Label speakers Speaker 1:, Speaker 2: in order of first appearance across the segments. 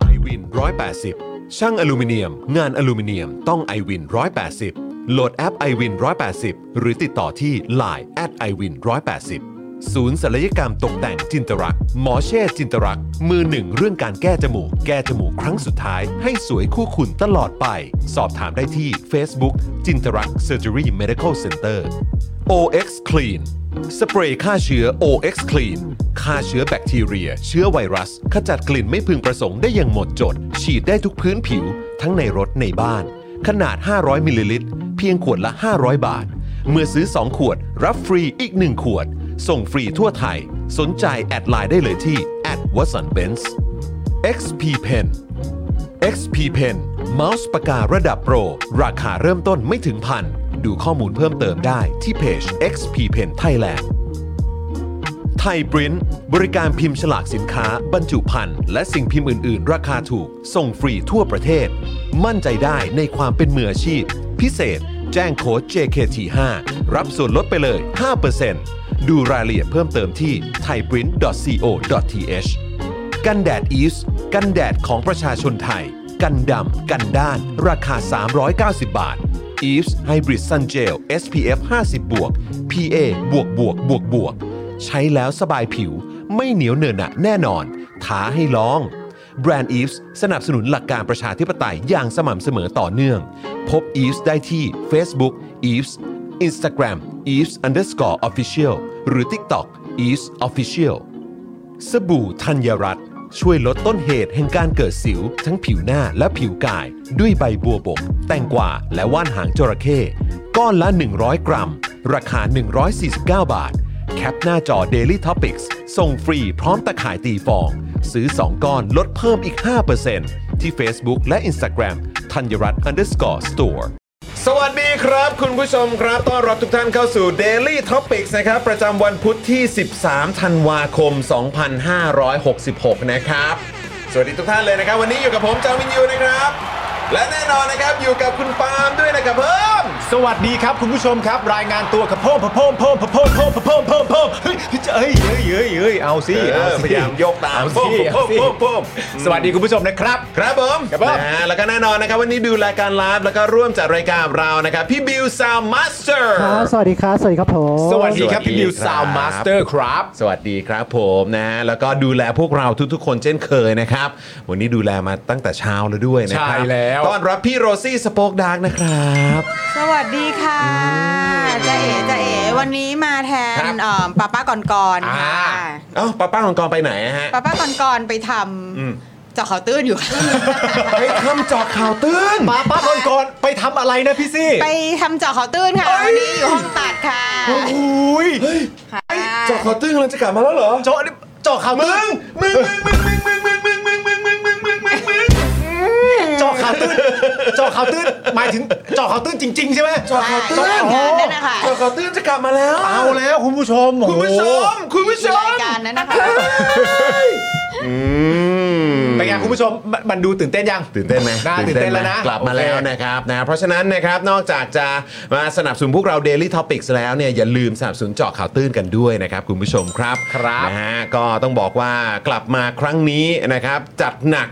Speaker 1: ไอวิน180 ช่างอลูมิเนียม งานอลูมิเนียมต้องไอวิน180 โหลดแอป i w วิน180 หรือติดต่อที่ Line at i w วิน180 ศูนย์ศัลยกรรมตกแต่งจินตรัก หมอเช่จินตรัก มือหนึ่งเรื่องการแก้จมูก แก้จมูกครั้งสุดท้าย ให้สวยคู่คุณตลอดไป สอบถามได้ที่ Facebook จินตรัก Surgery Medical Center OX Clean สเปรย์ฆ่าเชื้อ OX Clean ฆ่าเชื้อแบคทีเรีย เชื้อไวรัส ขจัดกลิ่นไม่พึงประสงค์ได้อย่างหมดจด ฉีดได้ทุกพื้นผิว ทั้งในรถในบ้าน ขนาด 500มิลลิลิตร เพียงขวดละ 500 บาท เมื่อซื้อ 2 ขวด รับฟรีอีก 1 ขวด ส่งฟรีทั่วไทย สนใจแอดไลน์ได้เลยที่ w a t s o n b e n z XP Pen XP Pen เมาส์ปากการะดับโปร ราคาเริ่มต้นไม่ถึงพัน ดูข้อมูลเพิ่มเติมได้ที่เพจ XP Pen Thailand ไทยปริ้นบริการพิมพ์ฉลากสินค้า บรรจุภัณฑ์และสิ่งพิมพ์อื่น ๆ ราคาถูก ส่งฟรีทั่วประเทศ มั่นใจได้ในความเป็นมืออาชีพ พิเศษ แจ้งโค้ด JKT5 รับส่วนลดไปเลย 5%ดูรายละเอียดเพิ่มเติมที่ thaiprint.co.th กันแดดอีฟส์กันแดดของประชาชนไทย กันดำ กันด้าน ราคา 390 บาท e v e s Hybrid Sun Gel SPF 50บวก PA บวกบวกบวกบวก ใช้แล้วสบายผิว ไม่เหนียวเหนอะหนะแน่นอน ท้าให้ลอง แบรนด์ e v e s สนับสนุนหลักการประชาธิปไตยอย่างสม่ำเสมอต่อเนื่อง พบ e v e s ได้ที่ Facebook e v e s Instagram e v e s underscore official หรือ TikTok e v e s official สบู่ธัญรัตน์ช่วยลดต้นเหตุแห่งการเกิดสิว ทั้งผิวหน้าและผิวกาย ด้วยใบบัวบก แตงกวาและว่านหางจระเข้ก้อนละ 100 กรัม ราคา 149 บาท แคปหน้าจอ Daily Topics ส่งฟรีพร้อมตะข่ายตีฟอง ซื้อ 2 ก้อนลดเพิ่มอีก 5%ที่ Facebook และ Instagram ธัญรัตน์ underscore store
Speaker 2: สวัสดีครับ คุณผู้ชมครับ ต้อนรับทุกท่านเข้าสู่ Daily Topics นะครับ ประจำวันพุทธที่ 13 ธันวาคม 2566 นะครับ สวัสดีทุกท่านเลยนะครับ วันนี้อยู่กับผมจางวินยูนะครับ และแน่นอนนะครับอยู่กับคุณปาล์มด้วยนะครับเพิ่ม
Speaker 3: สวัสดีครับคุณผู้ชมครับ รายงานตัวกับเพิ่มเพิ่มเพิ่มเพิ่มเพิ่มเพิ่มเพิ่มเพิ่มเฮ้ยเฮ้ยเฮ้ยเฮ้ยเฮ้ยเอาสิ
Speaker 2: เออ
Speaker 3: เอาสิ
Speaker 2: พยายามโยกตาม
Speaker 3: เอา
Speaker 2: โป้
Speaker 3: สิ
Speaker 2: ง
Speaker 3: เอาสิ
Speaker 2: โป้งโป้งโป้ง
Speaker 3: สวัสดีคุณผู้ชมนะครับ
Speaker 2: ครับผม
Speaker 3: ครับผม
Speaker 2: นะฮะแล้วก็แน่นอนนะครับ วันนี้ดูรายการไลฟ์แล้วก็ร่วมจัดรายการเรานะครับ พี่บิวซาวมาสเตอร์
Speaker 4: ครับสวัสดีครับ สวัสดีครับผม
Speaker 3: สวัสดีครับพี่บิว
Speaker 2: สวัสดีครับ
Speaker 3: ซาวมาสเตอร์ครับ
Speaker 2: สวัสดีครับผมนะ แล้วก็ดูแลพวกเราทุกๆ คนเช่นเคยนะครับ วันนี้ดูแลมาตั้งแต่เช้าแล้วด้วยนะครับ
Speaker 3: ใช่แล้ว
Speaker 2: ต้อนรับพี่โรซี่สป็อกดาร์กนะครับ
Speaker 5: สวัสดีค่ะจะเอ๋จะเอ๋วันนี้มาแท
Speaker 3: ครั
Speaker 5: น
Speaker 3: บ
Speaker 5: เอ่อป้าป้าก่อนก่อนๆ
Speaker 3: อ่า
Speaker 5: ค่ะ
Speaker 2: เอ้าป้าป้าของกองไปไหนอะฮะ
Speaker 5: ป้าป้าก่อนก่อนๆไปทำเจาะเขาวตื้นอยู่ค่ะ
Speaker 2: ไปทำเจอกข่าวตื้น
Speaker 3: ป้าป้าคนก่อนไปทำอะไรนะพี่ซี่
Speaker 5: ไปทำเจาะเขาวตื้นค่ะวันนี้อยู่ห้องตัดค่ะ
Speaker 3: โอ้ย
Speaker 5: ค่ะ
Speaker 2: เจอกข่าวตื้นเราจะกลับมาแล้วเหรอ
Speaker 3: เจาะนี่เจาะข่าวตื้น
Speaker 2: มึงมึงมึงมึงมึงมึงมึงมึงมึงมึงมึงมึงมึง
Speaker 3: เจาะข่าวตื้นเจาะข่าวตื้นหมายถึงเจาะข่าวตื้นจริง ๆ ใช่ไหม
Speaker 5: ใช่ทำงานนั่นนะคะ
Speaker 2: เจอกข่าวตื้นจะกลับมาแล้ว
Speaker 3: เอาแล้วคุณผู้ชม
Speaker 2: คุณผู้ชมคุณผู้ช
Speaker 5: ราย
Speaker 2: ม
Speaker 5: การนั้นนะคะ
Speaker 2: เฮ้ย
Speaker 6: เป็นไงคุณผู้ชมมันมันดูตื่นเต้นยัง
Speaker 1: ตื่นเต้นไหม
Speaker 6: น่าตื่นเต้นแล้วนะ
Speaker 1: กลับมา
Speaker 6: โอเค
Speaker 1: แล้วนะครับนะเพราะฉะนั้นนะครับนอกจากจะมาสนับสนุนพวกเรา Daily Topics แล้วเนี่ยอย่าลืมสนับสนุนเจาะข่าวตื้นกันด้วยนะครับคุณผู้ชมครับ
Speaker 6: ครับ
Speaker 1: นะฮะก็ต้องบอกว่ากลับมาครั้งนี้นะครับจัดหนัก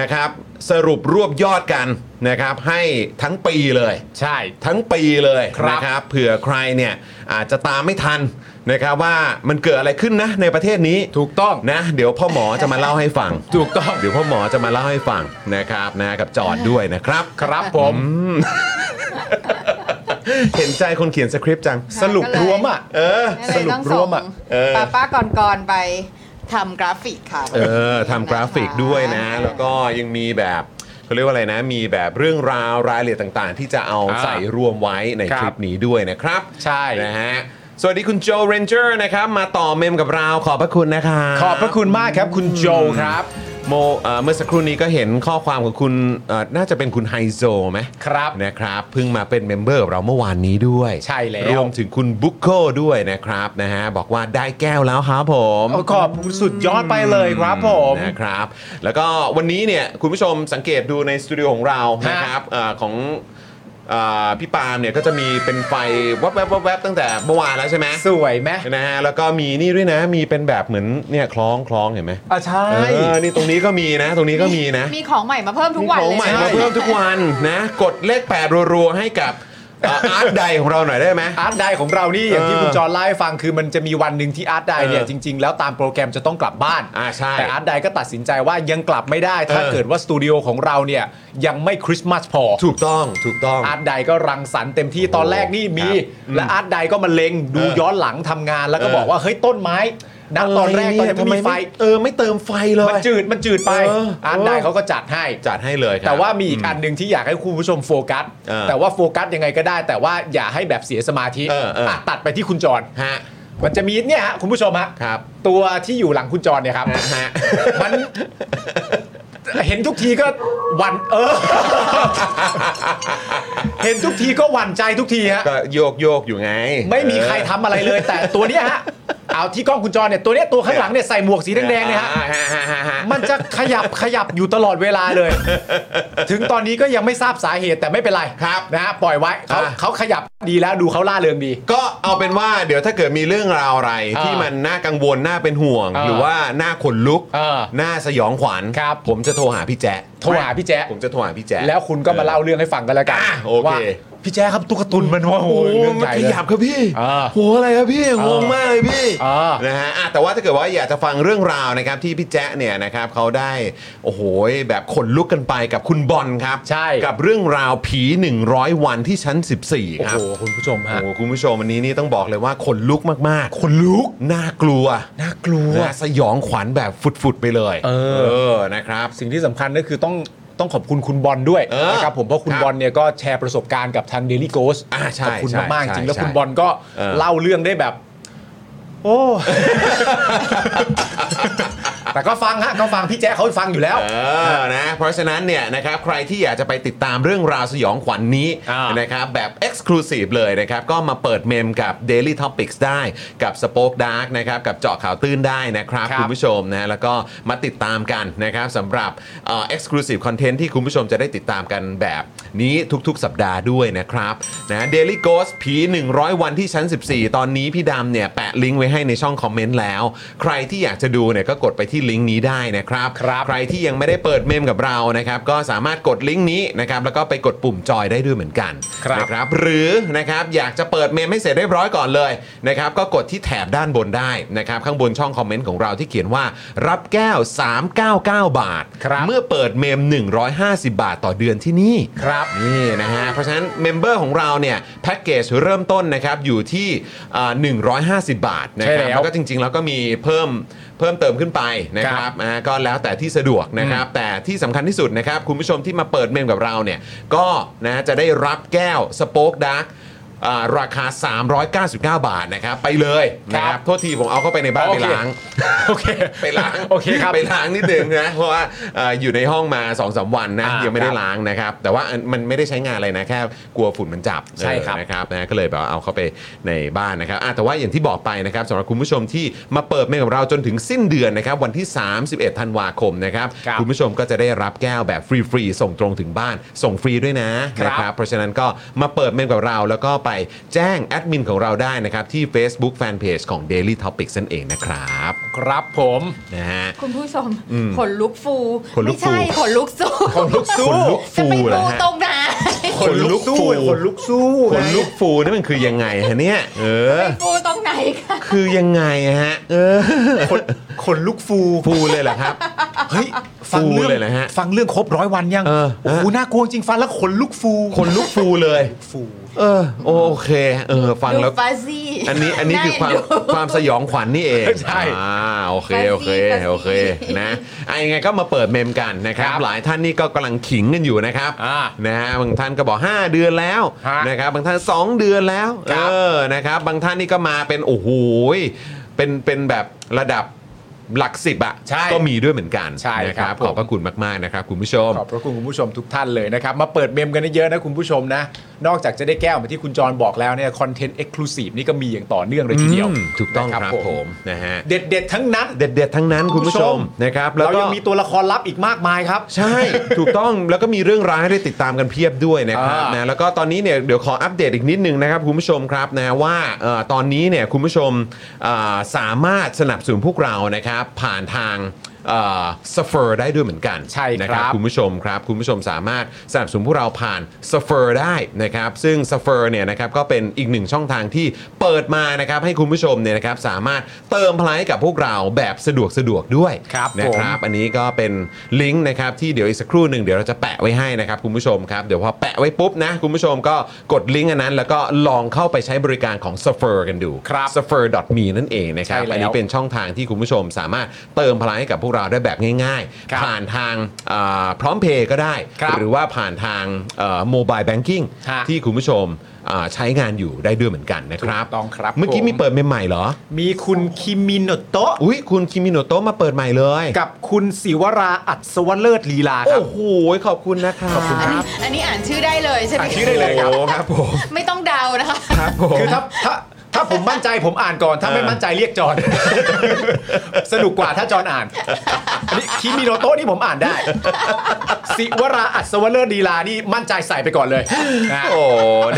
Speaker 1: นะครับสรุปรวบยอดกันนะครับให้ทั้งปีเลย
Speaker 6: ใช่
Speaker 1: ทั้งปีเลย
Speaker 6: ครับ
Speaker 1: นะครับเผื่อใครเนี่ยอาจจะตามไม่ทันนะครับว่ามันเกิดอะไรขึ้นนะในประเทศนี้
Speaker 6: ถูกต้อง
Speaker 1: นะ เดี๋ยวพ่อหมอจะมาเล่าให้ฟัง
Speaker 6: ถูกต้อง
Speaker 1: เดี๋ยวพ่อหมอจะมาเล่าให้ฟังนะครับนะกับจอดด้วยนะครับ
Speaker 6: ครับผม
Speaker 1: เห็นใจคนเขียนสคริปต์จัง
Speaker 6: สรุปรวมอ่ะ
Speaker 1: เออ
Speaker 5: ก็เลยต้อง
Speaker 6: สรุปร
Speaker 5: ส่
Speaker 6: ว
Speaker 5: ง
Speaker 6: มอะ
Speaker 5: ป้าป้าก่อนก่อนๆไปทำกราฟิกค่ะ
Speaker 1: เออทำกราฟิกด้วยนะ แล้วก็ยังมีแบบเขาเรียกว่าอะไรนะ มีแบบเรื่องราวรายละเอียดต่างๆ ที่จะเอา
Speaker 6: อ่า
Speaker 1: ใส่รวมไว้ใน
Speaker 6: ครั
Speaker 1: ค
Speaker 6: บ
Speaker 1: ลิปนี้ด้วยนะครับ
Speaker 6: ใช่
Speaker 1: นะฮะสวัสดีคุณโจเรนเจอร์นะครับ มาต่อเมมกับเราขอบพระคุณนะคะ
Speaker 6: ขอบพระคุณมากครับคุณโจครับ
Speaker 1: โมเอ่อเมื่อสักครู่นี้ก็เห็นข้อความของคุณเอ่อน่าจะเป็นคุณไฮโซไหม
Speaker 6: ครับ
Speaker 1: นะครับเพิ่งมาเป็นเมมเบอร์กับเราเมื่อวานนี้ด้วย
Speaker 6: ใช่แล้ว
Speaker 1: รวมถึงคุณบุ๊คโคด้วยนะครับนะฮะบอกว่าได้แก้วแล้วครับผม
Speaker 6: โอ้ขอบคุณสุดยอดไปเลยครับผม
Speaker 1: นะครับ แล้วก็วันนี้เนี่ยคุณผู้ชมสังเกตดูในสตูดิโอของเรา
Speaker 6: ฮะ
Speaker 1: นะครับเออของเอ่อพี่ปาล์มเนี่ยก็จะมีเป็นไฟวับแวบวับแวบตั้งแต่เมื่อวานแล้วใช่ไหม
Speaker 6: สวยไหม
Speaker 1: นะฮะแล้วก็มีนี่ด้วยนะมีเป็นแบบเหมือนเนี่ยคล้องคล้องเห็นไหม
Speaker 6: อ่ะใช่
Speaker 1: เออนี่ตรงนี้ก็มีนะ ตรงนี้ก็มีนะ
Speaker 5: มีของใหม่มาเพิ่มทุกวันเล
Speaker 1: มีของ
Speaker 5: ย
Speaker 1: ใหม่
Speaker 5: ใช่ไหม
Speaker 1: มาเพิ่มทุกวันนะ กดเลขแปดรัวๆให้กับเอ่ออาร์ตใดของเราหน่อยได้ไหม
Speaker 6: อาร์ตไดของเรานี่อย่างที่
Speaker 1: เออ
Speaker 6: คุณจอห์นเล่าให้ฟังคือมันจะมีวันหนึ่งที่อาร์ตไดเนี่ย
Speaker 1: เออ
Speaker 6: จริง ๆ แล้วตามโปรแกรมจะต้องกลับบ้าน
Speaker 1: อ่าใช่
Speaker 6: แต่อาร์ตไดก็ตัดสินใจว่ายังกลับไม่ได้ ถ้า
Speaker 1: เออ
Speaker 6: เกิดว่าสตูดิโอของเราเนี่ยยังไม่คริสต์มาสพอ
Speaker 1: ถูกต้องถูกต้อง
Speaker 6: อาร์ตไดก็รังสรรค์เต็มที่ตอนแรกนี่มี
Speaker 1: ครับ
Speaker 6: และอาร์ตไดก็มาเล็งดู
Speaker 1: เออ
Speaker 6: ย้อนหลังทำงานแล้วก็
Speaker 1: เออ
Speaker 6: บอกว่าเฮ้ยต้นไม้นะตอนแรกตอนที่มีไฟ
Speaker 1: เออไม่เติมไฟเลย
Speaker 6: มันจืดมันจืดไป
Speaker 1: เอออ
Speaker 6: อาร์ตไดเขาก็จัดให้
Speaker 1: จัดให้เลยครับ
Speaker 6: แต่ว่ามีอีกอันหนึ่งที่อยากให้คุณผู้ชมโฟกัส
Speaker 1: เออ
Speaker 6: แต่ว่าโฟกัสยังไงก็ได้ แต่ว่าอย่าให้แบบเสียสมาธิ
Speaker 1: เออเอออ่
Speaker 6: ะตัดไปที่คุณจร
Speaker 1: ฮะ
Speaker 6: มันจะมีเนี่ยฮะคุณผู้ชมฮะ
Speaker 1: ครับ
Speaker 6: ตัวที่อยู่หลังคุณจรเนี่ยครับ
Speaker 1: ฮะ
Speaker 6: มัน เห็นทุกทีก็หวันเอ อ เห็นทุกทีก็หวั่นใจทุกทีฮะ
Speaker 1: ก็โยกโยกอยู่ไง
Speaker 6: ไม่มีใครทำอะไรเลย แต่ตัวเนี้ยฮะเอาที่กล้องคุณจรเนี่ยตัวเนี้ยตัวข้างหลังเนี่ยใส่หมวกสีแดงๆเนี่ยฮะ
Speaker 1: อ่าฮะฮะฮะฮะ
Speaker 6: มันจะขยับขยับอยู่ตลอดเวลาเลย ถึงตอนนี้ก็ยังไม่ทราบสาเหตุแต่ไม่เป็นไร
Speaker 1: ครับ
Speaker 6: นะฮะปล่อยไว้เขาเขาขยับดีแล้วดูเขาล่าเริงดี
Speaker 1: ก็เอาเป็นว่าเดี๋ยวถ้าเกิดมีเรื่องราวอะไร
Speaker 6: เออ
Speaker 1: ที่มันน่ากังวลน่าเป็นห่วง
Speaker 6: เออ
Speaker 1: หรือว่าน่าขนลุก
Speaker 6: เออ
Speaker 1: น่าสยองขวัญ
Speaker 6: ครับ
Speaker 1: ผมจะโทรหาพี่แจ๊ะ
Speaker 6: โทรหาพี่แจ๊ะ
Speaker 1: ผมจะโทรหาพี่แจ๊ะ
Speaker 6: แล้วคุณก็มาเล่าเรื่องให้ฟังกันแล้วกัน
Speaker 1: อ่ะโอเค
Speaker 6: ว่าพี่แจ๊ะครับตุ๊กตาตุนมันว่าโอ้
Speaker 1: โอ้
Speaker 6: โห
Speaker 1: โห
Speaker 6: เรื่อง
Speaker 1: มั
Speaker 6: ให
Speaker 1: น
Speaker 6: ญ่
Speaker 1: ข
Speaker 6: เลย
Speaker 1: ยับครับพี่
Speaker 6: อ่า
Speaker 1: โหัวอะไรครับพี่งงมากเลยพี่
Speaker 6: อ่าน
Speaker 1: นะฮะอ่ะแต่ว่าถ้าเกิดว่าอยากจะฟังเรื่องราวนะครับที่พี่แจ๊ะเนี่ยนะครับเขาได้โอ้โหแบบขนลุกกันไปกับคุณบอลครับ
Speaker 6: ใช่
Speaker 1: กับเรื่องราวผี 100 วันที่ชั้น 14
Speaker 6: โอ้
Speaker 1: ครับ
Speaker 6: โหคุณผู้ชม
Speaker 1: โอ้
Speaker 6: ฮะ
Speaker 1: โหคุณผู้ชมวันนี้นี่ต้องบอกเลยว่าขนลุกมากๆขนลุก น่ากลัว น่ากลัวสยองขวัญแบบฟุดๆไปเลย
Speaker 6: เออ
Speaker 1: อนะครับ
Speaker 6: สิ่งที่สำคัญก็คือต้องต้องขอบคุณคุณบอลด้วย
Speaker 1: เออ
Speaker 6: นะครับผมเพราะคุณ
Speaker 1: ครับ
Speaker 6: บอลเนี่ยก็แชร์ประสบการณ์กับทาง Daily Ghost
Speaker 1: อ่าใช่
Speaker 6: ขอบคุณ
Speaker 1: ใช่
Speaker 6: มากๆจ
Speaker 1: ใช่
Speaker 6: ริงๆแล้ว
Speaker 1: ใช่
Speaker 6: คุณบอลก็
Speaker 1: เออ
Speaker 6: เล่าเรื่องได้แบบ โอ้ แต่ก็ฟังฮะก็ฟังพี่แจ๊คเขาฟังอยู่แล้ว
Speaker 1: เออนะเพราะฉะนั้นเนี่ยนะครับใครที่อยากจะไปติดตามเรื่องราวสยองขวัญนนี้
Speaker 6: อ่าน
Speaker 1: นะครับแบบ Exclusive เลยนะครับก็มาเปิดเมมกับ Daily Topics ได้กับ Spoke Dark นะครับกับเจาะข่าวตื้นได้นะครับ
Speaker 6: ครับ
Speaker 1: คุณผู้ชมนะแล้วก็มาติดตามกันนะครับสำหรับเอ่อ Exclusive Content ที่คุณผู้ชมจะได้ติดตามกันแบบนี้ทุกๆ สัปดาห์ด้วยนะครับนะ Daily Ghost ผี 100 วันที่ชั้น 14 ตอนนี้พี่ดำเนี่ยแปะลิงก์ไว้ให้ในช่องคอมเมนต์แล้ว ใครที่อยากจะดูเนี่ยก็กดไปที่ลิงก์นี้ได้นะครับ
Speaker 6: ครับ
Speaker 1: ใครที่ยังไม่ได้เปิดเมมกับเรานะครับ ก็สามารถกดลิงก์นี้นะครับแล้วก็ไปกดปุ่มจอยได้ด้วยเหมือนกัน
Speaker 6: ครับ
Speaker 1: นะครับ หรือนะครับอยากจะเปิดเมมให้เสร็จเรียบร้อยก่อนเลยนะครับก็กดที่แถบด้านบนได้นะครับข้างบนช่องคอมเมนต์ของเราที่เขียนว่ารับแก้ว 399 บาท
Speaker 6: ครับ
Speaker 1: เมื่อเปิดเมม 150 บาทต่อเดือนที่นี่
Speaker 6: ครับ
Speaker 1: นี่นะฮะเพราะฉะนั้นเมมเบอร์ของเราเนี่ยแพ็กเกจเริ่มต้นนะครับอยู่ที่อ่า150 บาทนะครับ
Speaker 6: ใช่แล้ว
Speaker 1: แล้วก็จริง ๆ แล้วก็มีเพิ่มเพิ่มเติมขึ้นไปนะ
Speaker 6: ค
Speaker 1: ค
Speaker 6: รั
Speaker 1: รับ
Speaker 6: บ
Speaker 1: อ่าก็แล้วแต่ที่สะดวกนะครับ แต่ที่สำคัญที่สุดนะครับ คุณผู้ชมที่มาเปิดเมมกับเราเนี่ย ก็นะจะได้รับแก้วสป็อกดาร์ก อ่าราคา 399 บาทนะครับไปเลยนะครับโทษทีผมเอาเข้าไปในบ้าน
Speaker 3: โอ
Speaker 1: ไป
Speaker 3: เค
Speaker 1: ล้าง
Speaker 3: โอเค
Speaker 1: ไปล้าง
Speaker 3: โอเคครับ
Speaker 1: ไปล้างนิดนึงนะ เพราะว่าเอ่ออยู่ในห้องมา2อสวันนะ
Speaker 3: อ่ายั
Speaker 1: ยังไม่ได้
Speaker 3: ครับ
Speaker 1: ล้างนะครับ แต่ว่าอันมันไม่ได้ใช้งานอะไรนะแค่กลัวฝุ่นมันจับ
Speaker 3: ใช่ครับ
Speaker 1: เออนะครับนะก็เลยแบบว่าเอาเข้าไปในบ้านนะครับอ่ะแต่ว่าอย่างที่บอกไปนะครับสำหรับคุณผู้ชมที่มาเปิดเมลกับเราจนถึงสิ้นเดือนนะครับ วันที่ 31ธันวาคมนะครับ
Speaker 3: ครับ
Speaker 1: ณผู้ชมก็จะได้รับแก้วแบบฟรีๆส่งตรงถึงบ้าน ส่งฟรีด้วยนะครับ นะ เพราะฉะนั้นก็มาเปิดเมนกับเรา แล้วก็ไปแจ้งแอดมินของเราได้นะครับที่ Facebook Fanpage ของ Daily Topics นั่นเองนะครับ
Speaker 3: ครับผม
Speaker 1: นะฮะ
Speaker 7: คุณผู้ชมขนลุกฟู
Speaker 1: ขนลุกฟู
Speaker 7: ไม่ใช่ขนลุกสู้
Speaker 3: ขนลุกสู้
Speaker 1: ขนลุก
Speaker 7: จะ
Speaker 1: ฟู
Speaker 7: ไป
Speaker 1: เหรอ
Speaker 7: ฟู
Speaker 1: ฮะ
Speaker 7: ตรงไหน
Speaker 1: ขนลุกสู้
Speaker 3: ขนลุกสู้
Speaker 1: ขนลุกฟูนี่มันคือยังไงฮะเนี่ย เออ
Speaker 7: ฟูตรงไหนคะ
Speaker 1: คือยังไงฮะ เออ
Speaker 3: ขนขนลุกฟู
Speaker 1: ฟูเลยเหรอครับ
Speaker 3: เฮ้ย
Speaker 1: ฟูเลยนะฮะ
Speaker 3: ฟังเรื่องครบร้อยวันยัง
Speaker 1: เออ
Speaker 3: โอ้โหน่ากลัวจริงฟังแล้วขนลุกฟู
Speaker 1: ขนลุกฟูเลย
Speaker 3: ฟู
Speaker 1: เออ โอเค เออ ฟังแล้ว
Speaker 7: ดูฟาซี่
Speaker 1: อันนี้อันนี้คือความ
Speaker 7: น่เนดู
Speaker 1: ความสยองขวัญนี่เอง
Speaker 3: ใช่
Speaker 1: อ่าโอเค
Speaker 7: Fuzzy
Speaker 1: โอเค
Speaker 7: Fuzzy
Speaker 1: โอเคนะอ่ะยังไงก็มาเปิดเมมกันนะครับ
Speaker 3: ครับ
Speaker 1: หลายท่านนี่ก็กำลังขิงกันอยู่นะครับ
Speaker 3: อ่า
Speaker 1: นะฮะบางท่านก็บอก 5 เดือนแล้ว
Speaker 3: ฮะ
Speaker 1: นะครับบางท่าน 2 เดือนแล้ว
Speaker 3: ค
Speaker 1: เอ
Speaker 3: รับ
Speaker 1: อนะครับบางท่านนี่ก็มาเป็นโอ้โหยเป็นเป็นแบบระดับหลักสิบอ่ะ
Speaker 3: ใช่
Speaker 1: ก็มีด้วยเหมือนกัน
Speaker 3: ใช่
Speaker 1: นะครับ
Speaker 3: ผม
Speaker 1: ขอบพระคุณมากๆนะครับคุณผู้ชม
Speaker 3: ขอบพระคุณคุณผู้ชมทุกท่านเลยนะครับ มาเปิดเมมกันเยอะๆนะคุณผู้ชมนะ นอกจากจะได้แก้วเหมือนที่คุณจรบอกแล้วเนี่ยคอนเทนต์เอ็กซ์คลูซีฟนี่ก็มีอย่างต่อเนื่องเลยทีเดียว
Speaker 1: อืมถูกต้อง
Speaker 3: นะครับ
Speaker 1: ผมนะฮะ
Speaker 3: เด็ดๆทั้งนั้น
Speaker 1: เด็ดๆทั้งนั้นคุณผู้ชมนะครับแล้ว
Speaker 3: เรา
Speaker 1: ก็
Speaker 3: ยังมีตัวละครลับอีกมากมายครับ
Speaker 1: ใช่ ถูกต้องแล้วก็มีเรื่องร้ายให้ได้ติดตามกันเพียบด้วยนะครับ
Speaker 3: อ่าน
Speaker 1: นะแล้วก็ตอนนี้เนี่ยเดี๋ยวขออัปเดตอีกนิดนึงนะครับคุณผู้ชมครับนะว่าเอ่อตอนนี้เนี่ยคุณผู้ชมเอ่อสามารถสนับสนุนพวกเรานะครับผ่านทางสเฟอร์ได้ด้วยเหมือนกัน
Speaker 3: ใช่ครับ
Speaker 1: นะคุณผู้ชมครับคุณผู้ชมสามารถสนับสนุนพวกเราผ่านสเฟอร์ได้นะครับซึ่งสเฟอร์เนี่ยนะครับก็เป็นอีกหนึ่งช่องทางที่เปิดมานะครับให้คุณผู้ชมเนี่ยนะครับสามารถเติมพลังให้กับพวกเราแบบสะดวกสะดวกๆด้วย
Speaker 3: ครับผม
Speaker 1: นะครับอันนี้ก็เป็นลิงก์นะครับที่เดี๋ยวอีกสักครู่หนึ่งเดี๋ยวเราจะแปะไว้ให้นะครับคุณผู้ชมครับเดี๋ยวพอแปะไว้ปุ๊บนะคุณผู้ชมก็กดลิงก์อันนั้น แล้วก็ลองเข้าไปใช้บริการของ s u f f e r กันดู
Speaker 3: ครับ
Speaker 1: s u f f e r me นั่นเองนะครับ
Speaker 3: ใช่แล้ว
Speaker 1: อันี้เป็นช่องทางที่คุณผู้ชมสามารถเติมพลังให้กับพวกเราได้แบบง่าย
Speaker 3: ครับ
Speaker 1: ๆ ผ่านทางอ่าพร้อมเพย์ก็ได้
Speaker 3: ครับ
Speaker 1: หรือว่าผ่านทางโมบายแบงกิ้ง
Speaker 3: ฮะ
Speaker 1: ที่คุณผู้ชมอ่าใช้งานอยู่ได้ด้วยเหมือนกันนะครับ
Speaker 3: ถูกต้องครับ
Speaker 1: เมื่อกี้
Speaker 3: ผม
Speaker 1: มีเปิดใหม่ๆเหรอ
Speaker 3: มีคุณคิมินโนโตะ
Speaker 1: อุ้ยคุณคิมิโนโตะมาเปิดใหม่เลย
Speaker 3: กับคุณศิวราอัศวเลิศลีลาครั
Speaker 1: โอ้
Speaker 3: บ
Speaker 1: โห ขอบคุณนะครับ ขอบคุณ
Speaker 7: อัน
Speaker 1: ค
Speaker 7: นี้
Speaker 1: รับ
Speaker 7: อันนี้อ่านชื่อได้เลยใช่ไหม
Speaker 3: อ่านชื่อได้เลย
Speaker 1: โอ้ครับผม
Speaker 7: ไม่ต้องเดานะคะ
Speaker 1: ครับผม
Speaker 3: คือถ้าถ้าถ้าผมมั่นใจผมอ่านก่อน ถ้าไม่มั่นใจเรียกจอน สนุกกว่าถ้าจอนอ่านอันนี้คิมิโนโตะนี่ผมอ่านได้ ศิวราอัศวเลิศลีลานี่มั่นใจใส่ไปก่อนเลยนะ
Speaker 1: โอ้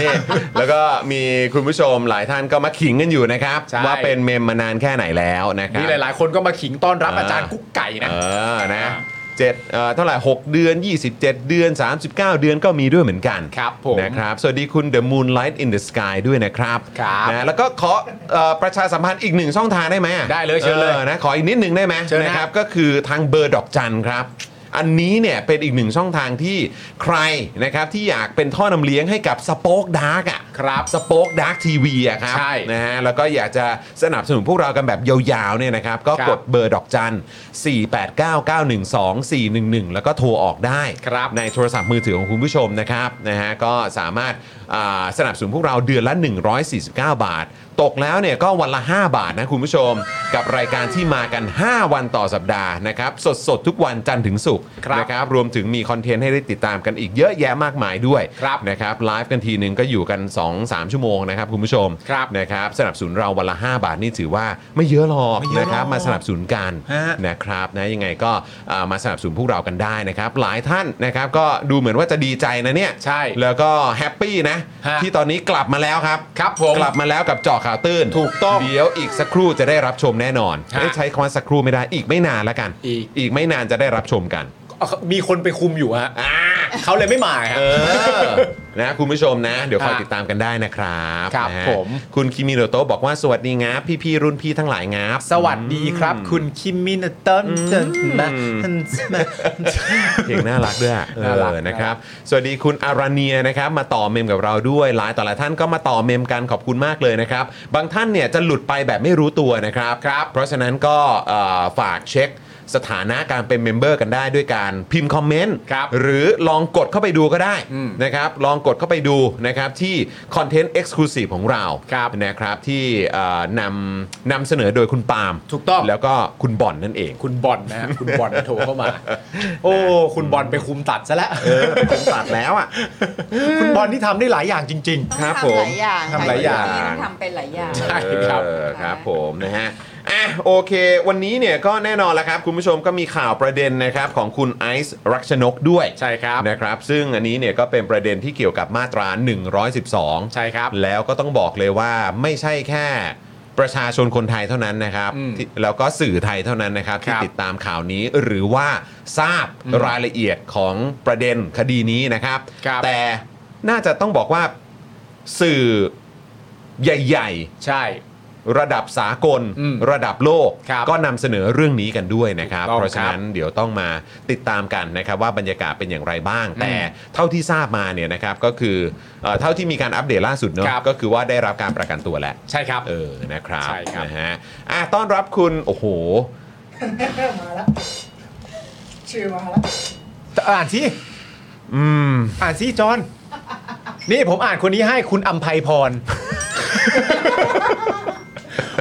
Speaker 1: นี่ แล้วก็มีคุณผู้ชมหลายท่านก็มาขิงกันอยู่นะครับ
Speaker 3: ใช่
Speaker 1: ว่าเป็นเมมมานานแค่ไหนแล้วนะครั
Speaker 3: มี
Speaker 1: บ
Speaker 3: หลายๆ คนก็มาขิงต้อนรับ
Speaker 1: อ่า
Speaker 3: อาจารย์กุ๊กไก่นะ
Speaker 1: เออนะเจ็ดเอ่อเท่าไหร่ 6 เดือน 27 เดือน 39 เดือนก็มีด้วยเหมือนกัน
Speaker 3: ครับผม
Speaker 1: นะครับ สวัสดีคุณ The Moonlight in the Sky ด้วยนะครับ
Speaker 3: ครับ
Speaker 1: นะแล้วก็ขอเอ่อประชาสัมพันธ์อีกหนึ่งช่องทางได้ไหม
Speaker 3: ได้เลยเชิญเลย
Speaker 1: ออนะขออีกนิดหนึ่งได้ไหม
Speaker 3: เชิญนะ
Speaker 1: นะครับ ก็คือทางเบอร์ดอกจันครับ อันนี้เนี่ยเป็นอีกหนึ่งช่องทางที่ใครนะครับที่อยากเป็นท่อนำเลี้ยงให้กับสป็อกดาร์กอ่ะ
Speaker 3: ครับ
Speaker 1: สป็อคดักทีวีอะครับ
Speaker 3: ใช่
Speaker 1: นะฮะแล้วก็อยากจะสนับสนุนพวกเรากันแบบยาวๆเนี่ยนะครับ ก็
Speaker 3: ครับ
Speaker 1: กดเบอร์ดอกจัน 489912411 แล้วก็โทรออกได้
Speaker 3: ครับ
Speaker 1: ในโทรศัพท์มือถือของคุณผู้ชมนะครับนะฮะก็สามารถอ่าสนับสนุนพวกเราเดือนละ 149 บาท ตกแล้วเนี่ยก็วันละ 5 บาทนะคุณผู้ชม กับรายการที่มากัน 5 วันต่อสัปดาห์นะครับสดๆ ทุกวันจันทร์ถึงศุกร์
Speaker 3: ครับ
Speaker 1: นะครับ รวมถึงมีคอนเทนต์ให้ได้ติดตามกันอีกเยอะแยะมากมายด้วย
Speaker 3: ครับ
Speaker 1: นะครับไลฟ์กันทีหนึ่งก็อยู่กัน 2-3 ชั่วโมงนะครับ คุณผู้ชม
Speaker 3: ครับ
Speaker 1: นะครับสนับสนุนเราวันละ 5 บาทนี่ถือว่าไม่เยอะหรอก
Speaker 3: ไม่เยอะหรอก
Speaker 1: นะครับมาสนับสนุนกัน
Speaker 3: ฮะ
Speaker 1: นะครับนะยังไงก็อ่ามาสนับสนุนพวกเรากันได้นะครับ หลายท่านนะครับก็ดูเหมือนว่าจะดีใจนะเนี่ย
Speaker 3: ใช่
Speaker 1: แล้วก็แฮปปี้นะ
Speaker 3: ฮะ
Speaker 1: ที่ตอนนี้กลับมาแล้วครับ
Speaker 3: ครับผม
Speaker 1: กลับมาแล้วกับเจาะข่าวตื้น
Speaker 3: ถูกต้อง
Speaker 1: เดี๋ยวอีกสักครู่จะได้รับชมแน่นอน
Speaker 3: ฮะ
Speaker 1: ไม่ใช้คำว่าสักครู่ไม่ได้อีกไม่นานแล้วกัน
Speaker 3: อีก
Speaker 1: อีกไม่นานจะได้รับชมกัน
Speaker 3: มีคนไปคุมอยู่ฮะเขาเลยไม่มาฮะ
Speaker 1: เออนะคุณผู้ชมนะ เดี๋ยวคอย
Speaker 3: ฮะ
Speaker 1: ติดตามกันได้นะครับ
Speaker 3: ครับ
Speaker 1: นะฮะ
Speaker 3: ผม
Speaker 1: คุณคิมิโนโตะบอกว่าสวัสดีงาบพี่พี่ๆรุ่นพี่ทั้งหลายงาบ
Speaker 3: สวัสดีครับ คุณคิมมินเตันเจนนะนะ
Speaker 1: เพลงน่ารักด้วยอะเอ
Speaker 3: น่ารัก
Speaker 1: อนะครับสวัสดีคุณอาราเนียนะครับมาต่อเมมกับเราด้วยหลายต่อหลายท่านก็มาต่อเมมกันขอบคุณมากเลยนะครับ บางท่านเนี่ยจะหลุดไปแบบไม่รู้ตัวนะครับ เพราะฉะนั้นก็เอ่อฝากเช็ค สถานะการเป็นเมมเบอร์กันได้ด้วยการพิมพ์คอมเมนต์
Speaker 3: ครับ
Speaker 1: หรือลองกดเข้าไปดูก็ได้
Speaker 3: อืม
Speaker 1: นะครับลองกดเข้าไปดูนะครับที่คอนเทนต์เอ็กซ์คลูซีฟของเรา
Speaker 3: ครับ
Speaker 1: นะครับที่เอ่อนำนำเสนอโดยคุณปาล์ม
Speaker 3: ถูกต้อง
Speaker 1: แล้วก็คุณบ่อนนั่นเอง
Speaker 3: คุณบอลนะฮะคุณบอลโทรเข้ามา โอ้ คุณบอลไปคุมตัดซะแล้ว
Speaker 1: เออผมตัดแล้วอ่ะ
Speaker 3: คุณบอลที่ทำได้หลายอย่างจริง
Speaker 7: ต้อง
Speaker 1: ครับ
Speaker 7: ทำหลายอย่าง
Speaker 1: ผมทำหลายอย่าง
Speaker 7: แต่ที่ต้องทำเป็นหลายอย่าง
Speaker 3: ใช่ครับ
Speaker 1: เออครับผมนะฮะอ่ะโอเค วันนี้เนี่ยก็แน่นอนแล้วครับ คุณผู้ชมก็มีข่าวประเด็นนะครับของคุณไอซ์รักชนกด้วย
Speaker 3: ๆ ใช่ครับ
Speaker 1: นะครับ ซึ่งอันนี้เนี่ยก็เป็นประเด็นที่เกี่ยวกับมาตรา 112
Speaker 3: ใช่ครับ
Speaker 1: แล้วก็ต้องบอกเลยว่าไม่ใช่แค่ประชาชนคนไทยเท่านั้นนะครับ
Speaker 3: อืม
Speaker 1: ที่แล้วก็สื่อไทยเท่านั้นนะครับ ที่
Speaker 3: ครับ
Speaker 1: ติดตามข่าวนี้หรือว่าทราบ
Speaker 3: อืม
Speaker 1: รายละเอียดของประเด็นคดีนี้นะครับ
Speaker 3: ครับ
Speaker 1: แต่น่าจะต้องบอกว่าสื่อใหญ่ ๆ
Speaker 3: ใช่
Speaker 1: ระดับสากล
Speaker 3: อืม
Speaker 1: ระดับโลก
Speaker 3: ครับ
Speaker 1: ก็นำเสนอเรื่องนี้กันด้วยนะครับ
Speaker 3: ถูกต้อง
Speaker 1: เพราะฉะนั้นเดี๋ยวต้องมาติดตามกันนะครับ ว่าบรรยากาศเป็นอย่างไรบ้าง
Speaker 3: อืม
Speaker 1: แต่เท่าที่ทราบมาเนี่ยนะครับก็คือเอ่อเท่าที่มีการอัปเดตล่าสุดเนอะ
Speaker 3: ครับ
Speaker 1: ก็คือว่าได้รับการประกันตัวแล้ว
Speaker 3: ใช่ครับ
Speaker 1: เออ นะครับ
Speaker 3: ใช่ครับ
Speaker 1: นะฮะอ่ะต้อนรับคุณ โอ้โห
Speaker 3: อ่านสิ
Speaker 1: อืม
Speaker 3: อ่านสิจอนนี่ผมอ่านคนนี้ให้คุณอัมไพพ ร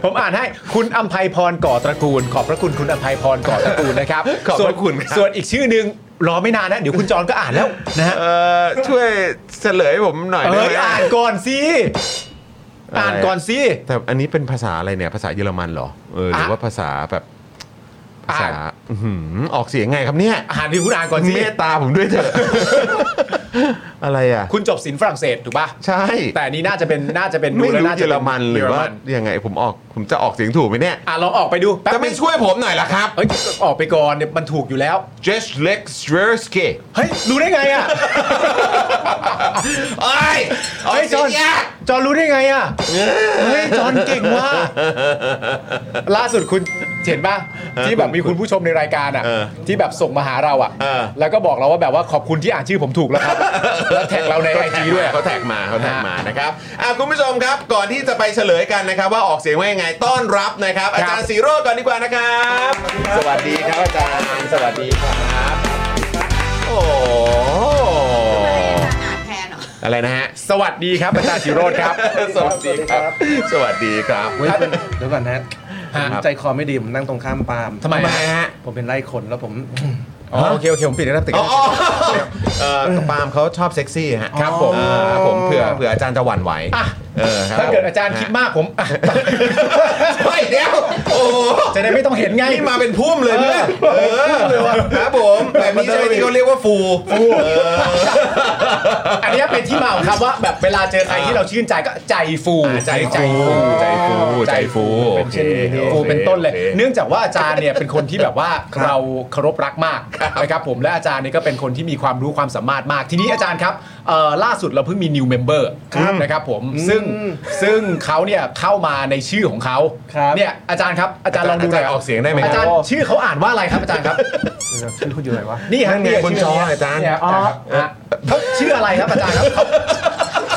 Speaker 3: ผมอ่านให้คุณอัมไพพรก่อตระกูล ขอบพระคุณคุณอัมไพพรก่อตระกูลนะครับ
Speaker 1: ขอบพระ
Speaker 3: ส่วน
Speaker 1: คุณครับ
Speaker 3: ส่วนอีกชื่อหนึ่งรอไม่นานนะเดี๋ยวคุณจอนก็อ่านแล้วนะฮะ
Speaker 1: เออช่วยเฉลยผมหน่อยได้
Speaker 3: เอ้ย
Speaker 1: ไหม
Speaker 3: อ่านก่อนสิ
Speaker 1: อะไร
Speaker 3: อ่านก่อนสิ
Speaker 1: แต่อันนี้เป็นภาษาอะไรเนี่ย ภาษาเยอรมันเหรอเออหรือว่าภาษาแบบภาษา
Speaker 3: อ่าน
Speaker 1: อื้อหือออกเสียงไงครับเนี่ย
Speaker 3: อ่านที่คุณอ่านก่อนสิ
Speaker 1: เมตตาผมด้วยเถอะ อะไรอ่ะ
Speaker 3: คุณจบศิลป์ฝรั่งเศสถูกป่ะ
Speaker 1: ใช่
Speaker 3: แต่อันนี้น่าจะเป็นน่าจะเป็น
Speaker 1: ไม่
Speaker 3: แล้ว
Speaker 1: รู้
Speaker 3: น่า
Speaker 1: เย
Speaker 3: จะ
Speaker 1: อรมันหรือว่ายังไงผมออกผมจะออกเสียงถูกไหมเนี่ย
Speaker 3: อ่ะลองออกไปดูแป๊บ
Speaker 1: จะไม่ช่วยผมหน่อยเหรอครับ
Speaker 3: เอ้ยออกไปก่อนเนี่ยมันถูกอยู่แล้ว
Speaker 1: Just Lex r e r s k y
Speaker 3: เฮ้ยรู้ได้ไงอ่ะ
Speaker 1: เอ้ยเอ้
Speaker 3: เฮ้
Speaker 1: ย
Speaker 3: ย
Speaker 1: จ
Speaker 3: จ
Speaker 1: อ
Speaker 3: อน นจอนรู้ได้ไงอ่ะเฮ้ยจอนเก่งว่ะล่าสุดคุณเห็นป่ะที่แบบมีคุณผู้ชมในรายการอ่ะ ที่แบบส่งมาหาเราอ่ะ
Speaker 1: เออ
Speaker 3: แล้วก็บอกเราว่าแบบว่าขอบคุณที่อ่านชื่อผมถูก แล้วครับแล้วแท็กเราในไอจีด้วย
Speaker 1: เขาแท็กมาเขาแท็กมานะครับอ่ะคุณผู้ชมครับก่อนที่จะไปเฉลยกันนะครับ ว่าออกเสียงว่ายังไงต้อนรับนะครับ อาจารย์สีโรจน์ก่อนดีกว่านะครับ สวัสดีครับอาจารย์สวัสดีครับ โอ้โห
Speaker 7: อ่านแทนเหรอ
Speaker 1: อะไรนะฮะ
Speaker 3: สวัสดีครับอาจารย์สิโรธครับ
Speaker 1: สวัสดีครับ สวัสดีครับ
Speaker 8: เว้ยคุณเดี๋ยวก่อนนะ
Speaker 3: ฮะ
Speaker 8: ผมใจคอไม่ดี ผมนั่งตรงข้ามปาล์ม
Speaker 3: ทำไม
Speaker 1: ทำไมฮะ
Speaker 8: ผมเป็นไล่คนแล้วผม
Speaker 3: อ๋อโอเคโอเคผมปิดแล้วติด
Speaker 1: อ๋อเออปาล์มเขาชอบเซ็กซี่ฮะ
Speaker 3: ครับผม
Speaker 1: เออผมเผื่อเผื่ออาจารย์จะหวั่นไหว
Speaker 3: อ่ะ
Speaker 1: เออครับ
Speaker 3: ถ้าเกิดอาจารย์คิดมากผม อ่ะ
Speaker 1: เฮ้ยเดี๋ยวโอ้โห
Speaker 3: จะได้ไม่ต้องเห็นไง
Speaker 1: นี่มาเป็นพุ่มเลยเนี่ยเออครับผมแบบนี้ใช่ไหมที่เขาเรียกว่าฟูฟู
Speaker 3: อันเนี้ยเป็นที่มาของคำว่าแบบเวลาเจอใครที่เราชื่นใจก็ใจฟู
Speaker 1: ใจฟูใจฟูใจฟู
Speaker 3: เป็นเช่นนี้
Speaker 1: โอค
Speaker 3: ฟูเป็นต้นเลย
Speaker 1: โอค
Speaker 3: เนื่องจากว่าอาจารย์เนี่ยเป็นคนที่แบบว่าเราเคารพรักมากนะครับผมและอาจารย์เนี่ยก็เป็นคนที่มีความรู้ความสามารถมาก ทีนี้อาจารย์ครับเอ่อล่าสุดเราเพิ่งมี new member นะครับผมซึ่งซึ่งเขาเนี่ยเข้ามาในชื่อของเขา
Speaker 8: ครับ
Speaker 3: เนี่ยอาจารย์ครับอาจารย์ลองดูหน่อ
Speaker 1: อาจาร
Speaker 3: ย
Speaker 1: ย์ออกเสียงได้ไหมครับ
Speaker 3: อาจารย์ชื่อเขาอ่านว่าอะไรครับอาจารย์ครับ
Speaker 8: ชื่อคุณอยู่ไหนวะ
Speaker 3: นี่ฮะ
Speaker 1: นั่นไงบนจออาจารย์
Speaker 3: เนี่ยอาจารย์ครับฮะเขาชื่ออะไรครับอาจารย์ครับเขา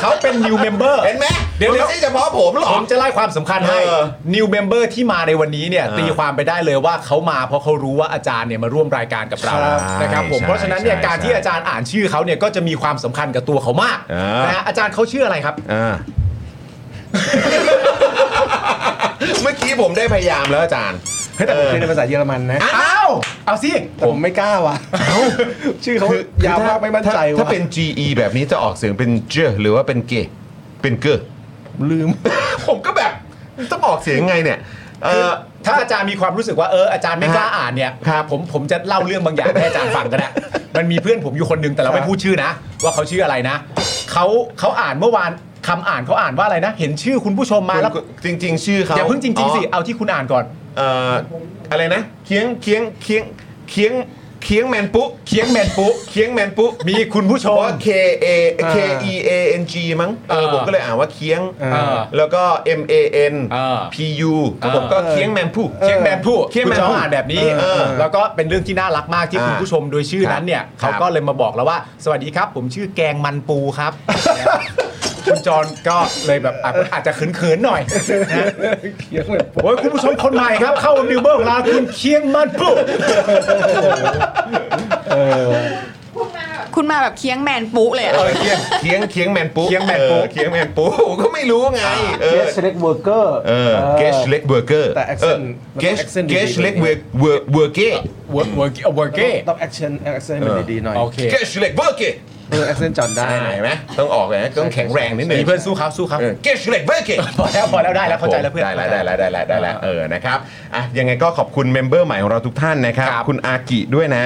Speaker 3: เขาเป็น new member
Speaker 1: เห็นไหม
Speaker 3: เดี๋ยว
Speaker 1: มัน
Speaker 3: เดี๋ยว
Speaker 1: ไม่ใช่เฉพาะผมหร
Speaker 3: ผ
Speaker 1: อก
Speaker 3: มจะไล่ความสำคัญให้
Speaker 1: เออ
Speaker 3: new member ที่มาในวันนี้เนี่ย
Speaker 1: เออ
Speaker 3: ตีความไปได้เลยว่าเขามาเพราะเขารู้ว่าอาจารย์เนี่ยมาร่วมรายการกับเรา
Speaker 1: ใช่
Speaker 3: นะครับผม
Speaker 1: ใช่
Speaker 3: เพราะฉะนั้นเนี่ย
Speaker 1: ใช่
Speaker 3: การที่อาจารย์อ่านชื่อเขาเนี่ยก็จะมีความสำคัญกับตัวเขามาก
Speaker 1: เออ
Speaker 3: นะฮะอาจารย์เขาชื่ออะไรครับ
Speaker 1: อ่า เมื่อกี้ผมได้พยายามแล้วอาจารย์
Speaker 8: เฮ้ยแต่ผมเรียนในภาษาเยอรมันนะ
Speaker 3: อ้าว เอาสิ
Speaker 8: แต่ผมไม่กล้าว่ะ ชื่อเขา
Speaker 1: คือย
Speaker 8: าวมากไม่มั่นใจ
Speaker 1: ถ้า
Speaker 8: ว่ะ
Speaker 1: เป็น GE แบบนี้จะออกเสียงเป็นเจอหรือว่าเป็นเกเป็นเก
Speaker 8: ลืม
Speaker 1: ผมก็แบบต้องออกเสียงไงเนี่ย เออ
Speaker 3: ถ้าอาจารย์มีความรู้สึกว่าเอออาจารย์ไม่กล้าอ่านเนี่ย
Speaker 1: ครับ
Speaker 3: ผมผมจะเล่าเรื่องบางอย่างให้อาจารย์ฟังก็ได้ มันมีเพื่อนผมอยู่คนหนึงแต่เราไม่พูดชื่อนะ ว่าเขาชื่ออะไรนะเขาเขาอ่านเมื่อวานคำอ่านเขาอ่านว่าอะไรนะ เห็นชื่อคุณผู้ชมมาแล้ว
Speaker 1: จริงๆชื่อเขา
Speaker 3: อย่าเพิ่งจริง ๆสิ
Speaker 1: อ๋อ
Speaker 3: เอาที่คุณอ่านก่อน
Speaker 1: เอออะไรนะ เคียงเคียงเคียงเคียงเคียงแมนปุ๊
Speaker 3: เคียงแมนปุ๊
Speaker 1: เคียงแมนปุ๊
Speaker 3: มีคุณผู้ช
Speaker 1: เพราะ
Speaker 3: ม
Speaker 1: ว่า K A K E A N G มั้งเออ
Speaker 3: เออ
Speaker 1: ผมก็เลยอ่านว่าเคียง
Speaker 8: เอ
Speaker 3: อ
Speaker 1: แล้วก็ M A N
Speaker 3: เออ
Speaker 1: P U ก็ผมก็เคียงแมนปุ๊
Speaker 3: เคียงแมนผู้
Speaker 1: เคียง
Speaker 3: คุ
Speaker 1: แม
Speaker 3: ณ
Speaker 1: นผู้
Speaker 3: ชอบอ่านแบบนี้
Speaker 1: เออ
Speaker 3: แล้วก็เป็นเรื่องที่น่ารักมากที่
Speaker 1: อ่า
Speaker 3: คุณผู้ชมโดยชื่อนั้นเนี่ย
Speaker 1: ครับ
Speaker 3: เขาก็เลยมาบอกแล้วว่า สวัสดีครับ ผมชื่อแกงมันปูครับ คุณจอนก็เลยแบบอาจอาจจะเขิน ๆหน่อยนะ
Speaker 8: เขียนเลย
Speaker 3: โอ้ยคุณผู้ชมคนใหม่ครับ เข้านิวเบิร์กลาคุณเคียงมันปุ๊บ
Speaker 7: คุณมาแบบเคียงแมนปุ๊เลยอะ
Speaker 1: เออเคียงเคียงเคียงแมนปุ๊
Speaker 3: เคียงแมนปุ๊
Speaker 1: เออเคียงแมนปุ๊ก็ไม่รู้ไงเอ
Speaker 8: เก
Speaker 1: อ
Speaker 8: สเล็กเวอร์เกอร์
Speaker 1: เออเกชเล็กเบอร์เกอร์
Speaker 8: แต่ accent มัน
Speaker 1: เกช
Speaker 8: accent ดีๆ
Speaker 1: เกชเล็กเบอร์เบอร์เกอร์
Speaker 3: เวิร์กเวิร์กเวิร์กเก้
Speaker 8: ต้องแอคชั่นแอคชั่นมันดีๆหน่อย
Speaker 3: โอเค
Speaker 1: เกชเล็กเบอร์เกอร์
Speaker 8: เออแอคชั่นจอนได้
Speaker 1: เห็นไหมต้องออกเลยนะต้องแข็งแรงนิดนึง
Speaker 3: มีเพื่อนสู้ครับสู้ครับ
Speaker 1: เกชเล็กเบอร์เกอร์
Speaker 3: พอแล้วพอแล้วได้แล้วเข้าใจแล้วเพื่อน
Speaker 1: ได้แล้วได้แล้วได้แล้วได้แล้วเออนะครับอ่ะยังไงก็ขอบคุณเมมเบอร์ใหม่ของเราทุกท่านนะครับ
Speaker 3: ครับ
Speaker 1: คุณอากิด้วยนะ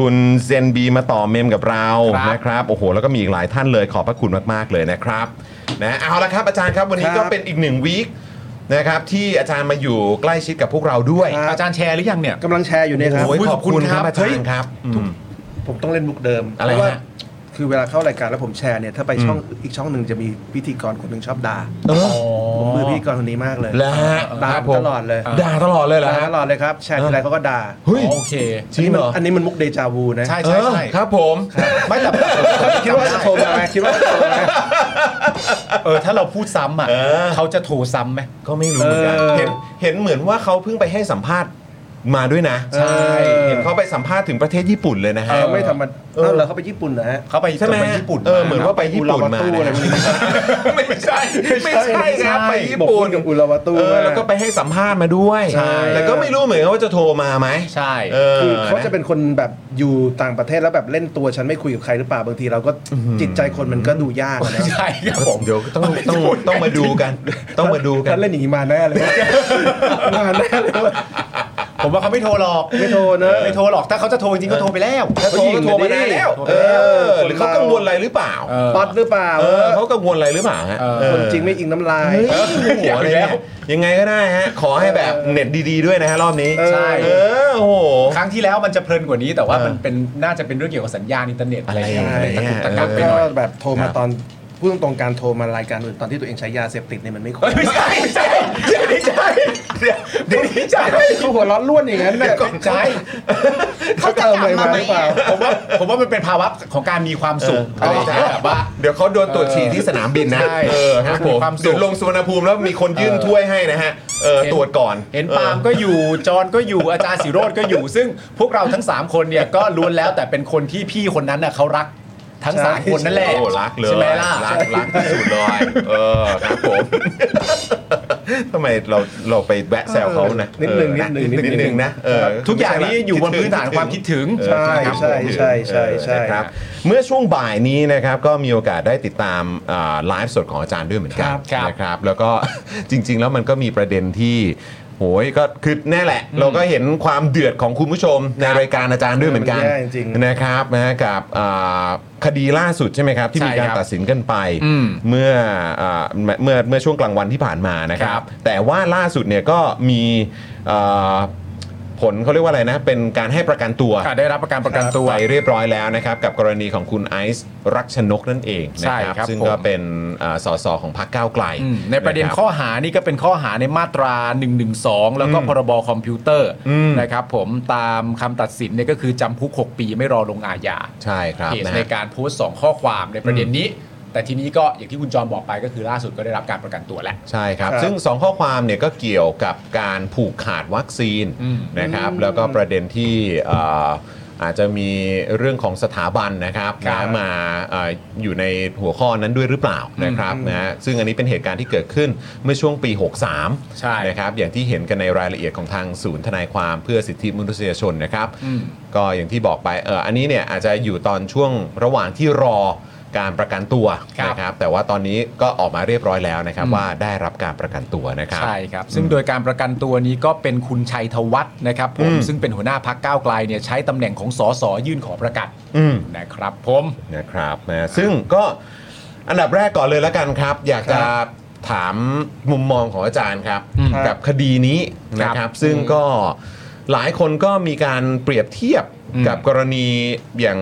Speaker 1: คุณเซนบีมาต่อเมมกับเรา
Speaker 3: ครับ
Speaker 1: นะครับโอ้โห แล้วก็มีอีกหลายท่านเลยขอบพระคุณมาก ๆ เลยนะครับนะเอาละครับอาจารย์ครับวันนี้
Speaker 8: ครับ
Speaker 1: ก็เป็นอีกหนึ่งวีคนะครับที่อาจารย์มาอยู่ใกล้ชิดกับพวกเราด้วย
Speaker 3: าจารย์แชร์หรือยังเนี่ย
Speaker 8: กำลังแชร์อยู่เนี่ยครับ
Speaker 1: โอ้ยขอบคุณครับอาจา
Speaker 8: เฮ้
Speaker 1: ย รย์ครับอืม
Speaker 8: ผมต้องเล่นมุกเดิม
Speaker 1: อะไรฮะ
Speaker 8: เพาว่าคือเวลาเข้ารายการแล้วผมแชร์เนี่ย ถ้าไปช่องอีกช่องหนึ่งจะมีพิธีกรคนหนึ่งชอบด่า
Speaker 1: เออ
Speaker 8: ผมเบื่อพิธีกรคนนี้มากเลย
Speaker 1: แล้วฮะ
Speaker 8: ด่า
Speaker 1: ครับ
Speaker 8: ผ
Speaker 1: ผมม
Speaker 8: ตลอดเลย
Speaker 1: ด่าตลอดเลยเหรอ
Speaker 8: ด่า
Speaker 1: ฮะ
Speaker 8: ตลอดเลยครับ แชร์ทีไรเขาก็ด่า
Speaker 1: เฮ้ย
Speaker 3: โอเค
Speaker 1: จริงเหรอ
Speaker 8: อันนี้มันมุกเดจาวูนะ
Speaker 3: ใช่ใช่ใช่
Speaker 1: เออครับผม
Speaker 3: ไม่แต่
Speaker 8: คิดว่าจะโทรมาไหมคิดว่าจะโทรมาไหม
Speaker 3: เออถ้าเราพูดซ้ำอ่ะ
Speaker 1: เออ
Speaker 3: เขาจะโทรซ้ำไหม
Speaker 1: ก็ไม่รู้เหมือนกัน
Speaker 8: เออ
Speaker 1: เห็นเห็นเหมือนว่าเขาเพิ่งไปให้สัมภาษณ์มาด้วยนะ
Speaker 8: ใช่
Speaker 1: เห็นเขาไปสัมภาษณ์ถึงประเทศญี่ปุ่นเลยนะฮะ
Speaker 8: เออไม่ธรรมดา
Speaker 1: เออ
Speaker 8: เอ้าเหรอเขาไปญี่ปุ่นนะฮะ
Speaker 3: เขาไป
Speaker 1: ใช่ไหม
Speaker 3: ไปญี่ปุ่น
Speaker 1: เออเหมือนว่าไปญี่ปุ่นมา
Speaker 8: อุลาวาตู้อะไรพวกนี้
Speaker 1: ไม่ใช่ไม่ใช่ครับไปญี่
Speaker 8: บอก
Speaker 1: ปุ่
Speaker 8: พู
Speaker 1: น
Speaker 8: ดกับอุลาวาตู้
Speaker 1: เออ
Speaker 8: มาก
Speaker 1: แล้วก็ไปให้สัมภาษณ์มาด้วย
Speaker 8: ใช่
Speaker 1: แต่ก็ไม่รู้เหมือนกันว่าจะโทรมาไหม
Speaker 3: ใช่
Speaker 1: เออ
Speaker 8: คือเขาจะเป็นคนแบบอยู่ต่างประเทศแล้วแบบเล่นตัวฉันไม่คุยกับใครหรือเปล่าบางทีเราก็จิตใจคนมันก็ดูยากอะนะ
Speaker 3: ใช่ครับผม
Speaker 1: เดี๋ยวต้องต้องต้องมาดูกัน ต้องมาดูกัน
Speaker 8: ท่านเล่นอย่างนี้มาแน่เลย มาแน่เลย
Speaker 3: ผมว่าเขาไม่โทรหรอก
Speaker 8: ไม่โทรเนอะ
Speaker 3: ไม่โทรหรอกถ้าเขาจะโทรจริงๆก็โทรไปแล้ว
Speaker 1: ถ้าโทรก็โทรมานานแล้ว
Speaker 3: ผู้หญิงอะดิ
Speaker 1: เออหรือเขากังวลอะไรหรือเปล่า
Speaker 8: ป๊อตหรือเปล่า
Speaker 1: เออเขากังวลอะไรหรือเปล่าฮะ
Speaker 8: คนจริงไม่อิงน้ำลาย
Speaker 1: เฮ้ยโอ้โหัวเลยเนี่ยยังไงก็ได้ฮะ ขอให้แบบเน็ตดีๆด้วยนะฮะรอบนี้
Speaker 3: ใช่
Speaker 1: เออโอ้โห
Speaker 3: ครั้งที่แล้วมันจะเพลินกว่านี้แต่ว่า
Speaker 1: เออ
Speaker 3: มันเป็นน่าจะเป็นเรื่องเกี่ยวกับสัญญาณอินเทอร์เน็ตอะไรอย่างเงี้ย
Speaker 8: อะไรอย่างเงี้
Speaker 3: ตะกุกตะ
Speaker 8: ย
Speaker 3: กักไป
Speaker 8: ก็
Speaker 3: หน่อย
Speaker 8: แบบโทรมาตอนพูดตรงๆการโทรมารายการอื่นตอนที่ตัวเองใช้ยาเสพติดเนี่ยมันไม่ควร
Speaker 3: เอ้ยไม่ใช่ไม่ใช่เดี๋ยวนี้ใช่เดี๋ยวเดี๋ยวนี้ใช่
Speaker 8: คือหัวร้อนร่วนอย่างนั้นเนี่ย
Speaker 3: ใช่
Speaker 8: เขาเติมอะไรมาหรือเปล่า
Speaker 3: ผมว่าผมว่ามันเป็นภาวะของการมีความสุข
Speaker 1: เอออ
Speaker 3: อะไรอย่างเงี้ยแบบว่า
Speaker 1: เดี๋ยวเขาโดนตรวจฉี่ที่สนามบินนะ
Speaker 3: ใช่
Speaker 1: เออครับผม
Speaker 3: ความสุข
Speaker 1: เดี๋ยวลงสุวรรณภูมิแล้วมีคนยื่นถ้วยให้นะฮะเออตรวจก่อน
Speaker 3: เห็นปาล์มก็อยู่จอนก็อยู่อาจารย์สิโรธก็อยู่ ซึ่งพวกเราทั้ง 3 คนเนี่ยก็ล้วนแล้วแต่เป็นคนที่พี่คนนั้นน่ะเขารักทั้ง 3 คนนั่นแหละ
Speaker 1: โอ้รักเลย
Speaker 3: ใช่ไหมล่ะ
Speaker 1: รักรักที่สุดเลยเออครับผม ทำไมเราเราไปแวะแซวเขานะ
Speaker 8: นิดนึง
Speaker 1: เออ
Speaker 8: นิดนึง
Speaker 1: นิดนึงนะเออ
Speaker 3: ทุกอย่างนี้อยู่บนพื้นฐานความคิดถึง
Speaker 8: ใช่ใช่ใช่ใช่
Speaker 1: เออ
Speaker 8: ใช่
Speaker 1: นะครับ เมื่อช่วงบ่ายนี้นะครับก็มีโอกาสได้ติดตามอ่าไลฟ์สดของอาจารย์ด้วยเหมือนกัน
Speaker 3: ครับ
Speaker 1: นะครับแล้วก็ จริง ๆ แล้วมันก็มีประเด็นที่โหยก็คือแน่แหละ เราก็เห็นความเดือดของคุณผู้ชมในรายการอาจารย์ด้วยเหมือนกัน
Speaker 8: มันแย่จริง
Speaker 1: นะครับนะกับอ่าคดีล่าสุดใช่ไหมครับ ที่มีการ
Speaker 3: ใช่ครับ
Speaker 1: ตัดสินกันไป
Speaker 3: อืม
Speaker 1: เมื่ออ่าเมื่อเมื่อเมื่อช่วงกลางวันที่ผ่านมานะค
Speaker 3: ค
Speaker 1: รั
Speaker 3: รับ บ
Speaker 1: แต่ว่าล่าสุดเนี่ยก็มีอ่าผลเขาเรียกว่าอะไรนะ เป็นการให้ประกันตัว
Speaker 3: อ่ะได้รับประกันประกันตัว
Speaker 1: ไปเรียบร้อยแล้วนะครับกับกรณีของคุณไอซ์รักชนกนั่นเองนะค
Speaker 3: ใช่ครั
Speaker 1: รับบ ซึ่ง
Speaker 3: ผม
Speaker 1: ก็เป็นอ่าสสของพรรคก้าวไกล
Speaker 3: อืมในประเด็น
Speaker 1: คบ
Speaker 3: ข้อหานี่ก็เป็นข้อหาในมาตรา 112 แล้วก็พรบคอมพิวเตอร์
Speaker 1: อืม
Speaker 3: นะครับผมตามคำตัดสินเนี่ยก็คือจำคุก 6 ปีไม่รอลงอาญา
Speaker 1: ใช่ครับ
Speaker 3: เพจ
Speaker 1: นะ
Speaker 3: ใน
Speaker 1: ฮะ
Speaker 3: การโพสต์สองข้อความในประเด็นนี้ แต่ทีนี้ก็อย่างที่คุณจอมบอกไปก็คือล่าสุดก็ได้รับการประกันตัวแล้ว
Speaker 1: ใช่ครับ
Speaker 8: ครับ
Speaker 1: ซึ่ง 2 ข้อความเนี่ยก็เกี่ยวกับการผูกขาดวัคซีน
Speaker 3: อืม
Speaker 1: นะครับ แล้วก็ประเด็นที่เอ่ออาจจะมีเรื่องของสถาบันนะครับ
Speaker 3: ครับ
Speaker 1: นะมาเอออยู่ในหัวข้อนั้นด้วยหรือเปล่านะครับนะซึ่งอันนี้เป็นเหตุการณ์ที่เกิดขึ้นเมื่อช่วงปี 63
Speaker 3: ใช่
Speaker 1: นะครับอย่างที่เห็นกันในรายละเอียดของทางศูนย์ทนายความเพื่อสิทธิมนุษยชนนะครับ
Speaker 3: อืม
Speaker 1: ก็อย่างที่บอกไปเอออันนี้เนี่ยอาจจะอยู่ตอนช่วงระหว่างที่รอการประกันตัว
Speaker 3: ครับ
Speaker 1: นะครับ แต่ว่าตอนนี้ก็ออกมาเรียบร้อยแล้วนะครับ ว่าได้รับการประกันตัวนะครับ
Speaker 3: ใช่ครับ ซึ่งโดยการประกันตัวนี้ก็เป็นคุณชัยธวัฒน์นะครับผม
Speaker 1: อืม
Speaker 3: ซึ่งเป็นหัวหน้าพักก้าวไกลเนี่ยใช้ตำแหน่งของสสยื่นขอประกัน
Speaker 1: อืม
Speaker 3: นะครับผม
Speaker 1: นะครับนะซึ่งก็อันดับแรกก่อนเลยแล้วกันครับ อยากจะถามมุมมองของอาจารย์ครับ
Speaker 3: อืม
Speaker 1: กับคดีนี้นะค
Speaker 3: ครั
Speaker 1: รับบ ซึ่งก็หลายคนก็มีการเปรียบเทียบ
Speaker 3: อืม
Speaker 1: กับกรณีอย่าง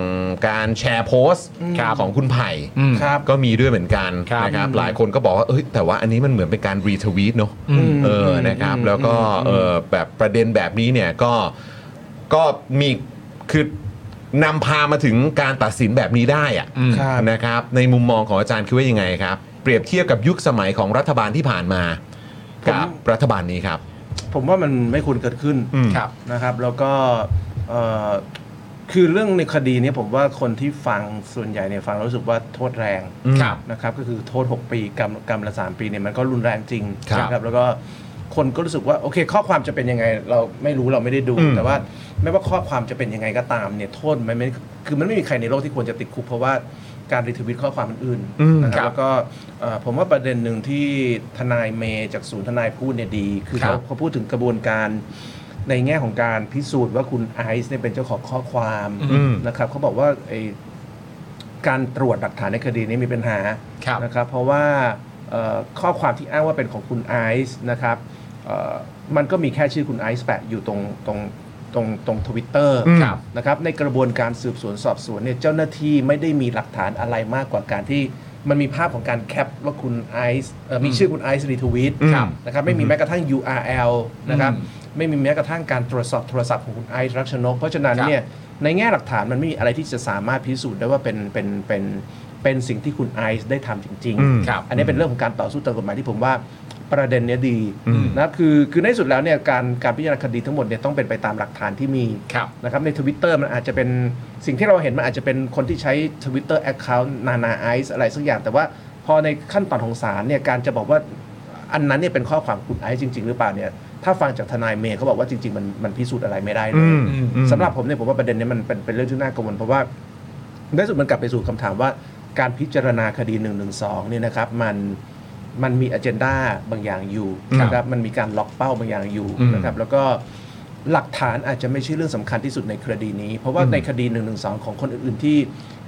Speaker 1: การแชร์โพสต์
Speaker 3: ครับ
Speaker 1: ของคุณไผ่
Speaker 3: อืม
Speaker 8: ครับ
Speaker 1: ก็มีด้วยเหมือนกัน
Speaker 3: ครับ
Speaker 1: นะครับหลายคนก็บอกว่าเอ้ยแต่ว่าอันนี้มันเหมือนเป็นการรีทวีตเนาะเออนะครับแล้วก็เออแบบประเด็นแบบนี้เนี่ยก็ก็มีคือนำพามาถึงการตัดสินแบบนี้ได้อะ
Speaker 3: อืม
Speaker 8: ครับ
Speaker 1: นะครับในมุมมองของอาจารย์คิดว่ายังไงครับ เปรียบเทียบกับยุคสมัยของรัฐบาลที่ผ่านมา กับรัฐบาลนี้ครับ
Speaker 8: ผมว่ามันไม่ควรเกิดขึ้น
Speaker 1: อืม
Speaker 3: ครับ
Speaker 8: นะครับ แล้วก็เอ่อคือเรื่องในคดีเนี้ผมว่าคนที่ฟังส่วนใหญ่เนี่ยฟังแล้วรู้สึกว่าโทษแรง
Speaker 1: อืม
Speaker 3: ครับ
Speaker 8: นะครับก็คือโทษ 6 ปีกรรมกรรมละ 3 ปีเนี่ยมันก็รุนแรงจริง
Speaker 1: ครับ
Speaker 8: นะครับแล้วก็คนก็รู้สึกว่า โอเค ข้อความจะเป็นยังไง เราไม่รู้เราไม่ได้ดู
Speaker 1: อืม
Speaker 8: แต่ว่าไม่ว่าข้อความจะเป็นยังไงก็ตามเนี่ยโทษมันไม่คือมันไม่มีใครในโลกที่ควรจะติดคุก เพราะว่าการรีทวิตข้อความอื่น
Speaker 1: อืม
Speaker 8: ๆนะค
Speaker 3: ครั
Speaker 8: รับบ แล้วก็เอ่อผมว่าประเด็นหนึ่งที่ทนายเมย์จากศูนย์ทนายพูดเนี่ยดี คือ
Speaker 3: ครั
Speaker 8: เขา
Speaker 3: บ
Speaker 8: เขาพูดถึงกระบวนการในแง่ของการพิสูจน์ว่าคุณไอซ์เนี่ยเป็นเจ้าของข้อความ
Speaker 1: อืม
Speaker 8: นะครับเขาบอกว่าไอ การตรวจหลักฐานในคดีนี้มีปัญหา
Speaker 3: ครับ
Speaker 8: นะครับ เพราะว่าเอ่อข้อความที่อ้างว่าเป็นของคุณไอซ์นะครับเอ่อมันก็มีแค่ชื่อคุณไอซ์แปะอยู่ตรงตรงตรงตรงทวิตเตอร์
Speaker 3: ครับ
Speaker 8: นะครับในกระบวนการสืบสวนสอบสวนเนี่ยเจ้าหน้าที่ไม่ได้มีหลักฐานอะไรมากกว่าการที่มันมีภาพของการแคปว่าคุณไอซ์เอ่อมีชื่อคุณไอซ์รีทวิต
Speaker 3: ครับ
Speaker 8: นะครับไม่มีแม้กระทั่ง URL นะครับ
Speaker 3: อืม
Speaker 8: ไม่มีแม้กระทั่งการตรวจสอบโทรศัพท์ของคุณไอซ์รักชนก เพราะฉะนั้น
Speaker 3: ครับ
Speaker 8: เนี่ย ในแง่หลักฐานมันไม่มีอะไรที่จะสามารถพิสูจน์ได้ว่าเป็นเป็นเป็นเป็นสิ่งที่คุณไอซ์ได้ทำจริง
Speaker 1: อืม
Speaker 3: ครับ
Speaker 8: อันนี้เป็นเรื่องของการต่อสู้ตามกฎหมายที่ผมว่าประเด็นเนี้ยดีนะครับคือคือในที่สุดแล้วเนี่ยการการพิจารณาคดีทั้งหมดเนี่ยต้องเป็นไปตามหลักฐานที่มี
Speaker 3: ครับ
Speaker 8: นะครับในทวิตเตอร์มันอาจจะเป็นสิ่งที่เราเห็นมันอาจจะเป็นคนที่ใช้ Twitter Account นานาไอซ์อะไรสักอย่าง แต่ว่าพอในขั้นตอนของศาลเนี่ยการจะบอกว่าอันนั้นเนี่ยเป็นข้อความคุณไอซ์จริง ๆ หรือเปล่าเนี่ยถ้าฟังจากทนายเมย์เขาบอกว่าจริงๆมันมันพิสูจน์อะไรไม่ได้เล
Speaker 1: อื
Speaker 8: ย
Speaker 1: มอืม
Speaker 8: สำหรับผมเนี่ยผมว่าประเด็นเนี้มันเป็นเป็นเรื่องที่น่ากังวลเพราะว่าในที่สุดมันกลับไปสู่คำถามว่าการพิจารณาคดี1นึเนี่ยนะครับมันมันมีอเจนดาบางอย่างอยู่
Speaker 1: ครับ
Speaker 8: นะครับมันมีการล็อกเป้าบางอย่างอยู่
Speaker 1: อืม
Speaker 8: นะครับแล้วก็หลักฐานอาจจะไม่ใช่เรื่องสำคัญที่สุดในคดีนี้ เพราะว่าในคดี1นึของคนอื่นๆที่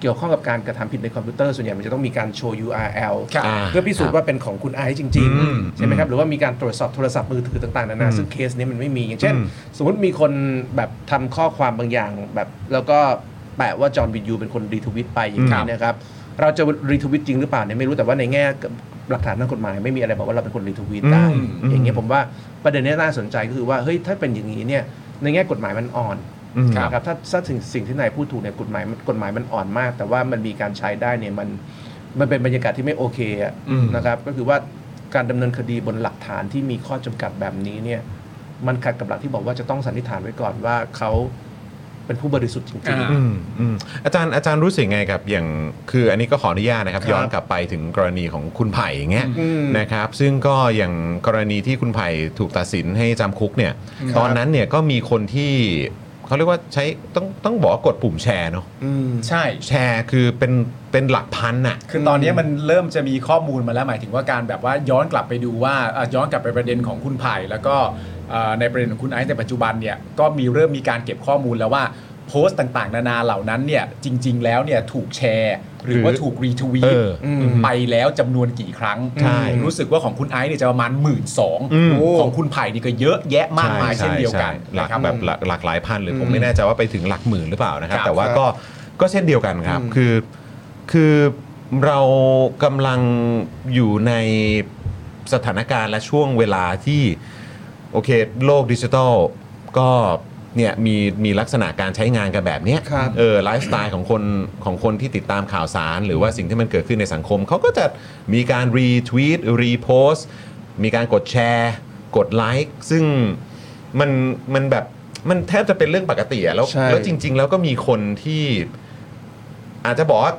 Speaker 8: เกี่ยวข้องกับการกระทำผิดในคอมพิวเตอร์ส่วนใหญ่มันจะต้องมีการโชว์ URL
Speaker 3: ครับ
Speaker 1: อ่า
Speaker 8: เพื่อพิสูจน์ว่าเป็นของคุณไอซ์จริง
Speaker 1: อืม
Speaker 8: ๆ ใช่ไหมครับ หรือว่ามีการตรวจสอบโทรศัพท์มือถือต่างๆนานาซึ่งเคสนี้มันไม่มี อย่างเช่น
Speaker 1: อืม
Speaker 8: สมมติมีคนแบบทำข้อความบางอย่างแบบแล้วก็แปะว่าจอห์นวินยูเป็นคนรีทวิตไปอย่าง
Speaker 1: ครับ
Speaker 8: นี้นะครับ เราจะรีทวิตจริงหรือเปล่าเนี่ยไม่รู้แต่ว่าในแง่หลักฐานทางกฎหมายไม่มีอะไรบอกว่าเราเป็นคนรีทวิตได้ อย่างเงี้ยผมว่าประเด็นเนี้ยน่าสนใจก็คือว่าเฮ้ยถ้าเป็นอย่างนี้เนี่ยในแง่กฎหมายมันอ่อน
Speaker 1: อืม
Speaker 8: นะครับถ้าถ้าถึงสิ่งที่นายพูดถูกเนี่ยกฎหมายมันกฎหมายมันอ่อนมาก แต่ว่ามันมีการใช้ได้เนี่ยมันมันเป็นบรรยากาศที่ไม่โอเคอะ
Speaker 1: อืม
Speaker 8: นะครับก็คือว่าการดำเนินคดีบนหลักฐานที่มีข้อจำกัดแบบนี้เนี่ยมันขัดกับหลักที่บอกว่าจะต้องสันนิษฐานไว้ก่อนว่าเขาเป็นผู้บริสุทธิ์จริง
Speaker 3: อ่า
Speaker 1: อืมอืมอาจารย์อาจารย์รู้สึกไงกับอย่างคืออันนี้ก็ขออนุญาตนะครับ
Speaker 8: ครับ
Speaker 1: ย้อนกลับไปถึงกรณีของคุณไผ่อย่างเงี้ย
Speaker 8: อืม
Speaker 1: นะครับ ซึ่งก็อย่างกรณีที่คุณไผ่ถูกตัดสินให้จำคุกเนี่ย ตอนนั้นเนี่ยก็มีคนที่เขาเรียกว่าใช้ต้องต้องบอกว่ากดปุ่มแชร์เนาะ
Speaker 3: ใช่
Speaker 1: แชร์คือเป็นเป็นหลักพันน่ะ
Speaker 3: คือตอนนี้มันเริ่มจะมีข้อมูลมาแล้วหมายถึงว่าการแบบว่าย้อนกลับไปดูว่าเอ่อย้อนกลับไปประเด็นของคุณไผ่แล้วก็เอ่อในประเด็นของคุณไอซ์ในปัจจุบันเนี่ยก็มีเริ่มมีการเก็บข้อมูลแล้วว่าโพสต์ต่างๆ นานาเหล่านั้นเนี่ยจริง ๆ แล้วเนี่ยถูกแชร์ หรือว่าถูกรีทวี
Speaker 1: เอ
Speaker 3: ต
Speaker 1: ออื
Speaker 8: ม
Speaker 3: ไปแล้วจำนวนกี่ครั้ง
Speaker 1: ใช่
Speaker 3: รู้สึกว่าของคุณไอซ์เนี่ยจะประมาณหมื่นสอง
Speaker 1: อืม
Speaker 3: ของคุณไผ่นี่ก็เยอะแยะมากมายเช่นเดียวกัน
Speaker 1: ใช่ใช่หลั
Speaker 3: นะ
Speaker 1: ก
Speaker 3: ครับ
Speaker 1: แบบหลักหลากหลายพันหรือผมไม่แน่ใจว่าไปถึงหลักหมื่นหรือเปล่านะครับ
Speaker 3: ครับ
Speaker 1: แต่ว่าก็ก็เช่นเดียวกันครับ
Speaker 8: อืม
Speaker 1: คือคือเรากำลังอยู่ในสถานการณ์และช่วงเวลาที่ โอเค โลกดิจิทัลก็เนี่ยมีมีลักษณะการใช้งานกันแบบเนี้ย
Speaker 8: ครับ
Speaker 1: เออไลฟ์สไตล์ของคนของคนที่ติดตามข่าวสาร หรือว่าสิ่งที่มันเกิดขึ้นในสังคม เขาก็จะมีการรีทวีตรีโพสมีการกดแชร์ กดไลค์ซึ่งมันมันแบบมันแทบจะเป็นเรื่องปกติอะแล้ว
Speaker 8: ใช่
Speaker 1: แล้วจริง ๆ แล้วก็มีคนที่ อาจจะบอกว่า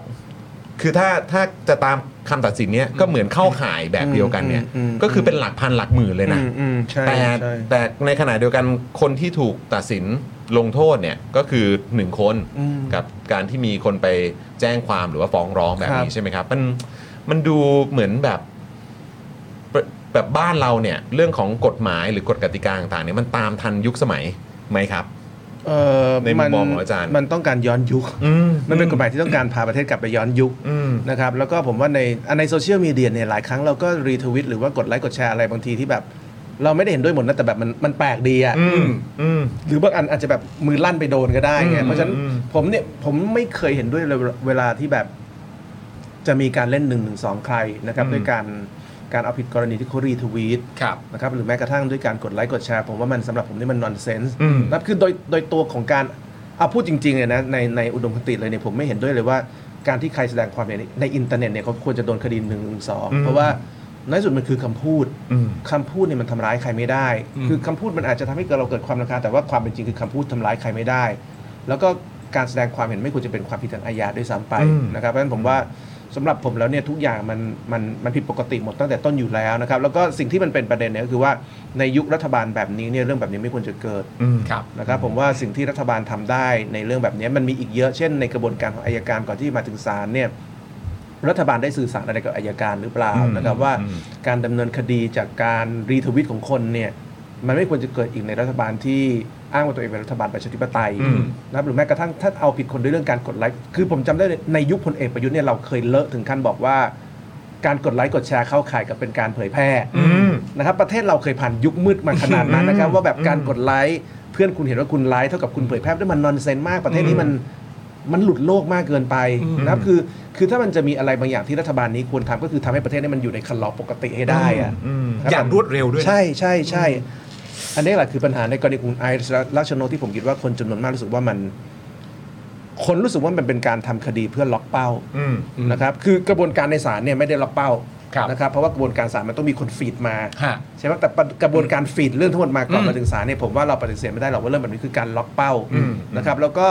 Speaker 1: คือถ้าถ้าจะตามคำตัดสินเนี้ยก็เหมือนเข้าข่ายแบบเดียวกันเนี่ย
Speaker 8: อืมอืมอืม
Speaker 1: ก็คือเป็นหลักพันหลักหมื่นเลย
Speaker 8: ๆ
Speaker 1: นะ
Speaker 8: อืมอืมใช่
Speaker 1: แต่
Speaker 8: ใช่
Speaker 1: แต่ในขณะเดียวกันคนที่ถูกตัดสินลงโทษเนี่ยก็คือหนึ่งคน
Speaker 8: อืม
Speaker 1: กับการที่มีคนไปแจ้งความหรือว่าฟ้องร้องแบบ
Speaker 8: ครับ
Speaker 1: นี้ใช่ไหมครับ มันมันดูเหมือนแบบแบบบ้านเราเนี่ยเรื่องของกฎหมายหรือกฎกติกาต่างๆเนี่ยมันตามทันยุคสมัยไหมครับ
Speaker 8: เอ่อ
Speaker 1: ในมุมมองของอาจารย์
Speaker 8: มันต้องการย้อนยุค
Speaker 1: อื
Speaker 8: มันเป็นกฎหมายที่ต้องการพาประเทศกลับไปย้อนยุค
Speaker 1: อืม
Speaker 8: นะครับแล้วก็ผมว่าในอ่ะในโซเชียลมีเดียเนี่ยหลายครั้งเราก็รีทวิตหรือว่ากดไลค์กดแชร์อะไรบางทีที่แบบ เราไม่ได้เห็นด้วยหมดนะแต่แบบมันมันแปลกดีอ่ะ
Speaker 1: อืมอืม
Speaker 8: หรือบางอันอาจจะแบบมือลั่นไปโดนก็ได้ไง
Speaker 1: อืม
Speaker 8: เพราะฉะนั้น
Speaker 1: อืม
Speaker 8: ผมเนี่ยผมไม่เคยเห็นด้วยเลยเวลาที่แบบ จะมีการเล่นหนึ่งหนึ่งสองใครนะครับด้วยการการเอาผิดกรณีที่เขารีทวีต
Speaker 3: ครับ
Speaker 8: นะครับหรือแม้กระทั่งด้วยการกดไลค์กดแชร์ ผมว่ามันสำหรับผมนี่มันนอนเซนส์
Speaker 1: อืม
Speaker 8: นะครับคือโดยโดยตัวของการเอาพูดจริงๆเลยนะในในอุดมคติเลยเนี่ยผมไม่เห็นด้วยเลยว่า การที่ใครแสดงความเห็นในอินเทอร์เน็ตเนี่ยเขาควรจะโดนคดีหนึ่งหนึ่งสองเพราะว่าในที่สุดมันคือคำพูดคำพูดเนี่ยมันทำร้ายใครไม่ได้ คือคำพูดมันอาจจะทำให้เกิดเราเกิดความรำคาญแต่ว่าความเป็นจริงคือคำพูดทำร้ายใครไม่ได้ แล้วก็การแสดงความเห็นไม่ควรจะเป็นความผิดทางอาญาด้วยซ้ำไปนะครับเพราะฉะนั้นผมว่าสำหรับผมแล้วเนี่ยทุกอย่างมันมันมันผิดปกติหมดตั้งแต่ต้นอยู่แล้วนะครับแล้วก็สิ่งที่มันเป็นประเด็นเนี่ยก็คือว่าในยุครัฐบาลแบบนี้เนี่ยเรื่องแบบนี้ไม่ควรจะเกิด
Speaker 3: ครับ
Speaker 8: นะครับผมว่าสิ่งที่รัฐบาลทำได้ในเรื่องแบบนี้มันมีอีกเยอะเช่นในกระบวนการของอายการก่อนที่มาถึงศาลเนี่ยรัฐบาลได้สื่อสารอะไรกับอายการหรือเปล่านะครับว่าการดำเนินคดีจากการรีทวิตของคนเนี่ยมันไม่ควรจะเกิดอีกในรัฐบาลที่อ้างว่าตัวเองเป็นรัฐบาลประชาธิปไตยนะครับหรือแม้กระทั่งถ้าเอาผิดคนด้วยเรื่องการกดไลค์คือผมจำได้เลยในยุคพลเอกประยุทธ์เนี่ยเราเคยเลอะถึงขั้นบอกว่า การกดไลค์กดแชร์เข้าข่ายกับเป็นการเผยแพร่ นะครับประเทศเราเคยผ่านยุคมืดมาขนาดนั้นนะครับ ว่าแบบการกดไลค์เพื่อนคุณเห็นว่าคุณไลค์เท่ากับคุณเผยแพร่ด้วยมันนอนเซนมากประเทศนี้มันมันหลุดโลกมากเกินไปนะครับคือคือถ้ามันจะมีอะไรบางอย่างที่รัฐบาลนี้ควรทำก็คือทำให้ประเทศนี้มันอยู่ในคันลองปกติให้ได้อะนะคบ
Speaker 3: อย่างรวดเร็วด้วยนะ
Speaker 8: ใช่ใช่ใช่อันนี้แหละคือปัญหาในกรณีคุณไอซ์ลักษณะที่ผมคิดว่าคนจำนวนมากรู้สึกว่ามัน คนรู้สึกว่ามันเป็นการทำคดีเพื่อล็อกเป้า นะครับคือกระบวนการในศาลเนี่ยไม่ได้ล็อกเป้า
Speaker 3: ครับ
Speaker 8: นะครับเพราะว่ากระบวนการศาลมันต้องมีคนฟีดมา
Speaker 3: ฮะ
Speaker 8: ใช่ไหมแต่กระบวนการฟีดเรื่องทั้งหมดมาก่อนมาถึงศาลเนี่ยผมว่าเราปฏิเสธไม่ได้หรอกว่าเรื่องแบบนี้คือการล็อกเป้านะครับแล้วก็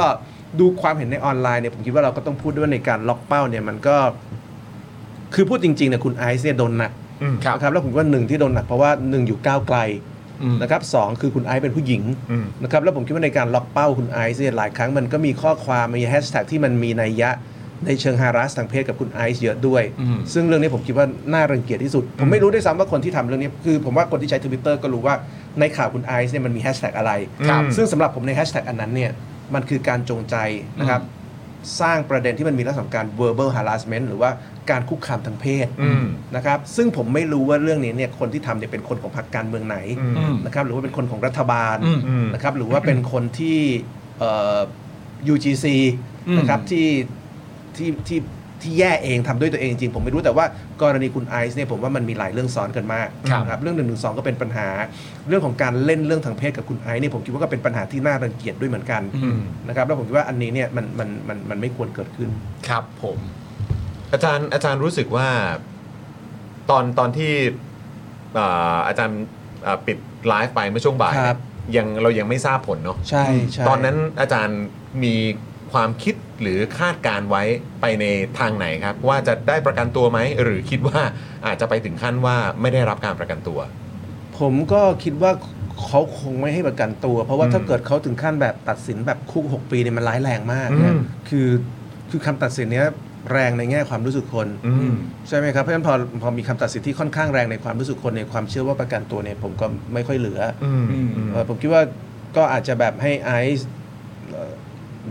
Speaker 8: ดูความเห็นในออนไลน์เนี่ยผมคิดว่าเราก็ต้องพูดด้วยว่าในการล็อกเป้าเนี่ยมันก็ คือพูดจริงๆเนี่ยคุณไอซ์เนี่ยโดนหนัก
Speaker 3: ครับ
Speaker 8: นะครับแล้วผมว่าหนึ่งที่โดนหนักเพราะว่าหนึ่งอยู่ก้าวไกล
Speaker 3: อืม
Speaker 8: นะครับสองคือคุณไอซ์เป็นผู้หญิงนะครับแล้วผมคิดว่าในการล็อกเป้าคุณไอซ์เนี่ยหลายครั้งมันก็มีข้อความมีแฮชแท็กที่มันมีนัยยะในเชิงฮารัสทางเพศกับคุณไอซ์เยอะด้วย
Speaker 3: อืม
Speaker 8: ซึ่งเรื่องนี้ผมคิดว่าน่ารังเกียจที่สุด ผมไม่รู้ด้วยซ้ำว่าคนที่ทำเรื่องนี้คือ ผมว่าคนที่ใช้ทวิตเตอร์ก็รู้ว่าในข่าวคุณไอซ์เนี่ยมันมีแฮชแท็กอะไร
Speaker 3: ครับ
Speaker 8: ซึ่งสำหรับผมในแฮชแท็กอันนั้นเนี่ยมันคือการจงใจนะครับ สร้างประเด็นที่มันมีลักษณะของการ verbal harassment หรือว่าการคุกคามทางเพศนะครับ ซึ่งผมไม่รู้ว่าเรื่องนี้เนี่ยคนที่ทำเนี่ยเป็นคนของพรรคการเมืองไหน
Speaker 3: อืม
Speaker 8: นะครับหรือว่าเป็นคนของรัฐบาล
Speaker 3: อืม
Speaker 8: นะครับหรือว่าเป็นคนที่เอ่อ UGC
Speaker 3: อืม
Speaker 8: นะครับที่ที่ที่ที่แย่เองทำด้วยตัวเองจริงผมไม่รู้แต่ว่ากรณีคุณไอซ์เนี่ยผมว่ามันมีหลายเรื่องซ้อนกันมาก
Speaker 3: ครับ
Speaker 8: นะครับเรื่องหนึ่งหนึ่งสองก็เป็นปัญหา เรื่องของการเล่นเรื่องทางเพศกับคุณไอซ์เนี่ยผมคิดว่าก็เป็นปัญหาที่น่ารังเกียจด้วยเหมือนกัน นะครับแล้วผมคิดว่าอันนี้เนี่ยมันมันมันมันไม่ควรเกิดขึ้น
Speaker 3: ครับผม
Speaker 1: อาจารย์อาจารย์รู้สึกว่าตอนตอนที่อ่าอาจารย์อ่าปิดไลฟ์ไปเมื่อช่วงบ่าย
Speaker 8: ครับ
Speaker 1: ยังเรายังไม่ทราบผลเนาะ
Speaker 8: ใช่ใช่
Speaker 1: ตอนนั้นอาจารย์มีความคิดหรือคาดการไว้ไปในทางไหนครับ ว่าจะได้ประกันตัวไหม หรือคิดว่าอาจจะไปถึงขั้นว่าไม่ได้รับการประกันตัว
Speaker 8: ผมก็คิดว่าเขาคงไม่ให้ประกันตัว เพราะว่าถ้าเกิดเขาถึงขั้นแบบตัดสินแบบคุก6 ปีเนี่ยมันร้ายแรงมากนะ
Speaker 1: อืม
Speaker 8: คือคือคำตัดสินเนี้ยแรงในแง่ความรู้สึกคน
Speaker 1: อืม
Speaker 8: ใช่ไหมครับเพราะฉะนั้นพอพอมีคำตัดสินที่ค่อนข้างแรงในความรู้สึกคนในยความเชื่อว่าประกันตัวเนี่ยผมก็ไม่ค่อยเหลืออเอ่อผมคิดว่าก็อาจจะแบบให้ไอซ์เอ่อ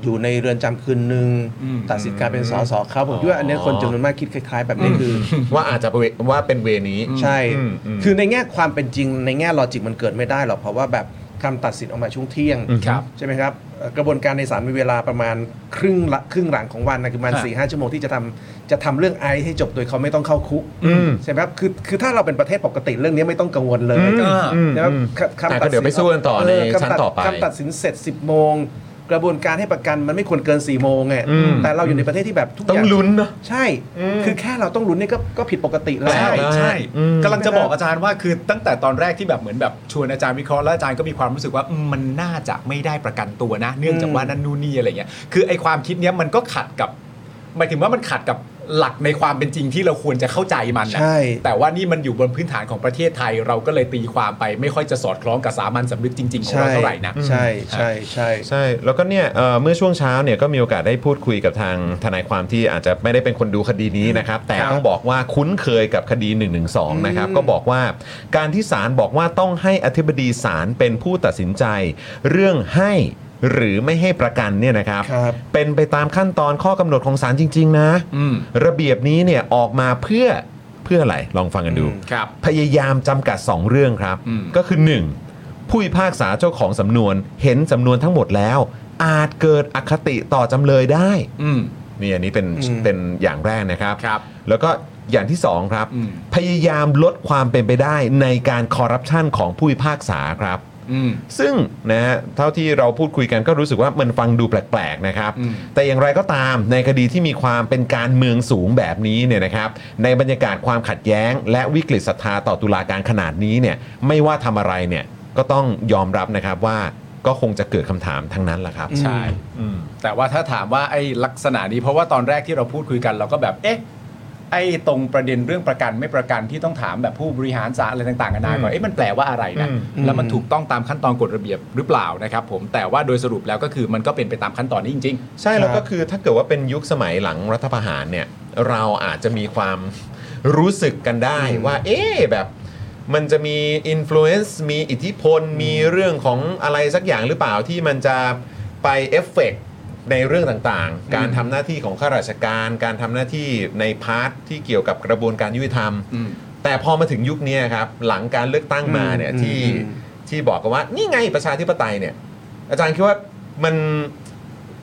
Speaker 8: อยู่ในเรือนจำคืนหนึ่ง
Speaker 3: อืม
Speaker 8: ตัดสินการเป็นสสครับผมคิดว่าอันเนี้ยคนจำนวนมากคิดคล้าย ๆ แบบนี้คือ
Speaker 1: ว่าอาจจะเวว่าเป็นเวนี้
Speaker 8: ใช่
Speaker 1: อืมอืม
Speaker 8: คือในแง่ความเป็นจริง ในแง่ลอจิกมันเกิดไม่ได้หรอก เพราะว่าแบบคำตัดสินออกมาช่วงเที่ยง
Speaker 1: อืมครับ
Speaker 8: ใช่ไหมครับเอ่อกระบวนการในศาลมีเวลาประมาณครึ่งละครึ่งหลังของวันนะคือประมาณ
Speaker 3: ครับ
Speaker 8: สี่ห้าชั่วโมงที่จะทำจะทำเรื่องไอซ์ให้จบโดยเขาไม่ต้องเข้าคุก
Speaker 1: อืม
Speaker 8: ใช่ไหมครับคือคือถ้าเราเป็นประเทศปกติเรื่องนี้ไม่ต้องกังวลเลย
Speaker 3: อ่า
Speaker 1: อืม
Speaker 8: นะครับ
Speaker 1: อืม
Speaker 8: คคำ
Speaker 1: แต่ก็เดี๋ยวไปสู้กันต่อ
Speaker 8: เ
Speaker 1: ใน
Speaker 8: คำ
Speaker 1: ชั้น
Speaker 8: ด
Speaker 1: ต่อไป
Speaker 8: คำตัดสินเสร็จ 10 โมง กระบวนการให้ประกันมันไม่ควรเกิน 4 โมงไง
Speaker 1: อืม
Speaker 8: แต่เราอยู่ในประเทศที่แบบทุกอย่า
Speaker 1: ต้
Speaker 8: ง
Speaker 1: องลุ้นเนอะ
Speaker 8: ใช่ คือแค่เราต้องลุ้นเนี่ยก็ก็ผิดปกติแล้ว
Speaker 3: ใช่ใช่
Speaker 1: อืม
Speaker 3: กำลังจะบอกอาจารย์ว่าคือตั้งแต่ตอนแรกที่แบบเหมือนแบบชวนอาจารย์วิเคราะห์แล้วอาจารย์ก็มีความรู้สึกว่าอืมมันน่าจะไม่ได้ประกันตัวนะ เนื่องจากว่านั่นนู่นนี่อะไรเงี้ยคือไอ้ความคิดเนี้ยมันก็ขัดกับหมายถึงว่ามันขัดกับหลักในความเป็นจริงที่เราควรจะเข้าใจมันนะ
Speaker 8: ใช่
Speaker 3: แต่ว่านี่มันอยู่บนพื้นฐานของประเทศไทยเราก็เลยตีความไป ไม่ค่อยจะสอดคล้องกับสามัญสำนึกจริงๆของเราเท่าไหร่นะ
Speaker 8: ใช่ใช่ใช่
Speaker 1: ใช่ แล้วก็เนี่ยเอ่อเมื่อช่วงเช้าเนี่ยก็มีโอกาสได้พูดคุยกับทางทนายความที่อาจจะไม่ได้เป็นคนดูคดีนี้นะครับ แต่
Speaker 8: ครับ
Speaker 1: ต้องบอกว่าคุ้นเคยกับคดี 112 นะครับ ก็บอกว่าการที่ศาลบอกว่าต้องให้อธิบดีศาลเป็นผู้ตัดสินใจ เรื่องให้หรือไม่ให้ประกันเนี่ยนะครับ
Speaker 8: ครับ
Speaker 1: เป็นไปตามขั้นตอนข้อกำหนดของศาลจริง ๆ นะ
Speaker 3: อืม
Speaker 1: ระเบียบนี้เนี่ยออกมาเพื่อเพื่ออะไรลองฟังกันดู
Speaker 3: ครับ
Speaker 1: พยายามจำกัด 2 เรื่องครับ
Speaker 3: อืม
Speaker 1: ก็คือ 1. ผู้พิพากษาเจ้าของสำนวน เห็นสำนวนทั้งหมดแล้ว อาจเกิดอคติต่อจำเลยได้
Speaker 3: อืม
Speaker 1: นี่อันนี้เป็น
Speaker 8: อืม
Speaker 1: เป็นอย่างแรกนะครับ
Speaker 3: ครับ
Speaker 1: แล้วก็อย่างที่ 2 ครับ
Speaker 3: อืม
Speaker 1: พยายามลดความเป็นไปได้ในการคอร์รัปชันของผู้พิพากษาครับ
Speaker 3: อืม
Speaker 1: ซึ่งนะฮะเท่าที่เราพูดคุยกันก็รู้สึกว่ามันฟังดูแปลกๆนะครับ
Speaker 3: อืม
Speaker 1: แต่อย่างไรก็ตามในคดีที่มีความเป็นการเมืองสูงแบบนี้เนี่ยนะครับ ในบรรยากาศความขัดแย้ง และวิกฤตศรัทธาต่อตุลาการขนาดนี้เนี่ยไม่ว่าทำอะไรเนี่ยก็ต้องยอมรับนะครับว่าก็คงจะเกิดคำถามทั้งนั้นแหละครับ
Speaker 3: ใช่
Speaker 1: อืม
Speaker 3: แต่ว่าถ้าถามว่าไอ้ลักษณะนี้เพราะว่าตอนแรกที่เราพูดคุยกันเราก็แบบ เอ๊ะ ไอ้ตรงประเด็นเรื่องประกันไม่ประกันที่ต้องถามแบบผู้บริหารสารอะไรต่างๆกันานาก่อนเอ๊ะมันแปลว่าอะไรนะ
Speaker 8: อืม
Speaker 3: แล้วมันถูกต้องตามขั้นตอนกฎระเบียบหรือเปล่านะครับผมแต่ว่าโดยสรุปแล้วก็คือมันก็เป็นไปตามขั้นตอนนี้จริง
Speaker 1: ใช่แล้วก็คือถ้าเกิดว่าเป็นยุคสมัยหลังรัฐประหารเนี่ยเราอาจจะมีความรู้สึกกันได้ว่า เอ๊ะแบบมันจะมีอิ f l u e n c e มีอิทธิพล มีเรื่องของอะไรสักอย่างหรือเปล่าที่มันจะไปเอฟเฟกต์ในเรื่องต่างๆ การทำหน้าที่ของข้าราชการ การทำหน้าที่ในพาร์ทที่เกี่ยวกับกระบวนการยุติธรรม
Speaker 3: อืม
Speaker 1: แต่พอมาถึงยุคเนี้ยครับหลังการเลือกตั้งมาเนี่ย
Speaker 8: อืม
Speaker 1: ที่
Speaker 8: อืม
Speaker 1: ที่บอกกันว่านี่ไงประชาธิปไตยเนี่ย อาจารย์คิดว่ามัน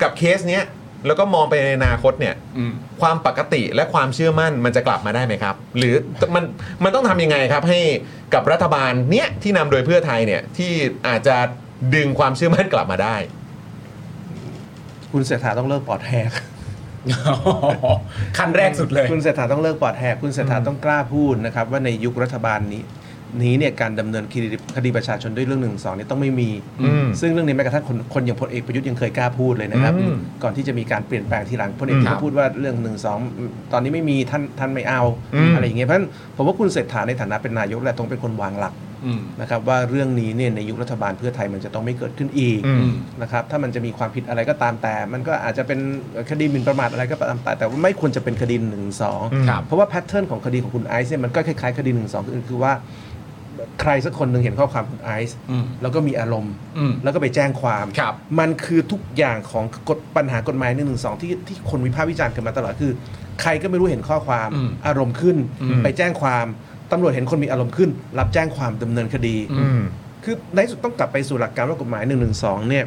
Speaker 1: กับเคสเนี้ยแล้วก็มองไปในอนาคตเนี่ย
Speaker 3: ๆ อืม
Speaker 1: ความปกติและความเชื่อมั่นมันจะกลับมาได้ไหมครับ หรือมันมันต้องทำยังไงครับ ให้กับรัฐบาลเนี้ยที่นำโดยเพื่อไทยเนี่ยที่อาจจะดึงความเชื่อมั่นกลับมาได้
Speaker 8: คุณเศรษฐาต้องเลิกปอดแหก
Speaker 3: ขั้นแรกสุดเลย
Speaker 8: คุณเศรษฐาต้องเลิกปอดแหกคุณเศรษฐาต้องกล้าพูดนะครับว่าในยุครัฐบาลนี้ นี้เนี่ยการดำเนินคดีคดีประชาชนด้วยเรื่องหนึ่งสองเนี่ยต้องไม่มี
Speaker 1: อืม
Speaker 8: ซึ่งเรื่องนี้แม้กระทั่งคนคนอย่างพลเอกประยุทธ์ยังเคยกล้าพูดเลยนะครับ
Speaker 1: อืม
Speaker 8: ก่อนที่จะมีการเปลี่ยนแปลงทีหลังพลเอก
Speaker 3: อืม
Speaker 8: ก็พูดว่าเรื่องหนึ่งสองตอนนี้ไม่มีท่านท่านไม่เอา
Speaker 1: อืม
Speaker 8: อะไรอย่างเงี้ยเพราะฉะนั้นผมว่าคุณเศรษฐาในฐานะเป็นนายกแหละต้องเป็นคนวางหลัก
Speaker 3: อืม
Speaker 8: นะครับว่าเรื่องนี้เนี่ยในยุครัฐบาลเพื่อไทยมันจะต้องไม่เกิดขึ้นอีก
Speaker 1: อืม
Speaker 8: นะครับถ้ามันจะมีความผิดอะไรก็ตามแต่ มันก็อาจจะเป็นคดีหมิ่นประมาทอะไรก็ตามแต่แต่ว่าไม่ควรจะเป็นคดีหนึ่งสอง
Speaker 3: ครับ
Speaker 8: เพราะว่าแพทเทิร์นของคดีของคุณไอซ์เนี่ยมันก็คล้ายๆคดีหนึ่งสองคือคือว่า ใครสักคนหนึ่งเห็นข้อความคุณไอซ์
Speaker 3: อืม
Speaker 8: แล้วก็มีอารมณ์
Speaker 3: อืม
Speaker 8: แล้วก็ไปแจ้งความ
Speaker 3: ครับ
Speaker 8: มันคือทุกอย่างของกฎปัญหากฎหมายหนึ่งหนึ่งสองที่ที่คนวิพากษ์วิจารณ์กันมาตลอดคือ ใครก็ไม่รู้เห็นข้อความ
Speaker 3: อืม
Speaker 8: อารมณ์ขึ้น
Speaker 3: อืม
Speaker 8: ไปแจ้งความตำรวจเห็นคนมีอารมณ์ขึ้น รับแจ้งความดำเนินคดี
Speaker 3: อืม
Speaker 8: คือในที่สุดต้องกลับไปสู่หลักการว่ากฎหมาย1นึเนี่ย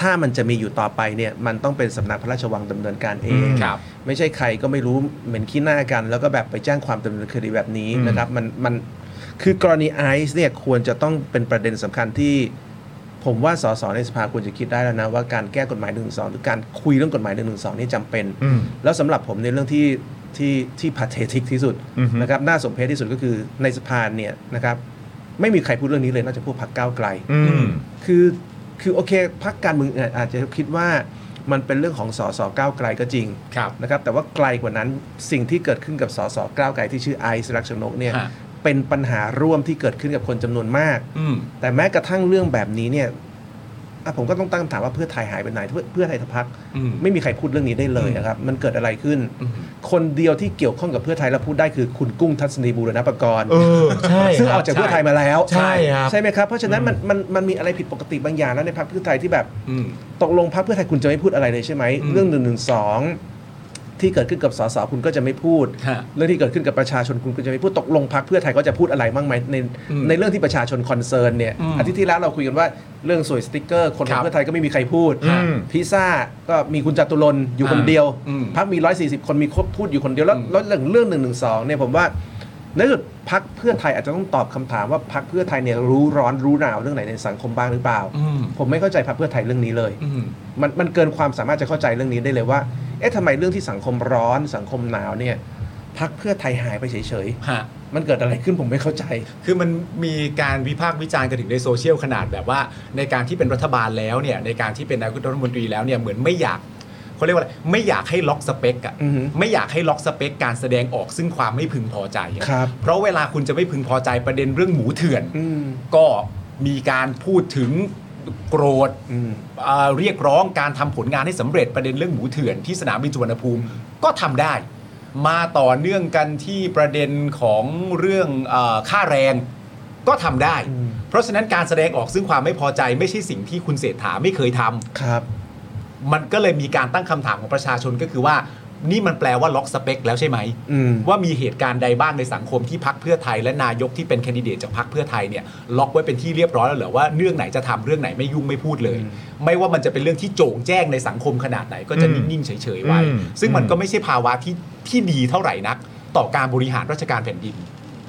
Speaker 8: ถ้ามันจะมีอยู่ต่อไปเนี่ยมันต้องเป็นสำนักพระราชวังดำเนินการเอง
Speaker 1: อืม
Speaker 3: ครับ
Speaker 8: ไม่ใช่ใครก็ไม่รู้เหม็นขี้หน้ากัน แล้วก็แบบไปแจ้งความดำเนินคดีแบบนี้นะครับมันมันคือกรณีไอซ์เนี่ยควรจะต้องเป็นประเด็นสำคัญที่ ผมว่าสสในสภาควรจะคิดได้แล้วนะว่าการแก้กฎหมาย1นึหรือการคุยเรื่องกฎหมาย1นึนี่จำเป็น
Speaker 1: อืม
Speaker 8: แล้วสำหรับผมในเรื่องที่ที่ที่พาเทติกที่สุดนะครับน่าสมเพชที่สุดก็คือในสภาเนี่ยนะครับ ไม่มีใครพูดเรื่องนี้เลยนอกจากพวกพรรคก้าวไกล
Speaker 1: อืม
Speaker 8: คือคือโอเคพรรคการเมืองอาจจะคิดว่ามันเป็นเรื่องของสสก้าวไกลก็จริง
Speaker 3: ครับ
Speaker 8: นะครับ แต่ว่าไกลกว่านั้นสิ่งที่เกิดขึ้นกับสสก้าวไกลที่ชื่อไอซ์รักชนกเนี่ย
Speaker 3: ฮะ
Speaker 8: เป็นปัญหาร่วมที่เกิดขึ้นกับคนจำนวนมาก
Speaker 3: อืม
Speaker 8: แต่แม้กระทั่งเรื่องแบบนี้เนี่ยอ่ะผมก็ต้องตั้งคำถามว่าเพื่อไทยหายไปไหนเพื่อเพื่อไทยทงพัก
Speaker 3: อืม
Speaker 8: ไม่มีใครพูดเรื่องนี้ได้เลยนะครับ มันเกิดอะไรขึ้น
Speaker 3: อืม
Speaker 8: คนเดียวที่เกี่ยวข้องกับเพื่อไทยและพูดได้คือคุณกุ้งทัศนีบูรณปกรณ์
Speaker 1: เออ ใช่
Speaker 8: ซึ่ง
Speaker 1: ค
Speaker 8: อ
Speaker 1: รั
Speaker 8: อบ กจากเพื่อไทยมาแล้ว
Speaker 1: ใช่ครับ
Speaker 8: ใช่ไหมครับ เพราะฉะนั้นมันมันมันมีอะไรผิดปกติบางอย่างแล้วในพรรคเพื่อไทยที่แบบ
Speaker 3: อืม
Speaker 8: ตกลงพรรคเพื่อไทยคุณจะไม่พูดอะไรเลยใช่ไหม
Speaker 3: อืม
Speaker 8: เรื่องหนึ่งหนึ่งสองที่เกิดขึ้นกับสสคุณก็จะไม่พูด
Speaker 3: ฮะ
Speaker 8: เรื่องที่เกิดขึ้นกับประชาชนคุณก็จะไม่พูดตกลงพรรคเพื่อไทยก็จะพูดอะไรบ้างไหมใน
Speaker 3: อืม
Speaker 8: ในเรื่องที่ประชาชนคอนเซิร์นเนี่ย
Speaker 3: อืม
Speaker 8: อาทิตย์ที่แล้วเราคุยกันว่าเรื่องสวยสติกเกอร์คนข
Speaker 3: ค
Speaker 8: อ
Speaker 3: รั
Speaker 8: ง
Speaker 3: บ
Speaker 8: เพื่อไทยก็ไม่มีใครพูด
Speaker 1: อืม
Speaker 8: พิซซ่าก็มีคุณจตุรนอยู่คน
Speaker 3: อ่า
Speaker 8: เดียว
Speaker 3: อืม
Speaker 8: พรรคมี 140 คนมีครบพูดอยู่คนเดียวแล้ว
Speaker 3: อืม
Speaker 8: แล้วเรื่องเรื่องหนึ่งหนึ่งสองเนี่ยผมว่า ในที่สุดพักเพื่อไทยอาจจะต้องตอบคำถามว่าพักเพื่อไทยเนี่ยรู้ร้อนรู้หนาวเรื่องไหนในสังคมบ้างหรือเปล่า
Speaker 3: อืม
Speaker 8: ผมไม่เข้าใจพักเพื่อไทยเรื่องนี้เลย
Speaker 3: อืม
Speaker 8: มันมันเกินความสามารถจะเข้าใจเรื่องนี้ได้เลยว่า เอ๊ะทำไมเรื่องที่สังคมร้อนสังคมหนาวเนี่ยพักเพื่อไทยหายไปเฉย
Speaker 3: ฮะ
Speaker 8: ๆ มันเกิดอะไรขึ้นผมไม่เข้าใจ
Speaker 3: คือมันมีการวิพากษ์วิจารณ์กันถึงในโซเชียลขนาดแบบว่า ในการที่เป็นรัฐบาลแล้วเนี่ยในการที่เป็นนายกรัฐมนตรีแล้วเนี่ยเหมือนไม่อยากเขาเรียกว่าอะไรไม่อยากให้ล็อกสเปกอะ
Speaker 8: อือฮึ
Speaker 3: ไม่อยากให้ล็อกสเปกการแสดงออกซึ่งความไม่พึงพอใจอะ
Speaker 8: ครับ
Speaker 3: เพราะเวลาคุณจะไม่พึงพอใจประเด็นเรื่องหมูเถื่อน
Speaker 8: อืม
Speaker 3: ก็มีการพูดถึงโกรธ
Speaker 8: อืม
Speaker 3: เอ่อเรียกร้องการทำผลงานให้สำเร็จประเด็นเรื่องหมูเถื่อนที่สนามบินสุวรรณภูมิก็ทำได้ มาต่อเนื่องกันที่ประเด็นของเรื่องเออค่าแรงก็ทำได้
Speaker 8: อืม
Speaker 3: เพราะฉะนั้นการแสดงออกซึ่งความไม่พอใจไม่ใช่สิ่งที่คุณเศรษฐาไม่เคยทำ
Speaker 8: ครับ
Speaker 3: มันก็เลยมีการตั้งคำถามของประชาชนก็คือว่า นี่มันแปลว่าล็อกสเปคแล้วใช่ไหม
Speaker 8: อืม
Speaker 3: ว่ามีเหตุการณ์ใดบ้างในสังคมที่พักเพื่อไทยและนายกที่เป็นแคนดิเดตจากพักเพื่อไทยเนี่ยล็อกไว้เป็นที่เรียบร้อยแล้วเหรอว่าเรื่องไหนจะทำเรื่องไหนไม่ยุ่งไม่พูดเลย ไม่ว่ามันจะเป็นเรื่องที่โจ่งแจ้งในสังคมขนาดไหนก็จะ
Speaker 1: อืม
Speaker 3: นิ่งๆเฉยๆไว้
Speaker 1: อืม
Speaker 3: ซึ่งมันก็ไม่ใช่ภาวะที่ที่ดีเท่าไหร่นัก ต่อการบริหารราชการแผ่นดิน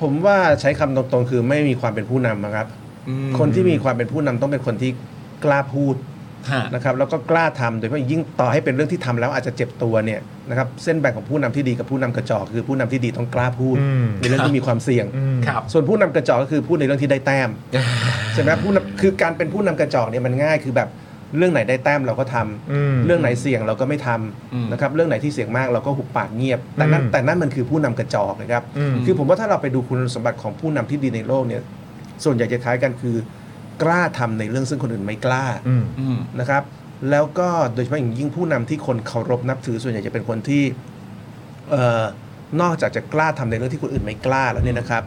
Speaker 8: ผมว่าใช้คำตรงๆ คือไม่มีความเป็นผู้นำนะครับ คนที่มีความเป็นผู้นำต้องเป็นคนที่กล้าพูด
Speaker 3: ฮะ
Speaker 8: นะครับแล้วก็กล้าทำโดยเฉพาะอย่างยิ่งต่อให้เป็นเรื่องที่ทำแล้วอาจจะเจ็บตัวเนี่ยนะครับเส้นแบ่งของผู้นำที่ดีกับผู้นำกระจอกคือผู้นำที่ดีต้องกล้าพูด
Speaker 2: อืม
Speaker 8: ในเรื่องที่มีความเสี่ยง
Speaker 3: ครับ
Speaker 8: ส่วนผู้นำกระจอกก็คือพูดในเรื่องที่ได้แต้ม ใช่ไหมผู้นำคือการเป็นผู้นำกระจอกเนี่ยมันง่ายคือแบบเรื่องไหนได้แต้มเราก็ทำ
Speaker 2: อืม
Speaker 8: เรื่องไหนเสี่ยงเราก็ไม่ทำ
Speaker 3: อืม
Speaker 8: นะครับเรื่องไหนที่เสี่ยงมากเราก็หุบปากเงียบ แต่นั่น
Speaker 2: อืม
Speaker 8: แต่นั่นมันคือผู้นำกระจอกนะครับ
Speaker 2: อืม
Speaker 8: คือผมว่าถ้าเราไปดูคุณสมบัติของผู้นำที่ดีในโลกเนี่ยส่วนใหญ่จะคล้ายกันคือ กล้าทำในเรื่องซึ่งคนอื่นไม่กล้า
Speaker 2: อืม
Speaker 3: อืม
Speaker 8: นะครับแล้วก็โดยเฉพาะอย่างยิ่งผู้นำที่คนเคารพนับถือส่วนใหญ่จะเป็นคนที่เอ่อนอกจากจะกล้าทำในเรื่องที่คนอื่นไม่กล้าแล้วเนี่ยนะครับ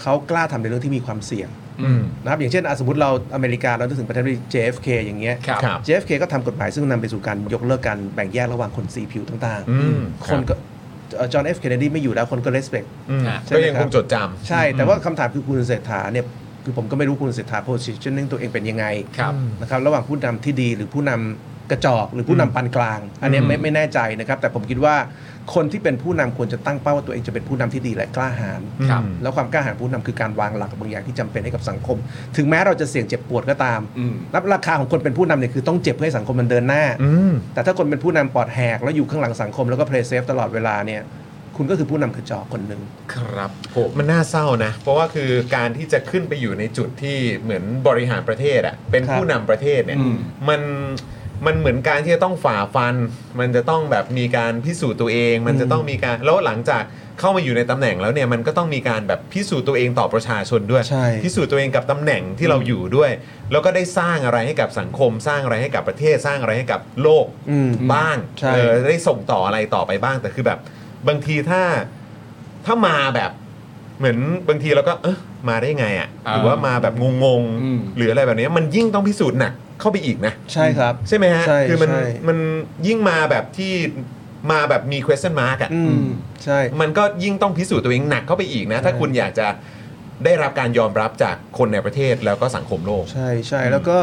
Speaker 8: เขากล้าทำในเรื่องที่มีความเสี่ยง
Speaker 2: อืม
Speaker 8: นะครับอย่างเช่นอ่ะสมมติเราอเมริกาเรานึกถึงประธานาธิบดี JFK อย่างเงี้ย
Speaker 3: ครับ
Speaker 2: ครับ
Speaker 8: JFK ก็ทำกฎหมายซึ่งนำไปสู่การยกเลิกการแบ่งแยกระหว่างคนสีผิวต่าง
Speaker 2: อืม
Speaker 8: ๆ คนก็จอห์นเอฟเคนเนดีไม่อยู่แล้วคนก็เลสเ c t
Speaker 2: อืม
Speaker 3: อ่ะ
Speaker 8: ใช่
Speaker 2: ก็
Speaker 8: ไหม
Speaker 2: ยัง
Speaker 8: ค
Speaker 2: ครับ งจดจ
Speaker 8: ใช่ แต่ว่าคำถามคือคุณเศรษฐาเนี่ยคือผมก็ไม่รู้คุณเศรษฐาโพสิชันนิ่งตัวเองเป็นยังไง
Speaker 3: ครับ
Speaker 8: นะครับระหว่างผู้นำที่ดีหรือผู้นำกระจอกหรือผู้นำปานกลาง อันเนี้ยไม่ไม่แน่ใจนะครับแต่ผมคิดว่าคนที่เป็นผู้นำควรจะตั้งเป้าว่าตัวเองจะเป็นผู้นำที่ดีและกล้าหาญ
Speaker 2: ำ
Speaker 3: ครับ
Speaker 2: อืม
Speaker 8: แล้วความกล้าหาญผู้นำคือการวางหลักบางอย่างที่จำเป็นให้กับสังคม ถึงแม้เราจะเสี่ยงเจ็บปวดก็ตาม
Speaker 3: อืม
Speaker 8: รับราคาของคนเป็นผู้นำเนี่ยคือต้องเจ็บเพื่อให้สังคมมันเดินหน้า
Speaker 2: อืม
Speaker 8: แต่ถ้าคนเป็นผู้นำปอดแหกแล้วอยู่ข้างหลังสังคมแล้วก็เพลย์เซฟตลอดเวลาเนี่ยคุณก็คือผู้นำกระจอกคนหนึ่ง
Speaker 3: ครับผม
Speaker 2: มันน่าเศร้านะ เพราะว่าคือการที่จะขึ้นไปอยู่ในจุดที่เหมือนบริหารประเทศอะเป็น
Speaker 8: ครับ
Speaker 2: ผู้นำประเทศเนี่ย
Speaker 3: อืม
Speaker 2: มันมันเหมือนการที่จะต้องฝ่าฟัน มันจะต้องแบบมีการพิสูจน์ตัวเอง มันจะต้องมีการแล้วหลังจากเข้ามาอยู่ในตำแหน่งแล้วเนี่ยมันก็ต้องมีการแบบพิสูจน์ตัวเองต่อประชาชนด้วย
Speaker 8: ใช่
Speaker 2: พิสูจน์ตัวเองกับตำแหน่งที่เราอยู่ด้วย แล้วก็ได้สร้างอะไรให้กับสังคม สร้างอะไรให้กับประเทศสร้างอะไรให้กับโลก
Speaker 8: อืม
Speaker 2: บ้าง
Speaker 8: ใช่
Speaker 2: เออได้ส่งต่ออะไรต่อไปบ้างแต่คือแบบ บางทีถ้าถ้ามาแบบ เหมือนบางทีเราก็เออมาได้ไงอะ่ะหรือว่ามาแบบงง
Speaker 3: อืม
Speaker 2: ๆหรืออะไรแบบเนี้ยมันยิ่งต้องพิสูจน์หนักเข้าไปอีกนะ
Speaker 8: ใช่ครับ
Speaker 2: ใช่ไหมฮะ
Speaker 8: ใช่
Speaker 2: คืมัน
Speaker 8: ใช่
Speaker 2: มันยิ่งมาแบบที่มาแบบมี question mark อ่ะ
Speaker 8: อืมใช่
Speaker 2: มันก็ยิ่งต้องพิสูจน์ตัวเองหนักเข้าไปอีกนะ ถ้าคุณอยากจะได้รับการยอมรับจากคนในประเทศแล้วก็สังคมโลก
Speaker 8: ใช่ใช่แล้วก็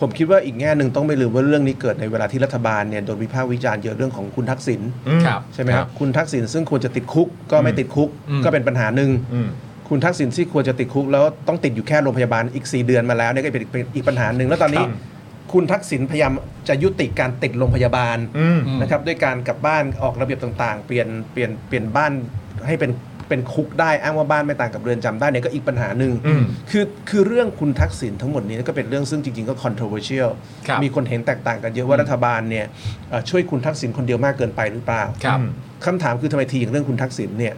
Speaker 8: ผมคิดว่าอีกแง่หนึ่งต้องไม่ลืมว่าเรื่องนี้เกิดในเวลาที่รัฐบาลเนี่ยโดนวิพากษ์วิจารณ์เยอะเรื่องของคุณทักษิณ
Speaker 2: อืม
Speaker 3: ครับ
Speaker 8: ใช่ไหม
Speaker 2: ค
Speaker 8: ครั
Speaker 2: รับ บ
Speaker 8: คุณทักษิณซึ่งควรจะติดคุกก็ไม่ติดคุก
Speaker 3: อืม
Speaker 8: ก็เป็นปัญหาหนึ่ง
Speaker 2: อืม
Speaker 8: คุณทักษิณที่ควรจะติดคุกแล้วต้องติดอยู่แค่โรงพยาบาลอีก 4 เดือนมาแล้วเนี่ยก็เป็นอีกเป็นอีกปัญหาหนึ่งแล้วตอนนี้
Speaker 2: ครับ
Speaker 8: คุณทักษิณพยายามจะยุติการติดโรงพยาบาล
Speaker 2: อืม
Speaker 8: นะครับด้วยการกลับบ้านออกระเบียบต่างๆ เปลี่ยนเปลี่ยนเปลี่ยนบ้านให้เป็นเป็นคุกได้อ้างว่าบ้านไม่ต่างกับเรือนจำได้เนี่ยก็อีกปัญหาหนึ่ง
Speaker 2: อืม
Speaker 8: คือคือเรื่องคุณทักษิณทั้งหมดนี้ก็เป็นเรื่องซึ่งจริงๆก็ controversial
Speaker 3: ครับ
Speaker 8: มีคนเห็นแตกต่างกันเยอะว่ารัฐบาลเนี่ยเอ่อช่วยคุณทักษิณคนเดียวมากเกินไปหรือเปล่า
Speaker 3: ครับ
Speaker 8: คำถามคือทำไมทีอย่างเรื่องคุณทักษิณเนี่ย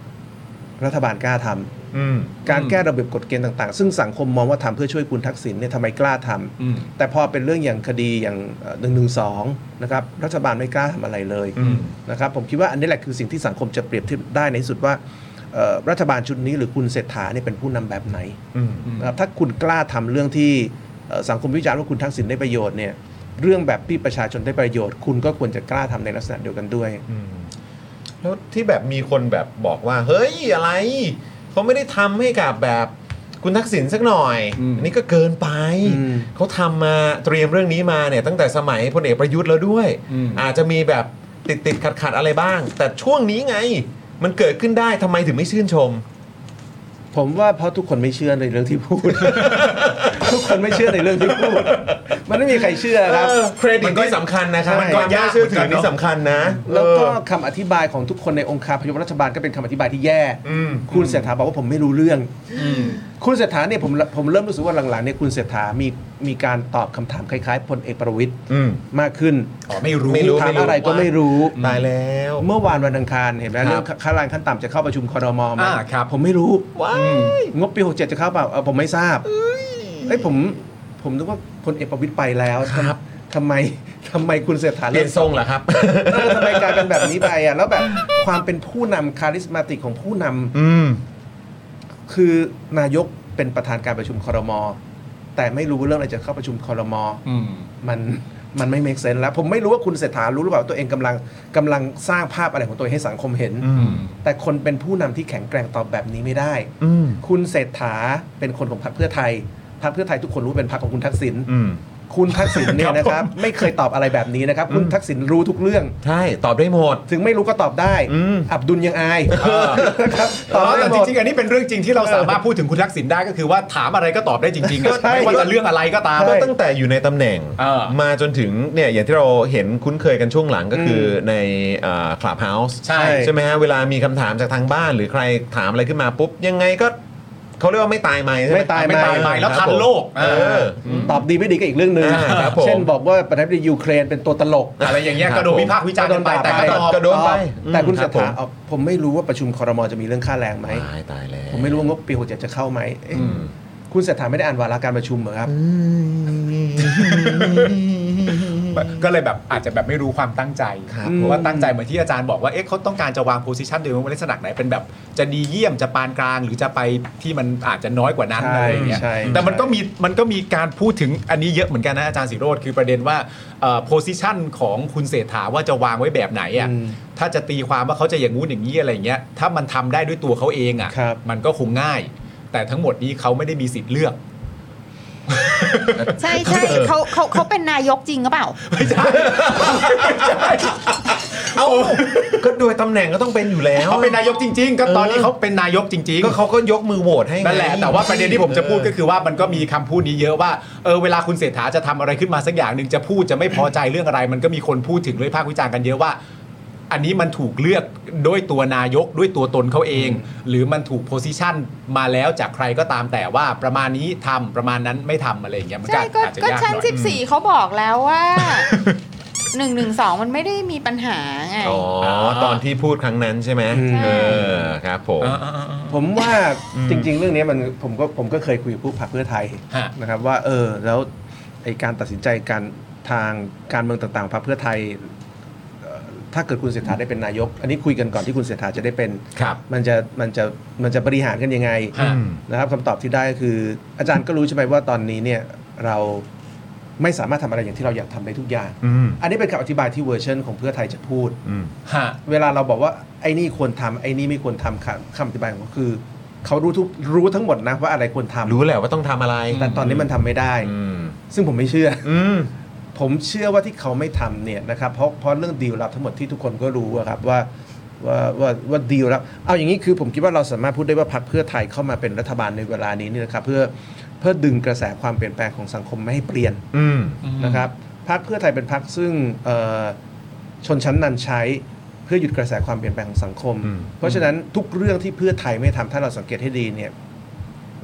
Speaker 8: รัฐบาลกล้าทำ
Speaker 2: อืม
Speaker 8: การ
Speaker 3: อืม
Speaker 8: แก้ระเบียบกฎเกณฑ์ต่างๆ ซึ่งสังคมมองว่าทำเพื่อช่วยคุณทักษิณเนี่ยทำไมกล้าทำ
Speaker 3: อืม
Speaker 8: แต่พอเป็นเรื่องอย่างคดีอย่างหนึ่งหนึ่งสองนะครับรัฐบาลไม่กล้าทำอะไรเลย
Speaker 2: อืม
Speaker 8: นะครับผมคิดว่าอันนี้แหละคือสิ่งที่สังคมจะเปรียบเทียบได้ในที่สุดว่าเอ่อรัฐบาลชุดนี้หรือคุณเศรษฐาเนี่ยเป็นผู้นำแบบไหน
Speaker 2: อืม
Speaker 8: นะครับถ้าคุณกล้าทำเรื่องที่เอ่อสังคมวิจารณ์ว่าคุณทักษิณได้ประโยชน์เนี่ยเรื่องแบบที่ประชาชนได้ประโยชน์ คุณก็ควรจะกล้าทำในลักษณะเดียวกันด้วย
Speaker 2: อืมแล้วที่แบบมีคนแบบบอกว่า เฮ้ยอะไรเขาไม่ได้ทำให้กับแบบคุณทักษิณสักหน่อย
Speaker 3: อืม
Speaker 2: นนี้ก็เกินไป
Speaker 8: อืม
Speaker 2: เขาทำมาเตรียมเรื่องนี้มาเนี่ยตั้งแต่สมัยพลเอกประยุทธ์แล้วด้วย อาจจะมีแบบติดติดขัดขัดๆอะไรบ้าง แต่ช่วงนี้ไง มันเกิดขึ้นได้ทำไมถึงไม่ชื่นชม
Speaker 8: ผมว่าเพราะทุกคนไม่เชื่อในเรื่องที่พูด ทุกคนไม่เชื่อในเรื่องที่พูด มันไม่มีใครเชื่อครับ
Speaker 2: เออเครดิตที่สำคัญนะครับ
Speaker 8: ใช่
Speaker 2: มันก็ยากเชื่อถือนี่สำคัญนะ
Speaker 8: แล้วก็
Speaker 2: เออ
Speaker 8: คำอธิบายของทุกคนในองค์คาพยพรัฐบาลก็เป็นคำอธิบายที่แย่
Speaker 2: อืม
Speaker 8: คุณเศรษฐาบอกว่าผมไม่รู้เรื่อง คุณเศรษฐาเนี่ยผมผมเริ่มรู้สึกว่าหลังๆเนี่ยคุณเศรษฐามีมีการตอบคำถามคล้ายๆพลเอกประวิตย
Speaker 2: อืม
Speaker 8: มากขึ้น
Speaker 3: อ๋อไม่รู้
Speaker 2: ไม่รู้
Speaker 8: ถามอะไรก็ไม่รู้
Speaker 2: ตายแล้ว
Speaker 8: เมื่อวานวันอังคารเห็นไหม
Speaker 3: ครับ
Speaker 8: เรื่องค่าแรงขั้นต่ำจะเข้าประชุมคอรมอมา
Speaker 3: อ่าครับ
Speaker 8: ผมไม่รู้
Speaker 2: ว้าย
Speaker 8: งบปี 67 จะเข้าเปล่าเอ่อผมไม่ทราบเอ้ยผมผมนึกว่าพลเอกประวิตยไปแล้ว
Speaker 2: ครับ
Speaker 8: ทำไมทำไมคุณเศรษฐา
Speaker 2: เปลี่ยนทรงเหรอครับ
Speaker 8: เออทำไมกลายเป็นแบบนี้ไปอ่ะแล้วแบบความเป็นผู้นำคาริสมาติกของผู้นำ
Speaker 2: อืม
Speaker 8: คือนายกเป็นประธานการประชุมคอรมอแต่ไม่รู้เรื่องอะไรจะเข้าประชุมคอรมอ
Speaker 3: อืม
Speaker 8: มันมันไม่ make sense แล้ว ผมไม่รู้ว่าคุณเศรษฐารู้หรือเปล่าตัวเองกำลังกำลังสร้างภาพอะไรของตัวเองให้สังคมเห็น
Speaker 2: อืม
Speaker 8: แต่คนเป็นผู้นำที่แข็งแกร่งตอบแบบนี้ไม่ได้
Speaker 2: อืม
Speaker 8: คุณเศรษฐาเป็นคนของพรรคเพื่อไทย พรรคเพื่อไทยทุกคนรู้เป็นพรรคของคุณทักษิณ
Speaker 2: อืม
Speaker 8: คุณทักษิณเนี่ยนะครับ ไม่เคยตอบอะไรแบบนี้นะครับ คุณทักษิณรู้ทุกเรื่อง
Speaker 1: ใช่ตอบได้หมด
Speaker 8: ถึงไม่รู้ก็ตอบได้
Speaker 1: อืม
Speaker 8: อับดุลยังอายนะครับต
Speaker 3: ต
Speaker 8: อ
Speaker 3: อบ น
Speaker 8: ได้
Speaker 3: แต่
Speaker 8: ห
Speaker 3: จ
Speaker 8: มด
Speaker 3: ริงๆ อันนี้เป็นเรื่องจริงที่เราสามารถพูดถึงคุณทักษิณได้ก็คือว่าถามอะไรก็ตอบได้จริงๆอะ
Speaker 8: ก็ใช่
Speaker 3: ไม่ว่าจะเรื่องอะไรก็ตาม
Speaker 1: ก็ตั้งแต่อยู่ในตำแหน่ง
Speaker 3: เออ
Speaker 1: มาจนถึงเนี่ยอย่างที่เราเห็นคุ้นเคยกันช่วงหลังก็คืออในคลับเฮาส์
Speaker 3: ใช่
Speaker 1: ใช่ไหมฮะเวลามีคำถามจากทางบ้านหรือใครถามอะไรขึ้นมาปุ๊บ ยังไงก็เขาเรียกว่าไม่ตายไหมใช่ไหม
Speaker 8: ไม่ตาย
Speaker 3: ไม่ตายไปแล้วทันโลก
Speaker 1: เออ
Speaker 8: ตอบดีไม่ดีก็อีกเรื่องหนึ่ง
Speaker 1: อ่าครับผม
Speaker 8: เช่นบอกว่าประธานาธิบดียูเครนเป็นตัวตลก
Speaker 3: อะไรอย่างเงี้ย
Speaker 1: ครับ
Speaker 3: กระโดดวิพากษ์วิจารณ์กันไปแต่ก็ตอบ
Speaker 1: กระโดดไปอืม
Speaker 8: แต่คุณ
Speaker 1: ครั
Speaker 8: เศร
Speaker 1: บผม
Speaker 8: ษฐาเอาผมไม่รู้ว่าประชุมคอรมอจะมีเรื่องค่าแรงไหม
Speaker 1: ตายตายแล้ว
Speaker 8: ผมไม่รู้ว่างบปีหกเจ็ดจะเข้าไหมเอ๊ะคุณเศรษฐาไม่ได้อ่านวาระการประชุมเหรอครับ
Speaker 3: ก็เลยแบบอาจจะแบบไม่รู้ความตั้งใจ
Speaker 1: ครับ
Speaker 8: อืม
Speaker 1: ผม
Speaker 3: ว่าตั้งใจเหมือนที่อาจารย์บอกว่าเอ๊ะเขาต้องการจะวางโพสิชันตัวเองไว้ในลักษณะไหนเป็นแบบ จะดีเยี่ยมจะปานกลาง หรือจะไปที่มันอาจจะน้อยกว่านั้น
Speaker 8: ใช่
Speaker 3: อะไรอย่างเงี้ย
Speaker 8: ใช่
Speaker 3: แต่มัน
Speaker 8: ใช่
Speaker 3: ก็มีมันก็มีการพูดถึงอันนี้เยอะเหมือนกันนะอาจารย์สิโรธคือประเด็นว่าโพสิชันของคุณเศรษฐาว่าจะวางไว้แบบไหนอ่ะ
Speaker 8: อืม
Speaker 3: ถ้าจะตีความว่าเขาจะอย่างงู้นอย่างนี้อะไรอย่างเงี้ยถ้ามันทำได้ด้วยตัวเขาเองอ่ะ
Speaker 8: ครับ
Speaker 3: มันก็คงง่าย แต่ทั้งหมดนี้เขาไม่ได้มีสิทธิ์เลือก
Speaker 7: ใช่ใช่เขาเขาเขาเป็นนายกจริงหรือเปล่า
Speaker 1: เอาก็โดยตำแหน่งก็ต้องเป็นอยู่แล้ว
Speaker 3: เขาเป็นนายกจริง ๆ ก็ตอนนี้
Speaker 1: เออ
Speaker 3: เขาเป็นนายกจริง
Speaker 1: ก็เขาก็ยกมือโหวตให้ไง
Speaker 3: นั่นแหละแต่ว่าประเด็นที่ผมจะพูดก็คือว่ามันก็มีคำพูดนี้เยอะว่าเออเวลาคุณเศรษฐาจะทำอะไรขึ้นมาสักอย่างหนึ่งจะพูดจะไม่พอใจเรื่องอะไร มันก็มีคนพูดถึงเลยภาควิจารณ์กันเยอะว่า อันนี้มันถูกเลือกด้วยตัวนายกด้วยตัวตนเขาเอง หรือมันถูกโพสิชันมาแล้วจากใครก็ตามแต่ว่าประมาณนี้ทำประมาณนั้นไม่ทำอะไรอย่างเงี้ยมันก็
Speaker 7: ใช่ก็
Speaker 3: อาจจะ
Speaker 7: ก็
Speaker 3: ยากห
Speaker 7: ชั้น
Speaker 3: น่อย
Speaker 7: สิบสี่เขาบอกแล้ว ว่าหนึ่งหนึ่งสองมันไม่ได้มีปัญหาไง
Speaker 1: อ๋อ ตอนที่พูดครั้งนั้นใช่ไหม
Speaker 8: ใช่
Speaker 1: เออครับผม
Speaker 3: เออเออเออเออ
Speaker 8: ผมว่าจริง ๆ เรื่องนี้มันผมก็ผมก็เคยคุยกับผู้พรรคเพื่อไทย
Speaker 3: ฮะ
Speaker 8: นะครับว่าเออแล้วไอการตัดสินใจการทางการเมืองต่างๆของพรรคเพื่อไทยเอ่อถ้าเกิดคุณเศรษฐาได้เป็นนายก อันนี้คุยกันก่อนที่คุณเศรษฐาจะได้เป็น
Speaker 3: ครับ
Speaker 8: มันจะมันจะมันจะบริหารกันยังไง
Speaker 3: ฮะ
Speaker 8: นะครับคำตอบที่ได้ก็คืออาจารย์ก็รู้ใช่ไหมว่าตอนนี้เนี่ยเราไม่สามารถทำอะไรอย่างที่เราอยากทำได้ทุกอย่าง
Speaker 1: อืม
Speaker 8: อันนี้เป็นคำอธิบายที่เวอร์ชันของเพื่อไทยจะพูด
Speaker 1: อืม
Speaker 3: ฮะ
Speaker 8: เวลาเราบอกว่าไอ้นี่ควรทำไอ้นี่ไม่ควรทำคำคำอธิบายของเขาคือ เขารู้ทุกรู้ทั้งหมดนะว่าอะไรควรทำ
Speaker 1: รู้แหละว่าต้องทำอะไร
Speaker 8: แต่ตอนนี้มันทำไม่ได้
Speaker 1: อืม
Speaker 8: ซึ่งผมไม่เชื่อ
Speaker 1: อืม
Speaker 8: ผมเชื่อว่าที่เขาไม่ทำเนี่ยนะครับเพราะเพราะเรื่องดีลลับทั้งหมดที่ทุกคนก็รู้อะครับว่าว่าว่าว่าดีลลับเอาอย่างนี้คือผมคิดว่าเราสามารถพูดได้ว่าพรรคเพื่อไทยเข้ามาเป็นรัฐบาลในเวลานี้เนี่ยนะครับเพื่อเพื่อดึงกระแสความเปลี่ยนแปลงของสังคมไม่ให้เปลี่ยน
Speaker 1: อืม
Speaker 8: นะครับพรรคเพื่อไทยเป็นพรรคซึ่งเอ่อชนชั้นนันใช้เพื่อหยุดกระแสความเปลี่ยนแปลงของสังคม
Speaker 1: อืม
Speaker 8: เพราะฉะนั้นทุกเรื่องที่เพื่อไทยไม่ทำถ้าเราสังเกตให้ดีเนี่ย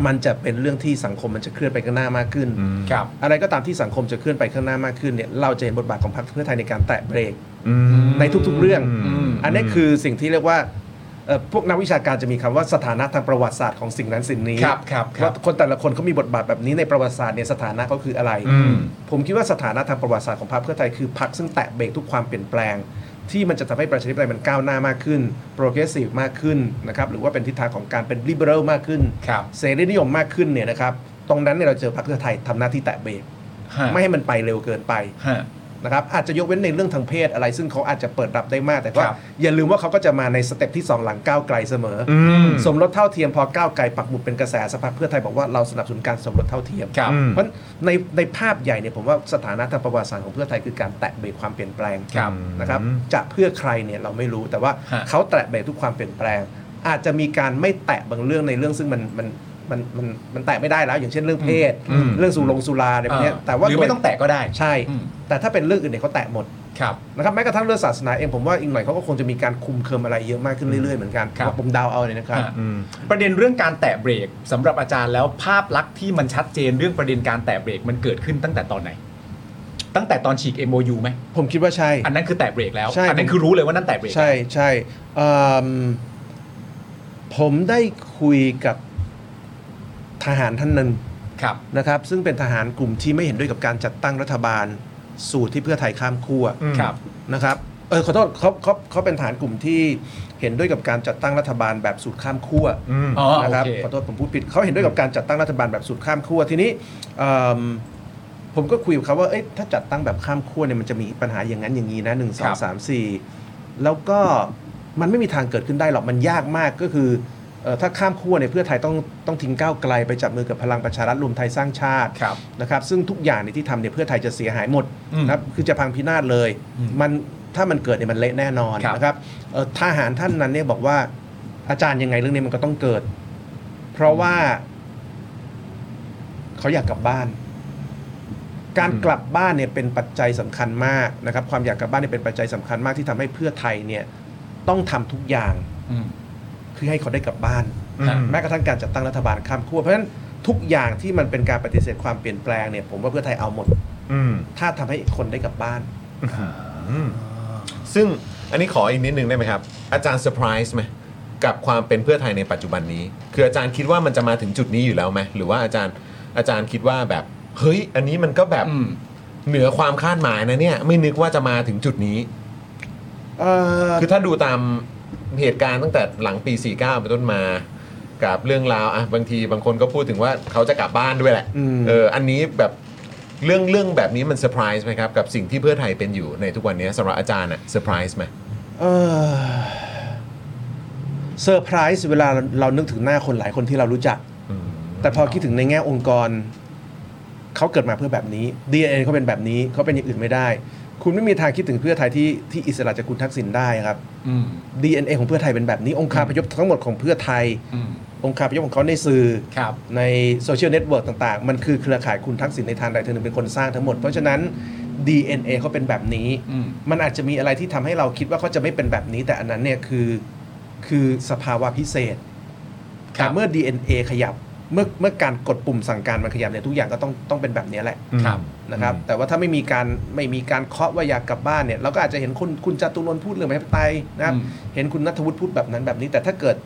Speaker 8: มันจะเป็นเรื่องที่สังคมมันจะเคลื่อนไปข้างหน้ามากขึ้น
Speaker 1: อืม
Speaker 3: ครับ
Speaker 8: อะไรก็ตามที่สังคมจะเคลื่อนไปข้างหน้ามากขึ้นเนี่ยเราจะเห็นบทบาทของพรรคเพื่อไทยในการแตะเบรก
Speaker 1: อืม
Speaker 8: ในทุกๆเรื่อง
Speaker 1: ม
Speaker 8: อันนี้คือสิ่งที่เรียกว่าเอ่อพวกนักวิชาการจะมีคำว่าสถานะทางประวัติศาสตร์ของสิ่งนั้นสิ่งนี้
Speaker 3: ครับครับครับ
Speaker 8: ว่าคนแต่ละคนเขามีบทบาทแบบนี้ในประวัติศาสตร์เนี่ยสถานะเขาคืออะไร
Speaker 1: อืม
Speaker 8: ผมคิดว่าสถานะทางประวัติศาสตร์ของพรรคเพื่อไทยคือพรรคซึ่งแตะเบรกทุกความเปลี่ยนแปลง ที่มันจะทำให้ประชาธิปไตยมันก้าวหน้ามากขึ้นโปรเกรสซีฟมากขึ้นนะครับหรือว่าเป็นทิศทางของการเป็นลิเบอรัลมากขึ้น
Speaker 3: ครับ
Speaker 8: เสรีนิยมมากขึ้นเนี่ยนะครับตรงนั้นเนี่ยเราเจอพรรคเพื่อไทยทำหน้าที่แตะเบรก
Speaker 3: ฮะ
Speaker 8: ไม่ให้มันไปเร็วเกินไป
Speaker 3: ฮะ
Speaker 8: นะครับอาจจะยกเว้นในเรื่องทางเพศอะไร ซึ่งเขาอาจจะเปิดรับได้มาก แต่ก็
Speaker 3: ครับ
Speaker 8: อย่าลืมว่าเขาก็จะมาในสเต็ปที่ 2 หลังก้าวไกลเสมออ
Speaker 1: ม
Speaker 8: สมรสเท่าเทียมพอก้าวไกลปักหมุดเป็นกระแสสภาเพื่อไทยบอกว่าเราสนับสนุนการสมรสเท่าเทียม
Speaker 3: ครับ
Speaker 1: อืม
Speaker 8: เพราะในในภาพใหญ่เนี่ยผมว่าสถานะทางประวัติศาสตร์ของเพื่อไทยคือการแตะเบรกความเปลี่ยนแปลง
Speaker 3: ครับ
Speaker 8: นะครับ
Speaker 1: อืม
Speaker 8: จะเพื่อใครเนี่ยเราไม่รู้แต่ว่า
Speaker 3: ฮะ
Speaker 8: เขาแตะเบรกทุกความเปลี่ยนแปลง อาจจะมีการไม่แตะบางเรื่องในเรื่องซึ่งมันมันมันมันมันแตะไม่ได้แล้ว อย่างเช่นเรื่องเพศ
Speaker 1: อืม
Speaker 8: เรื่องสุรงสุราอะไรพวกเนี้ยแต่ว่า
Speaker 3: หรือ
Speaker 8: โดย
Speaker 3: ไม่ต้องแตะก็ได้
Speaker 8: ใช่
Speaker 3: อืม
Speaker 8: แต่ถ้าเป็นเรื่องอื่นเนี่ยเขาแตะหมด
Speaker 3: ครับ
Speaker 8: นะครับแม้กระทั่งเรื่องศาสนาเองผมว่าอีกหน่อยเขาก็คงจะมีการคุมเครืมอะไรเยอะมากขึ้นเรื่อยๆเหมือนกัน
Speaker 3: ครับ
Speaker 8: ผมเดาเอาเลยนะครับ
Speaker 3: ฮะ
Speaker 1: อืม
Speaker 3: ประเด็นเรื่องการแตะเบรกสำหรับอาจารย์แล้วภาพลักษณ์ที่มันชัดเจนเรื่องประเด็นการแตะเบรกมันเกิดขึ้นตั้งแต่ตอนไหน ตั้งแต่ตอนฉีก MOU ไหม
Speaker 8: ผมคิดว่าใช่
Speaker 3: อันนั้นคือแตะเบรกแล้ว
Speaker 8: ใช่
Speaker 3: อันั้นคือรู้เลยว่านั่นแตะเบรก
Speaker 8: ใช่ใช่เอิ่มผมได้คุยกับทหารท่านหนึ่ง
Speaker 3: ครับ
Speaker 8: นะครับ ซึ่งเป็นทหารกลุ่มที่ไม่เห็นด้วยกับการจัดตั้งรัฐบาล สูตรที่เพื่อไทยข้ามขั้ว
Speaker 1: อืม
Speaker 3: ครับ
Speaker 8: นะครับ เออขอโทษเขาเขาเขาเป็นฐานกลุ่มที่เห็นด้วยกับการจัดตั้งรัฐบาลแบบสูตรข้ามขั้ว
Speaker 1: อืม
Speaker 3: อ๋อโอ
Speaker 8: นะครับ
Speaker 3: เค
Speaker 8: ขอโทษผมพูดผิดเขาเห็นด้วยกับการจัดตั้งรัฐบาลแบบสูตรข้ามขั้วทีนี้เอิ่มผมก็คุยกับเขาว่าเอ้ยถ้าจัดตั้งแบบข้ามขั้วเนี่ยมันจะมีปัญหาอย่างนั้นอย่างนี้นะหนึ่งส
Speaker 3: ค
Speaker 8: อ
Speaker 3: รั
Speaker 8: ง
Speaker 3: บ
Speaker 8: สามสี่แล้วก็มันไม่มีทางเกิดขึ้นได้หรอกมันยากมากก็คือ เอ่อถ้าข้ามขั้วเนี่ยเพื่อไทยต้องต้องทิ้งก้าวไกลไปจับมือกับพลังประชารัฐรวมไทยสร้างชาติ
Speaker 3: ครับ
Speaker 8: นะครับซึ่งทุกอย่างเนี่ยที่ทำเนี่ยเพื่อไทยจะเสียหายหมด
Speaker 3: อืม
Speaker 8: นะครับคือจะพังพินาศเลย
Speaker 3: อืม
Speaker 8: มันถ้ามันเกิดเนี่ยมันเละแน่นอน
Speaker 3: ครับ
Speaker 8: นะครับเอ่อทหารท่านนั้นเนี่ยบอกว่าอาจารย์ยังไงเรื่องนี้มันก็ต้องเกิด เพราะว่าเขาอยากกลับบ้าน การกลับบ้านเนี่ยเป็นปัจจัยสำคัญมากนะครับความอยากกลับบ้านเนี่ยเป็นปัจจัยสำคัญมากที่ทำให้เพื่อไทยเนี่ยต้องทำทุกอย่าง
Speaker 3: อืม
Speaker 8: คือให้เขาได้กลับบ้าน
Speaker 3: อืม
Speaker 8: แม้กระทั่งการจัดตั้งรัฐบาลข้ามขั้วเพราะฉะนั้นทุกอย่างที่มันเป็นการปฏิเสธความเปลี่ยนแปลงเนี่ยผมว่าเพื่อไทยเอาหมด
Speaker 1: อืม
Speaker 8: ถ้าทำให้คนได้กลับบ้าน
Speaker 1: ซึ่งอันนี้ขออีกนิดนึงได้ไหมครับ อาจารย์เซอร์ไพรส์ไหมกับความเป็นเพื่อไทยในปัจจุบันนี้ คืออาจารย์คิดว่ามันจะมาถึงจุดนี้อยู่แล้วไหมหรือว่าอาจารย์อาจารย์คิดว่าแบบ เฮ้ย อันนี้มันก็แบบ
Speaker 3: อืม
Speaker 1: เหนือความคาดหมายนะเนี่ย ไม่นึกว่าจะมาถึงจุดนี้
Speaker 8: เออ
Speaker 1: คือถ้าดูตามเหตุการณ์ตั้งแต่หลังปี 49เป็นต้นมา กับเรื่องราวอ่ะบางทีบางคนก็พูดถึงว่าเขาจะกลับบ้านด้วยแหละ
Speaker 8: อืม
Speaker 1: เอออันนี้แบบเรื่องเรื่องแบบนี้มันเซอร์ไพรส์ไหมครับ กับสิ่งที่เพื่อไทยเป็นอยู่ในทุกวันนี้สำหรับอาจารย์อะเซอร์ไพรส์ไหม
Speaker 8: เออเซอร์ไพรส์เวลาเรานึกถึงหน้าคนหลายคนที่เรารู้จัก แต่พอคิดถึงในแง่องค์กร เขาเกิดมาเพื่อแบบนี้ DNA เขาเป็นแบบนี้เขาเป็นอย่างอื่นไม่ได้ คุณไม่มีทางคิดถึงเพื่อไทยที่ที่อิสระจากคุณทักษิณได้ครับ
Speaker 3: อืม
Speaker 8: DNA ของเพื่อไทยเป็นแบบนี้ องค์คาพยพทั้งหมดของเพื่อไทย
Speaker 3: อืม
Speaker 8: องค์คาพยพของเขาในสื่อ
Speaker 3: ครับ
Speaker 8: ในโซเชียลเน็ตเวิร์กต่าง ๆ มันคือเครือข่ายคุณทักษิณในทางใดทางหนึ่งเป็นคนสร้างทั้งหมด เพราะฉะนั้น DNA เขาเป็นแบบนี้
Speaker 3: อืม
Speaker 8: มันอาจจะมีอะไรที่ทำให้เราคิดว่าเขาจะไม่เป็นแบบนี้ แต่อันนั้นเนี่ยคือคือสภาวะพิเศษ
Speaker 3: ครับ
Speaker 8: แต่เมื่อ DNA ขยับเมื่อเมื่อการกดปุ่มสั่งการมันขยับเนี่ยทุกอย่างก็ต้องต้องเป็นแบบนี้แหละ
Speaker 3: ครับ
Speaker 8: นะครับ แต่ว่าถ้าไม่มีการไม่มีการเคาะว่าอยากกลับบ้านเนี่ยเราก็อาจจะเห็นคุณคุณจตุรนต์พูดเรื่องประชาธิปไตยนะครับ
Speaker 3: อืม
Speaker 8: เห็นคุณนัทวุฒิพูดแบบนั้นแบบนี้ แต่ถ้าเกิด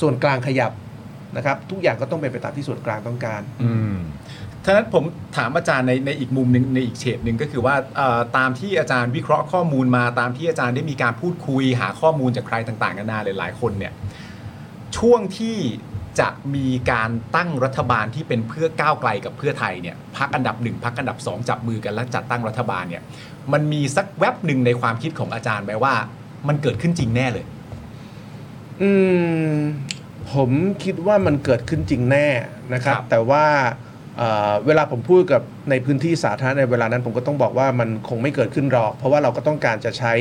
Speaker 8: ส่วนกลางขยับนะครับ ทุกอย่างก็ต้องเป็นไปตามที่ส่วนกลางต้องการ
Speaker 3: ท่านั้นผมถามอาจารย์ในในอีกมุมหนึ่งในอีกเฉดหนึ่งก็คือว่าเอ่อตามที่อาจารย์วิเคราะห์ข้อมูลมาตามที่อาจารย์ได้มีการพูดคุยหาข้อมูลจากใครต่างๆกันานาหลายๆคนเนี่ยช่วงที่จะมีการตั้งรัฐบาลที่เป็นเพื่อก้าวไกลกับเพื่อไทยเนี่ยพักอันดับหนึ่งพักอันดับสองจับมือกันและจัดตั้งรัฐบาลเนี่ยมันมีสักแวบหนึ่งในความคิดของอาจารย์ไหมว่า มันเกิดขึ้นจริงแน่เลย
Speaker 8: อืมผมคิดว่ามันเกิดขึ้นจริงแน่นะครับ
Speaker 3: ครับ
Speaker 8: แต่ว่าเอ่อเวลาผมพูดกับในพื้นที่สาธารณะในเวลานั้นผมก็ต้องบอกว่ามันคงไม่เกิดขึ้นหรอก เพราะว่าเราก็ต้องการจะใช้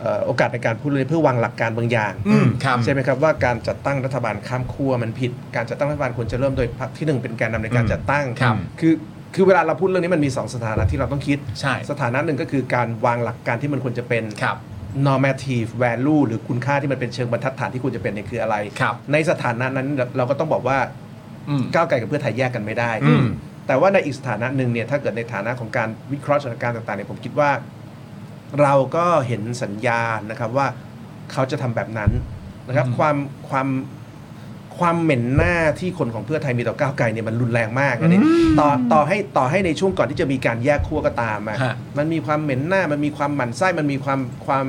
Speaker 8: เอ่อโอกาสในการพูดเลยเพื่อวางหลักการบางอย่าง
Speaker 3: อืมครับ
Speaker 8: ใช่ไหมครับว่าการจัดตั้งรัฐบาลข้ามขั้วมันผิด การจัดตั้งรัฐบาลควรจะเริ่มโดยพรรคที่หนึ่งเป็นแกนนำในการจัดตั้ง
Speaker 3: ครับ
Speaker 8: คือคือเวลาเราพูดเรื่องนี้มันมีสองสถานะที่เราต้องคิด
Speaker 3: ใช่
Speaker 8: สถานะหนึ่งก็คือการวางหลักการที่มันควรจะเป็น
Speaker 3: ครับ
Speaker 8: normative value หรือคุณค่าที่มันเป็นเชิงบรรทัดฐานที่ควรจะเป็นเนี่ยคืออะไร
Speaker 3: ครับ
Speaker 8: ในสถานะนั้นเราก็ต้องบอกว่า
Speaker 3: อืม
Speaker 8: ก้าวไกลกับเพื่อไทยแยกกันไม่ได้
Speaker 3: อืม
Speaker 8: แต่ว่าในอีกสถานะหนึ่งเนี่ยถ้าเกิดในฐานะของการวิเคราะห์สถานการณ์ต่างๆเนี่ยผมคิดว่า เราก็เห็นสัญญาณนะครับว่าเขาจะทำแบบนั้นนะครับ
Speaker 3: อืม
Speaker 8: ความความความเหม็นหน้าที่คนของเพื่อไทยมีต่อก้าวไกลเนี่ยมันรุนแรงมากอันนี้ต่อต่อให้ต่อให้ในช่วงก่อนที่จะมีการแยกขั้วก็ตามอะ
Speaker 3: ฮะ
Speaker 8: มันมีความเหม็นหน้า มันมีความหมั่นไส้ มันมีความความ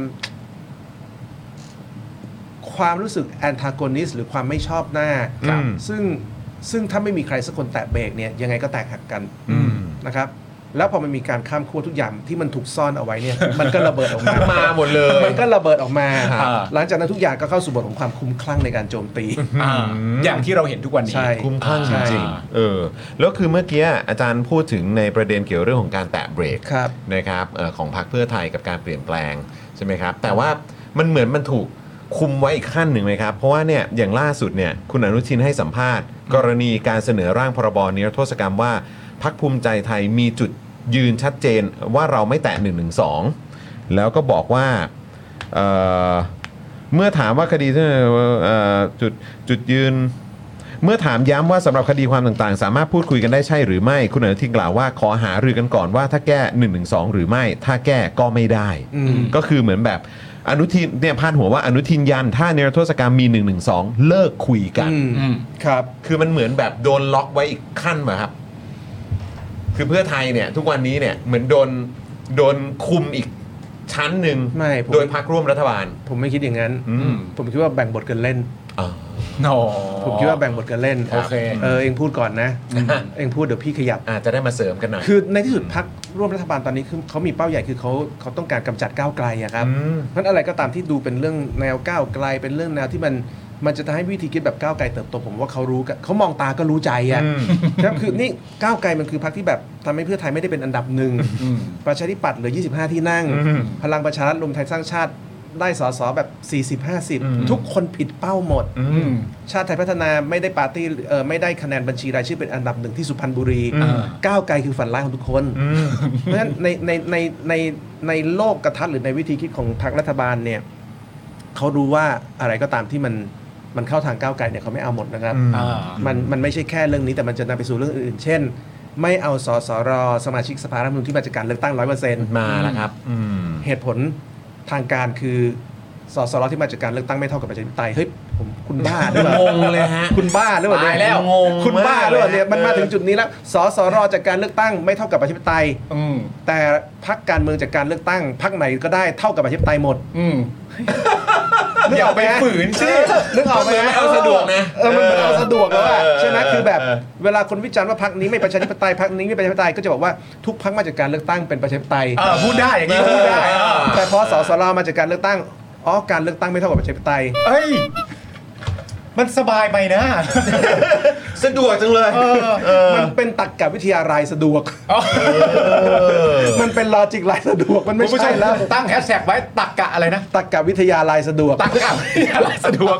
Speaker 8: ความรู้สึกแอนทากอนิสหรือความไม่ชอบหน้า
Speaker 1: ครับ
Speaker 8: ซึ่งซึ่งถ้าไม่มีใครสักคนแตะเบรกเนี่ยยังไงก็แตกหักกัน
Speaker 1: อืม
Speaker 8: นะครับ แล้วพอมันมีการข้ามขั้วทุกอย่างที่มันถูกซ่อนเอาไว้ เนี่ย มันก็ระเบิดออกมา
Speaker 1: มาหมดเลย
Speaker 8: มันก็ระเบิดออกมา
Speaker 3: ครับ
Speaker 8: หลังจากนั้นทุกอย่างก็เข้าสู่บทของความคุ้มคลั่งในการโจมตี
Speaker 3: อ่าอย่างที่เราเห็นทุกวันนี้
Speaker 8: ใช่
Speaker 1: คุ้มคลั่งจริง
Speaker 3: อ่า
Speaker 1: ๆเออแล้วคือเมื่อกี้อาจารย์พูดถึงในประเด็นเกี่ยวเรื่องของการแตะเบรก
Speaker 8: ครับ
Speaker 1: นะครับเอ่อของพรรคเพื่อไทยกับการเปลี่ยนแปลงใช่ไหมครับ แต่ว่ามันเหมือนมันถูกคุมไว้อีกขั้นหนึ่งไหมครับ เพราะว่าเนี่ยอย่างล่าสุดเนี่ยคุณอนุชินให้สัมภาษณ์ กรณีการเสนอร่างพรบนิรโทษกรรมว่าพรรคภูมิใจไทยมีจุดยืนชัดเจนว่าเราไม่แตะ1นึแล้วก็บอกว่าเอ่อเมื่อถามว่าคดีที่เอ่อจุดจุดยืน เมื่อถามย้ำว่าสำหรับคดีความต่างๆ สามารถพูดคุยกันได้ใช่หรือไม่ คุณอนุทินกล่าวว่าขอหารือกันก่อนว่าถ้าแก้1นึหรือไม่ ถ้าแก้ก็ไม่ได้ ก็คือเหมือนแบบอนุทินเนี่ยพาดหัวว่าอนุทินยัน ถ้าเนรโทษกรรมมี1นึเลิกคุยกัน
Speaker 8: อืม
Speaker 3: อืม
Speaker 8: ครับ
Speaker 1: คือมันเหมือนแบบโดนล็อกไว้อีกขั้นมาครับ คือเพื่อไทยเนี่ย ทุกวันนี้เนี่ยเหมือนโดนโดนคุมอีกชั้นหนึ่ง
Speaker 8: ไม่ผม
Speaker 1: โดยพรรคร่วมรัฐบาล
Speaker 8: ผมไม่คิดอย่างนั้น
Speaker 1: อืม
Speaker 8: ผมคิดว่าแบ่งบทกันเล่น
Speaker 1: อ่า
Speaker 3: นอ
Speaker 8: ผมคิดว่าแบ่งบทกันเล่น
Speaker 3: โอเค
Speaker 8: เออเองพูดก่อนนะ
Speaker 3: อืม
Speaker 8: เองพูดเดี๋ยวพี่ขยับ
Speaker 1: อาจจะได้มาเสริมกันหน่อย
Speaker 8: คือในที่สุดพักร่วมรัฐบาลตอนนี้คือเขามีเป้าใหญ่คือเขาเขาต้องการกำจัดก้าวไกลอะครับ
Speaker 1: อืม
Speaker 8: เพราะฉะนั้นอะไรก็ตามที่ดูเป็นเรื่องแนวก้าวไกล เป็นเรื่องแนวที่มัน มันจะทำให้วิธีคิดแบบก้าวไกลเติบโตผมว่าเขารู้กันเขามองตาก็รู้ใจอ่ะครับคือนี่ก้าวไกลมันคือพรรคที่แบบทำให้เพื่อไทยไม่ได้เป็นอันดับหนึ่งประชาธิปัตย์เหลือ 25 ที่นั่ง พลังประชารัฐรวมไทยสร้างชาติได้สอสอแบบ 40-50 ทุกคนผิดเป้าหมด ชาติไทยพัฒนาไม่ได้ปาร์ตี้เอ่อไม่ได้คะแนนบัญชีรายชื่อเป็นอันดับหนึ่งที่สุพรรณบุรี ก้าวไกลคือฝันร้ายของทุกคน เพราะฉะนั้นในในในในในโลกกระทัดหรือในวิธีคิดของพรรครัฐบาลเนี่ยเขารู้ว่าอะไรก็ตามที่มันมันเข้าทางก้าวไกลเนี่ยเขาไม่เอาหมดนะครับมันมันไม่ใช่แค่เรื่องนี้แต่มันจะนำไปสู่เรื่องอื่นๆ เช่น ไม่เอาสสรสมาชิกสภารัฐมนตรีที่มาจากการเลือกตั้งร้อยเปอร์เซ็นต์
Speaker 1: มาแล้วครับ อืม
Speaker 8: เหตุผลทางการคือสสรที่มาจากการเลือกตั้งไม่เท่ากับประชาธิปไตยเฮ้ยผมคุณบ้าหรือเปล่าง
Speaker 1: งเลยฮะ
Speaker 8: คุณบ้าหรือเปล่าเนี่ย
Speaker 1: ตายแล้วงง
Speaker 8: คุณบ้าม
Speaker 1: าก
Speaker 8: หรือเปล่าเนี่ย
Speaker 1: เลยฮะ
Speaker 8: มันมา
Speaker 1: เออ
Speaker 8: ถึงจุดนี้แล้วสสรจากการเลือกตั้งไม่เท่ากับประชาธิปไตย
Speaker 5: อืม
Speaker 8: แต่พักการเมืองจากการเลือกตั้งพักไหนก็ได้เท่ากับประชาธิปไตยหมด
Speaker 5: อืม
Speaker 8: อย่าไปฝืนสินึกออกไหม
Speaker 1: มันเอาสะดวกไง
Speaker 8: เออมันเหมือนเอาสะดวกแล้วอะ
Speaker 1: เออ
Speaker 8: ใช่ไหมคือแบบ
Speaker 1: เออ
Speaker 8: เวลาคนวิจารณ์ว่าพักนี้ไม่ประชาธิปไตยพักนี้ไม่ประชาธิปไตยก็จะบอกว่าทุกพักมาจากการเลือกตั้งเป็นประชาธิปไตย
Speaker 3: เออพูดได้อย่างนี้พูดได้เออ
Speaker 8: แต่พอสสรมาจากการเลือกตั้ง อ๋อ การเลือกตั้งไม่เท่ากับประชาธิปไตย
Speaker 3: เอ้ย มันสบายไปนะ
Speaker 1: สะดวกจังเลย
Speaker 8: มันเป็นตักกับวิทยารายสะดวก มันเป็นลอจิกรายสะดวก มันไม่
Speaker 3: คุณผู้ช
Speaker 8: ใช่
Speaker 3: ม
Speaker 8: แล้ว
Speaker 3: ตั้งแฮชแท็กไว้ตักกะอะไรนะ
Speaker 8: ตักกับวิทยารายสะดวก
Speaker 3: ตักกะอะไรสะดวก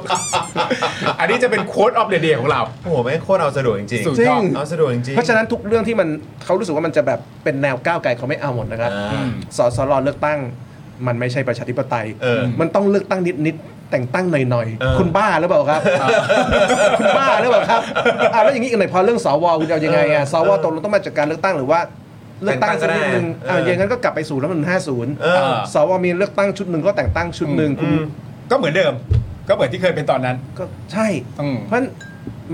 Speaker 3: อันนี้จะเป็นโค้ดออฟเด e ของเรา
Speaker 1: โอ้โหแม่งโคตรเอาสะดวกจริง
Speaker 3: สุดยอด
Speaker 1: เอาสะดวกจริง
Speaker 8: เพราะฉะนั้นทุกเรื่องที่มันเขารู้สึกว่ามันจะแบบเป็นแนวก้าวไกลเขาไม่เอาหมดนะครับ
Speaker 1: อ่า
Speaker 8: สสรเลือกตั้ง มันไม่ใช่ประชาธิปไตย
Speaker 1: เออ
Speaker 8: มันต้องเลือกตั้งนิดนิดๆแต่งตั้งหน่อย
Speaker 1: เออ
Speaker 8: ๆ คุณบ้าหรือเปล่าครับ คุณบ้าหรือเปล่าครับอ่ะแล้วอย่างนี้อีกหน่อยพอเรื่องสวคุณจะเอายังไงอ่ะสวตกลงต้องมาจากการเลือกตั้งหรือว่า เลือกตั้งสักนิดนึง
Speaker 1: แต่งตั้งก็ได้เอออ
Speaker 8: อ่ะอย่างนั้นก็กลับไปสู่รัฐธรรมนูล
Speaker 1: เออ
Speaker 8: 50สวมีเลือกตั้งชุดหนึ่งก็แต่งตั้งชุดหนึ่งคุณ
Speaker 3: ก็เหมือนเดิม ก็เหมือนที่เคยเป็นตอนนั้น
Speaker 8: ก็ใช่
Speaker 5: อืม
Speaker 8: เพราะฉะนั้น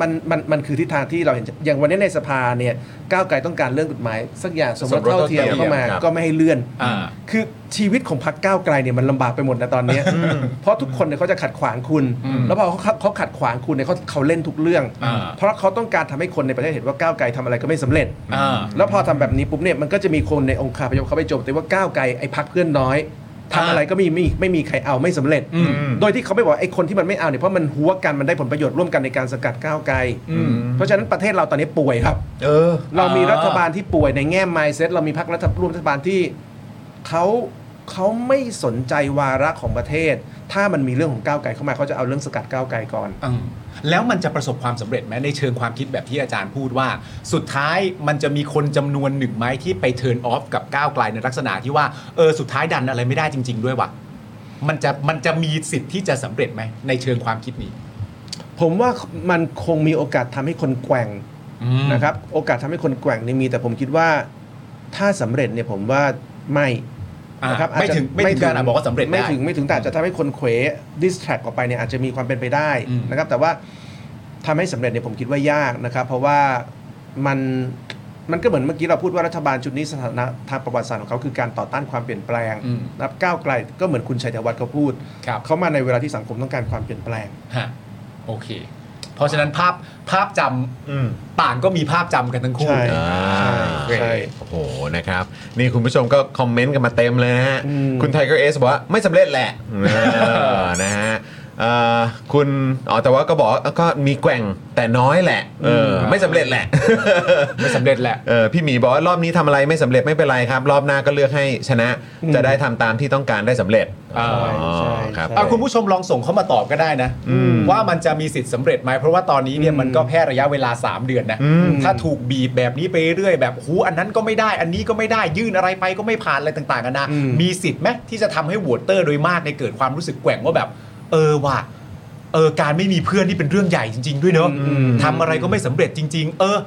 Speaker 8: มันมันมันคือทิศทางที่เราเห็นอย่างวันนี้ในสภาเนี่ยก้าวไกลต้องการเรื่องกฎหมาย สักอย่างสมรสเท่าเทียมเข้ามา
Speaker 1: ครับ
Speaker 8: ก็ไม่ให้เลื่อน
Speaker 3: อ่า
Speaker 8: คือชีวิตของพรรคก้าวไกลเนี่ยมันลำบากไปหมดนะตอนเนี้ยเพราะทุกคนเนี่ยเขาจะขัดขวางคุณ แล้วพอเขาเขาขัดขวางคุณเนี่ยเขาเขาเล่นทุกเรื่อง
Speaker 3: อ่า
Speaker 8: เพราะเขาต้องการทำให้คนในประเทศเห็นว่าก้าวไกลทำอะไรก็ไม่สำเร็จ
Speaker 3: อ่า
Speaker 8: แล้วพอทำแบบนี้ปุ๊บเนี่ยมันก็จะมีคนในองค์คาพยพเขาไปโจมตีว่าก้าวไกลไอ้พักเพื่อนน้อยทำอะไรก็ไมีไม่ไม่มีใครเอาไม่สำเร็จ โดยที่เขาไม่บอกว่าไอ้คนที่มันไม่เอาเนี่ยเพราะมันหัวกันมันได้ผลประโยชน์ร่วมกันในการสกัดก้าวไกลเพราะฉะนั้นประเทศเราตอนนี้ป่วยครับ
Speaker 1: เออ
Speaker 8: เรามี
Speaker 3: อ่ารั
Speaker 8: รัฐบาลที่ป่วยในแง่ mindset เรามีพรรครัฐร่วมรัฐบาลที่เขาเขาไม่สนใจวาระของประเทศ ถ้ามันมีเรื่องของก้าวไกลเข้ามาเขาจะเอาเรื่องสกัดก้าวไกลก่อน
Speaker 3: อืมแล้วมันจะประสบความสำเร็จไหมในเชิงความคิดแบบที่อาจารย์พูดว่า สุดท้ายมันจะมีคนจำนวนหนึ่งไหมที่ไปเทิร์นออฟกับก้าวไกลในลักษณะที่ว่าเออสุดท้ายดันอะไรไม่ได้จริง ๆ ด้วยว่ะมันจะมันจะมีสิทธิ์ที่จะสำเร็จไหมในเชิงความคิดนี้
Speaker 8: ผมว่ามันคงมีโอกาสทำให้คนแกว่งนะครับ โอกาสทำให้คนแกว่งนี่มี แต่ผมคิดว่าถ้าสำเร็จเนี่ยผมว่าไม่
Speaker 3: อ่า
Speaker 8: นะครับอา
Speaker 3: ไม่
Speaker 8: จจะ
Speaker 3: ถึงไม่ถึงขนาดบอกว่าสำเร็จ
Speaker 8: ไม่
Speaker 3: ได้
Speaker 8: ถึงไม่ถึงแต่อาจจะทำให้คนเขวดิสแทรกออกไปเนี่ยอาจจะมีความเป็นไปได้
Speaker 3: อืม
Speaker 8: นะครับ แต่ว่าทำให้สำเร็จเนี่ยผมคิดว่ายากนะครับ เพราะว่ามันมันก็เหมือนเมื่อกี้เราพูดว่ารัฐบาลชุดนี้สถานะทางประวัติศาสตร์ของเขาคือการต่อต้านความเปลี่ยนแปลง
Speaker 3: อืม
Speaker 8: นะครับก้าวไกลก็เหมือนคุณชัยธวัฒน์เขาพูด
Speaker 3: ครับ
Speaker 8: เขามาในเวลาที่สังคมต้องการความเปลี่ยนแปลง
Speaker 3: ฮะโอเค เพราะฉะนั้นภาพภาพจำ
Speaker 1: อืม
Speaker 3: ต่างก็มีภาพจำกันทั้งคู่
Speaker 8: ใช่
Speaker 1: อ่า
Speaker 8: ใช่ใช่
Speaker 1: โอ้โหนะครับ นี่คุณผู้ชมก็คอมเมนต์กันมาเต็มเลยนะฮะ
Speaker 8: อืม
Speaker 1: คุณไทเกอร์เอสบอกว่า ไม่สำเร็จแห ละเออนะฮะเอ่อคุณอ๋อแต่ว่าก็บอกว่าก็มีแกว่งแต่น้อยแหละเออไม่สำเร็จแหละ
Speaker 3: ไม่สำเร็จแหละ
Speaker 1: เออพี่หมีบอกว่ารอบนี้ทำอะไรไม่สำเร็จไม่เป็นไรครับ รอบหน้าก็เลือกให้ชนะ จะได้ทำตามที่ต้องการได้สำเร็จ
Speaker 3: อ่า
Speaker 1: อ๋อ
Speaker 8: ใช่
Speaker 1: ครับ
Speaker 8: ใช่
Speaker 3: อ่ะคุณผู้ชมลองส่งเข้ามาตอบก็ได้นะ ว่ามันจะมีสิทธิ์สำเร็จไหมเพราะว่าตอนนี้เนี่ยมันก็แพร่ระยะเวลา 3 เดือนนะ ถ้าถูกบีบแบบนี้ไปเรื่อยแบบหูอันนั้นก็ไม่ได้ อันนี้ก็ไม่ได้ยื่นอะไรไปก็ไม่ผ่านอะไรต่างๆกันนะ
Speaker 8: อืม
Speaker 3: มีสิทธิ์ไหมที่จะทำให้โหวตเตอร์โดยมากในยเกิดความรู้สึกแกว่งว่าแบบ เออว่ะเออการไม่มีเพื่อนนี่เป็นเรื่องใหญ่จริง ๆ ด้วยเนอะทำอะไรก็ไม่สำเร็จจริง ๆ เออ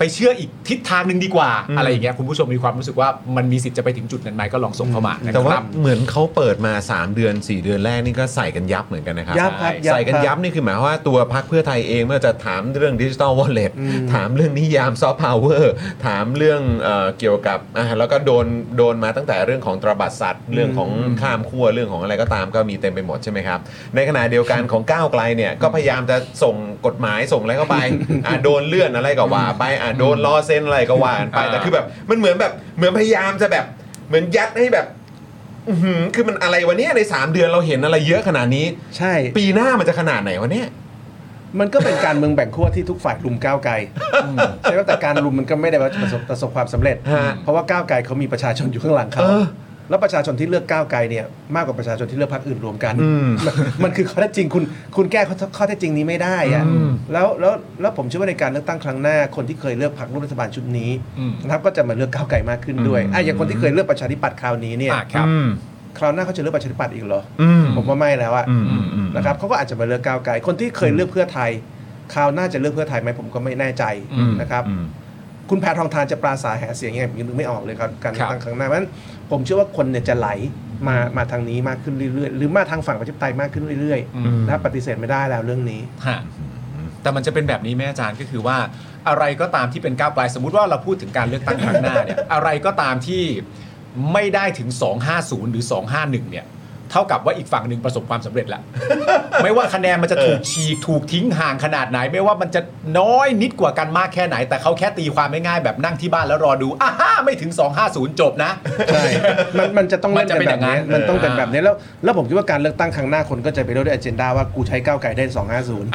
Speaker 3: ไปเชื่ออีกทิศทางหนึ่งดีกว่า อะไรอย่างเงี้ยคุณผู้ชมมีความรู้สึกว่ามันมีสิทธิ์จะไปถึงจุดนั้นไหมก็ลองส่งเข้ามานะ
Speaker 1: แต่
Speaker 3: ค
Speaker 1: ว่า
Speaker 3: รับ
Speaker 1: เหมือนเขาเปิดมา 3 เดือน 4 เดือนแรกนี่ก็ใส่กันยับเหมือนกันนะครับ
Speaker 8: ยับครับยับ
Speaker 1: ใส่กัน
Speaker 8: ครับ
Speaker 1: ยับนี่คือหมายความว่าตัวพรรคเพื่อไทยเองเมื่อจะถามเรื่องดิจิ t a ลวอลเล็ต
Speaker 8: อืม
Speaker 1: ถามเรื่องนิยามซอฟต์พาวเวอร์ถามเรื่องเอ่อเกี่ยวกับอ่ะแล้วก็โดนโดนมาตั้งแต่เรื่องของตราบัดสัตว์ เรื่องของข้ามขั้วเรื่องของอะไรก็ตามก็มีเต็มไปหมดใช่ไหมครับ ในขณะเดียวกันของก้าวไกลเนี่ยก็พยายามจะส่งกฎหมายส่งอะไรเข้าไป อ่ะโดนเลื่อนอะไรก็ว่าไปอ่ะโดนล้อเส้นอะไรก็ว่ากันไปแต่คือแบบมันเหมือนแบบเหมือนพยายามจะแบบเหมือนยัดให้แบบ อื้อหือคือมันอะไรวะเนี่ยใน 3 เดือนเราเห็นอะไรเยอะขนาดนี้
Speaker 8: ใช่
Speaker 1: ปีหน้ามันจะขนาดไหนวะเนี่ย
Speaker 8: มันก็เป็นการเมืองแบ่งขั้วที่ทุกฝ่ายลุมก้าวไกลใช่ไหมแต่การลุมมันก็ไม่ได้ว่าจะประสบประสบความสำเร็จ
Speaker 1: ฮะ
Speaker 8: เพราะว่าก้าวไกลเขามีประชาชนอยู่ข้างหลังเขา
Speaker 1: เออ
Speaker 8: แล้วประชาชนที่เลือกก้าวไกลเนี่ยมากกว่าประชาชนที่เลือกพรรคอื่นรวมกัน
Speaker 1: อืม
Speaker 8: นมันคือข้อเท็จจริงคุณคุณแก้ข้อข้อเท็จจริงนี้ไม่ได้อะ
Speaker 1: อืม
Speaker 8: แล้วแล้วแล้วผมเชื่อว่าในการเลือกตั้งครั้งหน้า คนที่เคยเลือกพรรคร่วมรัฐบาลชุดนี้นะครับก็จะมาเลือกก้าวไกลมากขึ้นด้วยอ่ะอย่างคนที่เคยเลือกประชาธิปัตย์คราวนี้เนี่ย
Speaker 3: อ่ะครับ
Speaker 1: อืม
Speaker 8: คราวหน้าเขาจะเลือกประชาธิปัตย์อีกเหรอ
Speaker 1: อืม
Speaker 8: ผมว่าไม่แล้วอะ
Speaker 1: อืมอืมอืม
Speaker 8: นะครับเขาก็อาจจะมาเลือกก้าวไกลคนที่เคยเลือกเพื่อไทยคราวหน้าจะเลือกเพื่อไทยไหมผมก็ไม่แน่ใจ
Speaker 1: อืม
Speaker 8: นะครับ
Speaker 1: อืม
Speaker 8: คุณแพทองทานจะปราศรัยหาเสียงยังไงผมยังนึกไม่ออกเลยครับการเลือก
Speaker 3: ครับ
Speaker 8: ตั้งครั้งหน้าเพราะฉะนั้นผมเชื่อว่าคนเนี่ยจะไหลมามาทางนี้มากขึ้นเรื่อยๆ หรือมาทางฝั่งประชาธิปไตยมากขึ้นเรื่อยๆนะครับปฏิเสธไม่ได้แล้วเรื่องนี้
Speaker 3: ฮะแต่มันจะเป็นแบบนี้แม่อาจารย์ก็คือว่า อะไรก็ตามที่เป็นก้าวไกลสมมติว่าเราพูดถึงการเลือกตั้งครั้งหน้า เนี่ย อะไรก็ตามที่ไม่ได้ถึง 250 หรือ 251 เนี่ย เท่ากับว่าอีกฝั่งหนึ่งประสบ ความสำเร็จแล้ว ไม่ว่าคะแนนมันจะถูกฉีกถูกทิ้งห่างขนาดไหน ไม่ว่ามันจะน้อยนิดกว่ากันมากแค่ไหน แต่เขาแค่ตีความง่ายๆแบบนั่งที่บ้านแล้วรอดูอ่าฮ่าไม่ถึง 250 จบนะ
Speaker 8: ใช่ มันมันจะต้อง
Speaker 3: มั
Speaker 8: เล่
Speaker 3: น
Speaker 8: น
Speaker 3: จะ
Speaker 8: กัน
Speaker 3: เป็นอ
Speaker 8: แบบ
Speaker 3: ย่างนั้
Speaker 8: นี้
Speaker 3: น
Speaker 8: มันต้องเป็น
Speaker 3: เออ
Speaker 8: แบบนี้แล้วแล้วผมคิดว่าการเลือกตั้งครั้งหน้าคนก็จะไปด้วยด้วยอเจนดาว่ากูใช้ก้าวไกล
Speaker 3: เ
Speaker 8: ได้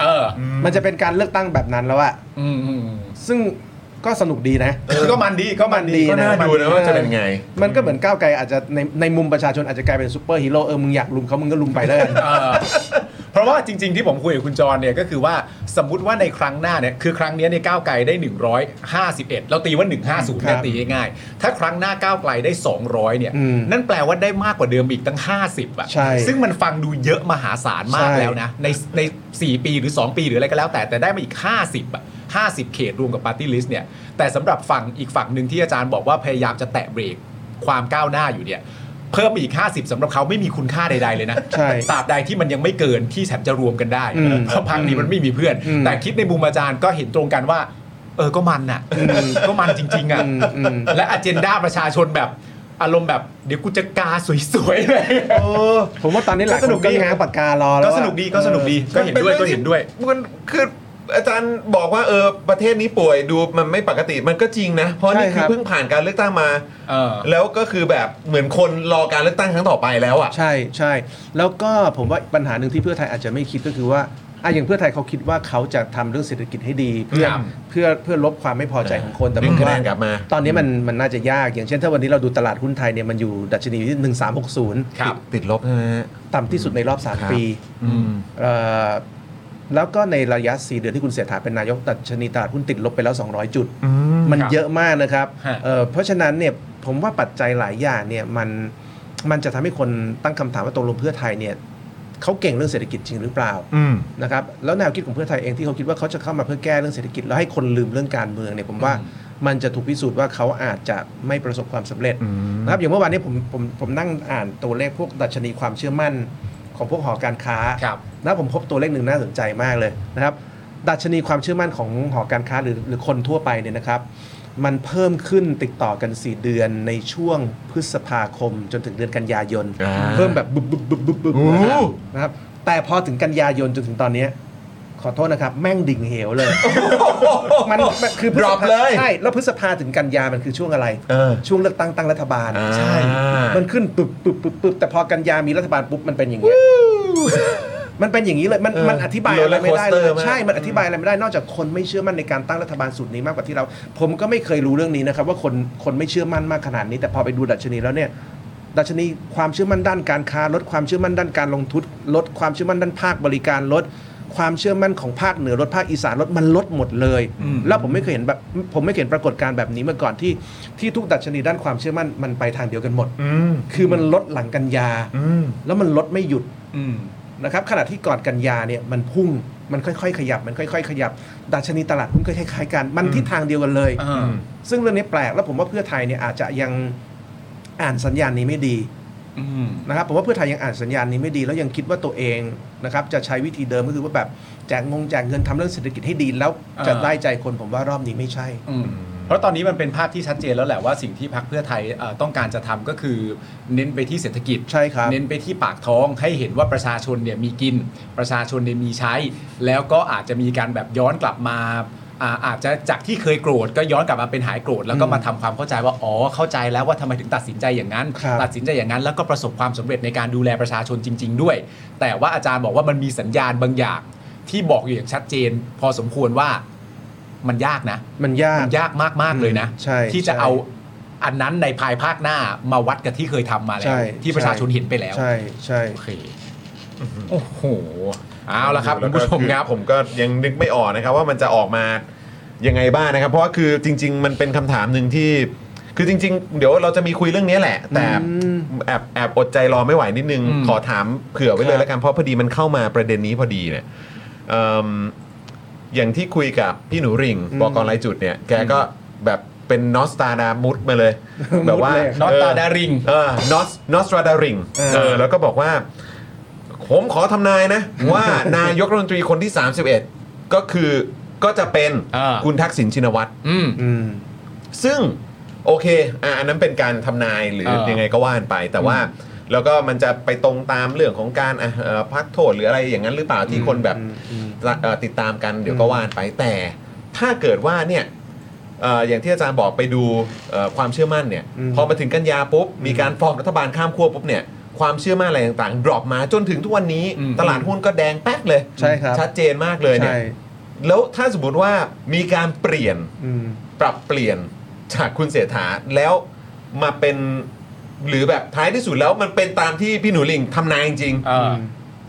Speaker 3: ออ
Speaker 8: 250 มันจะเป็นการเลือกตั้งแบบนั้นแล้วอะ
Speaker 3: อืมอืม
Speaker 8: ซึ่งก็สนุกดีนะ
Speaker 3: ก็มันดีก็มันดี
Speaker 1: ก็น่าดูนะว่าจะเป็นไง
Speaker 8: มันก็เหมือนก้าวไกลอาจจะในในมุมประชาชนอาจจะกลายเป็นซูเปอร์ฮีโร่เออมึงอยากลุมเขามึงก็ลุมไปแล้วกัน
Speaker 3: เออ เพราะว่าจริง ๆ ที่ผมคุยกับคุณจรเนี่ยก็คือว่าสมมติว่าในครั้งหน้าเนี่ยคือครั้งเนี้ยเนี่ยก้าวไกลได้ 151 เราตีว่า 150เนี่ย
Speaker 8: ครับ
Speaker 3: ตีง่ายๆถ้าครั้งหน้าก้าวไกลได้ 200 เนี่ย
Speaker 8: อืม
Speaker 3: นั่นแปลว่าได้มากกว่าเดิมอีกตั้ง 50อ่ะ
Speaker 8: ใช่
Speaker 3: ซึ่งมันฟังดูเยอะมหาศาลมาก
Speaker 8: ใช่
Speaker 3: แล้วนะ ในใน 4 ปีหรือ 2 ปีหรืออะไรก็แล้วแต่แต่ได้มาอีก 50อ่ะ50 เขตรวมกับปาร์ตี้ลิสต์เนี่ยแต่สำหรับฝั่งอีกฝั่งหนึ่งที่อาจารย์บอกว่าพยายามจะแตะเบรกความก้าวหน้าอยู่เนี่ยเพิ่มอีก 50สำหรับเขาไม่มีคุณค่าใดๆเลยนะ
Speaker 8: ใช่
Speaker 3: ตราบใดที่มันยังไม่เกินที่แถมจะรวมกันได้
Speaker 8: อืม
Speaker 3: เพราะพักนี้มันไม่มีเพื่อน
Speaker 8: อืม
Speaker 3: แต่คิดในมุมอาจารย์ก็เห็นตรงกันว่า เออก็มันน่ะก็มันจริง ๆอ่ะ
Speaker 8: อืมอืม
Speaker 3: และอเจนดาประชาชนแบบอารมณ์แบบเดี๋ยวกูจะกาสวยๆเลย
Speaker 8: ผมว่าตอนนี้หลาย
Speaker 1: ก็ส
Speaker 8: ค
Speaker 1: นุก
Speaker 8: นก็
Speaker 1: ดี
Speaker 8: ง้างปากการอแล้ว
Speaker 3: ก็
Speaker 8: อะ
Speaker 3: สนุกดีก็สนุกดีก็เห็นด้วยก็เห็นด้วย
Speaker 1: มันคืออาจารย์บอกว่าเออประเทศนี้ป่วยดูมันไม่ปกติมันก็จริงนะ เพราะนี่คือเพิ่งผ่านการเลือกตั้งมา
Speaker 3: เออ
Speaker 1: แล้วก็คือแบบเหมือนคนรอการเลือกตั้งครั้งต่อไปแล้วอ่ะ
Speaker 8: ใช่ใช่ แล้วก็ผมว่าปัญหาหนึ่งที่เพื่อไทยอาจจะไม่คิดก็คือว่าอ่ะอย่างเพื่อไทยเขาคิดว่าเขาจะทำเรื่องเศรษฐกิจให้ดีเพื่อ
Speaker 3: ครับ
Speaker 8: เพื่อเพื่อลบความไม่พอใจของคนแต่
Speaker 1: ดึ
Speaker 8: ผ
Speaker 1: ง
Speaker 8: มคิด
Speaker 1: คะแน
Speaker 8: ว่าน
Speaker 1: กลับมา
Speaker 8: ตอนนี้มันมันน่าจะยาก อย่างเช่นถ้าวันนี้เราดูตลาดหุ้นไทยเนี่ยมันอยู่ดัชนีอยู่ที่
Speaker 3: ค
Speaker 8: 1360
Speaker 3: รับ
Speaker 1: ติดลบนะฮะ
Speaker 8: ต่ำที่สุดในรอบ
Speaker 1: ครับ
Speaker 8: 3 ปี
Speaker 1: อืม
Speaker 8: เอ่อแล้วก็ในระยะ 4 เดือนที่คุณเสียถาเป็นนายกตัดชนีตลาดหุ้นติดลบไปแล้ว 200 จุด มัน
Speaker 3: ครับ
Speaker 8: เยอะมากนะครับ
Speaker 3: ฮะ
Speaker 8: เอ่อเพราะฉะนั้นเนี่ยผมว่าปัจจัยหลายอย่างเนี่ยมันมันจะทำให้คนตั้งคำถามว่าตกลงเพื่อไทยเนี่ยเขาเก่งเรื่องเศรษฐกิจจริงหรือเปล่า
Speaker 1: อืม
Speaker 8: นะครับแล้วแนวคิดของเพื่อไทยเองที่เขาคิดว่าเขาจะเข้ามาเพื่อแก้เรื่องเศรษฐกิจแล้วให้คนลืมเรื่องการเมืองเนี่ยผมว่ามันจะถูกพิสูจน์ว่าเขาอาจจะไม่ประสบความสำเร็จ นะครับอย่างเมื่อวานนี้ผมผมผมนั่งอ่านตัวเลขพวกดัชนีความเชื่อมั่นของพวกหอการค้า
Speaker 3: ครับ
Speaker 8: นะผมพบตัวเลขหนึ่งน่าสนใจมากเลยนะครับ ดัชนีความเชื่อมั่นของหอการค้าหรือหรือคนทั่วไปเนี่ยนะครับ มันเพิ่มขึ้นติดต่อกัน 4 เดือนในช่วงพฤษภาคมจนถึงเดือนกันยายน
Speaker 1: อ่า
Speaker 8: เพิ่มแบบบึบบึบบึบบึบบึบ
Speaker 1: โอ้
Speaker 8: นะครับแต่พอถึงกันยายนจนถึงตอนเนี้ยขอโทษนะครับ แม่งดิ่งเห วเลย มันมันคือพฤษภา
Speaker 1: drop เลย
Speaker 8: ใช่แล้วพฤษภาถึงกันยามันคือช่วงอะไร
Speaker 1: เออ
Speaker 8: ช่วงเลือกตั้งตั้งรัฐบาล
Speaker 1: อ่า
Speaker 8: มันขึ้นปึบปึบปึบปึบแต่พอกันยามีรัฐบาลปุ๊บมันเป็นอย่างเงี้ยมันเป็นอย่างนี้เลยมัน
Speaker 1: เออ
Speaker 8: มันอธิบายอะไรไม่ได้เล
Speaker 1: roller
Speaker 8: ย
Speaker 1: coaster มาก
Speaker 8: ใช่มันอธิบายอะไรไม่ได้นอกจากคนไม่เชื่อมั่นในการตั้งรัฐบาลสูตรนี้มากกว่าที่เรา ผมก็ไม่เคยรู้เรื่องนี้นะครับว่าคนคนไม่เชื่อมั่นมากขนาดนี้ แต่พอไปดูดัชนีแล้วเนี่ย ดัชนีความเชื่อมั่นด้านการค้า ลดความเชื่อมั่นด้านการลงทุนลดความเชื่อมั่นด้านภาคบริการลด ความเชื่อมั่นของภาคเหนือลดภาคอีสานลดมันลดหมดเลย แล้วผมไม่เคยเห็นแบบผมไม่เคยเห็นปรากฏการณ์แบบนี้มาก่อนที่ที่ทุกดัชนีด้านความเชื่อมั่นมันไปทางเดียวกันหมด
Speaker 1: อืม
Speaker 8: คือมันลดหลังกันยา
Speaker 1: อืม
Speaker 8: แล้วมันลดไม่หยุด
Speaker 3: อืม
Speaker 8: นะครับขณะที่ก่อนกันยาเนี่ยมันพุ่งมันค่อยๆ ขยับมันค่อย ๆ ขยับดัชนีตลาดหุ้นก็คล้ายๆกันมันทิศทางเดียวกันเลย
Speaker 3: อ่า
Speaker 8: ซึ่งเรื่องนี้แปลกแล้วผมว่าเพื่อไทยเนี่ยอาจจะยังอ่านสัญญาณนี้ไม่ดี
Speaker 3: อืม
Speaker 8: นะครับผมว่าเพื่อไทยยังอ่านสัญญาณนี้ไม่ดี แล้วยังคิดว่าตัวเองนะครับจะใช้วิธีเดิมก็คือว่าแบบแจกงงแจกเงินทำเรื่องเศรษฐกิจให้ดีแล้วจะ
Speaker 3: อ่า
Speaker 8: ได้ใจคนผมว่ารอบนี้ไม่ใช่
Speaker 3: อืมเพราะตอนนี้มันเป็นภาพที่ชัดเจนแล้วแหละว่าสิ่งที่พักเพื่อไทยเอ่อต้องการจะทำก็คือเน้นไปที่เศรษฐกิจ
Speaker 8: ใช่ครับ
Speaker 3: เน้นไปที่ปากท้องให้เห็นว่าประชาชนเนี่ยมีกิน ประชาชนเนี่ยมีใช้ แล้วก็อาจจะมีการแบบย้อนกลับมา อ่าอาจจะจากที่เคยโกรธก็ย้อนกลับมาเป็นหายโกรธแล้วก็มาทำความเข้าใจว่าอ๋อเข้าใจแล้วว่าทำไมถึงตัดสินใจอย่างนั้น
Speaker 8: ครับ
Speaker 3: ตัดสินใจอย่างนั้นแล้วก็ประสบความสำเร็จในการดูแลประชาชนจริง ๆ ด้วย แต่ว่าอาจารย์บอกว่ามันมีสัญญาณบางอย่าง ที่บอกอยู่อย่างชัดเจน พอสมควรว่ามันยากนะ
Speaker 8: มันยาก
Speaker 3: มันยากมาก ๆ เลยนะ
Speaker 8: ใช่
Speaker 3: ที่จะ
Speaker 8: ใช่
Speaker 3: เอาอันนั้นในภายภาคหน้ามาวัดกับที่เคยทำมาแล้
Speaker 8: ใช่
Speaker 3: ว ที่ประชา
Speaker 8: ใช่
Speaker 3: ชนเห็นไปแล้ว
Speaker 8: ใช่ใช่
Speaker 3: โอเคโอ้โห เอาละครับคุณผู้ชมครับ
Speaker 1: ผมก็ยังนึกไม่ออกนะครับว่ามันจะออกมายังไงบ้างนะครับ เพราะว่าคือจริง ๆ มันเป็นคำถามหนึ่งที่ คือจริง ๆ เดี๋ยวเราจะมีคุยเรื่องนี้แหละ แต่แอบแอบอดใจรอไม่ไหวนิดนึง
Speaker 3: อืม
Speaker 1: ขอถามเผื่อไว้เลยแล้วกันเพราะพอดีมันเข้ามาประเด็นนี้พอดีเนี่ยเอิ่มอย่างที่คุยกับพี่หนูริง
Speaker 8: อืม
Speaker 1: บอกกรรายจุดเนี่ย แกก็แบบเป็นนอสตาดามุดมาเลยแบบว่า
Speaker 8: มุดเลย
Speaker 3: นอตตาดาริง
Speaker 1: เออนอสนอสตราดาริง
Speaker 8: เออ
Speaker 1: เออแล้วก็บอกว่า ผมขอทำนายนะ ว่านายกรัฐมนตรีคนที่ 31 ก็คือก็จะเป็น
Speaker 3: เออ
Speaker 1: คุณทักษิณชินวัตร
Speaker 3: อืม
Speaker 8: อืม
Speaker 1: ซึ่งโอเคอ่ะอันนั้นเป็นการทำนายหรือ
Speaker 3: เออ
Speaker 1: ยังไงก็ว่านไป แต่ว่าแล้วก็มันจะไปตรงตามเรื่องของการอ่ะเอ่อพักโทษหรืออะไรอย่างนั้นหรือเปล่าที่คนแบบเอ่อติดตามกันเดี๋ยวก็ว่านไปแต่ถ้าเกิดว่าเนี่ยเอ่ออย่างที่อาจารย์บอกไปดูเอ่อความเชื่อมั่นเนี่ย
Speaker 8: อืม
Speaker 1: พอมาถึงกันยาปุ๊บ มีการฟอร์มรัฐบาลข้ามขั้วปุ๊บเนี่ยความเชื่อมั่นอะไรต่างๆดรอปมาจนถึงทุกวันนี้
Speaker 3: อืม
Speaker 1: ตลาดหุ้นก็แดงแป๊กเลย
Speaker 8: ใช่ครับ
Speaker 1: ชัดเจนมากเลยเนี่ย
Speaker 8: ใช่
Speaker 1: แล้วถ้าสมมติว่ามีการเปลี่ยน
Speaker 8: อืม
Speaker 1: ปรับเปลี่ยนจากคุณเสถาแล้วมาเป็นหรือแบบท้ายที่สุดแล้วมันเป็นตามที่พี่หนูหลิงทำนายจริงๆ
Speaker 3: เออ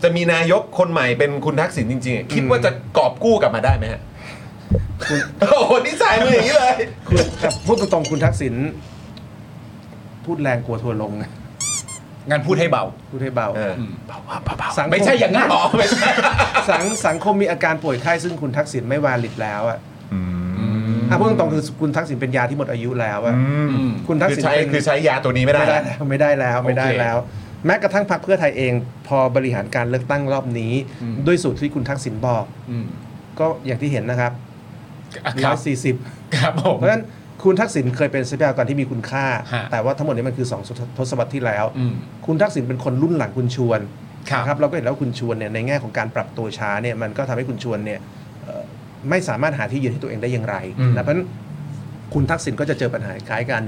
Speaker 1: จะมีนายกคนใหม่เป็นคุณทักษิณจริงๆ คิดว่าจะกอบกู้กลับมาได้ไหมฮะโอ้โหนิสัยมึงอย่างนี้เลย
Speaker 8: คือแต่พูดตรงๆคุณทักษิณพูดแรงกลัวทัวร์ลงนะ
Speaker 3: งานพูดให้เบา
Speaker 8: พูดให้เบา
Speaker 1: เออ
Speaker 8: สังค
Speaker 3: ไม่ใช่อย่างนั้นอ๋อไม่ใช่
Speaker 8: สังสังคมมีอาการป่วยไข้ซึ่งคุณทักษิณไม่วาลิดแล้วอ่ะถ้าพูดตรงๆคือคุณทักษิณเป็นยาที่หมดอายุแล้วอ่ะ
Speaker 3: อืม
Speaker 8: คุณทัก
Speaker 1: คือ
Speaker 8: ษิณ
Speaker 1: ใช้
Speaker 8: เป็น
Speaker 1: คือใช้ยาตัวนี้ไม่ได้
Speaker 8: ไม่ได้
Speaker 1: นะ
Speaker 8: แล้วไม่ได้แล้วไม่ได้แล้ว แม้กระทั่งพรรคเพื่อไทยเอง พอบริหารการเลือกตั้งรอบนี้
Speaker 3: อืม
Speaker 8: ด้วยสูตรที่คุณทักษิณบอก
Speaker 3: อืม
Speaker 8: ก็อย่างที่เห็นนะครับ
Speaker 3: ค
Speaker 8: ร้
Speaker 3: รั
Speaker 8: อบ ยสี่สิบ
Speaker 3: ครับผม
Speaker 8: เพราะฉะนั้นคุณทักษิณเคยเป็นทรัพยากรที่มีคุณค่า
Speaker 3: ฮะ
Speaker 8: แต่ว่าทั้งหมดนี้มันคือ 2 ทศวรรษที่แล้ว
Speaker 3: อืม
Speaker 8: คุณทักษิณเป็นคนรุ่นหลังคุณชวน
Speaker 3: ครับ
Speaker 8: นะเราก็เห็นแล้วคุณชวนเนี่ยในแง่ของการปรับตัวช้าเนี่ยมันก็ทำให้คุณชวนเนี่ยเอ่อไม่สามารถหาที่ยืนให้ตัวเองได้อย่างไรนะเพราะฉะนั้นคุณทักษิณก็จะเจอปัญหาคล้ายกัน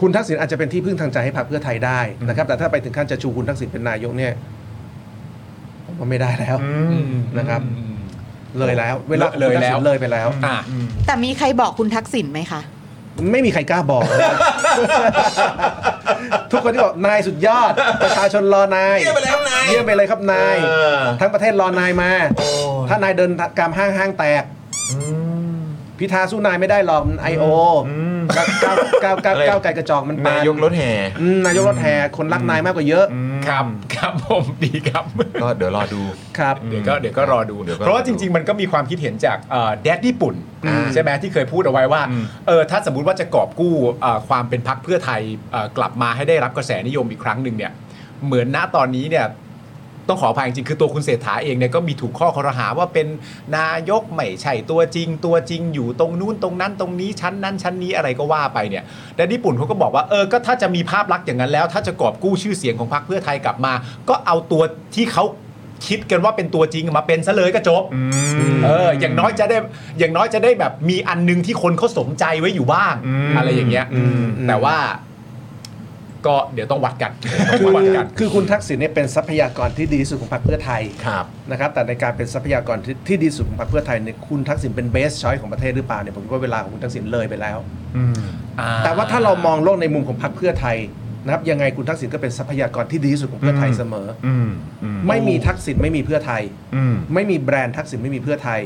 Speaker 8: คุณทักษิณอาจจะเป็นที่พึ่งทางใจให้พรรคเพื่อไทยได้นะครับแต่ถ้าไปถึงขั้นจะชูคุณทักษิณเป็นนายกเนี่ยผมว่าไม่ได้แล้ว
Speaker 3: อืม
Speaker 8: นะครับ
Speaker 3: อืม
Speaker 8: เลยแล้ว เวลา
Speaker 3: เลยแล้ว
Speaker 8: คุณทักษิณเลยไปแล้ว
Speaker 3: อ่ะ
Speaker 7: แต่มีใครบอกคุณทักษิณไหมคะ
Speaker 8: ไม่มีใครกล้าบอก ทุกคนที่บอกนายสุดยอด ประชาชนรอนาย
Speaker 1: เยี่ยมไปแล้วนาย
Speaker 8: เยี่ยมไปเลยครับนาย
Speaker 1: เออ
Speaker 8: ทั้งประเทศรอนายมา ถ้านายเดินกามห้างห้างแตก พิธาสู้นายไม่ได้หรอกไอโอก้าวก้าวก้าวก้าวไกลกระจอกมันปาน
Speaker 1: ายกรถแห่
Speaker 8: อืมนายกรถแห่คนรักนายมากกว่าเยอะ
Speaker 3: ครับ ครับผมดีครับ
Speaker 1: ก็เดี๋ยวรอดู
Speaker 8: ครับ
Speaker 3: เดี๋ยวก็เดี๋ยวก็รอดู
Speaker 1: เดี๋ยวก็
Speaker 3: เพราะว่าจริง ๆ มันก็มีความคิดเห็นจากแดดญี่ปุ่น
Speaker 1: อ่า
Speaker 3: ใช่ไหมที่เคยพูดเอาไว้ว่า
Speaker 1: อืม
Speaker 3: เออถ้าสมมติว่าจะกอบกู้เอ่อความเป็นพักเพื่อไทยเอ่อกลับมาให้ได้รับกระแสนิยมอีกครั้งหนึ่งเนี่ยเหมือนณตอนนี้เนี่ยต้องขออภัยจริงๆคือตัวคุณเศรษฐาเองเนี่ยก็มีถูกข้อคอรหาว่าเป็นนายกไม่ใช่ตัวจริง ตัวจริงอยู่ตรงนู้นตรงนั้นตรงนี้ชั้นนั้นชั้นนี้อะไรก็ว่าไปเนี่ยแต่ญี่ปุ่นเขาก็บอกว่าเออก็ถ้าจะมีภาพลักษณ์อย่างนั้นแล้ว ถ้าจะกอบกู้ชื่อเสียงของพรรคเพื่อไทยกลับมา ก็เอาตัวที่เขา คิดกันว่าเป็นตัวจริงมาเป็นซะเลยก็จบ เออ อย่างน้อยจะได้ อย่างน้อยจะได้แบบมีอันหนึงที่คนเขาสมใจไว้อยู่บ้าง
Speaker 1: อืม
Speaker 3: อะไรอย่างเงี้ย
Speaker 8: อืม
Speaker 3: แต่ว่า ก็เดี๋ยวต้องวัดกัน
Speaker 8: คื
Speaker 3: ต้
Speaker 8: อ
Speaker 3: องวัดกัน
Speaker 8: คือคุณทักษิณเนี่ยเป็นทรัพยากรที่ดีที่สุดของพรรคเพื่อไทย
Speaker 1: ครับ
Speaker 8: นะครับแต่ในการเป็นทรัพยากรที่ที่ดีสุดของพรรคเพื่อไทยเนี่ยคุณทักษิณเป็นเบสช i อยของประเทศหรือเปล่าเนี่ยผมว่าเวลาของคุณทักษิณเลยไปแล้ว แต่ว่าถ้าเรามองโลกในมุมของพรรคเพื่อไทยนะครับยังไงคุณทักษิณก็เป็นทรัพยากรที่ดีที่สุดของเพื่อไทยเสมออ
Speaker 1: อืมอืม
Speaker 8: ไม่มีทักษิณไม่มีเพื่อไทย
Speaker 1: อืม
Speaker 8: ไม่มีแบรนด์ทักษิณไม่มีเพื่อไทย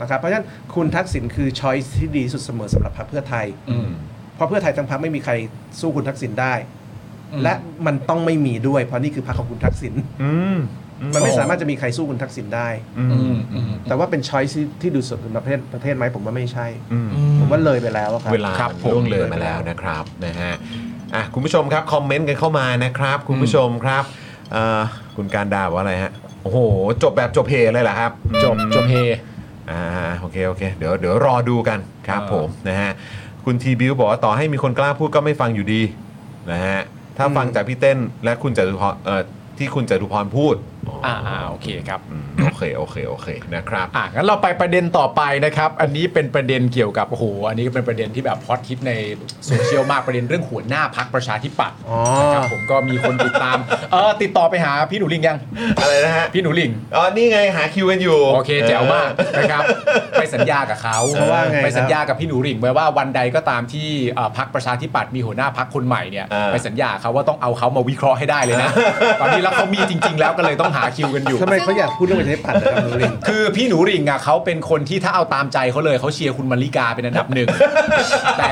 Speaker 8: นะครับเพราะฉะนั้นคุณทักษิณคือช้อยที่ดีที่สุดเสมอสำหรับพรรคเพื่อไทยเพราะเพื่อไทยทั้งพรรคไม่มีใครสู้คุณทักษิณได้ และมันต้องไม่มีด้วย เพราะนี่คือพรรคของคุณทักษิณ
Speaker 1: อืม
Speaker 8: มันไม่สามารถจะมีใครสู้คุณทักษิณได้
Speaker 1: อืม
Speaker 8: แต่ว่าเป็นช้อยที่ที่ดูสดของประเทศประเทศไหมผมว่าไม่ใช่
Speaker 1: อืม
Speaker 8: ผมว่าเลยไปแล้วอะครับ
Speaker 1: เวลา
Speaker 3: ครับ
Speaker 1: มัน
Speaker 3: ผม
Speaker 1: ล่วงเลยมาแล้วนะครับนะฮะอ่ะคุณผู้ชมครับ คอมเมนต์กันเข้ามานะครับ คุณผู้ชมครับเอ่อคุณการดาบอกว่าอะไรฮะ โอ้โห จบแบบจบเพเลยเหรอครับ
Speaker 3: จบจบเฮ
Speaker 1: อ่าโอเคโอเคเดี๋ยวเดี๋ยวรอดูกันครับ
Speaker 3: เออ
Speaker 1: ผมนะฮะคุณทีบิวบอกว่าต่อให้มีคนกล้าพูดก็ไม่ฟังอยู่ดีนะฮะถ้าฟังจากพี่เต้นและคุณจตุพรเอ่อที่คุณจตุพรพูดอ๋อ
Speaker 3: อ่าอ่าโอเคครับ
Speaker 1: อืมโอเคโอเคโอเคนะครับ
Speaker 3: อ่ะงั้นเราไปประเด็นต่อไปนะครับ อันนี้เป็นประเด็นเกี่ยวกับโอ้โหอันนี้ก็เป็นประเด็นที่แบบฮอตฮิตในโซเชียลมากประเด็นเรื่องหัวหน้าพักประชาธิปัตย์
Speaker 8: อ๋อ
Speaker 3: นะครับผมก็มีคนติดตามเออติดต่อไปหาพี่หนูลิงยัง
Speaker 1: อะไรนะฮะ
Speaker 3: พี่หนูลิง
Speaker 1: อ๋อนี่ไงหาคิวกันอยู่
Speaker 3: โอเคแจ๋วมากนะครับไปสัญญากับเขา
Speaker 8: เพราะว่าไงครับ
Speaker 3: ไปสัญญากับพี่หนูลิงไว้ว่าวันใดก็ตามที่เอ่อพักประชาธิปัตย์มีหัวหน้าพักคนใหม่เนี่ยไปสัญญาเขาว่าต้องเอาเขามาวิเคราะห์ให้ได้เลย นะตอนนี้แล้วเขามีจริง ๆ แล้วก็เลยต้องหาคิวกันอยู่
Speaker 8: ทำไมเขาอยากพูดเรื่องประชาธิปัตย์นะครับคุณลิง
Speaker 3: คือพี่หนูหริ่งอ่ะเขาเป็นคนที่ถ้าเอาตามใจเขาเลยเขาเชียร์คุณมาริกาเป็นอันดับหนึ่ง แต่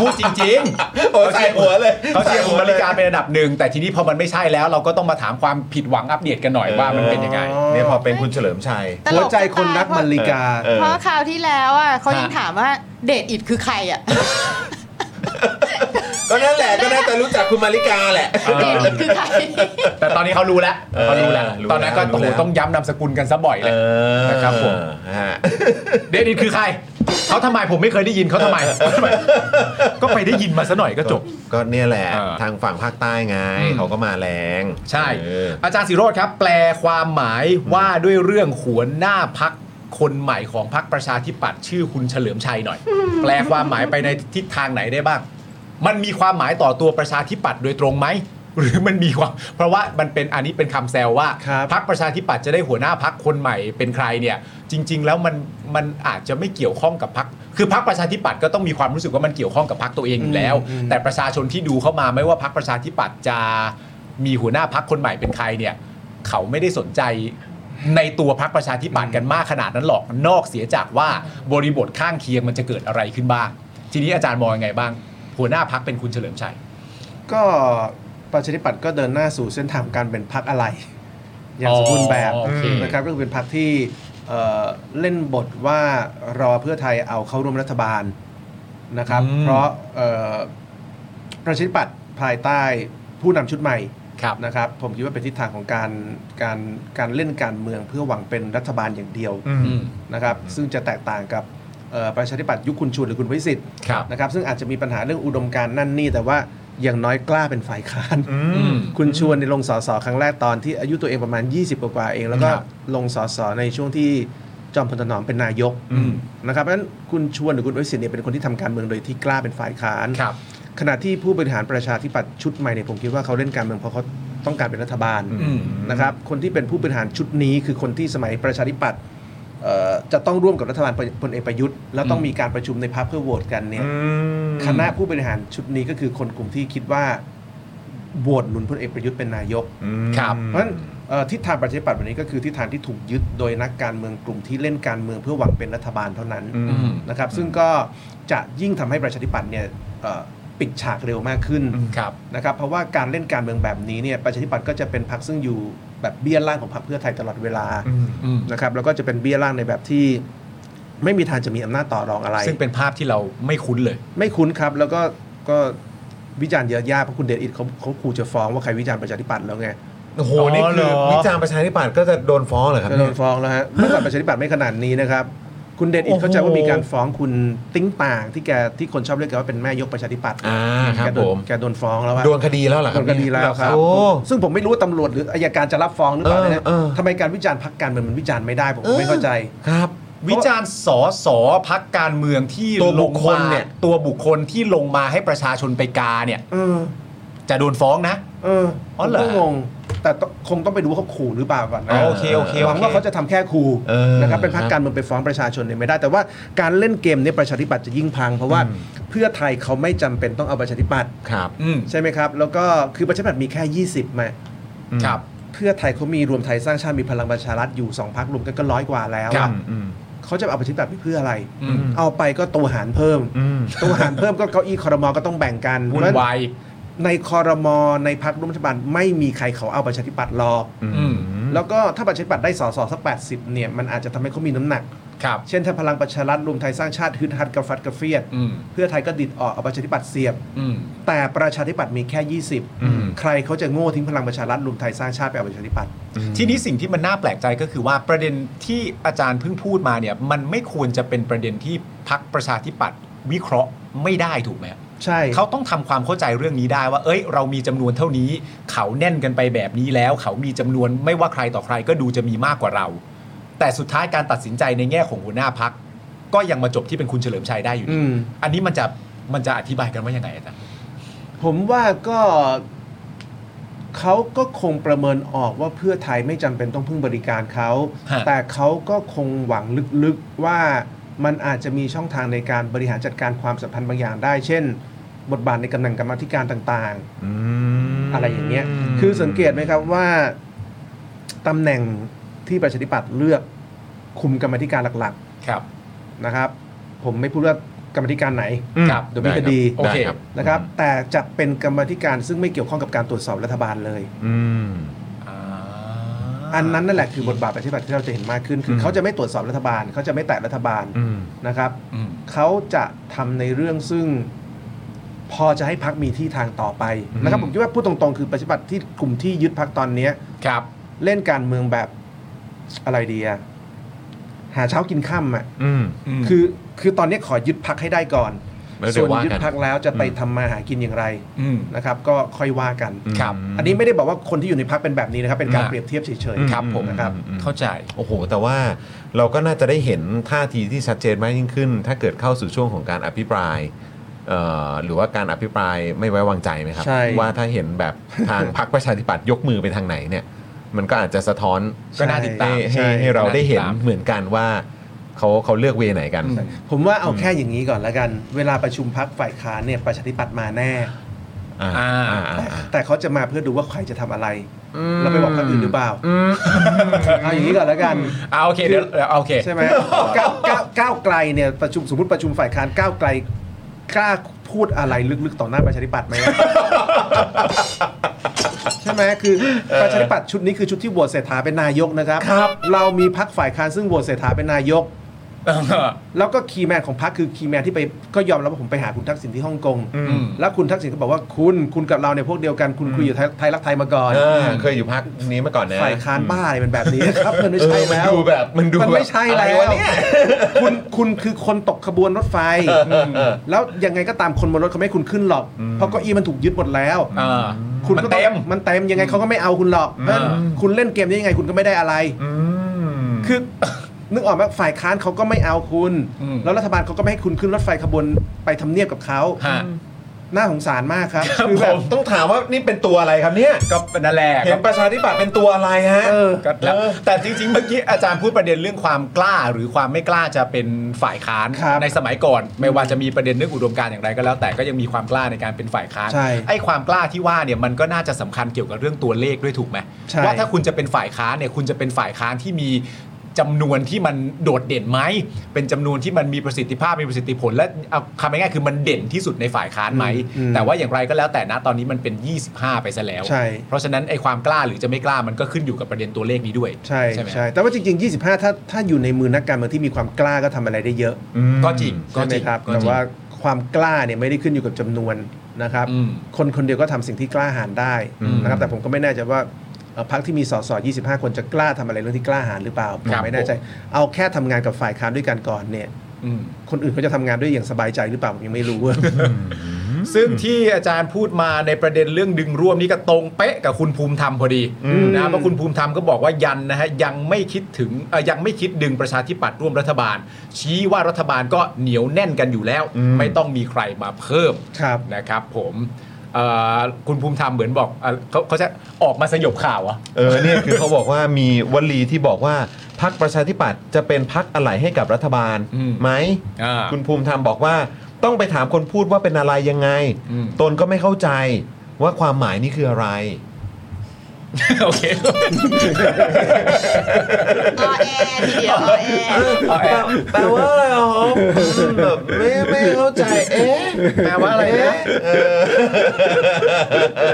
Speaker 3: พูดจริงๆ
Speaker 1: โอ้ใส่หัวเลย
Speaker 3: เขาเชียร์คุณมาริกา
Speaker 1: ใส่หัวเล
Speaker 3: เป็นอันดับหนึ่งแต่ทีนี้พอมันไม่ใช่แล้วเราก็ต้องมาถามความผิดหวังอัปเดตกันหน่อยว่ามันเป็นยังไง
Speaker 8: เอ
Speaker 1: ยเนี่ยพอเป็นคุณเฉลิมชัย
Speaker 7: ตลก
Speaker 8: หัวใจคนรักมาริกา
Speaker 1: เออ
Speaker 7: เพราะคราวที่แล้วอ่ะเขายังถามว่าเดทอิดคือใครอ่ะ
Speaker 1: ก็นั่นแหละก็น่าจะรู้จักคุณมาริกาแหละ
Speaker 7: เดทอิดคือใคร
Speaker 3: แต่ตอนนี้เขารู้แล้ว
Speaker 1: เออ
Speaker 3: เขารู้แล้ว
Speaker 1: รู้แล้ว
Speaker 3: ตอนนั้นก็
Speaker 1: รู้
Speaker 3: โอ้โห
Speaker 1: แล้ว
Speaker 3: ต้องย้ำนามสกุลกันซะบ่อยเลย
Speaker 1: อ
Speaker 3: นะครับผม
Speaker 1: ฮะ
Speaker 3: เดนิดคือใครเขาทำไมผมไม่เคยได้ยินเขาทำไม ก็ไปได้ยินมาซะหน่อยก็จบ
Speaker 1: ก็เนี่ยแหละ
Speaker 3: เออ
Speaker 1: ทางฝั่งภาคใต้ไง
Speaker 3: อืม
Speaker 1: เขาก็มาแรง
Speaker 3: ใช่
Speaker 1: เออ
Speaker 3: อาจารย์สิโรธครับ แปลความหมายว่าด้วยเรื่องหัวหน้าพักคนใหม่ของพักประชาธิปัตย์ชื่อคุณเฉลิมชัยหน่อย แปลความหมายไปในทิศทางไหนได้บ้าง มันมีความหมายต่อตัวประชาธิปัตย์โดยตรงไหม หรือมันมีความ เพราะว่ามันเป็นอันนี้เป็นคำแซวว่า
Speaker 8: ครับ
Speaker 3: พักประชาธิปัตย์จะได้หัวหน้าพักคนใหม่เป็นใครเนี่ย จริง ๆ แล้วมันมันอาจจะไม่เกี่ยวข้องกับพักคือพักประชาธิปัตย์ก็ต้องมีความรู้สึกว่ามันเกี่ยวข้องกับพักตัวเองอยู่แล้ว แต่ประชาชนที่ดูเข้ามาไม่ว่าพักประชาธิปัตย์จะมีหัวหน้าพักคนใหม่เป็นใครเนี่ย เขาไม่ได้สนใจในตัวพักประชาธิปัตย์กันมากขนาดนั้นหรอกนอกเสียจากว่าบริบทข้างเคียงมันจะเกิดอะไรขึ้นบ้าง ทีนี้อาจารย์มองยังไงบ้าง หัวหน้าพักเป็นคุณเฉลิมชัย
Speaker 8: ก็ประชาธิปัตย์ก็เดินหน้าสู่เส้นทางของการเป็นพรรคอะไร อย่างสมบูรณ์แบบ
Speaker 3: อ๋อโอเค
Speaker 8: นะครับก็คือเป็นพรรคที่เอ่อเล่นบทว่ารอเพื่อไทยเอาเข้าร่วมรัฐบาลนะครับ
Speaker 3: อืม
Speaker 8: เพราะเอ่อประชาธิปัตย์ภายใต้ผู้นำชุดใหม่
Speaker 3: ครับ
Speaker 8: นะครับ ผมคิดว่าเป็นทิศทางของการการการเล่นการเมืองเพื่อหวังเป็นรัฐบาลอย่างเดียว
Speaker 3: อืม
Speaker 8: นะครับซึ่งจะแตกต่างกับเอ่อประชาธิปัตย์ยุคคุณชวนหรือคุณวิสิทธิ
Speaker 3: ครับ
Speaker 8: นะครับซึ่งอาจจะมีปัญหาเรื่องอุดมการณ์นั่นนี่ แต่ว่าอย่างน้อยกล้าเป็นฝ่ายค้าน
Speaker 3: อืม
Speaker 8: คุณชวนในยลงสอสอครั้งแรกตอนที่อายุตัวเองประมาณ 20 กว่าๆเอง แล้วก็
Speaker 3: ครับ
Speaker 8: ลงสอสอในช่วงที่จอมพลถนอมเป็นนายก
Speaker 3: อืม
Speaker 8: นะครับเพราะฉะนั้นคุณชวนหรือคุณอวิสิทธิ์เนี่ยเป็นคนที่ทำการเมืองโดยที่กล้าเป็นฝ่ายค้าน
Speaker 3: ครับ
Speaker 8: ขณะที่ผู้บริหารประชาธิปัตย์ชุดใหม่เนี่ยผมคิดว่าเขาเล่นการเมืองเพราะเขาต้องการเป็นรัฐบาล
Speaker 3: อืม
Speaker 8: นะครับคนที่เป็นผู้บริหารชุดนี้คือคนที่สมัยประชาธิปัตย์เอ่อจะต้องร่วมกับรัฐบาลพลเอกประยุทธ์แล้วต้องมีการประชุมในพรรคเพื่อโหวตกันเนี่ย คณะผู้บริหารชุดนี้ก็คือคนกลุ่มที่คิดว่าโหวตหนุนพลเอกประยุทธ์เป็นนายก
Speaker 3: ครับ
Speaker 8: เพราะฉะนั้นเอ่อทิศทางประชาธิปัตย์วันนี้ก็คือทิศทางที่ถูกยึดโดยนักการเมืองกลุ่มที่เล่นการเมืองเพื่อหวังเป็นรัฐบาลเท่านั้น
Speaker 3: อืม
Speaker 8: นะครับ ซึ่งก็จะยิ่งทำให้ประชาธิปัตย์เนี่ยเอ่อปิดฉากเร็วมากขึ้น
Speaker 3: ครับ
Speaker 8: นะครับเพราะว่าการเล่นการเมืองแบบนี้เนี่ยประชาธิปัตย์ก็จะเป็นพรรคซึ่งอยู่แบบเบี้ยล่างของพรรคเพื่อไทยตลอดเวลา
Speaker 3: อืม
Speaker 8: นะครับแล้วก็จะเป็นเบี้ยล่างในแบบที่ ไม่มีทางจะมีอำนาจต่อรองอะไร
Speaker 3: ซึ่งเป็นภาพที่เราไม่คุ้นเลย
Speaker 8: ไม่คุ้นครับ แล้วก็ก็วิจารณ์เยอะยากเพราะคุณเดชอิดเขาเขาขู่จะฟ้องว่าใครวิจารณ์ประชาธิปัตย์แล้วไง
Speaker 1: โอ้โห นี่
Speaker 3: อ๋อเห
Speaker 1: คื
Speaker 3: ร
Speaker 1: อ
Speaker 3: อ
Speaker 1: วิจารณ์ประชาธิปัตย์ก็จะโดนฟ้องเหรอครับ
Speaker 8: จะโดนฟ้องแล้วฮะเมื่อก่อนประชาธิปัตย์ไม่ขนาดนี้นะครับ คุณเดชอิดเข้าใจว่ามีการฟ้องคุณติ้งต่างที่แกที่คนชอบเรียกแกว่าเป็นแม่ยกประชาธิปัตย์
Speaker 1: อ่าครับ
Speaker 8: แกโด
Speaker 1: ผ
Speaker 8: น
Speaker 1: ม
Speaker 8: แกโดนฟ้องแล้วว่า
Speaker 1: โดนคดีแล้วเหรอค
Speaker 8: โด
Speaker 1: รับ
Speaker 8: นคดีแล้วครับ
Speaker 1: โอ้
Speaker 8: ซึ่งผมไม่รู้ว่าตำรวจหรืออายการจะรับฟ้องหรือเปล่านะฮะ
Speaker 1: เออเออ
Speaker 8: ทำไมการวิจารณ์พรรคการเมืองมันวิจารณ์ไม่ได้ผมก็ไม่เข้าใจ
Speaker 1: ครับ
Speaker 3: วิจารณ์สอสอพักการเมืองที่
Speaker 1: ตัวบุคคล
Speaker 3: งมา
Speaker 1: เนี่ย
Speaker 3: ตัวบุคคลที่ลงมาให้ประชาชนไปกาเนี่ย
Speaker 8: เออ
Speaker 3: จะโดนฟ้องนะ
Speaker 8: เออ
Speaker 3: อ๋อเหรอ
Speaker 8: ผมก็งง แต่ต้องคงต้องไปดูว่าเขาขู่หรือเปล่าก่อนนะ
Speaker 3: อ๋อโอเคโอเคโอเค
Speaker 8: หวังว่าเขาจะทำแค่ขู่
Speaker 1: เออ
Speaker 8: นะครับเป็นพรร
Speaker 1: ครั
Speaker 8: ค
Speaker 1: บ
Speaker 8: การเมืองไปฟ้องประชาชนเนี่ยไม่ได้แต่ว่าการเล่นเกมเนี่ยประชาธิปัตย์จะยิ่งพัง เพราะว่าเพื่อไทยเขาไม่จำเป็นต้องเอาประชาธิปัตย์
Speaker 1: ครับ
Speaker 3: อืม
Speaker 8: ใช่ไหมครับ แล้วก็คือประชาธิปัตย์มีแค่ 20มา
Speaker 3: ครับ
Speaker 8: เพื่อไทยเขามีรวมไทยสร้างชาติมีพลังประชารัฐอยู่สองพรรครวมกันก็ร้อยกว่าแล้ว
Speaker 3: ครับ
Speaker 8: อะเขาจะเอาประชาธิปัตย์ไปเพื่ออะไร
Speaker 3: อืม
Speaker 8: เอาไปก็ตัวหารเพิ่ม
Speaker 1: อืม
Speaker 8: ตัวหารเพิ่มก็เก้าอี้คอรมอก็ต้องแบ่งกัน
Speaker 3: วุ่นวาย
Speaker 8: ในคอรมอในพักร่วมรัฐบาลไม่มีใครเขาเอาประชาธิปัตย์หรอก
Speaker 3: อืม
Speaker 8: แล้วก็ถ้าประชาธิปัตย์ได้สสสัก 80 เนี่ย มันอาจจะทำให้เขามีน้ำหนัก
Speaker 3: ครับ
Speaker 8: เช่นถ้าพลังประชารัฐรวมไทยสร้างชาติฮึดฮัดกระฟัดกระเฟียด
Speaker 3: อืม
Speaker 8: เพื่อไทยก็ดิดออกเอาประชาธิปัตย์เสียบ
Speaker 3: อืม
Speaker 8: แต่ประชาธิปัตย์มีแค่ 20 ใครเขาจะโง่ทิ้งพลังประชารัฐรวมไทยสร้างชาติไปเอาประชาธิปัตย์
Speaker 3: ทีนี้สิ่งที่มันน่าแปลกใจก็คือว่าประเด็นที่อาจารย์เพิ่งพูดมาเนี่ย มันไม่ควรจะเป็นประเด็นที่พักประชาธิปัตย์วิเคราะห์ไม่ได้ถูกไหมฮะ
Speaker 8: ใช่
Speaker 3: เขาต้องทำความเข้าใจเรื่องนี้ได้ว่า เอ้ย เรามีจำนวนเท่านี้ เขาแน่นกันไปแบบนี้แล้ว เขามีจำนวนไม่ว่าใครต่อใครก็ดูจะมีมากกว่าเรา แต่สุดท้ายการตัดสินใจในแง่ของหัวหน้าพัก ก็ยังมาจบที่เป็นคุณเฉลิมชัยได้อยู่ดี
Speaker 8: อืม
Speaker 3: อันนี้มันจะมันจะอธิบายกันว่ายังไงอาจารย์
Speaker 8: ผมว่าก็เขาก็คงประเมินออกว่าเพื่อไทยไม่จำเป็นต้องพึ่งบริการเขา
Speaker 3: ฮะ
Speaker 8: แต่เขาก็คงหวังลึกๆว่ามันอาจจะมีช่องทางในการบริหารจัดการความสัมพันธ์บางอย่างได้ เช่น บทบาทในกำแหน่งกรรมาธิการต่างๆ อะไรอย่างเงี้ย คือสังเกตไหมครับว่าตำแหน่งที่ประชาธิปัตย์เลือกคุมกรรมาธิการหลัก
Speaker 3: ครับ
Speaker 8: ๆนะครับ ผมไม่พูดว่ากรรมาธิการไหน
Speaker 3: ครับ
Speaker 8: เดี๋ยวมีคดี
Speaker 3: โอเค
Speaker 1: ได้ครับ
Speaker 8: นะครับ แต่จะเป็นกรรมาธิการซึ่งไม่เกี่ยวข้องกับการตรวจสอบรัฐบาลเลย
Speaker 1: อืม
Speaker 8: อันนั้นนั่นแหละคือบทบาทประชาธิปัตย์ที่เราจะเห็นมากขึ้น คือ
Speaker 1: ม
Speaker 8: อเขาจะไม่ตรวจสอบรัฐบาล เขาจะไม่แตะรัฐบาล
Speaker 1: อืม
Speaker 8: นะครับ
Speaker 3: อืม
Speaker 8: เขาจะทำในเรื่องซึ่งพอจะให้พักมีที่ทางต่อไปนะครับ ผมคิดว่าพูดตรงๆ คือประชาธิปัตย์ที่กลุ่มที่ยึดพักตอนเนี้ย
Speaker 3: ครับ
Speaker 8: เล่นการเมืองแบบอะไรดีอะหาเช้ากินค่ำอะ
Speaker 1: อืม
Speaker 8: คือคือตอนเนี้ยขอยึดพักให้ได้ก่อน
Speaker 1: แล้ว
Speaker 8: ส่
Speaker 1: เดี๋
Speaker 8: วย น
Speaker 1: วว่า
Speaker 8: ยึด
Speaker 1: กัน
Speaker 8: พักแล้วจะไปทำมาหากินอย่างไร
Speaker 3: อืม
Speaker 8: นะครับ ก็ค่อยว่ากัน
Speaker 3: ครับ
Speaker 8: อันนี้ไม่ได้บอกว่าคนที่อยู่ในพักเป็นแบบนี้นะครับ เป็นการ
Speaker 3: อ่า
Speaker 8: เปรียบเทียบเฉย
Speaker 3: ครับผม
Speaker 8: นะครับ
Speaker 3: เข้าใจ
Speaker 1: โอ้โห แต่ว่าเราก็น่าจะได้เห็นท่าทีที่ชัดเจนมากยิ่งขึ้น ถ้าเกิดเข้าสู่ช่วงของการอภิปรายเอ่อหรือว่าการอภิปรายไม่ไว้วางใจไหมครับ
Speaker 8: ใช่
Speaker 1: ว่าถ้าเห็นแบบทาง พรรคประชาธิปัตย์ยกมือไปทางไหนเนี่ย มันก็อาจจะสะท้อน
Speaker 3: ก็น่าติดตาม
Speaker 1: ให้
Speaker 8: ใช่
Speaker 1: ให้ให้เราได้เห็นเหมือนกันว่าเขาเขาเลือกเวไหนกัน
Speaker 3: อืม
Speaker 8: ผมว่าเอาแค่อย่างนี้ก่อนละกัน เวลาประชุมพักฝ่ายค้านเนี่ยประชาธิปัตย์มาแน่
Speaker 1: อ่า
Speaker 3: อ่า
Speaker 1: อ่าอ่า
Speaker 8: แต่เขาจะมาเพื่อดูว่าใครจะทำอะไร เราไปบอกคนอื่นหรือเปล่าเอาอย่างนี้ก่อนละกัน
Speaker 3: อ่าโอเคเดี๋ยวเดี๋ยวโอเค
Speaker 8: ใช่ไหมก้าวก้าวก้าวไกลเนี่ยประชุมสมมติประชุมฝ่ายค้านก้าวไกลกล้าพูดอะไรลึกๆต่อหน้าประชาธิปัตย์ไห มใช่ไหมคือประชาธิปัตย์ชุดนี้คือชุดที่โหวตเศรษฐาเป็นนายกนะครับ
Speaker 3: ครับ
Speaker 8: เรามีพักฝ่ายค้านซึ่งโหวตเศรษฐาเป็นนายก แล้วก็คีย์แมนของพรรคคือคีย์แมนที่ไปก็ยอมรับว่าผมไปหาคุณทักษิณที่ฮ่องกง
Speaker 3: อืม
Speaker 8: แล้วคุณทักษิณก็บอกว่าคุณคุณกับเราเนี่ยพวกเดียวกันคุณคุยอยู่ไทยไทยรักไทยมาก่อน
Speaker 1: เออเคยอยู่พักนี้มาก่อนนะ
Speaker 8: ฝ่ายค้านบ้าอะไรเป็นแบบนี้ นะครับมันไม่ใช่
Speaker 1: เออมัน
Speaker 8: แล้ว
Speaker 1: ดูแบบมันดู
Speaker 8: ไม่ใช่
Speaker 1: แบบอะไร
Speaker 8: แล้ว
Speaker 1: วะเนี่ย
Speaker 8: คุณคุณคือคนตกขบวนรถไฟ
Speaker 1: เออเออเออ
Speaker 8: แล้วยังไงก็ตามคนบนรถเขาไม่ให้คุณขึ้นหรอกเพราะเก้าอี้มันถูกยึดหมดแล้ว
Speaker 3: อ่า
Speaker 8: คุณ
Speaker 3: มัน
Speaker 8: ก็อง
Speaker 3: เต็ม
Speaker 8: มันเต็มยังไงเขาก็ไม่เอาคุณหรอกเพราะฉะนั้น
Speaker 3: อืม
Speaker 8: คุณเล่นเกมนี้ยังไงคุณก็ไม่ได้อะไร
Speaker 1: อืม
Speaker 8: คือ นึกออกไหมฝ่ายค้านเขาก็ไม่เอาคุณ
Speaker 3: อืม
Speaker 8: แล้วรัฐบาลเขาก็ไม่ให้คุณขึ้นรถไฟขบวนไปทำเนียบกับเขา
Speaker 3: ฮะ
Speaker 8: น่าสงสารมากครับ
Speaker 3: ครับ
Speaker 8: คือแบบ
Speaker 3: ผม
Speaker 1: ต้องถามว่านี่เป็นตัวอะไรครับเนี่ย
Speaker 3: ก็นั่นแหละ
Speaker 1: เห็
Speaker 3: ก็
Speaker 1: นประชาธิปัตย์เป็นตัวอะไรฮะ
Speaker 8: เออ
Speaker 3: ก็แล้วแต่จริงๆ เมื่อกี้อาจารย์พูดประเด็นเรื่องความกล้าหรือความไม่กล้าจะเป็นฝ่ายค้าน
Speaker 8: ครับ
Speaker 3: ในสมัยก่อน ไม่ว่าจะมีประเด็นเรื่องอุดมการณ์อย่างไรก็แล้ว แต่ก็ยังมีความกล้าในการเป็นฝ่ายค้าน
Speaker 8: ใช่
Speaker 3: ไอ้ความกล้าที่ว่าเนี่ยมันก็น่าจะสำคัญเกี่ยวกับเรื่องตัวเลขด้วยถูกไหม
Speaker 8: ใช่
Speaker 3: ว่าถ้าคุณจะเป็นฝ่ายค้านเนี่ยคุณจะเป็นฝ่ายค้านที่มีจำนวนที่มันโดดเด่นไหมเป็นจำนวนที่มันมีประสิทธิภาพมีประสิทธิผล และเอาคำง่ายๆคือมันเด่นที่สุดในฝ่ายค้านไหม
Speaker 8: อืม
Speaker 3: แต่ว่าอย่างไรก็แล้วแต่นะตอนนี้มันเป็น 25 ไปซะแล้ว
Speaker 8: ใช่
Speaker 3: เพราะฉะนั้นไอ้ความกล้าหรือจะไม่กล้ามันก็ขึ้นอยู่กับประเด็นตัวเลขนี้ด้วย
Speaker 8: ใช่
Speaker 3: ไหม
Speaker 8: ใช่ แต่ว่าจริง ๆ 25 ถ้าถ้าอยู่ในมือนักการเมืองที่มีความกล้าก็ทำอะไรได้เยอะ
Speaker 3: ก็จริงก็
Speaker 8: ใช่
Speaker 3: จริ
Speaker 8: ไหม
Speaker 3: ง
Speaker 8: ครับ
Speaker 3: ก็จ
Speaker 8: แต่
Speaker 3: ริง
Speaker 8: ว่าความกล้าเนี่ยไม่ได้ขึ้นอยู่กับจำนวนนะครับ
Speaker 3: อืม
Speaker 8: คนคนเดียวก็ทำสิ่งที่กล้าหาญได้นะครับ แต่ผมก็ไม่แน่ใจว่าเอ่อพรรคที่มีสส25 คนจะกล้าทำอะไรเรื่องที่กล้าหาญหรือเปล่าผม
Speaker 3: ครับ
Speaker 8: ไม่แน่ใจ เอาแค่ทำงานกับฝ่ายค้านด้วยกันก่อนเนี่ย
Speaker 3: อืม
Speaker 8: คนอื่นเขาจะทำงานด้วยอย่างสบายใจหรือเปล่าผมยังไม่รู้
Speaker 3: ซึ่งที่อาจารย์พูดมาในประเด็นเรื่องดึงร่วมนี่ก็ตรงเป๊ะกับคุณภูมิธรรมพอดีนะเพราะคุณภูมิธรรมก็บอกว่ายันนะฮะยังไม่คิดถึงเอ่อยังไม่คิดดึงประชาธิปัตย์ร่วมรัฐบาล ชี้ว่ารัฐบาลก็เหนียวแน่นกันอยู่แล้ว ไม่ต้องมีใครมาเพิ่ม
Speaker 8: ครับ
Speaker 3: นะครับ ผมเอ่อคุณภูมิธรรมเหมือนบอกเอ่อเขาเขาจะออกมาสยบข่าวเหรอะ
Speaker 1: เออเนี่ยคือเขาบอกว่ามีวลีที่บอกว่าพักประชาธิปัตย์จะเป็นพักอะไรให้กับรัฐบาล
Speaker 3: อืม
Speaker 1: ไหม
Speaker 3: อ่า
Speaker 1: คุณภูมิธรรมบอกว่าต้องไปถามคนพูดว่าเป็นอะไรยังไง
Speaker 3: อืม
Speaker 1: ตนก็ไม่เข้าใจว่าความหมายนี่คืออะไร
Speaker 3: โอเค
Speaker 7: ออแอทีเดียวออแอ
Speaker 3: เอาแอบ
Speaker 1: แปลว่าอะไรอ๋อแบบไม่ไม่เข้าใจเอ๊ะ
Speaker 3: แปลว่าอะไรนะ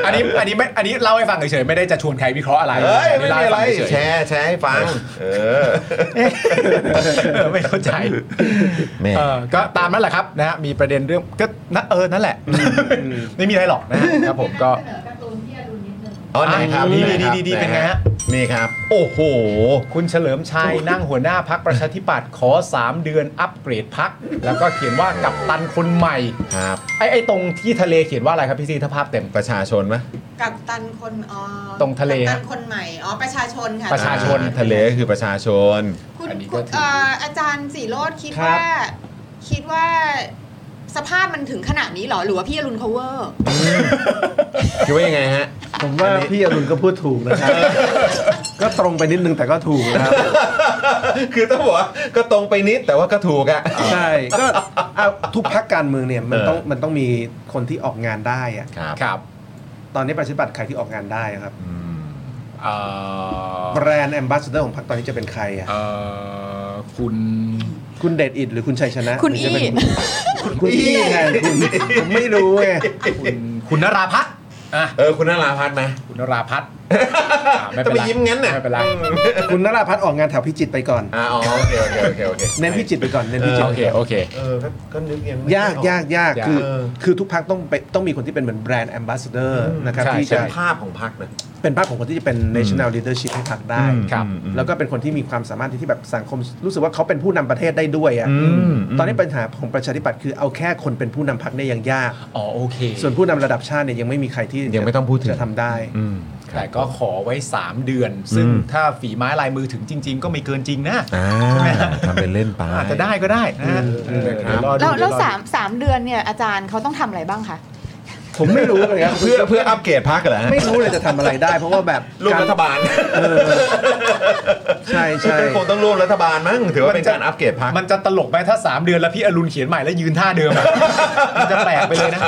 Speaker 3: อันนี้อันนี้ไม่อันนี้เล่าให้ฟังเฉยๆไม่ได้จะชวนใครวิเคราะห์อะไร
Speaker 1: เอ้ยไม่
Speaker 3: ล่า
Speaker 1: มีอะไร
Speaker 3: ให้ฟังเฉย
Speaker 1: แชร์แชร์ให้ฟังเออ
Speaker 3: ๆเออไม่เข้าใจ
Speaker 1: แม่
Speaker 3: เออก็ตามนั่นแหละครับนะฮะมีประเด็นเรื่องก็นะเออนั่นแหละ ไม่มีอะไรหรอกนะฮะครับผมก็
Speaker 5: เสนอการ์ตูนที่อรุณนิดนึง
Speaker 1: อ๋อไหนครับ
Speaker 3: ดี
Speaker 1: ไหนค
Speaker 3: ดี
Speaker 1: รับ
Speaker 3: ดีดี
Speaker 1: ไหน
Speaker 3: เป็นไงฮะ
Speaker 1: นี่ครับ โอ้โห
Speaker 3: คุณเฉลิมชัยนั่งหัวหน้าพักประชาธิปัตย์ขอ 3 เดือนอัปเกรดพัก แล้วก็เขียนว่ากับตันคนใหม่
Speaker 1: ครับ
Speaker 3: ไอ้ไอ้ตรงที่ทะเลเขียนว่าอะไรครับพี่ซีถ้าภาพเต็ม
Speaker 1: ประชาชนไหม
Speaker 5: กับตันคนอ๋อ
Speaker 3: ตรงทะเล
Speaker 5: กัปตั
Speaker 3: ฮะ
Speaker 5: นคนใหม่อ๋อประชาชนค่ะ
Speaker 3: ประชาชน
Speaker 1: อ่ทะเลก็คือประชาชน
Speaker 5: คุณ
Speaker 3: อันนี้ก็
Speaker 5: คุณ
Speaker 3: ถือ
Speaker 5: เอ่ออาจารย์สีโรดคิด
Speaker 6: ครับ
Speaker 5: ว่า คิดว่าสภาพมันถึงขนาดนี้เหรอ หรือว่าพี่อรุณ cover
Speaker 1: คิดว่ายังไงฮะ
Speaker 6: ผมว่าพี่อรุณก็พูดถูกนะครับ ก็ตรงไปนิดนึงแต่ก็ถูกนะครับ
Speaker 1: คือต้องบอกว่าก็ตรงไปนิดแต่ว่าก็ถูกอะ
Speaker 6: ใช่ก็เอาทุกพักการเมืองเนี่ยมัน
Speaker 1: เออ
Speaker 6: ต้องมันต้องมีคนที่ออกงานได้อะ
Speaker 1: ครับ
Speaker 3: ครับ
Speaker 6: ตอนนี้ประชาธิปัตย์ใครที่ออกงานได้อะครับ
Speaker 1: อืม
Speaker 3: เอ่อ
Speaker 6: แบรนด์แอมบาสเดอร์ของพรรคตอนนี้จะเป็นใครอ่ะ
Speaker 3: เอ่อคุณ
Speaker 6: คุณเดชอิดหรือคุณชัยชนะ
Speaker 5: คุณอี้
Speaker 6: หรืจะเป็นคุณคุณอี้ไงคุณผมไม่รู้ไง
Speaker 3: คุณคุณนราพัฒน์อ่ะ
Speaker 1: เออคุณนาราพัฒน์ไหม
Speaker 3: คุณนราพั ฒน์อ่ะ
Speaker 1: จะไปยิ้มงั้นน่ะ
Speaker 3: ไม่เป็นไร
Speaker 6: คุณนราพัฒน์ออกงานแถวพิจิตรไปก่อน
Speaker 1: อ่าอ๋อโอเคโอเคโอเคโอเค
Speaker 6: เน้นพิจิตรไปก่อนเน้น
Speaker 3: เอ
Speaker 6: พิ
Speaker 3: อ
Speaker 6: จิตร
Speaker 3: โอ
Speaker 6: ไป
Speaker 3: เค
Speaker 6: ก่อน
Speaker 3: โอเค
Speaker 1: เออก็ก็นึกยังไม่
Speaker 6: ยากยากยาก
Speaker 3: ยาก
Speaker 6: คือ
Speaker 1: เออ
Speaker 6: คือทุกพักต้องไปต้องมีคนที่เป็นเหมือนแบรนด์แอมบาสเดอร์นะครับ
Speaker 3: ใช่
Speaker 6: ที่
Speaker 3: ใช่
Speaker 6: จะ
Speaker 1: เป็นภาพของพักนะ
Speaker 6: เป็นภาพของคนที่จะเป็น national leadership ให้พรรคได้
Speaker 1: อืมครับ
Speaker 6: แล้วก็เป็นคนที่มีความสามารถที่แบบสังคม รู้สึกว่าเขาเป็นผู้นำประเทศได้ด้วยอะ
Speaker 1: อืม
Speaker 6: ตอนนี้ปัญหาของประชาธิปัตย์คือเอาแค่คนเป็นผู้นำพรรคเนี่ยยังยาก
Speaker 3: อ๋อโอเค
Speaker 6: ส่วนผู้นำระดับชาติเนี่ยยังไม่มีใครที่
Speaker 1: ยังไม่ต้องพูดถึง
Speaker 6: จะทำได้
Speaker 1: อืม
Speaker 3: แต่ก็ขอไว้ 3 เดือน ซึ่ง
Speaker 1: อืม
Speaker 3: ถ้าฝีไม้ลายมือถึงจริง ๆ ก็ไม่เกินจริงนะ
Speaker 1: อ่า
Speaker 3: ใช่ไหม
Speaker 1: ทำเป็นเล่นไป
Speaker 3: อาจจะได้ก็ได้นะ
Speaker 6: เออ
Speaker 3: เดี๋ยวรอดู
Speaker 5: แล้วแล้ว
Speaker 3: เดี๋ยรอดู
Speaker 5: สามสามเดือนเนี่ยอาจารย์เขาต้องทำอะไรบ้างคะ
Speaker 6: ผมไม่รู้เลยครับ
Speaker 1: เพื่อเพื่ออัปเกรดพักเหรอฮะ
Speaker 6: ไม่รู้เลยจะทำอะไรได้ เพราะว่าแบบ
Speaker 1: ร่วมรัฐบาล
Speaker 6: ใช่ใช่
Speaker 1: ก็คงต้องร่วมรัฐบาลมั้งถือว่าเป็นการอัปเกรดพัก
Speaker 3: มันจะตลกไหมถ้า 3 เดือนแล้วพี่อรุณเขียนใหม่แล้วยืนท่าเดิ มอะ มันจะแปลกไปเลยนะ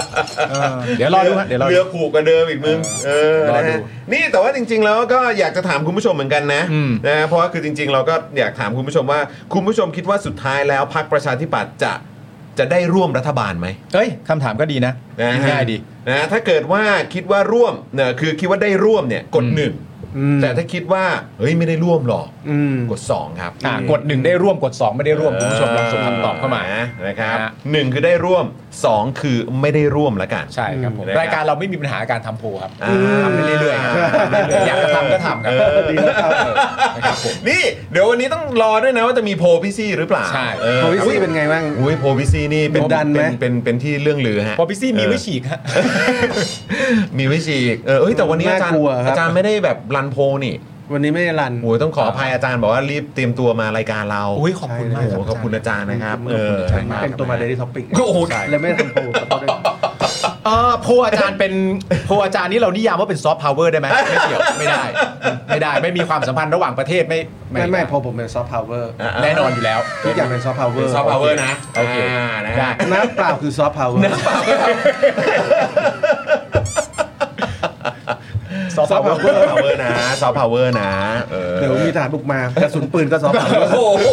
Speaker 3: เออเดี๋ยวรอดูฮะเดี๋ยวรอ
Speaker 1: เรื
Speaker 3: ดู
Speaker 1: อผูกกับเดิมอีกมึง เออ
Speaker 3: รอ
Speaker 1: นะ
Speaker 3: ดู
Speaker 1: ฮะนี่แต่ว่าจริง ๆ แล้วก็อยากจะถามคุณผู้ชมเหมือนกันนะ
Speaker 3: อืม
Speaker 1: นะฮะเพราะว่าคือจริง ๆ เราก็อยากถามคุณผู้ชมว่า คุณผู้ชมคิดว่าสุดท้ายแล้วพรรคประชาธิปัตย์จะจะได้ร่วมรัฐบาลไหม
Speaker 3: เอ้ยคำถามก็ดีนะ
Speaker 1: นะฮะ
Speaker 3: ง่ายดี
Speaker 1: นะฮะถ้าเกิดว่าคิดว่าร่วมเนี่ยคือคิดว่าได้ร่วมเนี่ยกด
Speaker 3: อืม
Speaker 1: หนึ่ง
Speaker 6: อืม
Speaker 1: แต่ถ้าคิดว่าเฮ้ยไม่ได้ร่วมหรอก
Speaker 6: อืม
Speaker 1: กดสองครับ
Speaker 3: อ่ะกดหนึ่งได้ร่วมกด 2 ไม่ได้ร่วมคุณผู้ชมลองส่งคำตอบเข้ามา
Speaker 1: นะครับ
Speaker 3: นะฮะ
Speaker 1: หนึ่งคือได้ร่วมสองคือไม่ได้ร่วมละกัน
Speaker 3: ใช่ครับผม
Speaker 1: นะครับ
Speaker 3: รายการเราไม่มีปัญหาการทำโพลครับ
Speaker 1: อ่า
Speaker 3: ทำไปเรื่อยๆครับทำไปเรื่อยๆอยากจะทำก็ทำครับ
Speaker 6: ดีนะครับ
Speaker 3: เออนะครับผม
Speaker 1: นี่เดี๋ยววันนี้ต้องรอด้วยนะว่าจะมีโพลพี่ซี่หรือเปล่า
Speaker 3: ใช่
Speaker 1: เออ
Speaker 6: โพวิซี่เป็นไงบ้าง
Speaker 1: อุ้ยโพลพี่ซี่นี่เป็น
Speaker 6: ดันไหม
Speaker 1: เป็นเป็นเป็นที่เรื่องลือฮะ
Speaker 3: พอพี่ซี่มีไว้ฉีกฮะ
Speaker 1: มีวิชีกเออเอ้ยแต่วันนี้อาจารย์
Speaker 6: น่ากลัวครับ
Speaker 1: อาจารย์ไม่ได้แบบรันโพลนี่
Speaker 6: วันนี้ไม่ได้รัน
Speaker 1: โอ้ยต้องขออภัยอาจารย์บอกว่ารีบเตรียมตัวมารายการเรา
Speaker 3: โอ้ยขอบคุณมาก
Speaker 1: โอ้โห
Speaker 3: ครับ
Speaker 1: ขอบคุณอาจารย์นะครับเออนะครับ
Speaker 6: เป็นตัวมาเดลี่ท็อปิก
Speaker 1: โอ้โห
Speaker 6: แล้วไม่ได้ทำโพลกับเขาด้วย
Speaker 3: เออโพลอาจารย์เป็นโพลอาจารย์นี่เรานิยามว่าเป็นซอฟต์พาวเวอร์ได้ไหมไม่เกี่ยวไม่ได้ ไม่ได้ไม่มีความสัมพันธ์ระหว่างประเทศไม่
Speaker 6: ไม่ไม่พอผมเป็นซอฟต์พาวเวอร์
Speaker 1: อ่ะ
Speaker 3: แน่นอนอยู่แล้ว
Speaker 6: ทุกอย่างเป็นซอฟต์พาวเวอ
Speaker 1: เป็น
Speaker 6: ร์
Speaker 1: ซอฟต์พาวเวอร์นะ
Speaker 3: โอเค
Speaker 1: านะฮะ
Speaker 6: น้ำเปล่าคือซอฟต์พาวเวอร์
Speaker 3: ซอฟต์
Speaker 1: ซอ
Speaker 3: พา
Speaker 1: ฟต์
Speaker 3: วเวอ
Speaker 1: พาว
Speaker 3: ร์
Speaker 1: เวอร์นะซอฟต์พาวเวอร์นะเออ
Speaker 6: เดี๋ยวมีทหารบุกมากระสุนปืนก็ซอฟต์พาวเวอร์
Speaker 1: โอ้โห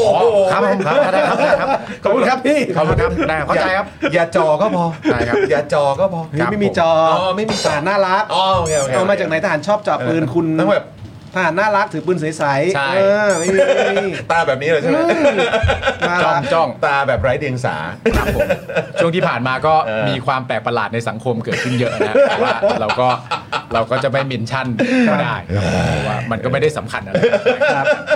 Speaker 3: ครับผมครับได้ครับได้ครับ
Speaker 6: ขอบคุณครับพี่
Speaker 3: ขอบคุณครับได้เข้าใจครับ
Speaker 1: อย่าจอก็พอ
Speaker 3: ได้ครับ
Speaker 1: อย่าจอก็พอ
Speaker 6: เฮ้ยไม่มีจอ
Speaker 1: อ๋อไม่มีจ
Speaker 6: ท
Speaker 1: อ
Speaker 6: หารน่ารัก
Speaker 1: อ๋อโอเคโอเค
Speaker 6: เอามาจากไหนทหารชอบจ่อปืนคุณ
Speaker 1: ต้องแบบ
Speaker 6: ทหารน่ารักถือปืนใสๆ
Speaker 3: ใช่
Speaker 6: เออไม่มีไม่มี
Speaker 1: ตาแบบนี้เลยใช่ไหม
Speaker 6: น่า
Speaker 3: จ้อ
Speaker 6: รั
Speaker 3: ง
Speaker 6: ก
Speaker 3: จ้อง
Speaker 1: ตาแบบไร้เดียงสา
Speaker 3: ครับผมช่วงที่ผ่านมาก็
Speaker 1: เออ
Speaker 3: มีความแปลกประหลาดในสังคมเกิดขึ้นเยอะนะแต่ว่าเรา ก็เราก็จะไม่เมนชั่นก็ได้เพราะว่ามันก็ไม่ได้สำคัญอะไร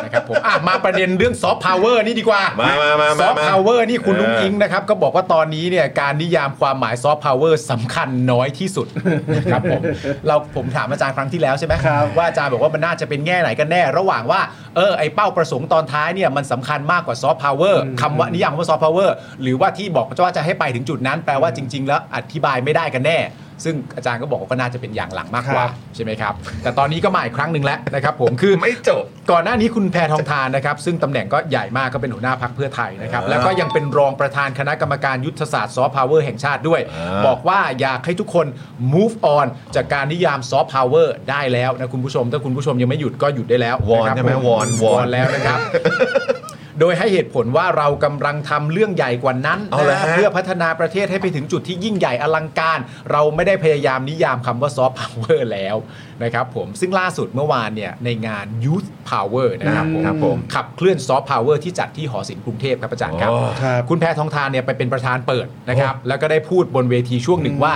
Speaker 3: นะครับผมอ่ะมาประเด็นเรื่องซอฟต์พาวเวอร์นี่ดีกว่า
Speaker 1: มามามา
Speaker 3: ซ
Speaker 1: มา
Speaker 3: อฟต์
Speaker 1: มา
Speaker 3: พาวเวอร์นี่คุณ
Speaker 1: เออ
Speaker 3: ลุงอิงนะครับ ก็บอกว่าตอนนี้เนี่ยการนิยามความหมายซอฟต์พาวเวอร์สำคัญน้อยที่สุด นะครับผมเราผมถามอาจารย์ครั้งที่แล้วใช่ไหมว่าอาจารย์บอกว่ามันน่าจะเป็นแง่ไหนกันแน่ ระหว่างว่าเออไอเป้าประสงค์ตอนท้ายเนี่ยมันสำคัญมากกว่าซอฟต์พาวเวอร์คำว่านิยามว่าซอฟต์พาวเวอร์หรือว่าที่บอกว่าจะให้ไปถึงจุดนั้น แปลว่าจริง ๆ แล้วอธิบายไม่ได้กันแน่ ซึ่งอาจารย์ก็บอกว่าก็น่าจะเป็นอย่างหลังมากกว่าใช่ไหมครับแต่ตอนนี้ก็มาอีกครั้งหนึ่งแล้วนะครับผมคือ
Speaker 1: ไม่จบ
Speaker 3: ก่อนหน้านี้คุณแพทองทานนะครับ ซึ่งตำแหน่งก็ใหญ่มากก็เป็นหัวหน้าพักเพื่อไทยนะครับ
Speaker 1: อ่า
Speaker 3: แล้วก็ยังเป็นรองประธานคณะกรรมการยุทธศาสตร์ซอฟต์พาวเวอร์แห่งชาติด้วย
Speaker 1: อ่า
Speaker 3: บอกว่าอยากให้ทุกคน move on จากการนิยามซอฟต์พาวเวอร์ได้แล้วนะคุณผู้ชม ถ้าคุณผู้ชมยังไม่หยุดก็หยุดได้แล้ว
Speaker 1: วอนะครับ ใช่ไหม
Speaker 3: ผ
Speaker 1: วอน
Speaker 3: วอนแล้วนะครับ โดยให้เหตุผลว่าเรากำลังทำเรื่องใหญ่กว่านั้น
Speaker 1: เอา
Speaker 3: นะ
Speaker 1: ละฮะ
Speaker 3: ฮะเพื่อพัฒนาประเทศให้ไปถึงจุดที่ยิ่งใหญ่อลังการ เราไม่ได้พยายามนิยามคำว่าซอฟต์พาวเวอร์แล้วนะครับผมซึ่งล่าสุดเมื่อวานเนี่ยในงาน Youth Power นะครับผม
Speaker 8: ครับผม
Speaker 3: ขับเคลื่อนซอฟต์พาวเวอร์ที่จัดที่หอศิลป์กรุงเทพครับอาจารย์ครับ
Speaker 1: อ๋อ
Speaker 8: ครับ
Speaker 3: คุณแพทองทานเนี่ยไปเป็นประธานเปิดนะครับ แล้วก็ได้พูดบนเวทีช่วงหนึ่งว่า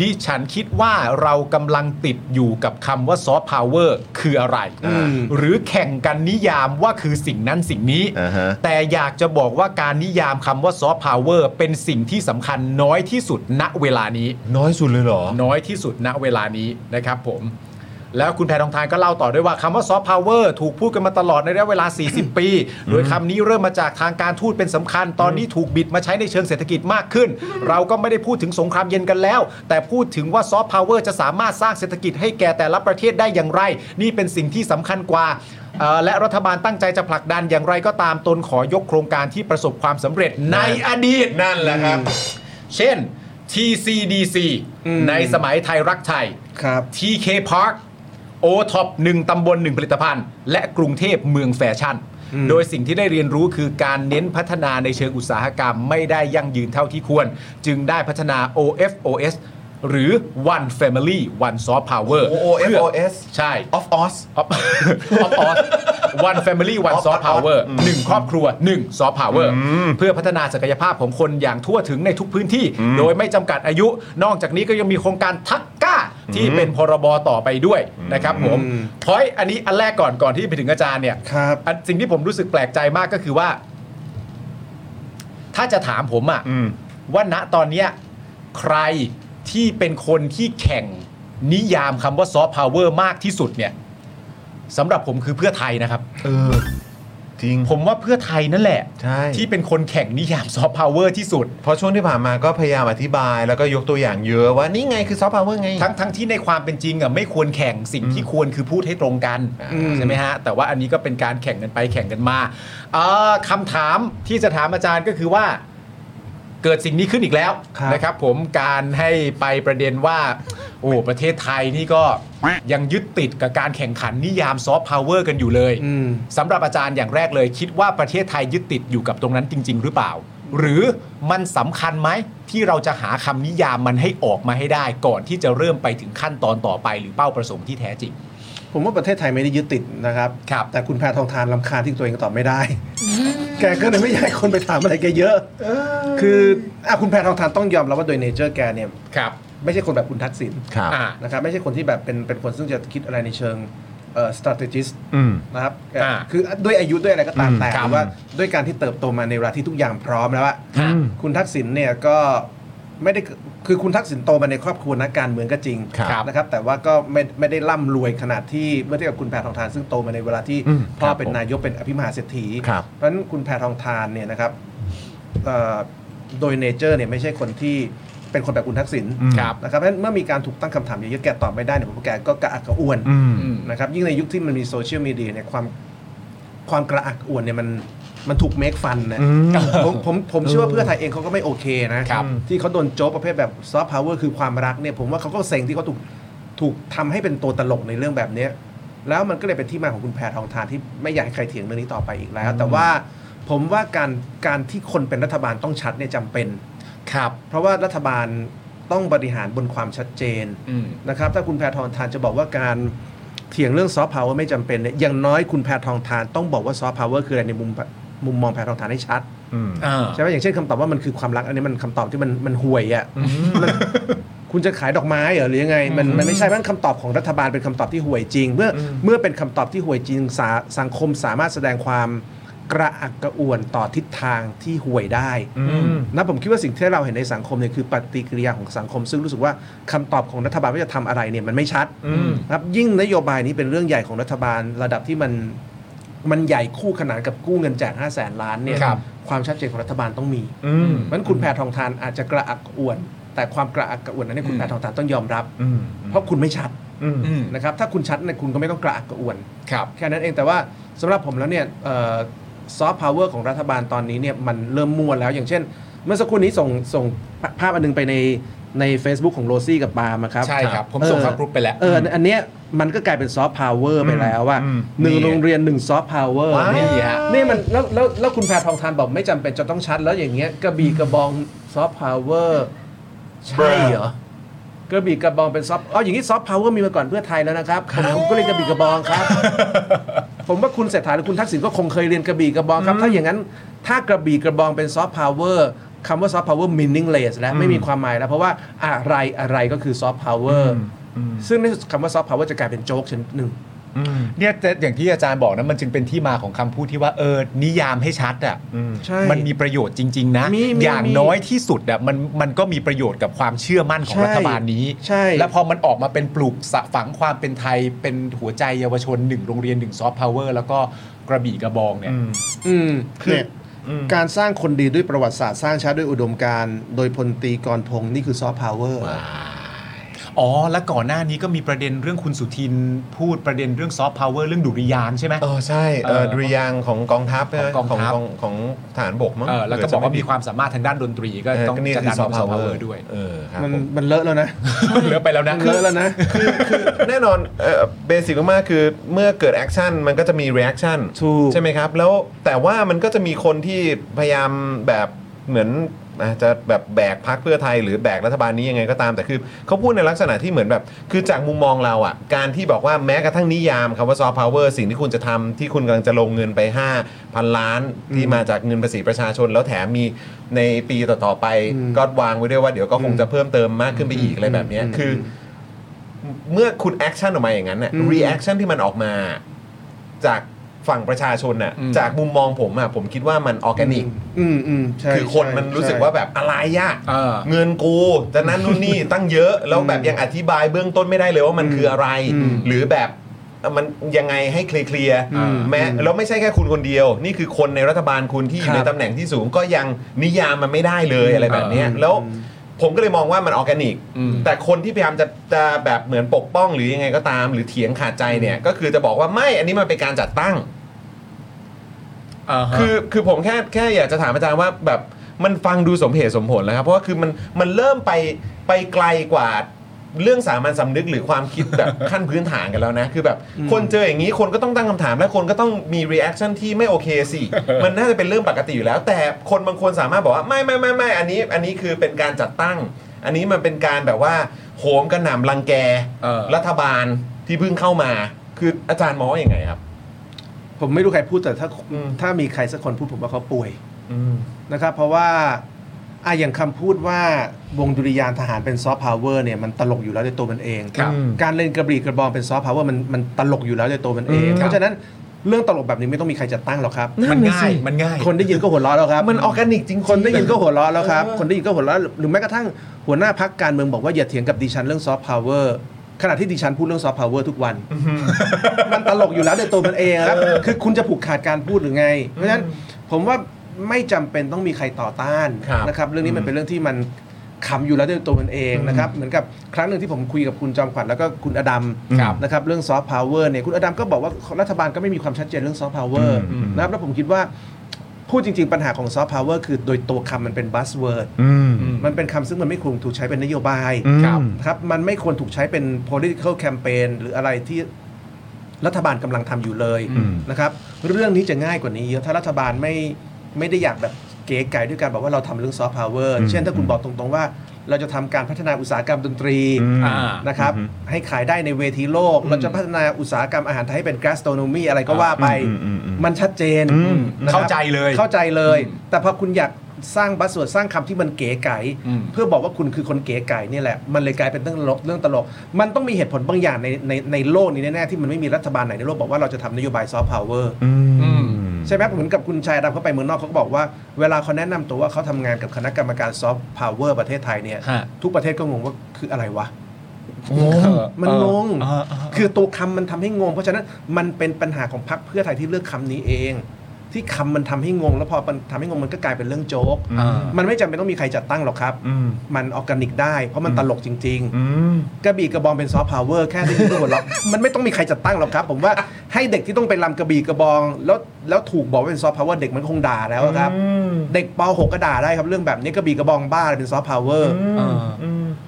Speaker 3: ดิฉันคิดว่าเรากำลังติดอยู่กับคำว่าซอฟต์พาวเวอร์คืออะไร
Speaker 1: อืม
Speaker 3: หรือแข่งกันนิยามว่าคือสิ่งนั้นสิ่งนี้
Speaker 1: อ่าฮะ
Speaker 3: แต่อยากจะบอกว่าการนิยามคำว่าซอฟต์พาวเวอร์เป็นสิ่งที่สำคัญน้อยที่สุดณเวลานี้
Speaker 1: น้อยสุดเลยเหรอ
Speaker 3: น้อยที่สุดณเวลานี้นะครับผม แล้วคุณแพทองทานก็เล่าต่อด้วยว่าคำว่าซอฟต์พาวเวอร์ถูกพูดกันมาตลอดในระยะเวลา 40 ปี โดยคำนี้เริ่มมาจากทางการทูตเป็นสำคัญ ตอนนี้ถูกบิดมาใช้ในเชิงเศรษฐกิจมากขึ้น เราก็ไม่ได้พูดถึงสงครามเย็นกันแล้ว แต่พูดถึงว่าซอฟต์พาวเวอร์จะสามารถสร้างเศรษฐกิจให้แก่แต่ละประเทศได้อย่างไร นี่เป็นสิ่งที่สำคัญกว่า เอ่อและรัฐบาลตั้งใจจะผลักดันอย่างไรก็ตามตนขอยกโครงการที่ประสบความสำเร็จในอดีต
Speaker 1: นั่นแหละครับ
Speaker 3: เช่น TCDC
Speaker 8: อืม
Speaker 3: ในสมัยไทยรักไทย
Speaker 8: ครับ
Speaker 3: TK Park o t o p 1 ตำบล 1 ผลิตภัณฑ์ และกรุงเทพเมืองแฟชั่น โดยสิ่งที่ได้เรียนรู้คือการเน้นพัฒนาในเชิงอุตสาหกรรมไม่ได้ยั่งยืนเท่าที่ควร จึงได้พัฒนา OFOS หรือ One Family One Soft Power
Speaker 1: โอ้ OFOS
Speaker 3: ใช่
Speaker 1: Of Oz
Speaker 3: อ อฟออฟออสวันแฟมิลี่วันซอฟ
Speaker 1: Of
Speaker 3: ต์พาวเวอร์หนึ่งครอบครัวหนึ่งซอฟต์พาวเวอร์เพื่อพัฒนาศักยภาพของคนอย่างทั่วถึงในทุกพื้นที่ โดยไม่จำกัดอายุ นอกจากนี้ก็ยังมีโครงการทักก้า ที่เป็นพรบต่อไปด้วยนะครับผมพอยอันนี้อันแรกก่อนก่อนที่ไปถึงอาจารย์เนี่ย
Speaker 8: ครับ
Speaker 3: อันสิ่งที่ผมรู้สึกแปลกใจมากก็คือว่า ถ้าจะถามผมอะ
Speaker 1: อืม
Speaker 3: ว่าณตอนเนี้ยใครที่เป็นคนที่แข่งนิยามคำว่าซอฟต์พาวเวอร์มากที่สุดเนี่ยสำหรับผมคือเพื่อไทยนะครับ
Speaker 1: เออ จริง
Speaker 3: ผมว่าเพื่อไทยนั่นแหละ
Speaker 1: ใช่
Speaker 3: ที่เป็นคนแข่งนิยามซอฟต์พาวเวอร์ที่สุด
Speaker 1: เพราะช่วงที่ผ่านมาก็พยายามอธิบายแล้วก็ยกตัวอย่างเยอะว่านี่ไงคือซอฟต์พาวเวอร์ไง
Speaker 3: ทั้งทั้งที่ในความเป็นจริงอ่ะไม่ควรแข่งสิ่งที่ควรคือพูดให้ตรงกัน
Speaker 8: อืม
Speaker 3: ใช่ไหมฮะ แต่ว่าอันนี้ก็เป็นการแข่งกันไปแข่งกันมาเอ่อคำถามที่จะถามอาจารย์ก็คือว่า เกิดสิ่งนี้ขึ้นอีกแล้ว
Speaker 8: ครับ
Speaker 3: นะครับ ผมการให้ไปประเด็นว่า โอ้ประเทศไทยนี่ก็ยังยึดติดกับการแข่งขันนิยามซอฟต์พาวเวอร์กันอยู่เลย
Speaker 8: อืม
Speaker 3: สำหรับอาจารย์อย่างแรกเลย คิดว่าประเทศไทยยึดติดอยู่กับตรงนั้นจริง ๆ หรือเปล่า หรือมันสำคัญไหมที่เราจะหาคำนิยามมันให้ออกมาให้ได้ ก่อนที่จะเริ่มไปถึงขั้นตอนต่อไป หรือเป้าประสงค์ที่แท้จริง
Speaker 8: ผมว่าประเทศไทยไม่ได้ยึดติดนะครับ
Speaker 3: ครับ
Speaker 8: แต่คุณแพทองทานลำคาญที่ตัวเองตอบไม่ได้ แกก็เลยไม่อยากให้คนไปถามอะไรแกเยอะ คืออ่ะคุณแพทองทานต้องยอมรับว่าโดยเนเจอร์แกเนี่ย
Speaker 3: ครับ
Speaker 8: ไม่ใช่คนแบบคุณทักษิณ
Speaker 1: ครับ
Speaker 3: อ่า
Speaker 8: นะครับ ไม่ใช่คนที่แบบเป็นเป็นคนซึ่งจะคิดอะไรในเชิงเอ่อ strategist
Speaker 1: อืม
Speaker 8: นะครับ
Speaker 3: อ่า
Speaker 8: คือด้วยอายุด้วยอะไรก็ตาม
Speaker 1: อืม
Speaker 8: แต่
Speaker 3: ครับ
Speaker 8: หรือว่าด้วยการที่เติบโตมาในเวลาที่ทุกอย่างพร้อมแล้วอะ
Speaker 3: ครับ
Speaker 8: คุณทักษิณเนี่ยก็ไม่ได้คือคุณทักษิณโตมาในครอบครัวนักการเมืองก็จริง
Speaker 1: ครับ
Speaker 8: นะครับ แต่ว่าก็ไม่ไม่ได้ร่ำรวยขนาดที่เมื่อเทียบกับคุณแพทองทานซึ่งโตมาในเวลาที่
Speaker 1: อืม
Speaker 8: พ่อ
Speaker 1: ครับ
Speaker 8: เป็นนายกเป็นอภิมหาเศรษฐี
Speaker 1: ครับ
Speaker 8: เพราะฉะนั้นคุณแพทองทานเนี่ยนะครับเอ่อโดยเนเจอร์เนี่ยไม่ใช่คนที่เป็นคนแบบคุณทักษิณ
Speaker 3: ครับ
Speaker 8: นะครับเพราะฉะนั้นเมื่อมีการถูกตั้งคำถามเยอะๆแกตอบไม่ได้เนี่ยผมว่าแกก็กระอักกระอ่วน
Speaker 1: อืม
Speaker 3: อืม
Speaker 8: นะครับยิ่งในยุคที่มันมีโซเชียลมีเดียเนี่ยความความกระอักอ่วนเนี่ยมันมันถูกเมคฟันนะ
Speaker 1: อืม
Speaker 8: ผมผมผมเชื่อว่าเพื่อไทยเองเขาก็ไม่โอเคนะครับ ที่เขาโดนโจ๊กประเภทแบบซอฟต์พาวเวอร์คือความรักเนี่ยผมว่าเขาก็เซ็งที่เขาถูกถูกทำให้เป็นตัวตลกในเรื่องแบบเนี้ยแล้วมันก็เลยเป็นที่มาของคุณแพทองทานที่ไม่อยากให้ใครเถียงเรื่องนี้ต่อไปอีกแล้ว แต่ว่าผมว่าการการที่คนเป็นรัฐบาลต้องชัดเนี่ยจำเป็น
Speaker 3: ครับ
Speaker 8: เพราะว่ารัฐบาลต้องบริหารบนความชัดเจน
Speaker 3: อืม
Speaker 8: นะครับถ้าคุณแพทองทานจะบอกว่าการเถียงเรื่องซอฟต์พาวเวอร์ไม่จำเป็นเนี่ยอย่างน้อยคุณแพทองทานต้องบอกว่าซอฟต์พาวเวอร์คืออะไรในมุมมุมมองแพทองทานให้ชัด
Speaker 1: อืม
Speaker 3: อ่า
Speaker 8: ใช่ไหมอย่างเช่นคำตอบว่ามันคือความรักอันนี้มันคำตอบที่มันมันห่วยอ่ะมันคุณจะขายดอกไม้เหรอหรือยังไงมันมันไม่ใช่มันคำตอบของรัฐบาลเป็นคำตอบที่ห่วยจริง เมื่ออเมื่อเป็นคำตอบที่ห่วยจริงสาสังคมสามารถแสดงความกระอักกระอ่วนต่อทิศทางที่ห่วยได้
Speaker 1: ม
Speaker 8: นะผมคิดว่าสิ่งที่เราเห็นในสังคมเนี่ยคือปฏิกิริยาของสังคม ซึ่งรู้สึกว่าคำตอบของรัฐบาลว่าจะทำอะไรเนี่ยมันไม่ชัดนะครับยิ่งนโยบายนี้เป็นเรื่องใหญ่ของรัฐบาลระดับที่มัน มันใหญ่คู่ขนานกับกู้เงินแจก5 0 0แสนล้านเนี่ย
Speaker 3: ครับ
Speaker 8: ความชัดเจนของรัฐบาลต้องมี
Speaker 1: อืม
Speaker 8: เพราะฉะนั้นคุณแพทองทานอาจจะกระอักกระอ่วน แต่ความกระอักกระอ่วนนั้นเนยคุณแพทองทานต้องยอมรับ
Speaker 1: อืม
Speaker 8: เพราะคุณไม่ชัด
Speaker 1: อืม
Speaker 3: อืม
Speaker 8: นะครับถ้าคุณชัดเนี่ยคุณก็ไม่ต้องกระอักกระอ่วน
Speaker 3: ครับ
Speaker 8: แค่นั้นเองแต่ว่าสำหรับผมแล้วเนี่ยซอฟต์พาวเวอร์ของรัฐบาลตอนนี้เนี่ยมันเริ่มมั่วแล้วอย่างเช่น เมื่อสักครู่นี้ส่งส่งภาพอันนึงไปในใน Facebook ของโรซี่กับปาล์มอะครับ
Speaker 3: ใช่ครับ ผมส่งเข้ากรุ๊ปไปแล้ว
Speaker 8: เอออันอันเนี้ย มันก็กลายเป็นซอฟต์พาวเวอร์ไปแล้วว่า
Speaker 3: อืม
Speaker 8: หนึ่ง
Speaker 3: นี่
Speaker 8: โรงเรียนหนึ่งซอฟต์พาวเวอร์
Speaker 3: ว้าว
Speaker 8: เนี่ย
Speaker 3: นี่ฮะ
Speaker 8: นี่มันแล้วแล้วแล้วคุณแพทองทานบอกไม่จำเป็นจะต้องชัดแล้วอย่างเงี้ยกระบี่กระบองซอฟต์พาวเวอร์ใช่เหรอกระบี่กระบองเป็นซอฟต์อ๋ออย่างนี้ซอฟต์พาวเวอร์มีมาก่อนเพื่อไทยแล้วนะครับผมผมก็เรียนกระบี่กระบอง ครับ ผมว่าคุณเศรษฐาหรือคุณทักษิณก็คงเคยเรียนกระบี่กระบองครับ ถ้าอย่างนั้น ถ้ากระบี่กระบองเป็นซอฟต์พาวเวอร์คำว่าซอฟต์พาวเวอร์ meaningless แล้วไม่มีความหมายแล้วเพราะว่าอะไรอะไรก็คือซอฟต์พาวเวอร์ซึ่งในที่สุดคำว่าซอฟต์พาวเวอร์จะกลายเป็นโจ๊กชนิดหนึ่ง
Speaker 3: เนี่ยแต่อย่างที่อาจารย์บอกนะมันจึงเป็นที่มาของคำพูดที่ว่าเออนิยามให้ชัดอ่ะ
Speaker 8: ใช่
Speaker 3: มันมีประโยชน์จริง ๆ นะ
Speaker 8: มีมี
Speaker 3: อย่าง
Speaker 8: มี
Speaker 3: น้อยที่สุดอ่ะมันมันก็มีประโยชน์กับความเชื่อมั่นของ
Speaker 8: ใช่
Speaker 3: รัฐบาลนี้
Speaker 8: ใช่
Speaker 3: แล้วพอมันออกมาเป็นปลูกสะฝังความเป็นไทยเป็นหัวใจเยาวชนหนึ่งโรงเรียนหนึ่งซอฟต์พาวเวอร์แล้วก็กระบี่กระบองเนี่ย
Speaker 8: อืมคือการสร้างคนดีด้วยประวัติศาสตร์ สร้างชาติด้วยอุดมการณ์โดยพลตรีกรพงศ์นี่คือซอฟต์พาวเวอร์
Speaker 3: อ๋อ แล้วก่อนหน้านี้ก็มีประเด็นเรื่องคุณสุทินพูดประเด็นเรื่องซอฟต์พาวเวอร์เรื่องดุริยางค์ใช่ไหม
Speaker 1: เออใช่เออดุริยางค์ของกองทัพใช่ไหม
Speaker 3: ของกองทัพ
Speaker 1: ของของฐานบกมั้ง
Speaker 3: เออแล้วก็บอกว่ามีความสามารถทางด้านดนตรีก็
Speaker 1: เออ
Speaker 3: ต้อง
Speaker 1: ก็นี่
Speaker 3: จัด
Speaker 1: คือ
Speaker 3: การ
Speaker 1: ซอ
Speaker 3: ซอ
Speaker 1: ฟต์พาว
Speaker 3: ฟต์พาว
Speaker 1: เว
Speaker 3: เว
Speaker 1: อ
Speaker 3: อ
Speaker 1: ร์
Speaker 3: ร์
Speaker 1: ด้
Speaker 3: ด้
Speaker 1: ว
Speaker 3: วย ย
Speaker 1: เออครับ
Speaker 8: มัน
Speaker 1: ผม
Speaker 8: มันเลอะแล้วนะ
Speaker 3: เหลือไปแล้วนะ
Speaker 8: เลอะแล้วนะ
Speaker 1: แน่นอนเบสิกมากๆคือเมื่อเกิดแอคชั่นมันก็จะมีเรีแอคชั่น
Speaker 8: ถูก
Speaker 1: ใช่ไหมครับ แล้วแต่ว่ามันก็จะมีคนที่พยายามแบบเหมือนอาจจะแบบแบกพักเพื่อไทยหรือแบกรัฐบาลนี้ยังไงก็ตามแต่คือเขาพูดในลักษณะที่เหมือนแบบ คือจากมุมมองเราอ่ะ การที่บอกว่าแม้กระทั่งนิยามคำว่าซอฟต์พาวเวอร์สิ่งที่คุณจะทำที่คุณกำลังจะลงเงินไป 5,000 ล้านที่มาจากเงินภาษีประชาชน แล้วแถมมีในปีต่อๆไปก็วางไว้ด้วยว่าเดี๋ยวก็คงจะเพิ่มเติมมากขึ้นไปอีกอะไรแบบเนี้ยคือ เมื่อคุณแอคชั่นออกมาอย่างนั้นน่ะ
Speaker 8: อืม
Speaker 1: รีแอคชั่นที่มันออกมา จากฝั่งประชาชนน่ะจากมุมมองผมอ่ะผมคิดว่ามันออร์แกนิก
Speaker 8: อืมอืมใช่
Speaker 1: คือคนมันรู้สึกว่า
Speaker 8: ใช่
Speaker 1: แบบอะไรอะ
Speaker 3: เออ
Speaker 1: เงินกูแต่นั้นนู่นนี่ ตั้งเยอะ แล้วแบบยังอธิบายเบื้องต้นไม่ได้เลยว่ามันคืออะไร
Speaker 8: อืม
Speaker 1: หรือแบบมันยังไงให้เคลียร์ๆ
Speaker 8: อืม
Speaker 1: แม้แล้วไม่ใช่แค่คุณคนเดียว นี่คือคนในรัฐบาลคุณที่อยู่
Speaker 8: ค
Speaker 1: ใน
Speaker 8: รับ
Speaker 1: ตำแหน่งที่สูงก็ยังนิยามมันไม่ได้เลยอะไรแบบเนี้ยแล้วผมก็เลยมองว่ามันออร์แกนิก
Speaker 3: อืม
Speaker 1: แต่คนที่พยายามจะจะแบบเหมือนปกป้องหรือยังไงก็ตาม หรือเถียงขาดใจเนี่ย ก็คือจะบอกว่าไม่อันนี้มันเป็นการจัดตั้ง
Speaker 3: อ่าฮะ
Speaker 1: คือคือผมแค่แค่อยากจะถามอาจารย์ว่าแบบมันฟังดูสมเหตุสมผลแล้วครับ เพราะว่าคือมันมันเริ่มไปไปไกลกว่าเรื่องสามัญสำนึกหรือความคิดแบบ ขั้นพื้นฐานกันแล้วนะ คือแบบคนเจออย่างนี้คนก็ต้องตั้งคำถามและคนก็ต้องมีรีแอคชั่นที่ไม่โอเคสิ มันน่าจะเป็นเรื่องปกติอยู่แล้ว แต่คนบางคนสามารถบอกว่าไม่ไม่ไม่ไม่อันนี้ อันนี้คือเป็นการจัดตั้ง อันนี้มันเป็นการแบบว่าโหมกระหน่ำรังแก
Speaker 3: เออ
Speaker 1: รัฐบาลที่เพิ่งเข้ามา คืออาจารย์มองว่าอย่างไงครับ
Speaker 8: าผมไม่รู้ใครพูดแต่ถ้า
Speaker 1: อืม
Speaker 8: ถ้ามีใครสักคนพูดผมว่าเขาป่วย
Speaker 1: อืม
Speaker 8: นะครับ เพราะว่าอ่ะอย่างคำพูดว่าวงดุริยางค์ทหารเป็นซอฟต์พาวเวอร์เนี่ยมันตลกอยู่แล้วในตัวมันเอง
Speaker 3: ครับ
Speaker 8: การเล่นกระบี่กระบองเป็นซอฟต์พาวเวอร์มันมันตลกอยู่แล้วในตัวมันเอง เพราะฉะนั้นเรื่องตลกแบบนี้ไม่ต้องมีใครจัดตั้งหรอกครับ
Speaker 3: มันง่ายมันง่าย
Speaker 8: คนได้ยินก็หัวเราะแล้วครับ
Speaker 1: มันออร์แกนิกจริงๆ
Speaker 8: คนได้ยินก็หัวเราะแล้วครับ
Speaker 1: เออ
Speaker 8: คนได้ยินก็หัวเราะหรือแม้กระทั่งหัวหน้าพักการเมืองบอกว่าอย่าเถียงกับดิฉันเรื่องซอฟต์พาวเวอร์ขณะที่ดิฉันพูดเรื่องซอฟต์พาวเวอร์ทุกวัน มันตลกอยู่แล้วในตัวมันเองครับ คือคุณจะผูกขาดการพูดหรือไง เพราะฉะนั้นผมว่าไม่จำเป็นต้องมีใครต่อต้าน
Speaker 1: ครับ
Speaker 8: นะครับ เรื่องนี้มันเป็นเรื่องที่มันขำอยู่แล้วในตัวมันเองนะครับ เหมือนกับครั้งหนึ่งที่ผมคุยกับคุณจอมขวัญแล้วก็คุณอดัม
Speaker 3: ครับ
Speaker 8: นะครับเรื่องซอฟต์พาวเวอร์เนี่ยคุณอดัมก็บอกว่ารัฐบาลก็ไม่มีความชัดเจนเรื่องซอฟต์พาวเวอร์
Speaker 1: อืม
Speaker 8: นะครับแล้วผมคิดว่า พูดจริง ๆ ปัญหาของซอฟต์พาวเวอร์คือโดยตัวคำมันเป็นบัสเวิร์ด
Speaker 1: อืม
Speaker 8: มันเป็นคำซึ่งมันไม่ควรถูกใช้เป็นนโยบาย
Speaker 1: ครับ
Speaker 8: ครับ มันไม่ควรถูกใช้เป็น political campaign หรืออะไรที่รัฐบาลกำลังทำอยู่เลย
Speaker 1: อืม
Speaker 8: นะครับ เรื่องนี้จะง่ายกว่านี้เยอะถ้ารัฐบาลไม่ไม่ได้อยากแบบเก๋ไก๋ด้วยการบอกว่าเราทำเรื่องซอฟต์พาวเวอร์เช่นถ้าคุณบอกตรงๆว่า เราจะทำการพัฒนาอุตสาหกรรมดนตรี
Speaker 3: อ่า
Speaker 8: นะครับ ให้ขายได้ในเวทีโลก เราจะพัฒนาอุตสาหกรรมอาหารไทยให้เป็น gastronomy อะไรก็ว่าไป มันชัดเจนนะครับ
Speaker 3: เข้าใจเลย
Speaker 8: เข้าใจเลย
Speaker 3: อืม
Speaker 8: แต่พอคุณอยากสร้างบัสเวิร์ดสร้างคำที่มันเก๋ไก๋
Speaker 3: อืม
Speaker 8: เพื่อบอกว่าคุณคือคนเก๋ไก๋เนี่ยแหละ มันเลยกลายเป็นเรื่องตลกเรื่องตลก มันต้องมีเหตุผลบางอย่างในในในโลกนี้แน่ๆที่มันไม่มีรัฐบาลไหนในโลกบอกว่าเราจะทำนโยบายซอฟต์พาวเวอร์
Speaker 3: อืม
Speaker 8: ใช่ไหมเหมือนกับคุณชายดำเขาไปเมืองนอกเขาก็บอกว่า เวลาเขาแนะนำตัวว่าเขาทำงานกับคณะกรรมการซอฟต์พาวเวอร์ประเทศไทยเนี่ย
Speaker 3: ฮะ
Speaker 8: ทุกประเทศก็งงว่าคืออะไรวะ
Speaker 3: เออ
Speaker 8: มันงง
Speaker 3: เออเออ
Speaker 8: คือตัวคำมันทำให้งง เพราะฉะนั้นมันเป็นปัญหาของพรรคเพื่อไทยที่เลือกคำนี้เอง ที่คำมันทำให้งง แล้วพอมันทำให้งงมันก็กลายเป็นเรื่องโจ๊ก
Speaker 3: อ่ามั
Speaker 8: มันไม่จำเป็นต้องมีใครจัดตั้งหรอกครับ มันออร์แกนิกได้เพราะมันตลกจริง ๆ กระบี่กระบองเป็นซอฟต์พาวเวอร์แค่ได้ยินก็หัวเราะ มันไม่ต้องมีใครจัดตั้งหรอกครับ ผมว่าให้เด็กที่ต้องไปรำกระบี่กระบอง แล้วแล้วถูกบอกว่าเป็นซอฟต์พาวเวอร์เด็กมันคงด่าแล้วครับ เด็กป .6 ก็ด่าได้ครับเรื่องแบบนี้กระบี่กระบองบ้าอะไรเป็นซอฟต์พาวเวอร์
Speaker 3: เออ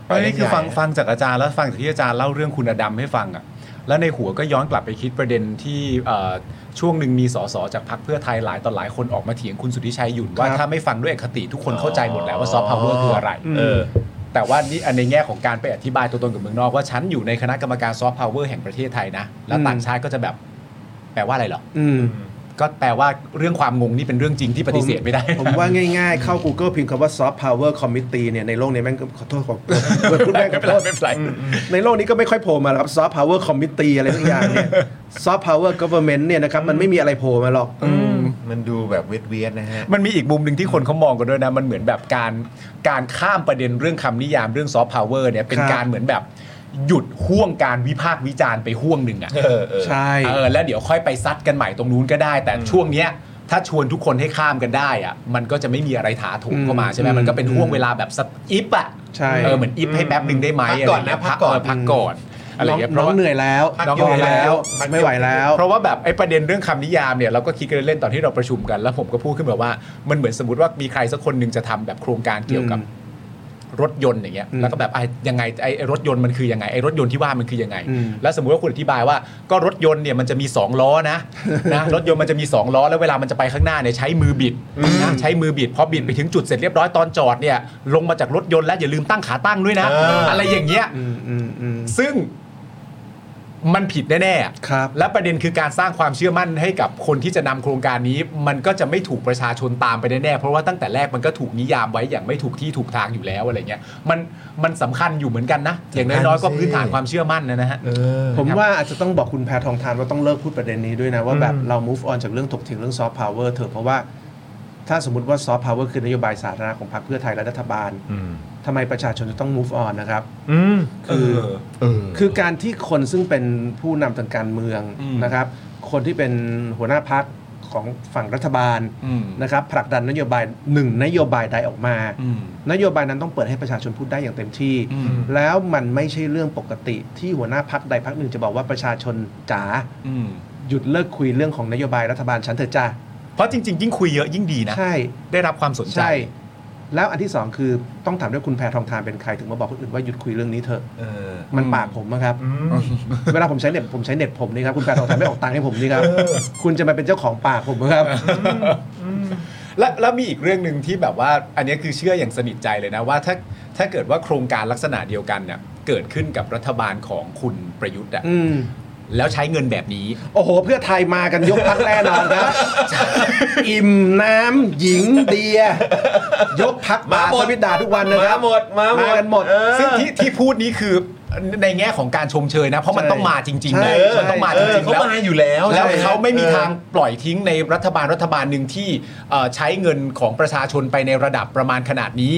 Speaker 3: อันนี้คือฟังฟังจากอาจารย์แล้วฟังจากที่อาจารย์เล่าเรื่องคุณอดัมให้ฟังอ่ะ แล้วในหัวก็ย้อนกลับไปคิดประเด็นที่เอ่อช่วงหนึ่งมีสสจากพรรคเพื่อไทยหลายต่อหลายคนออกมาเถียงคุณสุทธิชัยหยุ่นว่า
Speaker 8: ครับ
Speaker 3: ถ้าไม่ฟังด้วยอคติทุกคนเข้าใจหมดแล้วว่าซอฟต์พาวเวอร์คืออะไร
Speaker 1: เออ
Speaker 3: แต่ว่านี่อันในแง่ของการไปอธิบายตัวตนกับเมืองนอก ว่าฉันอยู่ในคณะกรรมการซอฟต์พาวเวอร์แห่งประเทศไทยนะ แล้วต่างชาติก็จะแบบ แปลว่าอะไรเหรอ
Speaker 8: อืม
Speaker 3: ก็แปลว่าเรื่องความงงนี่เป็นเรื่องจริงที่ปฏิเสธไม่ได้นะ
Speaker 8: ผมว่าง่ายๆ เข้า Google พิมพ์คำว่า soft power committee เนี่ยในโลกนี้แม่งก็ขอโทษขอขอพูดแม่งขอโทษ
Speaker 3: ไม่เป็นไร
Speaker 8: ในโลกนี้ก็ไม่ค่อยโผล่มาหรอกครับ soft power committee อะไรทุกอย่างเนี่ย soft power government เนี่ยนะครับมันไม่มีอะไรโผล่มาหรอก
Speaker 1: มันดูแบบเวทเวียดนะฮะ
Speaker 3: มันมีอีกมุมหนึ่งที่คนเขามองกันด้วยนะ มันเหมือนแบบการการข้ามประเด็นเรื่องคำนิยามเรื่องซอฟต์พาวเวอร์เนี่ยเป็น
Speaker 8: ครับ
Speaker 3: การเหมือนแบบหยุดห่วงการวิพากษ์วิจารณ์ไปห่วงหนึ่งอะ
Speaker 8: ใช่
Speaker 3: เออแล้วเดี๋ยวค่อยไปซัดกันใหม่ตรงนู้นก็ได้ แต่ช่วงเนี้ยถ้าชวนทุกคนให้ข้ามกันได้อะมันก็จะไม่มีอะไรถาโถมเข้ามาใช่ไหมมันก็เป็นห่วงเวลาแบบสักอิฟอะ
Speaker 8: ใช่
Speaker 3: เออเหมือนอิฟให้แป๊บหนึ่งได้ไหม
Speaker 1: พักก่อนนะ
Speaker 3: ไรเงี้ย
Speaker 1: พักก่อน
Speaker 3: เพักก่อนอะไร
Speaker 8: น้อง
Speaker 3: เงี้ยเพ
Speaker 8: น้
Speaker 3: ราะ
Speaker 8: อง
Speaker 3: ว่า
Speaker 8: เหนื่อยแล้ว
Speaker 3: พัก
Speaker 8: น้องเหนื่อยแล้ว ไม่ไหวแล้ว
Speaker 3: เพราะว่าแบบไอ้ประเด็นเรื่องคำนิยามเนี่ยเราก็คิดกันเล่นๆตอนที่เราประชุมกันแล้วผมก็พูดขึ้นมาว่ามันเหมือนสมมติว่ามีใครสักคนหนึ่งจะทำแบบโครงการเกี่ยวกับ รถยนต์อย่างเงี้ย
Speaker 8: อืม
Speaker 3: แล้วก็แบบไอ้ยังไงไอ้รถยนต์มันคือยังไงไอ้รถยนต์ที่ว่ามันคือยังไง
Speaker 8: อืม
Speaker 3: แล้วสมมุติว่าคุณอธิบายว่าก็รถยนต์เนี่ยมันจะมี 2 ล้อ นะ นะรถยนต์มันจะมี 2 ล้อแล้วเวลามันจะไปข้างหน้าเนี่ยใช้มือบิดนะใช้มือบิดพอบิดไปถึงจุดเสร็จเรียบร้อยตอนจอดเนี่ยลงมาจากรถยนต์แล้วอย่าลืมตั้งขาตั้งด้วยนะ
Speaker 1: เอออ
Speaker 3: อะไรอย่างเงี้ย
Speaker 8: อืมอืมอืม
Speaker 3: ซึ่งมันผิดแน่ๆอะ
Speaker 8: ครับ
Speaker 3: และประเด็นคือการสร้างความเชื่อมั่นให้กับคนที่จะนำโครงการนี้ มันก็จะไม่ถูกประชาชนตามไปแน่ๆ เพราะว่าตั้งแต่แรกมันก็ถูกนิยามไว้อย่างไม่ถูกที่ถูกทางอยู่แล้วอะไรเงี้ย มันมันสำคัญอยู่เหมือนกันนะ อย่างน้อยๆก็พื้นฐานความเชื่อมั่นนะนะฮะ
Speaker 8: ผมว่าอาจจะต้องบอกคุณแพทองทานว่าต้องเลิกพูดประเด็นนี้ด้วยนะ ว่าแบบเรา move on จากเรื่องถกเถียงเรื่องซอฟต์พาวเวอร์เถอะเพราะว่า ถ้าสมมติว่าซอฟต์พาวเวอร์คือนโยบายสาธารณะของพรรคเพื่อไทยและรัฐบาลทำไมประชาชนจะต้อง move on นะครับคือคือการที่คนซึ่งเป็นผู้นำทางการเมืองนะครับ คนที่เป็นหัวหน้าพักของฝั่งรัฐบาล
Speaker 3: อืม
Speaker 8: นะครับผลักดันนโยบายหนึ่งนโยบายใดออกมา
Speaker 3: อืม
Speaker 8: นโยบายนั้นต้องเปิดให้ประชาชนพูดได้อย่างเต็มที่
Speaker 3: อืม
Speaker 8: แล้วมันไม่ใช่เรื่องปกติที่หัวหน้าพักใดพักหนึ่งจะบอกว่าประชาชนจ๋า
Speaker 3: อืม
Speaker 8: หยุดเลิกคุยเรื่องของนโยบายรัฐบาลฉันเถอะจ้า
Speaker 3: เพราะจริงๆ ยิ่งคุยเยอะยิ่งดีนะ
Speaker 8: ใช่
Speaker 3: ได้รับความสนใจ
Speaker 8: ใช่ แล้วอันที่สองคือต้องถามด้วยคุณแพทองทานเป็นใครถึงมาบอกคนอื่นว่าหยุดคุยเรื่องนี้เถอะ
Speaker 1: เออ
Speaker 8: มัน
Speaker 3: อืม
Speaker 8: ปากผมนะครับ เวลาผมใช้เน็ตผมใช้เน็ตผมนี่ครับคุณแพทองทานไม่ออกตังค์ให้ผมนี่ครับคุณจะมาเป็นเจ้าของปากผมนะครับ
Speaker 3: และแล้วมีอีกเรื่องหนึ่งที่แบบว่าอันนี้คือเชื่ออย่างสนิทใจเลยนะว่าถ้าถ้าเกิดว่าโครงการลักษณะเดียวกันเนี่ยเกิดขึ้นกับรัฐบาลของคุณประยุทธ์อะ
Speaker 8: อืม
Speaker 3: แล้วใช้เงินแบบนี้
Speaker 8: โอ้โห เพื่อไทยมากันยกพักแน่นอน ครับอิ่มน้ำหญิงเดีย ยกพักมาสวิตดาทุกวันนะค
Speaker 1: มา
Speaker 8: รับ
Speaker 1: หมดมาหมด
Speaker 8: มากันหมด
Speaker 1: เออ
Speaker 3: ซึ่งที่ที่พูดนี้คือในแง่ของการชมเชยนะ เพราะมัน
Speaker 8: ใช่
Speaker 3: ต้องมาจริงๆนะ
Speaker 8: ใช่
Speaker 3: มันต้องมาจริงๆ
Speaker 1: เขา
Speaker 3: แล้ว
Speaker 1: มาอยู่แล้ว
Speaker 3: แล้ว
Speaker 8: ใช่
Speaker 3: เขาไม่มี
Speaker 8: เออ
Speaker 3: ทางปล่อยทิ้งในรัฐบาลรัฐบาลหนึ่งที่เอ่อใช้เงินของประชาชนไปในระดับประมาณขนาดนี้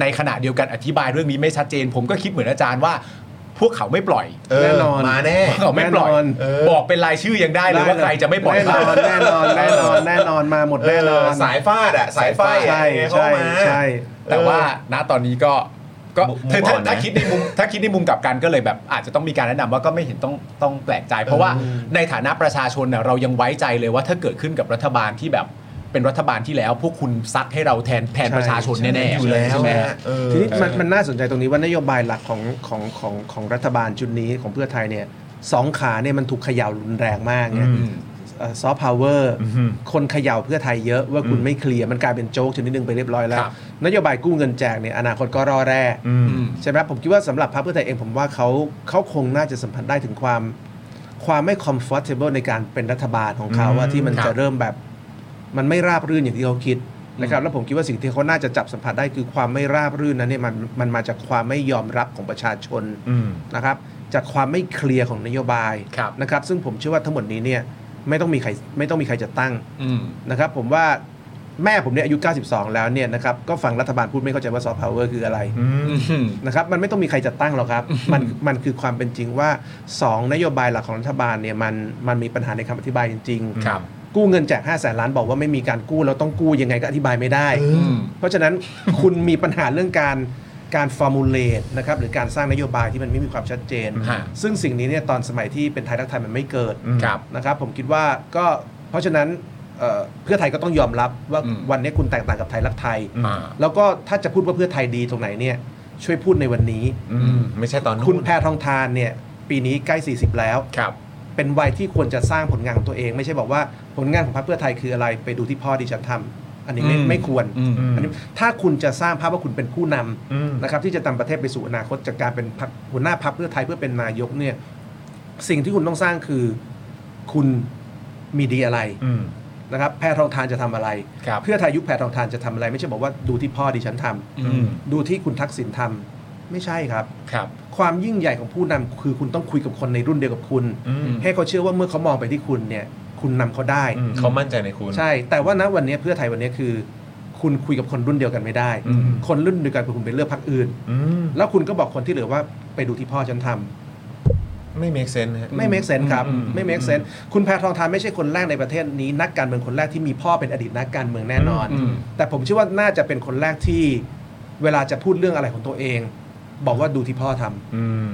Speaker 3: ในขณะเดียวกันอธิบายเรื่องนี้ไม่ชัดเจน ผมก็คิดเหมือนอาจารย์ว่า พวกเขาไม่ปล่อย
Speaker 1: เออ
Speaker 8: แน่นอน
Speaker 1: มาแน่
Speaker 3: พวกเขาไม่ปล่อย
Speaker 8: แน่นอน
Speaker 1: เออ
Speaker 3: บอกเป็นรายชื่อยังได้เลยว่าใครจะไม่ปล่อย
Speaker 8: แน่นอนแน่นอนแน่นอนแน่นอนมาหมดแน่นอน
Speaker 1: เสายฟาดอะสายไฟอะ
Speaker 8: ใช่
Speaker 1: ยังไงเขา
Speaker 8: ใช่
Speaker 1: มา
Speaker 8: ใช่
Speaker 3: แต่ว่าณตอนนี้ก็ก็
Speaker 1: มุม
Speaker 3: ถ้า
Speaker 1: อ่
Speaker 3: ถ้า
Speaker 1: อนนะ
Speaker 3: ถ้าคิดในมุมถ้าคิดในมุมกลับกันก็เลยแบบอาจจะต้องมีการแนะนำว่าก็ไม่เห็นต้องต้องแปลกใจ เพราะว่าในฐานะประชาชนเน่ะเรายังไว้ใจเลยว่าถ้าเกิดขึ้นกับรัฐบาลที่แบบเป็นรัฐบาลที่แล้ว พวกคุณซัดให้เราแทนแทนประชาชนแน่ๆ
Speaker 1: อยู่แล้ว
Speaker 3: ใช่ไหม
Speaker 1: นะ เออ
Speaker 8: ทีนี้มันมันน่าสนใจตรงนี้ว่านโยบายหลักของของของของรัฐบาลชุดนี้ของเพื่อไทยเนี่ยสองขาเนี่ยมันถูกเขย่ารุนแรงมากเนี่ย
Speaker 1: อืม
Speaker 8: ซอฟต์พาวเวอร์คนเขย่าเพื่อไทยเยอะว่าคุณไม่เคลียร์มันกลายเป็นโจ๊กชนิดหนึ่งไปเรียบร้อยแล้ว นโยบายกู้เงินแจกเนี่ยอนาคตก็รอแร่
Speaker 3: อืม
Speaker 8: ใช่ไหมผมคิดว่าสำหรับพรรคเพื่อไทยเองผมว่าเขาเขาคงน่าจะสัมผัสได้ถึงความ ความไม่ comfortable ในการเป็นรัฐบาลของเขาว่าที่มัน
Speaker 3: ครับ
Speaker 8: จะเริ่มแบบ มันไม่ราบรื่นอย่างที่เขาคิดนะครับแล้วผมคิดว่าสิ่งที่เขาน่าจะจับสัมผัสได้คือความไม่ราบรื่นนั้นเนี่ยมันมันมาจากความไม่ยอมรับของประชาชน
Speaker 1: อืม
Speaker 8: นะครับจากความไม่เคลียร์ของนโยบาย
Speaker 3: ครับ
Speaker 8: นะครับซึ่งผมเชื่อว่าทั้งหมดนี้เนี่ยไม่ต้องมีใครไม่ต้องมีใครจะตั้ง
Speaker 3: อืม
Speaker 8: นะครับผมว่าแม่ผมเนี่ยอายุ 92 แล้วเนี่ยนะครับก็ฟังรัฐบาลพูดไม่เข้าใจว่าซอฟต์พาวเวอร์คืออะไรนะครับมันไม่ต้องมีใครจัดตั้งหรอกครับมันมันคือความเป็นจริงว่า 2 นโยบายหลักของรัฐบาลเนี่ยมันมันมีปัญหาในคำอธิบายจริงๆ
Speaker 3: ครับ
Speaker 8: กู้เงินแจก5แสนล้านบอกว่าไม่มีการกู้แล้วต้องกู้ยังไงก็อธิบายไม่ได้
Speaker 3: อืม
Speaker 8: เพราะฉะนั้น คุณมีปัญหาเรื่องการการฟอร์มูลเลตนะครับหรือการสร้างนโยบายที่มันไม่มีความชัดเจน
Speaker 3: ฮะ
Speaker 8: ซึ่งสิ่งนี้เนี่ยตอนสมัยที่เป็นไทยรักไทยมันไม่เกิด
Speaker 3: ครับ
Speaker 8: นะครับผมคิดว่าก็เพราะฉะนั้นเอ่อเพื่อไทยก็ต้องยอมรับว่า
Speaker 3: อืม
Speaker 8: วันนี้คุณแตกต่างกับไทยรักไทย
Speaker 3: อ่า
Speaker 8: แล้วก็ถ้าจะพูดว่าเพื่อไทยดีตรงไหนเนี่ยช่วยพูดในวันนี้
Speaker 1: ไม่ใช่ตอนนู้น
Speaker 8: คุณแพทองทานเนี่ย ปีนี้ใกล้ 40 แล้ว
Speaker 3: ครับ
Speaker 8: เป็นวัยที่ควรจะสร้างผลงานของตัวเอง ไม่ใช่บอกว่าผลงานของพรรคเพื่อไทยคืออะไรไปดูที่พ่อดิฉันทำอันนี้ไม่
Speaker 1: อืม
Speaker 8: ไม่ควร
Speaker 1: อืม
Speaker 8: อันนี้ถ้าคุณจะสร้างภาพว่าคุณเป็นผู้นำ
Speaker 1: อืม
Speaker 8: นะครับที่จะนำประเทศไปสู่อนาคตจากการเป็นพรรคหัวหน้าพรรคเพื่อไทยเพื่อเป็นนายกเนี่ยสิ่งที่คุณต้องสร้างคือคุณมีดีอะไร
Speaker 1: อืม
Speaker 8: นะครับแพทองทานจะทำอะไร
Speaker 3: ครับ
Speaker 8: เพื่อไทยยุคแพทองทานจะทำอะไร ไม่ใช่บอกว่าดูที่พ่อดิฉันทำ
Speaker 1: อืม
Speaker 8: ดูที่คุณทักษิณทำไม่ใช่ครับ
Speaker 3: ครับ
Speaker 8: ความยิ่งใหญ่ของผู้นำคือคุณต้องคุยกับคนในรุ่นเดียวกับคุณ
Speaker 1: อืม
Speaker 8: ให้เขาเชื่อว่าเมื่อเขามองไปที่คุณเนี่ยคุณนำเขาได้
Speaker 1: อืมเขามั่นใจในคุณ
Speaker 8: ใช่ แต่ว่าณวันนี้เพื่อไทยวันนี้คือ คุณคุยกับคนรุ่นเดียวกันไม่ได้
Speaker 1: อืม
Speaker 8: คนรุ่นเดียวกันคือคุณไปเลือกพรรคอื่น
Speaker 1: อืม
Speaker 8: แล้วคุณก็บอกคนที่เหลือว่าไปดูที่พ่อฉันทำ
Speaker 1: ไม่ make sense ฮะ
Speaker 8: ไม่ make sense ครับ
Speaker 1: อืม
Speaker 8: ไม่ make sense คุณแพทองทานไม่ใช่คนแรกในประเทศนี้ นักการเมืองคนแรกที่มีพ่อเป็นอดีตนักการเมืองแน่นอน
Speaker 1: อืม
Speaker 8: แต่ผมเชื่อว่าน่าจะเป็นคนแรกที่เวลาจะพูดเรื่องอะไรของตัวเอง บอกว่าดูที่พ่อทำ
Speaker 1: อืม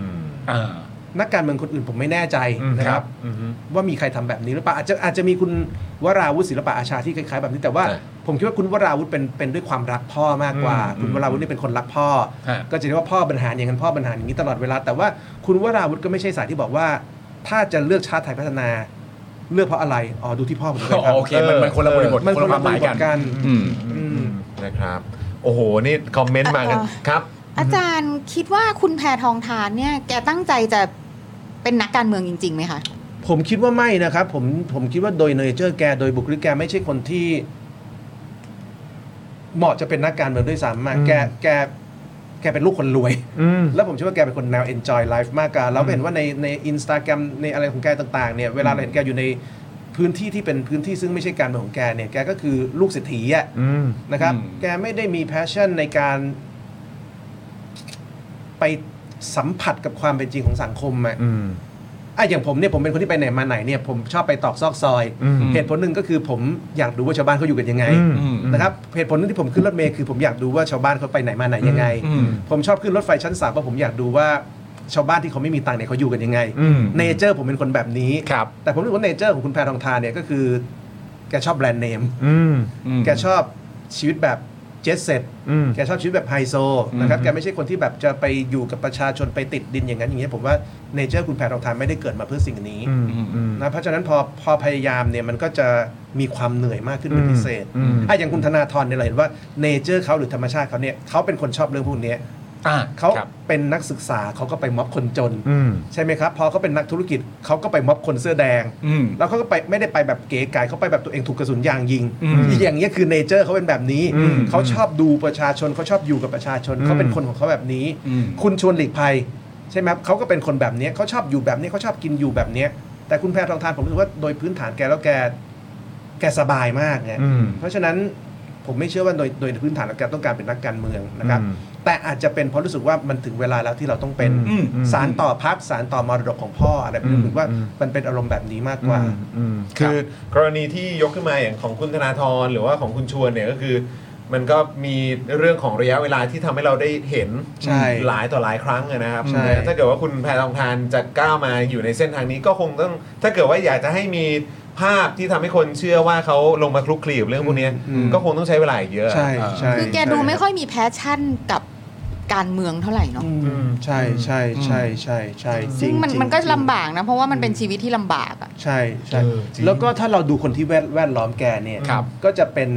Speaker 3: อ่า
Speaker 8: นักการเมืองคนอื่นผมไม่แน่ใจนะครับ
Speaker 1: อืม
Speaker 8: ว่ามีใครทำแบบนี้หรือเปล่าอาจจะอาจจะมีคุณวราวุฒิศิลปะอาชาที่คล้ายๆแบบนี้แต่ว่า
Speaker 1: ใช่
Speaker 8: ผมคิดว่าคุณวราวุฒิเป็นเป็นด้วยความรักพ่อมากกว่า
Speaker 1: อืม
Speaker 8: คุณวราวุฒินี่เป็นคนรักพ่อ
Speaker 3: ฮะ
Speaker 8: ก็จะเรียกว่าพ่อบรรหารอย่างนั้นพ่อบรรหารอย่างนี้ตลอดเวลาแต่ว่าคุณวราวุฒิก็ไม่ใช่สายที่บอกว่า ถ้าจะเลือกชาติไทยพัฒนา เลือกเพราะอะไรอ๋อดูที่พ่อผมด้วยครั
Speaker 3: โอเคมันมันคนละบริบท
Speaker 8: มัน
Speaker 3: คน
Speaker 8: คน
Speaker 3: ละค
Speaker 8: ละ
Speaker 3: วาม
Speaker 8: บ
Speaker 3: หมาย
Speaker 8: ริบ
Speaker 3: กั
Speaker 8: ท
Speaker 3: น
Speaker 8: กัน
Speaker 3: อืม
Speaker 8: อืม
Speaker 1: นะครับ โอ้โห นี่คอมเมนต์มากัน
Speaker 7: อ่ะ
Speaker 1: ครับ
Speaker 7: อาจารย์คิดว่าคุณแพทองทานเนี่ย แกตั้งใจจะเป็นนักการเมืองจริงๆไหมคะ
Speaker 8: ผมคิดว่าไม่นะครับผมผมคิดว่าโดยเนเจอร์แกโดยบุคลิกแกไม่ใช่คนที่ เหมาะจะเป็นนักการเมืองด้วยซ้ำมา
Speaker 1: อืม
Speaker 8: แกแกแกเป็นลูกคนรวย
Speaker 1: อืม
Speaker 8: แล้วผมเชื่อว่าแกเป็นคนแนว enjoy life มากกว่าแล้วเห็นว่าในในอินสตาแกรมในอะไรของแกต่างๆเนี่ยเวลาเราเห็นแกอยู่ในพื้นที่ที่เป็นพื้นที่ซึ่งไม่ใช่การเมืองของแกเนี่ยแกก็คือลูกเศรษฐีอะ
Speaker 1: อืม
Speaker 8: นะครับ
Speaker 3: อืม
Speaker 8: แกไม่ได้มี passion ในการไปสัมผัสกับความเป็นจริงของสังคมอะ
Speaker 1: อืม
Speaker 8: อ่ะอย่างผมเนี่ยผมเป็นคนที่ไปไหนมาไหนเนี่ยผมชอบไปตอกซอกซอย
Speaker 1: อืม
Speaker 8: เหตุผลหนึ่งก็คือผมอยากดูว่าชาวบ้านเขาอยู่กันยังไง
Speaker 1: อืม
Speaker 3: อืม
Speaker 8: นะครับเหตุผลหนึงที่ผมขึ้นรถเมล์คือผมอยากดูว่าชาวบ้านเขาไปไหนมาไหนยังไง
Speaker 3: อืม
Speaker 8: ผมชอบขึ้นรถไฟชั้นสามเพราะผมอยากดูว่าชาวบ้านที่เขาไม่มีตังค์เนี่ยเขาอยู่กันยังไง
Speaker 1: อืม
Speaker 8: เนเจอร์ผมเป็นคนแบบนี้
Speaker 3: ครับ
Speaker 8: แต่ผมรู้สึกว่าเนเจอร์ของคุณแพทองทานเนี่ยก็คือแกชอบแบรนด์เนม
Speaker 1: อืม
Speaker 8: แกชอบชีวิตแบบเจ็ตเซ็ต
Speaker 1: อืม
Speaker 8: แกชอบชีวิตแบบไฮโซนะครับ
Speaker 3: อืม
Speaker 8: แกไม่ใช่คนที่แบบจะไปอยู่กับประชาชนไปติดดินอย่างนั้นอย่างนี้ยผมว่าเนเจอร์คุณแพทองทานไม่ได้เกิดมาเพื่อสิ่งนี้
Speaker 1: อืม อืม
Speaker 8: นะเพราะฉะนั้นพอพอพยายามเนี่ยมันก็จะมีความเหนื่อยมากขึ้นเป็น
Speaker 1: อืม
Speaker 8: พิเศษ
Speaker 1: อืม
Speaker 8: อ่ะอย่างคุณธนาธรเนี่ยเราเห็นว่าเนเจอร์เขาหรือธรรมชาติเขาเนี่ยเขาเป็นคนชอบเรื่องพวกเนี้ย
Speaker 3: อ่า
Speaker 8: เขา
Speaker 3: ครับ
Speaker 8: เป็นนักศึกษาเขาก็ไปม็อบคนจน
Speaker 1: อืม
Speaker 8: ใช่ไหมครับพอเขาเป็นนักธุรกิจเขาก็ไปม็อบคนเสื้อแดง
Speaker 3: อืม
Speaker 8: แล้วเขาก็ไปไม่ได้ไปแบบเก๋ไก๋เขาไปแบบตัวเองถูกกระสุนยางยิง
Speaker 3: อืม
Speaker 8: อย่างนี้ยคือเนเจอร์เขาเป็นแบบนี้
Speaker 1: อืม
Speaker 8: เขาชอบดูประชาชนเขาชอบอยู่กับประชาชน
Speaker 1: อืม
Speaker 8: เขาเป็นคนของเขาแบบนี้
Speaker 3: อืม
Speaker 8: คุณชวนหลีกภัยใช่ไหมครับเขาก็เป็นคนแบบเนี้ยเขาชอบอยู่แบบนี้เขาชอบกินอยู่แบบเนี้ยแต่คุณแพทองทานผมรู้สึกว่าโดยพื้นฐานแกแล้วแกแกสบายมากไง
Speaker 1: อืม
Speaker 8: เพราะฉะนั้นผมไม่เชื่อว่าโดยโดยพื้นฐานแล้วแกต้องการเป็นนักการเมืองนะครับ
Speaker 1: อืม
Speaker 8: แต่อาจจะเป็นเพราะรู้สึกว่ามันถึงเวลาแล้วที่เราต้องเป็น
Speaker 1: อืมอืม
Speaker 8: สารต่อพักสารต่อมรดกของพ่ออะไรแบบนี้
Speaker 1: อืม
Speaker 8: ผมว่า
Speaker 1: อืม
Speaker 8: มันเป็นอารมณ์แบบนี้มากกว่า
Speaker 1: อืมอืมคือกรณีที่ยกขึ้นมาอย่างของคุณธนาธรหรือว่าของคุณชวนเนี่ยก็คือ มันก็มีเรื่องของระยะเวลาที่ทำให้เราได้เห็น
Speaker 8: ใช่
Speaker 1: หลายต่อหลายครั้งอะนะครับ
Speaker 8: ใช่
Speaker 1: นะถ้าเกิดว่าคุณแพทองทานจะก้าวมาอยู่ในเส้นทางนี้ก็คงต้อง ถ้าเกิดว่าอยากจะให้มีภาพที่ทำให้คนเชื่อว่าเขาลงมาคลุกคลีกับเรื่องพวกเนี้ยก็คงต้องใช้เวลาอีกเยอะ
Speaker 8: ใช่ใช่
Speaker 7: คือแกดูไม่ค่อยมีแพชชั่นกับการเมืองเท่าไหร่เนาะ
Speaker 1: อืม
Speaker 8: ใช่ใช่ใช่ใช่ใช่จริ
Speaker 7: ซึ่งมัน
Speaker 8: จริ
Speaker 7: มันก็
Speaker 8: จริง
Speaker 7: ลำบากนะ เพราะว่ามันเป็นชีวิตที่ลำบากอะ
Speaker 8: ใช่ใช่
Speaker 1: เออจริง
Speaker 8: แล้วก็ถ้าเราดูคนที่แวดแวดล้อมแกเนี่ย
Speaker 3: ครับ
Speaker 8: ก็จะเป็น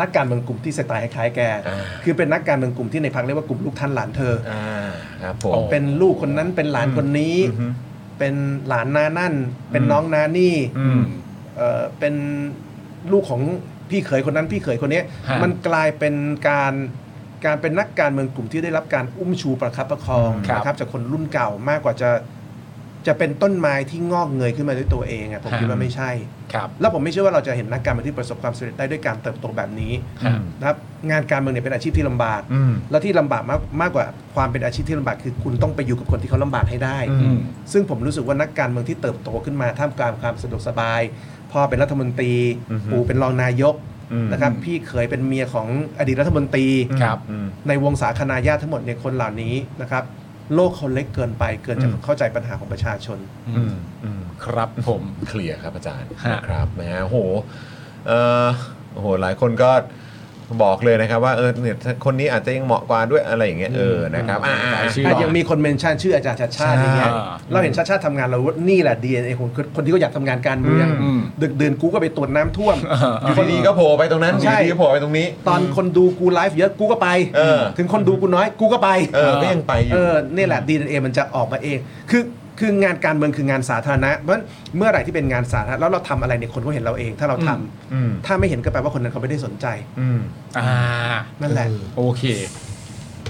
Speaker 8: นักการเมืองกลุ่มที่สไตล์คล้ายๆแก
Speaker 1: อ่า
Speaker 8: คือเป็นนักการเมืองกลุ่มที่ในพักเรียกว่ากลุ่มลูกท่านหลานเธออ
Speaker 1: อ่าครับผม
Speaker 8: เป็นลูกคนนั้นเป็นหลานคนนี้
Speaker 1: อือฮึ
Speaker 8: เป็นหลานนานั่น เป็น
Speaker 1: อืม
Speaker 8: น้องนานี่
Speaker 1: อืม
Speaker 8: เอ่อเป็นลูกของพี่เขยคนนั้นพี่เขยคนนี้
Speaker 3: ฮะ
Speaker 8: มันกลายเป็นการการเป็นนักการเมืองกลุ่มที่ได้รับการอุ้มชูประคับประคอง
Speaker 3: ครับ
Speaker 8: นะครับจากคนรุ่นเก่ามากกว่าจะจะเป็นต้นไม้ที่งอกเงยขึ้นมาด้วยตัวเองอะผมคิดว่าไม่ใช่
Speaker 3: ครับ
Speaker 8: แล้วผมไม่เชื่อว่าเราจะเห็นนักการเมืองที่ประสบความสำเร็จได้ด้วยการเติบโตแบบนี้
Speaker 3: ครับ
Speaker 8: นะครับงานการเมืองเนี่ยเป็นอาชีพที่ลำบาก
Speaker 1: อืม
Speaker 8: และที่ลำบากมากมากกว่าความเป็นอาชีพที่ลำบากคือคุณต้องไปอยู่กับคนที่เขาลำบากให้ได้
Speaker 1: อื
Speaker 3: อืม
Speaker 8: ซึ่งผมรู้สึกว่านักการเมืองที่เติบโตขึ้นมาท่ามกลางความสะดวกสบายพ่อเป็นรัฐมนตรี
Speaker 1: อือฮึ
Speaker 8: ปู่เป็นรองนายก
Speaker 1: อืม
Speaker 8: นะครับพี่เขยเป็นเมียของอดีตรัฐมนตรี
Speaker 3: ครับ
Speaker 1: อืม
Speaker 8: ในวงสาคนาญาติทั้งหมดเนี่ยคนเหล่านี้นะครับโลกเขาเล็กเกินไปเกินจะ
Speaker 1: อืม
Speaker 8: เข้าใจปัญหาของประชาชน
Speaker 1: อืมอืม
Speaker 3: ครับผม
Speaker 1: เคลียร์ครับอาจารย์
Speaker 3: ฮะ
Speaker 1: นะครับนะฮะโอ้โหเอ่อโอ้โหหลายคนก็ บอกเลยนะครับว่าเออเนี่ยคนนี้อาจจะยังเหมาะกว่าด้วยอะไรอย่างเงี้ยเออนะครับอ่าอ่า
Speaker 3: ชื่อ
Speaker 8: แต่ยังมีคนเมนชั่นชื่ออาจารย์ชาติชาติอย่างเงี้ย
Speaker 3: ใช่
Speaker 8: เราเห็นชาติชาติทำงานเราว่านี่แหละ DNA ของคนที่เขาอยากทำงานการเมือง
Speaker 1: อืม
Speaker 8: ดึกดื่นกูก็ไปตรวจน้ำท่วม
Speaker 1: อยู่ดีๆก็โผล่ไปตรงนั้นอ
Speaker 8: ใช่
Speaker 1: ยู่ดีๆก็โผล่ไปตรงนี้
Speaker 8: ตอนคนดูกูไลฟ์เยอะกูก็ไป
Speaker 1: เออ
Speaker 8: ถึงคนดูกูน้อยกูก็ไป
Speaker 1: เออก็ยังไปอยู่
Speaker 8: เออนี่แหละ DNA มันจะออกมาเอง คือคืองานการเมืองคืองานสาธารณะเพราะฉะนั้นเมื่อไหร่ที่เป็นงานสาธารณะแล้วเราทำอะไรเนี่ยคนก็เห็นเราเอง ถ้าเราทำ
Speaker 1: อืม
Speaker 8: ถ้าไม่เห็นก็แปลว่าคนนั้นเขาไม่ได้สนใจ
Speaker 1: อืม
Speaker 3: อ่า
Speaker 8: นั่นแหละ
Speaker 3: โอเค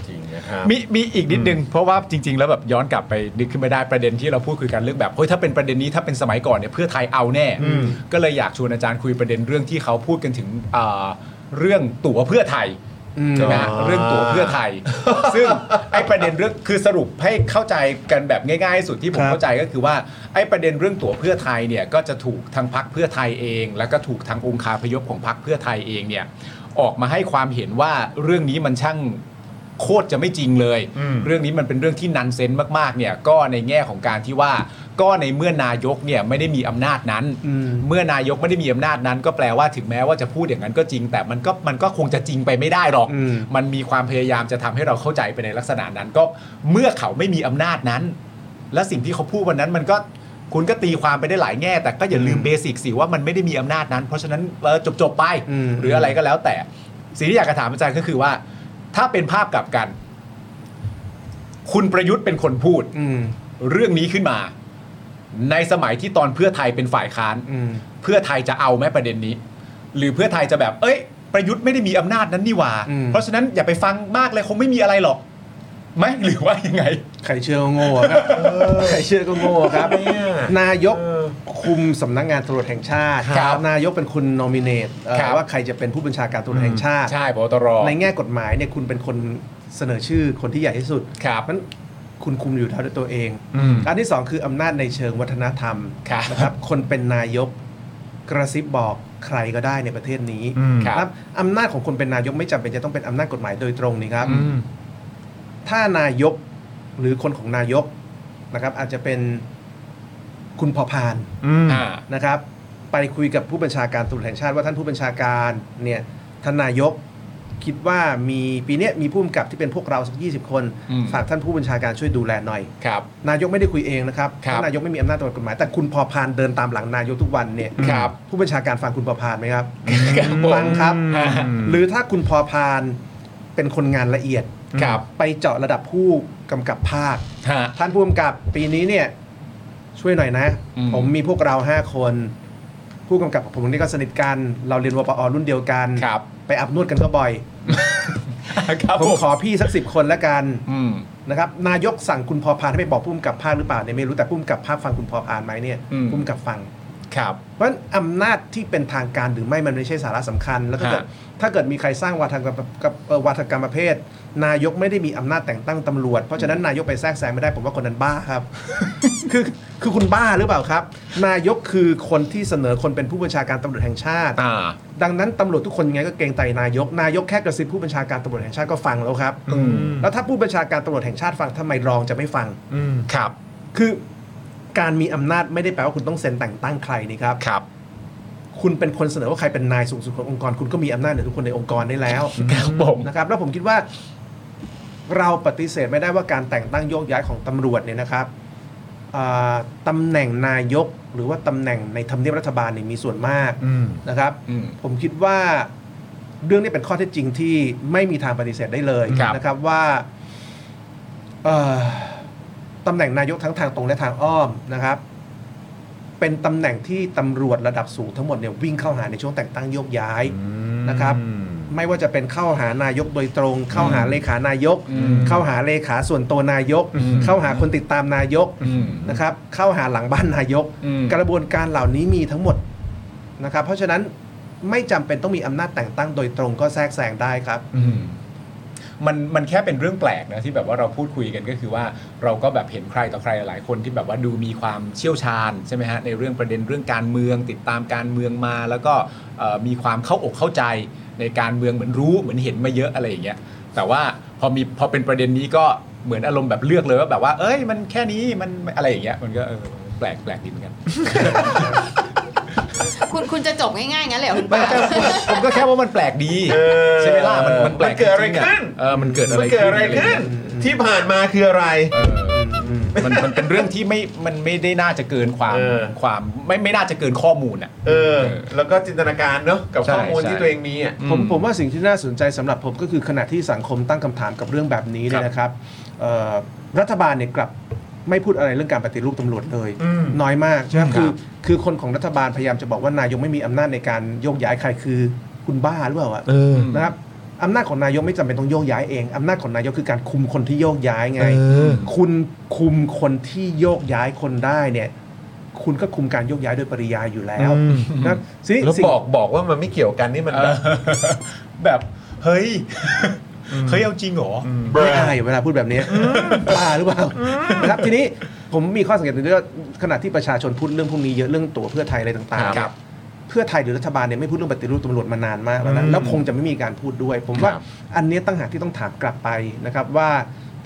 Speaker 1: จริงนะครับ
Speaker 3: มีมีอีกนิดนึง เพราะว่าจริง ๆ แล้วแบบย้อนกลับไปนึกขึ้นไม่ได้ประเด็นที่เราพูดคุยกันเรื่องแบบเฮ้ยถ้าเป็นประเด็นนี้ถ้าเป็นสมัยก่อนเนี่ยเพื่อไทยเอาแน่ ก็เลยอยากชวนอาจารย์คุยประเด็นเรื่องที่เขาพูดกันถึงอ่าเรื่องตั๋วเพื่อไทยใช่ไหมฮะ
Speaker 1: อ๋อ
Speaker 3: เรื่องตั๋วเพื่อไท ย ซึ่งไอ้ประเด็นเรื่องคือสรุปให้เข้าใจกันแบบง่ายๆที่สุดที่ผม
Speaker 8: ครับ
Speaker 3: เข้าใจก็คือว่าไอ้ประเด็นเรื่องตั๋วเพื่อไทยเนี่ยก็จะถูกทางพักเพื่อไทยเอง แล้วก็ถูกทางองคาพยพของพักเพื่อไทยเองเนี่ยออกมาให้ความเห็นว่าเรื่องนี้มันช่าง โคตรจะไม่จริงเลย
Speaker 1: อืม
Speaker 3: เรื่องนี้มันเป็นเรื่องที่นันเซนมากๆเนี่ยก็ในแง่ของการที่ว่าก็ในเมื่อนายกเนี่ยไม่ได้มีอำนาจนั้น
Speaker 8: อืม
Speaker 3: เมื่อนายกไม่ได้มีอำนาจนั้น ก็แปลว่าถึงแม้ว่าจะพูดอย่างนั้นก็จริง แต่มันก็มันก็คงจะจริงไปไม่ได้หรอก
Speaker 8: อืม
Speaker 3: มันมีความพยายามจะทำให้เราเข้าใจไปในลักษณะนั้นก็เมื่อเขาไม่มีอำนาจนั้น และสิ่งที่เขาพูดวันนั้นมันก็คุณก็ตีความไปได้หลายแง่ แต่ก็อย่าลืมเบสิกสิว่ามันไม่ได้มีอำนาจนั้น เพราะฉะนั้นจบจบๆไป
Speaker 8: อืม
Speaker 3: หรืออะไรก็แล้วแต่ สิ่งที่อยากจะถามอาจารย์ก็คือว่า ถ้าเป็นภาพกลับกัน คุณประยุทธ์เป็นคนพูด
Speaker 8: อืม
Speaker 3: เรื่องนี้ขึ้นมา ในสมัยที่ตอนเพื่อไทยเป็นฝ่ายค้าน
Speaker 8: อืม
Speaker 3: เพื่อไทยจะเอาไหมประเด็นนี้ หรือเพื่อไทยจะแบบ เอ้ย ประยุทธ์ไม่ได้มีอำนาจนั้นนี่หว่า
Speaker 8: อืม
Speaker 3: เพราะฉะนั้นอย่าไปฟังมากเลยคงไม่มีอะไรหรอกไหม หรือว่ายังไง
Speaker 8: ใครเชื่อก็โง่ครับใครเชื่อก็โง่ครับ
Speaker 1: เนี่ย
Speaker 8: นายก
Speaker 1: เออ
Speaker 8: คุมสำนักงานตำรวจแห่งชาติ
Speaker 3: ครับ
Speaker 8: นายกเป็นคนนอมิเนต
Speaker 3: ครับ
Speaker 8: ว่าใครจะเป็นผู้บัญชาการตำรวจแห่งชาติ
Speaker 3: ใช่พบตร
Speaker 8: ในแง่กฎหมายเนี่ยคุณเป็นคนเสนอชื่อคนที่ใหญ่ที่สุด
Speaker 3: ครับ
Speaker 8: มันคุณคุมอยู่เท่าด้วยตัวเอง
Speaker 3: อืม
Speaker 8: อันที่สองคืออำนาจในเชิงวัฒนธรรม
Speaker 3: ครับ
Speaker 8: นะครับ คนเป็นนายกกระซิบบอกใครก็ได้ในประเทศนี้
Speaker 1: อืม
Speaker 3: ครับ
Speaker 8: นะอำนาจของคนเป็นนายกไม่จำเป็นจะต้องเป็นอำนาจกฎหมายโดยตรงนี่ครับ
Speaker 3: อืม
Speaker 8: ถ้านายกหรือคนของนายกนะครับ อาจจะเป็นคุณพอพาน
Speaker 1: อืม
Speaker 3: อ่า
Speaker 8: นะครับ ไปคุยกับผู้บัญชาการตำรวจแห่งชาติว่าท่านผู้บัญชาการเนี่ยท่านนายกคิดว่ามีปีเนี้ยมีผู้กำกับที่เป็นพวกเราสัก20 คน
Speaker 3: อืม
Speaker 8: ฝากท่านผู้บัญชาการช่วยดูแลหน่อย
Speaker 3: ครับ
Speaker 8: นายกไม่ได้คุยเองนะครับ
Speaker 3: ครับ
Speaker 8: ท่านนายกไม่มีอำนาจตามกฎหมาย แต่คุณพอพานเดินตามหลังนายกทุกวันเนี่ย
Speaker 3: ครับ
Speaker 8: ผู้บัญชาการฟังคุณพอพานไหมครับ
Speaker 3: ครับผม
Speaker 8: ฟังครับ
Speaker 3: ฮะ
Speaker 8: หรือถ้าคุณพอพานเป็นคนงานละเอียด
Speaker 3: ครับ
Speaker 8: ไปเจาะระดับผู้กำกับภาค
Speaker 3: ฮะ
Speaker 8: ท่านผู้กำกับปีนี้เนี่ยช่วยหน่อยนะ
Speaker 3: อืม
Speaker 8: ผมมีพวกเรา 5 คน ผู้กำกับกับผมนี่ก็สนิทกัน เราเรียนวปอรุ่นเดียวกัน
Speaker 3: ครับ
Speaker 8: ไปอาบนวดกันก็บ่อย
Speaker 3: ครับ
Speaker 8: ผ
Speaker 3: ผมม
Speaker 8: ขอพี่สักสิบคนละกัน
Speaker 3: อืม
Speaker 8: นะครับนายกสั่งคุณพอพานให้ไปบอกผู้กำกับภาคหรือเปล่าเนี่ยไม่รู้แต่ผู้กำกับภาคฟังคุณพอพานไหมเนี่ย
Speaker 3: อืม
Speaker 8: ผู้กำกับฟัง
Speaker 3: ครับ
Speaker 8: เพราะฉะนั้นอำนาจที่เป็นทางการหรือไม่มันไม่ใช่สาระสำคัญ แล้วถ้าเกิด
Speaker 3: ฮะ
Speaker 8: ถ้าเกิดมีใครสร้างวาทกรรมกับเอ่อวาทกรรมประเภท นายกไม่ได้มีอำนาจแต่งตั้งตำรวจ เพราะฉะนั้นนายกไปแทรกแซงไม่ได้ผมว่าคนนั้นบ้าครับ คือคือคุณบ้าหรือเปล่าครับ นายกคือคนที่เสนอคนเป็นผู้บัญชาการตำรวจแห่งชาติ
Speaker 3: อ่า
Speaker 8: ดังนั้นตำรวจทุกคนยังไงก็เกรงใจนายก นายกแค่กระซิบผู้บัญชาการตำรวจแห่งชาติก็ฟังแล้วครับ
Speaker 3: อืม
Speaker 8: แล้วถ้าผู้บัญชาการตำรวจแห่งชาติฟังทำไมรองจะไม่ฟัง
Speaker 3: ครับ
Speaker 8: คือการมีอำนาจไม่ได้แปลว่าคุณต้องเซ็นแต่งตั้งใครนี่ครับ
Speaker 3: ครับ
Speaker 8: คุณเป็นคนเสนอว่าใครเป็นนายสูงสุดขององค์กร คุณก็มีอำนาจเหนือทุกคนในองค์กรได้แล้ว
Speaker 3: ครับผม
Speaker 8: นะครับ แล้วผมคิดว่าเราปฏิเสธไม่ได้ว่าการแต่งตั้งโยกย้ายของตำรวจเนี่ยนะครับอ่าตำาแหน่งนายกหรือว่าตำแหน่งในทำเนียบรัฐบาลเนี่ยมีส่วนมากนะครับ
Speaker 3: อืม
Speaker 8: ผมคิดว่าเรื่องนี้เป็นข้อเท็จจริงที่ไม่มีทางปฏิเสธได้เลย
Speaker 3: ครับ
Speaker 8: นะครับว่าเอ่อตำแหน่งนายกทั้งทางตรงและทางอ้อมนะครับ เป็นตำแหน่งที่ตำรวจระดับสูงทั้งหมดเนี่ยวิ่งเข้าหาในช่วงแต่งตั้งโยกย้ายนะครับ ไม่ว่าจะเป็นเข้าหานายกโดยตรง เข้าหาเลขานายก
Speaker 3: อืม
Speaker 8: เข้าหาเลขาส่วนตัวนายก
Speaker 3: อืม
Speaker 8: เข้าหาคนติดตามนายก
Speaker 3: อืม
Speaker 8: นะครับเข้าหาหลังบ้านนายก
Speaker 3: อืม
Speaker 8: กระบวนการเหล่านี้มีทั้งหมดนะครับ เพราะฉะนั้นไม่จำเป็นต้องมีอำนาจแต่งตั้งโดยตรงก็แทรกแซงได้ครับ
Speaker 3: อืมมันมันแค่เป็นเรื่องแปลกนะที่แบบว่าเราพูดคุยกันก็คือว่าเราก็แบบเห็นใครต่อใครหลายๆคนที่แบบว่าดูมีความเชี่ยวชาญใช่ไหมฮะในเรื่องประเด็นเรื่องการเมืองติดตามการเมืองมา แล้วก็เอ่อมีความเข้าอกเข้าใจในการเมืองเหมือนรู้เหมือนเห็นมาเยอะอะไรอย่างเงี้ยแต่ว่าพอมีพอเป็นประเด็นนี้ก็เหมือนอารมณ์แบบเลือกเลยว่าแบบว่า เอ้ย มันแค่นี้มันอะไรอย่างเงี้ยมันก็เออแปลกแปลกดีเหมือนกัน
Speaker 7: คุ คุณคุณจะจบง่ายๆงั้นเลยเหรอคุณ
Speaker 3: ไม่
Speaker 7: ปา
Speaker 3: ก็ผมก็แค่ว่ามันแปลกดี
Speaker 1: อ
Speaker 3: ใช่ไหมล่ะมันมันแปลก
Speaker 1: มันเกิดอะไร
Speaker 3: จงๆ
Speaker 1: ขึ้น
Speaker 3: เออมันเกิดอะไร
Speaker 1: มันเกิดอะไรขึ้น ที่ผ่านมาคืออะไร
Speaker 3: มันมันมันเป็นเรื่องที่ไม่มันไม่ได้น่าจะเกินความ
Speaker 1: เออ
Speaker 3: ความไม่ไม่น่าจะเกินข้อมูลอ่ะ
Speaker 1: เออ แล้วก็จินตนาการเนอะกับข้อมูล
Speaker 3: ใช่
Speaker 1: ที่ตัวเองมีอ่ะ
Speaker 8: ผมผมว่าสิ่งที่น่าสนใจสำหรับผมก็คือขณะที่สังคมตั้งคำถามกับเรื่องแบบนี้เนี่ยนะครับเอ่อรัฐบาลเนี่ยกลับไม่พูดอะไรเรื่องการปฏิรูปตำรวจเลย
Speaker 1: อืม
Speaker 8: น้อยมากใช่ไหม
Speaker 1: ครั
Speaker 8: คื
Speaker 1: บ
Speaker 8: อคือคนของรัฐบาลพยายามจะบอกว่านายกไม่มีอำนาจในการโยกย้ายใครคือคุณบ้าหรือเปล่าอะนะครับอำนาจของนายกไม่จำเป็นต้องโยกย้ายเองอำนาจของนายกคือการคุมคนที่โยกย้ายไง คุณคุมคนที่โยกย้ายคนได้เนี่ย คุณก็คุมการโยกย้ายโดยปริยายอยู่แล้ว
Speaker 1: อืม
Speaker 8: นะครับสิ่ง
Speaker 1: แล้ว
Speaker 8: สิ่ง
Speaker 1: บอกบอกว่ามันไม่เกี่ยวกันนี่มันแบบ
Speaker 3: แบบเฮ้ยเฮ้ยเอาจริงเหรออ
Speaker 8: ไม่อายเวลาพูดแบบนี้บ้าหรือเปล่านะครับทีนี้ผมมีข้อสังเกตหนึ่งด้วยว่าขณะที่ประชาชนพูดเรื่องพวกนี้เยอะเรื่องตั๋วเพื่อไทยอะไรต่างๆ
Speaker 3: ครับ
Speaker 8: เพื่อไทยหรือรัฐบาลเนี่ยไม่พูดเรื่องปฏิรูปตำรวจมานานมากแล้ว
Speaker 1: อื
Speaker 8: นะ
Speaker 1: ม
Speaker 8: แล้วคงจะไม่มีการพูดด้วย ผมว่า
Speaker 1: ครับ
Speaker 8: อันเนี้ยตั้งหากที่ต้องถามกลับไปนะครับว่า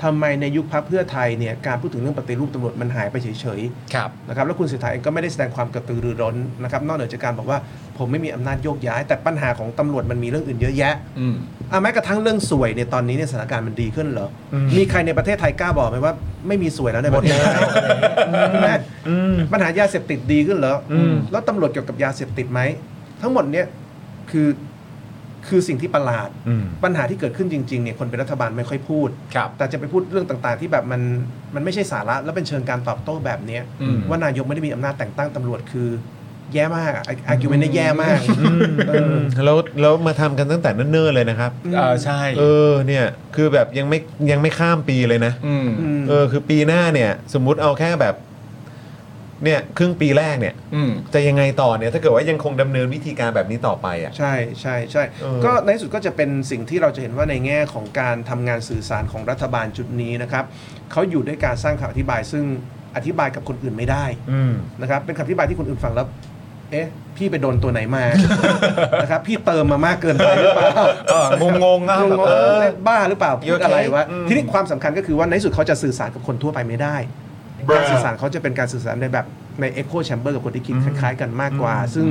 Speaker 8: ทำไมในยุคพรรคเพื่อไทยเนี่ยการพูดถึงเรื่องปฏิรูปตำรวจมันหายไปเฉยๆ
Speaker 3: ครับ
Speaker 8: นะครับแล้วคุณเศรษฐาเองก็ไม่ได้แสดงความกระตือรือร้นนะครับนอกเหนือจากการบอกว่าผมไม่มีอำนาจโยกย้าย แต่ปัญหาของตำรวจมันมีเรื่องอื่นเยอะแยะ
Speaker 3: อืม
Speaker 8: อ่ะแม้กระทั่งเรื่องสวยเนี่ยตอนนี้เนี่ยสถานการณ์มันดีขึ้นเหรอมีใครในประเทศไทยกล้าบอกไหมว่าไม่มีสวยแล้วในประเทศไทยนะปัญหายาเสพติดดีขึ้นเหรออแล้วตำรวจเกี่ยวกับยาเสพติดไหมทั้งหมดเนี่ยคือคือสิ่งที่ประหลาด
Speaker 1: อืม
Speaker 8: ปัญหาที่เกิดขึ้นจริงๆเนี่ยคนเป็นรัฐบาลไม่ค่อยพูด
Speaker 3: ครับ
Speaker 8: แต่จะไปพูดเรื่องต่างๆ ที่แบบมันมันไม่ใช่สาระแล้วเป็นเชิงการตอบโต้แบบเนี้ย
Speaker 3: อืม
Speaker 8: ว่านายกไม่ได้มีอำนาจแต่งตั้งตำรวจคือ แย่มากอะอาร์กิวเมนต์เนี่ยแย่มากเออ
Speaker 1: แล้วแล้วมาทำกันตั้งแต่เนิ่นๆเลยนะครับ
Speaker 3: เออใช่
Speaker 1: เออเนี่ยคือแบบยังไม่ยังไม่ข้ามปีเลยนะ
Speaker 3: อืม
Speaker 8: อืม
Speaker 1: เออคือปีหน้าเนี่ย สมมุติเอาแค่แบบ เนี่ยครึ่งปีแรกเนี่ย
Speaker 3: อืม
Speaker 1: จะยังไงต่อเนี่ย ถ้าเกิดว่ายังคงดำเนินวิธีการแบบนี้ต่อไปอ่ะ
Speaker 8: ใช่ใช่ใช่
Speaker 1: เออ
Speaker 8: ก็ในที่สุดก็จะเป็นสิ่งที่เราจะเห็นว่าในแง่ของการทำงานสื่อสารของรัฐบาลจุดนี้นะครับเขาอยู่ด้วยการสร้างคำอธิบายซึ่งอธิบายกับคนอื่นไม่ได้
Speaker 1: อืม
Speaker 8: นะครับเป็นคำอธิบายที่คนอื่นฟังแล้ว เอ๊ะ พี่ไปโดนตัวไหนมา นะครับ พี่เติมมามากเกินไปหรือเปล่า
Speaker 3: เอองงๆนะ
Speaker 8: งง
Speaker 3: เออ
Speaker 8: เอ๊ะบ้าหรือเปล่าพูดอะไรวะ
Speaker 1: อืม
Speaker 8: ทีนี้ความสำคัญก็คือว่าในที่สุดเขาจะสื่อสารกับคนทั่วไปไม่ได้ การสื่อสารเขาจะเป็นการสื่อสารในแบบใน Echo Chamber กับคนที่คิดคล้าย ๆ กันมากกว่า ซึ่ง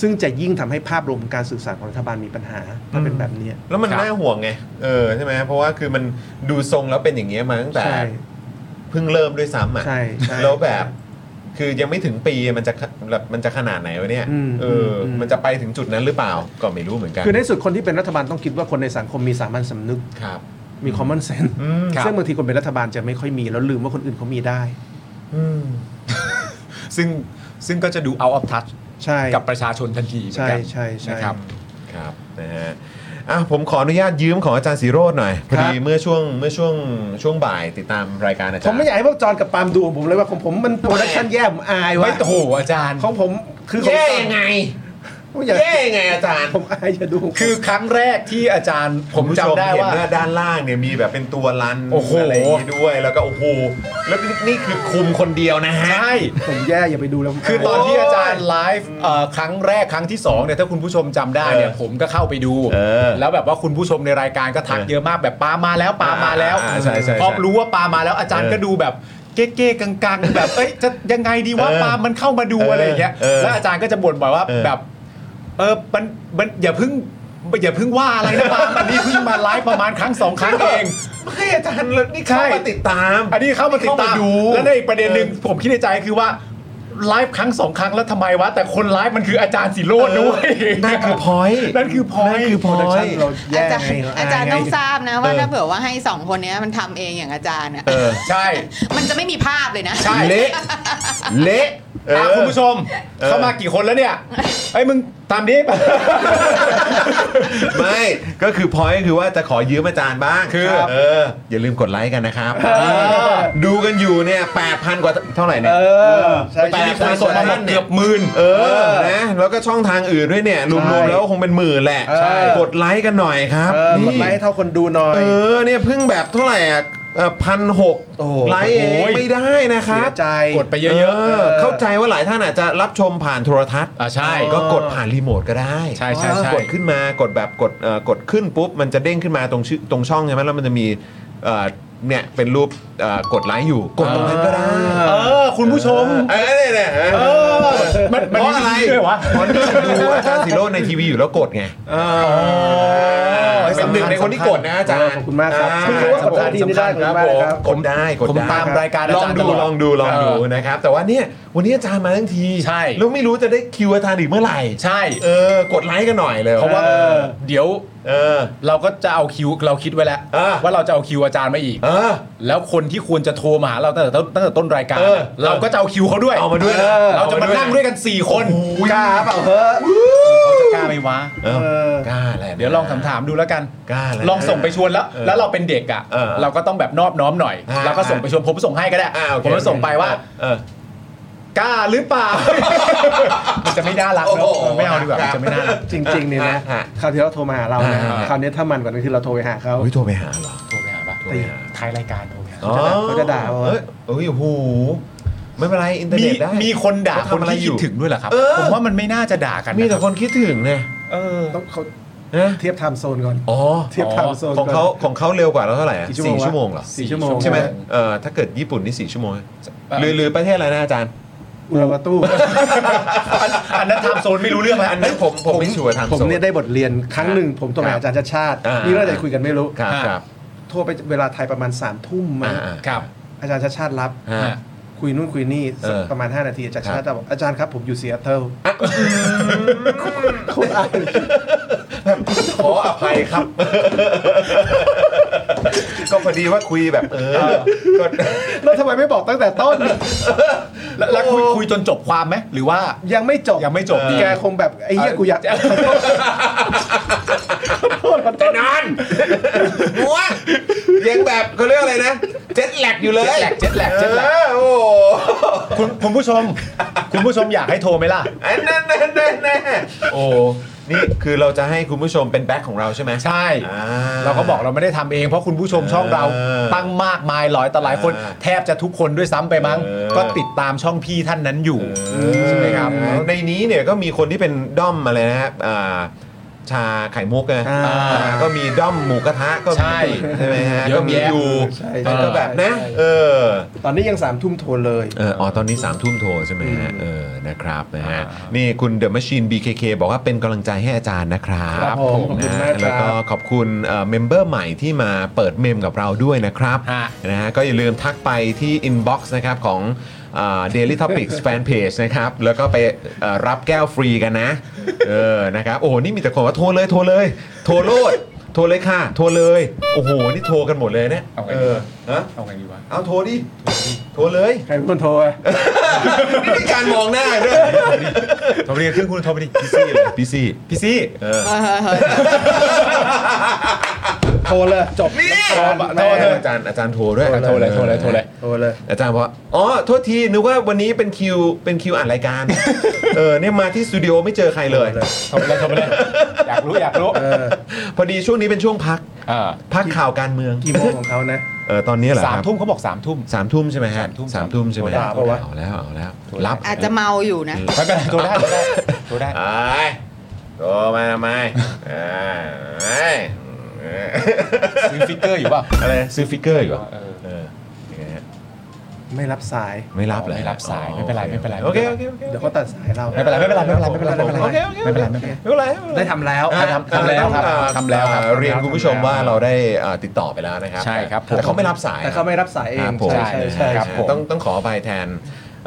Speaker 8: ซึ่งจะยิ่งทำให้ภาพรวมการสื่อสารของรัฐบาลมีปัญหาถ้าเป็นแบบเนี้ย
Speaker 1: แล้วมัน
Speaker 3: ครับ
Speaker 1: น่าห่วงไงเออใช่ไหมเพราะว่าคือมันดูทรงแล้วเป็นอย่างเงี้ยมาตั้งแต่
Speaker 8: ใช่
Speaker 1: เพิ่งเริ่มด้วยซ้ำอ่ะ
Speaker 8: ใช่ใช่
Speaker 1: แล้วแบบ คือยังไม่ถึงปีมันจะแบบมันจะขนาดไหนวะเนี่ย
Speaker 8: อืม
Speaker 1: เอออ
Speaker 8: ม
Speaker 1: มันจะไปถึงจุดนั้นหรือเปล่าก็ไม่รู้เหมือนกัน
Speaker 8: คือในที่สุดคนที่เป็นรัฐบาลต้องคิดว่าคนในสังคมมีสามัญสำนึก
Speaker 1: ครับ
Speaker 8: มี common sense
Speaker 1: อืม
Speaker 3: ครับ
Speaker 8: ซึ่งบางทีคนเป็นรัฐบาลจะไม่ค่อยมีแล้วลืมว่าคนอื่นเขามีได้
Speaker 1: อืม
Speaker 3: ซึ่งซึ่งก็จะดู out of touch
Speaker 8: ใช่
Speaker 3: กับประชาชนทันทีเหมือน
Speaker 8: ใช่
Speaker 3: กัน
Speaker 8: ใช่ใช่
Speaker 3: นะครับ
Speaker 1: ครับนะฮะอ่ะผมขออนุญาตยืมของอาจารย์สีโรดหน่อยพอดี
Speaker 8: ครับ
Speaker 1: เมื่อช่วงเมื่อช่วงช่วงบ่ายติดตามรายการอาจารย์
Speaker 8: ผมไม่อยากให้พวกจอนกับปาล์มดูของผมเลยว่าของผมมันโปรดักชันแย่ผมอายว่ะ
Speaker 3: ไม่โอ้โหอาจารย์
Speaker 8: ของผมคือของ
Speaker 1: แย่ยังไง
Speaker 8: ผมอยาก
Speaker 1: เย้ไงอาจารย์
Speaker 8: ผมอายจะดู
Speaker 3: คือครั้งแรกที่อาจารย์ผมจำได้
Speaker 1: คุณผู้ชเห็น
Speaker 3: ว่า
Speaker 1: ด้านล่างเนี่ยมีแบบเป็นตัวรัน
Speaker 3: โอ้โห
Speaker 1: ไรย่างงี้ด้วยแล้วก็โอ้โหแล้วนี่นี่คือคุมคนเดียวนะฮะ
Speaker 3: ใช่
Speaker 8: ผมแย่อย่าไปดูแล้วผมาย
Speaker 3: คือตอนที่
Speaker 1: โอ้ย
Speaker 3: อาจารย์ไลฟ์เอ่อครั้งแรกครั้งที่สองเนี่ยถ้าคุณผู้ชมจำได้เนี่ย
Speaker 1: เออ
Speaker 3: ผมก็เข้าไปดู
Speaker 1: เออ
Speaker 3: แล้วแบบว่าคุณผู้ชมในรายการก็ทัก
Speaker 1: เออ
Speaker 3: เยอะมากแบบปามาแล้วปามาแล้ว
Speaker 1: อ่าใช่ใช่ใช่
Speaker 3: พอรู้ว่าปามาแล้วอาจารย์
Speaker 1: เออ
Speaker 3: ก็ดูแบบเก๊ๆกังๆ แบบเอ้ยจะยังไงดีว่า
Speaker 1: เออ
Speaker 3: ปามันเข้ามาดู
Speaker 1: เออ
Speaker 3: อะไรอย่างเงี้ย
Speaker 1: เออ
Speaker 3: แล้วอาจารย์ก็จะบ่นบ่อยว่า
Speaker 1: เออ
Speaker 3: แบบ เออมันมันอย่าเพิ่งอย่าเพิ่งว่าอะไรนะปามันนี่เพิ่งมาไลฟ์ประมาณครั้งสองครั้งเอง
Speaker 1: ไม่อาจารย์แล้วนี่เข้า
Speaker 3: ใช่
Speaker 1: มาติดตาม
Speaker 3: อันนี้เข้ามาติดตาม
Speaker 1: เข้ามาดู
Speaker 3: และในอีกประเด็นหนึ่งผมคิดในใจคือว่าไลฟ์ครั้งสองครั้งแล้วทำไมวะ แต่คนไลฟ์มันคืออาจารย์สิโรดด้วย
Speaker 1: นั่นคือ point
Speaker 3: นั่นคือพอย
Speaker 1: นั่นคือ
Speaker 8: โปรดักชัน
Speaker 1: point
Speaker 8: เราแย่
Speaker 7: อาจารย์
Speaker 8: ไงเ
Speaker 7: อาจารย์ต้องทราบนะ ว่า
Speaker 1: เออ
Speaker 7: ถ้าเผื่อว่าให้สองคนเนี้ยมันทำเองอย่างอาจารย์อะ
Speaker 1: เออ
Speaker 3: ใช่
Speaker 7: มันจะไม่มีภาพเลยนะ
Speaker 3: ใช่
Speaker 1: เละเละ เออ
Speaker 3: อ่ะคุณผู้ชม เข้ามากี่คนแล้วเนี่ยไอ้ยมึงตามนี้ปะ
Speaker 1: ไม่ก็คือ point คือว่าจะขอยืมอาจารย์บ้างคือเอออย่าลืมกดไลค์กันนะครับดูกันอยู่เนี่ย8,000กว่าเท่าไหร่เนี่ย
Speaker 8: เออใช่
Speaker 1: แต่
Speaker 8: ใช่
Speaker 1: มีคน
Speaker 8: ใช่
Speaker 1: ส่งมาบ้าง
Speaker 3: เกือบหมื่น
Speaker 1: เออ นะ แล้วก็ช่องทางอื่นด้วยเนี่ย รวมๆ แล้วคงเป็นหมื่นแหละ
Speaker 8: ใช่
Speaker 1: กดไลค์กันหน่อยครับ
Speaker 8: เออกด
Speaker 1: นี่
Speaker 8: ไลค์ให้เท่าคนดูหน่อย
Speaker 1: เออ เนี่ยเพิ่งแบบเท่าไหร่อ่ะพันหก
Speaker 8: โอ้โห
Speaker 1: ไลค์เอง
Speaker 3: โอ้ย
Speaker 1: ไม่ได้นะค
Speaker 8: เสี
Speaker 1: รั
Speaker 8: ย
Speaker 1: บ
Speaker 8: ใจ
Speaker 3: กดไปเยอะๆ
Speaker 1: เข้าใจว่าหลายท่านอาจจะรับชมผ่านโทรทัศน์
Speaker 3: อ่ะใช่
Speaker 1: ก็กดผ่านรีโมทก็ได้
Speaker 3: ใช่ใช่ใช่
Speaker 1: กดขึ้นมากดแบบกดเอ่อกดขึ้นปุ๊บ มันจะเด้งขึ้นมาตรงชื่อตรงช่องใช่ไหมแล้วมันจะมีเอ่อ เนี่ยเป็นรูปเอ่อกดไลค์อยู่กดตรงนั้นก็ได้
Speaker 3: เออ คุณผู้ชม
Speaker 1: เออเนี่ยเนี่ยเอ
Speaker 3: เอ
Speaker 1: อ
Speaker 3: อ มัน
Speaker 1: เพ
Speaker 3: มัน
Speaker 1: ราะ
Speaker 3: มี
Speaker 1: อะไร
Speaker 3: วิธีด้วยวะ
Speaker 1: เพราะฉันดูอาจารย์ซิโร่ในทีวีอยู่แล้วกดไง
Speaker 3: อ
Speaker 1: เป็นหนึ่งในคนที่กดนะอาจารย์
Speaker 8: ขอบคุณมากครับ
Speaker 1: า
Speaker 8: คุณรู้ว่ากดได้ที่นี่ได้
Speaker 1: สำคัญ
Speaker 8: ขอบ
Speaker 1: ค
Speaker 8: คุณมากครั
Speaker 1: รับบ ผมกดได้กด
Speaker 3: ผม
Speaker 1: ได้
Speaker 3: ตามรายการอา
Speaker 1: ลอ
Speaker 3: จาง รย์
Speaker 1: ดู
Speaker 3: ตลอด
Speaker 1: ลองดูลองดู
Speaker 3: เออ
Speaker 1: นะครับ แต่ว่าเนี่ยวันนี้อาจารย์มาทั้งที
Speaker 3: ใช่
Speaker 1: แล้วไม่รู้จะได้คิวอาจารย์อีกเมื่อไหร่
Speaker 3: ใช่
Speaker 1: เออกดไลค์กันหน่อยเลย
Speaker 3: เพราะว่าเดี๋ยว
Speaker 1: เออ
Speaker 3: เราก็จะเอาคิวเราคิดไว้แล้ว
Speaker 1: เออ
Speaker 3: ว่าเราจะเอาคิวอาจารย์มาอีก
Speaker 1: เออ
Speaker 3: แล้วคนที่ควรจะโทรมาหาเราตั้งแต่ต้นตั้งแต่ต้นรายการ
Speaker 1: เออ
Speaker 3: น่ะเราก็จะเอาคิวเขาด้วย
Speaker 1: เอามาด้วยนะ
Speaker 3: เราจะมานั่งด้วยกัน 4 คนกล้าเปล่าเฮ้อเขาจะกล้าไหมวะ
Speaker 1: เออ
Speaker 8: เออ
Speaker 1: กล้าแหละนะ
Speaker 3: เดี๋ยวลองถามๆดูแล้วกัน
Speaker 1: กล้าแหละ
Speaker 3: ลองส่งไปชวนแล้ว
Speaker 1: เออ
Speaker 3: แล้วเราเป็นเด็กอ่ะ
Speaker 1: เออ
Speaker 3: เราก็ต้องแบบนอบน้อมหน่อย
Speaker 1: อ่า
Speaker 3: เราก็ส่งไปชวนผมส่งให้ก็ได้
Speaker 1: อ่าโอเค
Speaker 3: ผมก็ส่งไปว่า
Speaker 1: เออ
Speaker 3: กล้าหรือเป ล่า มันจะไม่น่ารัก
Speaker 1: โอ้
Speaker 3: เน
Speaker 1: โห
Speaker 3: อะไม่เอาดีกว่า
Speaker 1: ครับ
Speaker 3: มันจะไม่น่ารัก
Speaker 8: จริงๆเนี่ยนะ
Speaker 1: ฮะ
Speaker 8: คราวที่เราโทรมาหาเรานะ
Speaker 1: ฮะ
Speaker 8: คราวนี้ถ้ามันกว่านั้นคือเราโทรไปหาเขา
Speaker 1: เฮ้ยโทรไปหาเหรอ
Speaker 3: โทรไปหาปะ
Speaker 1: โทรไปหา
Speaker 3: ท้ายรายการโทรไปหา
Speaker 1: อ๋อ
Speaker 8: เขาจะด่าเขา
Speaker 1: เอ้ยโอ้ยโอ้โหไม่เป็นไรอินเทอร์
Speaker 3: มี
Speaker 1: เน็ตได้
Speaker 3: มีคนด่า
Speaker 1: เข
Speaker 3: คน
Speaker 1: ทำอะไรอ
Speaker 3: ที่คิด
Speaker 1: ยู่
Speaker 3: ถึงด้วยเหรอครับ
Speaker 1: เออ
Speaker 3: ผมว่ามันไม่น่าจะด่ากันนะ
Speaker 1: มีแต่คนคิดถึงเนี่ย
Speaker 3: เออ
Speaker 8: ต้องเขา
Speaker 1: นะ
Speaker 8: เทียบไทม์โซนก่อน
Speaker 1: อ๋อ
Speaker 8: เทียบไทม์โซน
Speaker 1: ของ
Speaker 8: ก่น
Speaker 1: เขาของเขาเร็วกว่าเราเท่าไหร่อะ
Speaker 8: กี่ชั่วโมง
Speaker 1: สี่
Speaker 8: วะ
Speaker 1: ชั่วโมงเหรอ
Speaker 8: สี่ชั่วโมง
Speaker 1: ใช่ไหมเออถ้าเกิดญี่ปุ่นนี่สี่ชั่วโมงหรือหรือประเทศอะไรนะอาจารย์
Speaker 8: อุลาวาตู้
Speaker 3: อันนั้นทำโซนไม่รู้เรื่องแล้ว
Speaker 1: อันนั้นผมผมไม่ชัวร์ทาง
Speaker 8: ผม
Speaker 1: โซน
Speaker 8: เนี่ยได้บทเรียนครั้งหนึ่งผมตัว
Speaker 1: ครั
Speaker 8: แม่
Speaker 1: บ
Speaker 8: อาจารย์ชาติชาติ
Speaker 1: อ่านี่
Speaker 8: นี่เราจะคุยกันไม่รู้
Speaker 1: ครับครับ
Speaker 8: โทรไปเวลาไทยประมาณ3ามทุ่มมา
Speaker 1: อ่า
Speaker 3: ครับ
Speaker 8: อาจารย์ชาติชาติรับ
Speaker 1: ฮะ
Speaker 8: คุยนู่นคุยนี่สัก
Speaker 1: เออ
Speaker 8: ประมาณ 5 นาทีอาจารย์
Speaker 1: ครับ
Speaker 8: ชาติชาติบอกอาจารย์ครับผมอยู่ซีแอตเทิลโคตรอาย
Speaker 1: ขออภัย ครับ ก็พอดีว่าคุยแบบเออก็
Speaker 8: แล้วทำไมไม่บอกตั้งแต่ต้น
Speaker 3: แล้วแล้วคุยคุยจนจบความไหมหรือว่า
Speaker 8: ยังไม่จบ
Speaker 3: ยังไม่จบดี
Speaker 8: แกคงแบบไอ้เหี้ยกูอยากโทษขอโทษ
Speaker 1: นอนหัวยังแบบเขาเรียกอะไรนะ เจ็ดแลกอยู่เลย
Speaker 3: เจ็ตแลกเจ็ตแลก
Speaker 1: เจ็
Speaker 3: เจ็
Speaker 1: ด
Speaker 3: ต
Speaker 1: แล
Speaker 3: แล
Speaker 1: ก
Speaker 3: ก
Speaker 1: โอ้โห
Speaker 3: คุณคุณผู้ชม คุณผู้ชมอยากให้โทรไหมล่ะ
Speaker 1: อันนั้นนั่นนั่นนั่นโอ้ นี่คือเราจะให้คุณผู้ชมเป็นแบ็คของเราใช่ไหม
Speaker 3: ใช่
Speaker 1: อ่า
Speaker 3: เราก็บอกเราไม่ได้ทำเอง เพราะคุณผู้ชมช่องเรา
Speaker 1: เออ
Speaker 3: ตั้งมากมายหลายต่อหลายคน
Speaker 1: อ่า
Speaker 3: แทบจะทุกคนด้วยซ้ำไปมั้ง
Speaker 1: เออ
Speaker 3: ก็ติดตามช่องพี่ท่านนั้นอยู่ใช่ไหมครับ
Speaker 1: ในนี้เนี่ยก็มีคนที่เป็นด้อมอะไรนะฮะอ่าชาไข่มุกนะ
Speaker 8: อ่า
Speaker 1: อ่าก็มีด้อมหมูกระทะก็มี
Speaker 3: ใช่
Speaker 1: ใช่ไหมฮะ
Speaker 3: เย
Speaker 1: ก็
Speaker 3: อะ
Speaker 1: มี
Speaker 3: แยะ
Speaker 1: อยู่
Speaker 8: ใช่ใช่
Speaker 1: มันก็แบบนะ เออ
Speaker 8: ตอนนี้ยังสามทุ่มโทรเลย
Speaker 1: เอออ๋อ ตอนนี้3ามทุ่มโทรใช่ไหมฮะ เออ นะครับ นะฮะ นี่คุณเดอะม h ช n น BKK บอกว่าเป็นกำลังใจให้อาจารย์นะครับ
Speaker 8: ครับผมขอบคุณ
Speaker 1: นะ
Speaker 8: มากครับ
Speaker 1: แล้วก็ขอบคุณเมมเบอร์ใหม่ที่มาเปิดเมมกับเราด้วยนะครับ
Speaker 3: ฮะ
Speaker 1: นะฮะ ก็อย่าลืมทักไปที่ Inbox นะครับของเดลิทอพิกส์แฟนเพจนะครับ แล้วก็ไปเอ่อรับแก้วฟรีกันนะ เออ นะครับ โอ้โห นี่มีแต่คนว่าโทรเลย โทรเลย โทรโลด โทรเลยค่ะ โทรเลย โอ้โห นี่โทรกันหมดเลยเนี่ย
Speaker 3: เอาไง
Speaker 1: เอ
Speaker 3: ดี
Speaker 1: อ
Speaker 3: วะ
Speaker 1: ฮะ
Speaker 3: เอาไงดีวะ
Speaker 1: เอาโทรดิ โทรเลย
Speaker 8: ใครเป็นคนโทรอะ
Speaker 1: นี่เป็นการมองหน้าด้วย
Speaker 3: โทรไปดิเครื่องคุณโทรไปดิ
Speaker 1: พี่ซี่เลยพี่ซี่
Speaker 3: พี่ซี่
Speaker 8: โทรเลยจบ
Speaker 1: นี่
Speaker 8: โทรมา
Speaker 1: โทรเถ
Speaker 8: แม่
Speaker 1: อะอาจารย์อาจารย์โทรด้วย
Speaker 3: โทรเลยโทรเลยโทรเลย
Speaker 8: โทรเลย
Speaker 1: อาจารย์บอกว่าอ๋อโทษทีนึกว่าวันนี้เป็นคิวเป็นคิวอ่านรายการ เออเนี่ยมาที่สตูดิโอไม่เจอใครเลย
Speaker 3: โทรไปเลยโทรไปเลย อยากรู้อยากรู้
Speaker 8: เออ
Speaker 1: พอดีช่วงนี้เป็นช่วงพัก
Speaker 3: อ่า
Speaker 1: พักข่าวการเมือง
Speaker 8: กี่โมงของเขานะ
Speaker 1: เออตอนนี้เหรอค
Speaker 3: สาม
Speaker 1: รับ
Speaker 3: ทุ่มเขาบอกสามทุ่ม
Speaker 1: สามทุ่มใช่ไหมฮะ
Speaker 3: สามทุ่ม
Speaker 1: สามทุ่มใช่ไหม
Speaker 8: โทรได้ปะวะ
Speaker 1: เอาแล้วเอาแล้ว
Speaker 3: โทรได้
Speaker 1: รับ
Speaker 7: อาจจะเมาอยู่นะ
Speaker 3: ไม่เป็นไรโทรได้โทรได้โทรได้
Speaker 1: ไอ้โทรมาทำไมเอ้ยเอ้ย
Speaker 3: ซื้อฟิกเกอร์อยู่เปล่า
Speaker 1: อะไรซื้อฟิกเกอร์อยู่เหรอ
Speaker 3: เออ
Speaker 1: เออยังไงฮะ
Speaker 8: ไม่รับสาย
Speaker 1: ไม่รับเลย
Speaker 3: ไม่รับสายไม่เป็นไรไม่เป็นไร
Speaker 1: โอเคโอเคโอเค
Speaker 8: เดี๋ยวเขาตัดสายเรา
Speaker 3: ไม่เป็นไรไม่เป็นไรไม่เป็นไรไม่เป็นไรไม่เป็นไร
Speaker 1: โอเคโอเค
Speaker 3: ไม่เป็นไรไม่เป็นไร
Speaker 1: ไม่เป็นไรไม่เป็นไร
Speaker 8: ได้ทำแล้ว
Speaker 1: อ่ะ
Speaker 3: ทำทำแล้วครับ
Speaker 1: เอ่อ
Speaker 3: ทำแล้วครับ
Speaker 1: เอ่อเรียนคุณผู้ชม
Speaker 8: ทำแล้ว
Speaker 1: ว่าเราได้เอ่อติดต่อไปแล้วนะครับ
Speaker 3: ใช่ครับผม
Speaker 1: แต่เขาไม่รับสาย
Speaker 8: แต่เขาไม่รับสายเอ
Speaker 1: ค
Speaker 8: ง
Speaker 1: รับผม
Speaker 8: ใช่ใช่ใช่
Speaker 1: ค
Speaker 8: ค
Speaker 1: รั
Speaker 8: รั
Speaker 1: บบ ผ
Speaker 8: ผม ม
Speaker 1: ต้องต้องขออภัยแทน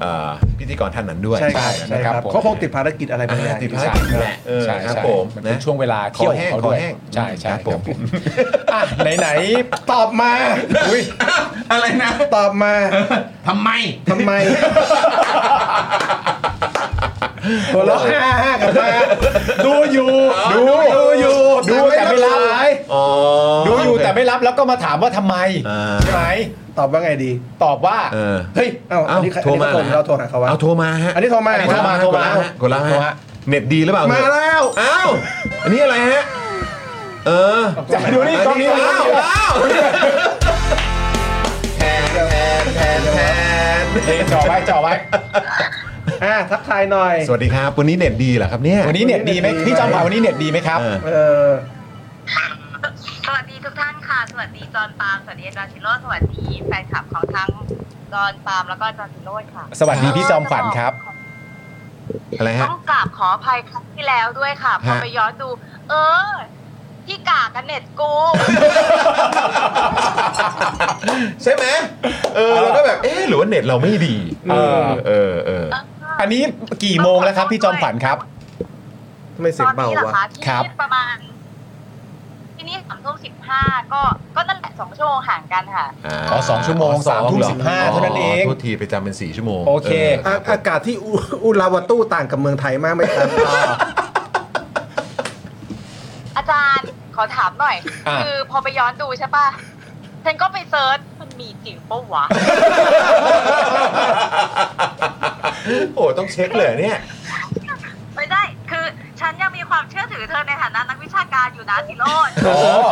Speaker 1: เอ่อพิธีกรท่านนั้นด้วย
Speaker 8: ใช่ครับ
Speaker 3: ใช่
Speaker 8: ใช่
Speaker 3: ค
Speaker 8: ครับ รับ
Speaker 3: ผม
Speaker 8: เขาคงติดภารกิจอะไรบางอย่าง
Speaker 1: ติดภารกิจแหละเออ
Speaker 3: ใช่
Speaker 1: ครับ
Speaker 3: ใช่
Speaker 1: ผม
Speaker 3: มันเป็
Speaker 1: นะ
Speaker 3: นช่วงเวลา
Speaker 1: ขอ
Speaker 3: เที่ยว
Speaker 1: แห้ง
Speaker 3: เขา
Speaker 1: ขอ
Speaker 3: ด้วย
Speaker 1: แห้ง
Speaker 3: ใช่ใช่
Speaker 1: ครับผ
Speaker 3: ครับ
Speaker 1: ม
Speaker 3: ผมอ่ะไหนไหน
Speaker 8: ตอบมา
Speaker 3: ๆอุ้ย
Speaker 1: อะไรนะ
Speaker 8: ตอบมา
Speaker 1: ทำไม
Speaker 8: ทำไมหัวเราะฮ่าฮ่ากันมาดูอยู่ดูดูอยู่
Speaker 3: ดูแต่ไม่รับ
Speaker 8: สาย
Speaker 1: อ๋อ
Speaker 3: ดูอยู่แต่ไม่รับแล้วก็มาถามว่าทำไม
Speaker 1: อ่า
Speaker 3: ใช่ไหม
Speaker 8: ตอบว่าไงดี
Speaker 3: ตอบว่า
Speaker 1: เออ
Speaker 8: เฮ้ยเอ้า
Speaker 1: เอ้า
Speaker 8: อันนี้ใคร
Speaker 1: โทรมา
Speaker 8: อันนี้
Speaker 1: เหรอ
Speaker 8: เราโทรหาเขาวะ
Speaker 1: เอาโทรมาฮะ
Speaker 8: อันนี้โทรมา
Speaker 3: อันนี้โทรมา
Speaker 1: กดแล้วฮะกดแล้ว
Speaker 3: โทร
Speaker 1: ฮะ
Speaker 3: ฮะ
Speaker 1: เน็ตดีหรือเปล่า
Speaker 8: มา
Speaker 1: เนี่ย
Speaker 8: แล้ว
Speaker 1: อ้าว อันนี้อะไรฮะ เออ
Speaker 3: จับดูนี่กล้องนี้
Speaker 1: อ้าวอ้าวแทนแทนแทนแทน
Speaker 3: เอ๊ะจ่อไว้จ่อไว้
Speaker 8: อ่ะทักทายหน่อย
Speaker 1: สวัสดีครับ วันนี้เน็ตดีเหรอครับเนี่ย
Speaker 3: วันนี้เน็ตดีไหมพี่จอมขวัญวันนี้เน็ตดีไหมครับ
Speaker 1: เออ
Speaker 8: เออ
Speaker 5: สวัสดีทุกท่านค่ะ สวัส สดีจอนปาล์มสวัสดีอาจารย์ชิโร่สวัสดีแฟนคลับของทั้งจอนปาล์มแล้วก็อาจารย์ชิโร่ค่ะ
Speaker 3: สวัสดีพี่จอมขวัญครับ
Speaker 1: อะไรฮะ
Speaker 5: ต้องกราบขออภัยครั้งที่แล้วด้วยค่ะพอไปย้อนดู เออ ที่กากันเน็ตกู
Speaker 1: ใช่ไหมเออเราก็แบบเออหรือว่าเน็ตเราไม่ดี
Speaker 3: เออ
Speaker 1: เออเออ
Speaker 3: อันนี้กี่โมงแล้วครับ พี่จอมขวัญครับ
Speaker 1: ทำไม่เสียงเบา
Speaker 5: ตอนนี้หรอ
Speaker 1: วะ
Speaker 5: คะ
Speaker 3: ครับ
Speaker 5: ที่ประมาณ ที่นี่สามทุ่มสิบห้าก็ก็นั่นแหละสองชั่วโมงห่างกันค่ะ
Speaker 3: อ๋อสองชั่วโมงสามทุ่มสิบห้าเท่านั้นเอง
Speaker 1: โทษทีไปจำเป็น 4 ชั่วโมง
Speaker 3: โอเค
Speaker 1: อ
Speaker 8: อ่ะ
Speaker 1: อครับ
Speaker 8: อากาศที่อุอุลาวาตู้ต่างกับเมืองไทยมากไหมครับ
Speaker 5: อาจารย์ขอถามหน่อย
Speaker 3: อ่ะ
Speaker 5: คือพอไปย้อนดูใช่ป่ะ ฉันก็ไปเซิร์ชมันมีจริงปะวะ
Speaker 1: ผมโอ้ต้องเช็คเลยเนี่ย
Speaker 5: ไม่ได้ คือฉันยังมีความเชื่อถือเธอในฐานะนักวิชาการอยู่นะสิโรด
Speaker 3: อ๋อ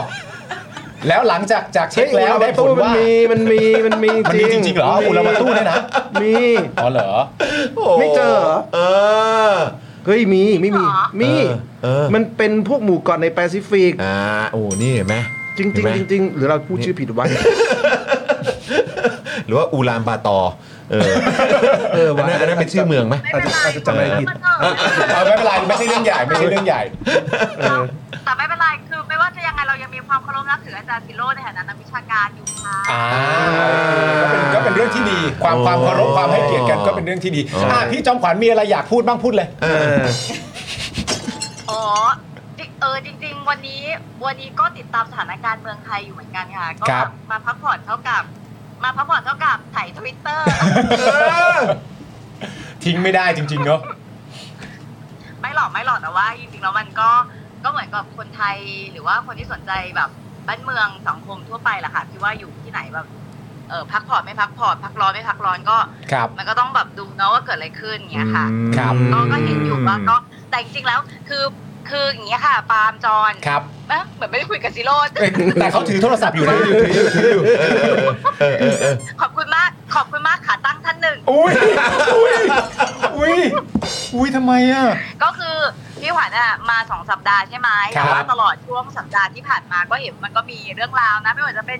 Speaker 3: แล้วหลังจากจากเช็คแล้วได้ผลว่า
Speaker 8: มันมีมันมี
Speaker 3: มันมีจริงๆเหรออุลาวาตู้เนี่ยนะ
Speaker 8: มี
Speaker 3: อ๋อเหรอ
Speaker 1: โอ้
Speaker 8: ไม่เจอเหรอ
Speaker 1: เออ
Speaker 8: เฮ้ยมีไม่มีมี
Speaker 1: เออเออ
Speaker 8: มันเป็นพวกหมู่เกาะในแปซิฟิก
Speaker 1: อ่าโอ้นี่เห็นไหม
Speaker 8: จริงจริง
Speaker 1: เห็นไหม
Speaker 8: จริงๆหรือเราพูดชื่อผิดวะ
Speaker 1: หรือว่าอูลานบาตอเออเออวันนั้นอันนั้นเป็นชื่อเมืองไหม
Speaker 5: ไม่เป็นไร
Speaker 8: อาจจะจำอะไรผิด
Speaker 5: มันเถอะ
Speaker 3: เอาไม่เป็นไรไม่ใช่เรื่องใหญ่ไม่ใช่เรื่องใหญ่
Speaker 5: แต่ไม่เป็นไร คือไม่ว่าจะยังไงเรายังมีความเคารพนับถืออาจารย์สิโรดในฐานะนักวิชาการอยู่ค่ะ
Speaker 3: อ่าก็เป็นก็เป็นเรื่องที่ดีความ
Speaker 1: โอ้
Speaker 3: ความเคารพความให้เกียรติกันก็เป็นเรื่องที่ดี
Speaker 1: โอ้
Speaker 3: อ่าพี่จอมขวัญมีอะไรอยากพูดบ้างพูดเลย
Speaker 1: เออ
Speaker 5: อ๋อจริงเออจริง ๆ วันนี้วันนี้ก็ติดตามสถานการณ์เมืองไทยอยู่เหมือนกันค่ะ ก็
Speaker 3: ครับ
Speaker 5: มาพักผ่อนเท่ากับ มาพักผ่อนเท่ากับถ่ายทวิตเต อร์
Speaker 3: ทิ้งไม่ได้จริง ๆ เนาะ
Speaker 5: ไม่หรอกไม่หรอกแต่ว่า จริงๆแล้วมันก็ก็เหมือนกับคนไทยหรือว่าคนที่สนใจแบบบ้านเมืองสังคมทั่วไปแหละค่ะที่ว่าอยู่ที่ไหนแบบเออพักผ่อนไม่พักผ่อนพักร้อนไม่พักร้อนก็
Speaker 3: ครับ
Speaker 5: มันก็ต้องแบบดูเนาะว่าเกิดอะไรขึ้นอย่างเงี้ยค่ะ
Speaker 3: ครับ
Speaker 5: ก็ก็เห็นอยู่ว่าก็แต่จริงๆแล้วคือคืออย่างเงี้ยค่ะ ปาล์มจอน
Speaker 3: ครับ
Speaker 5: เอ๊ะเหมือนไม่ได้คุยกับซิโรด
Speaker 3: เอ้ย แต่เขาถือโทรศัพท์อยู่นะ
Speaker 5: ขอบคุณมาก ขอบคุณมากขาตั้งท่านหนึ่ง
Speaker 3: อุ้ยอุ้ยอุ้ยอุ้ยทำไมอ่ะ
Speaker 5: ก็คือพี่ขวัญอะมาสองสัปดาห์ใช่ไหม
Speaker 3: ครับ
Speaker 5: แต่ว่าตลอดช่วงสัปดาห์ที่ผ่านมาก็เห็นมันก็มีเรื่องราวนะ ไม่ว่าจะเป็น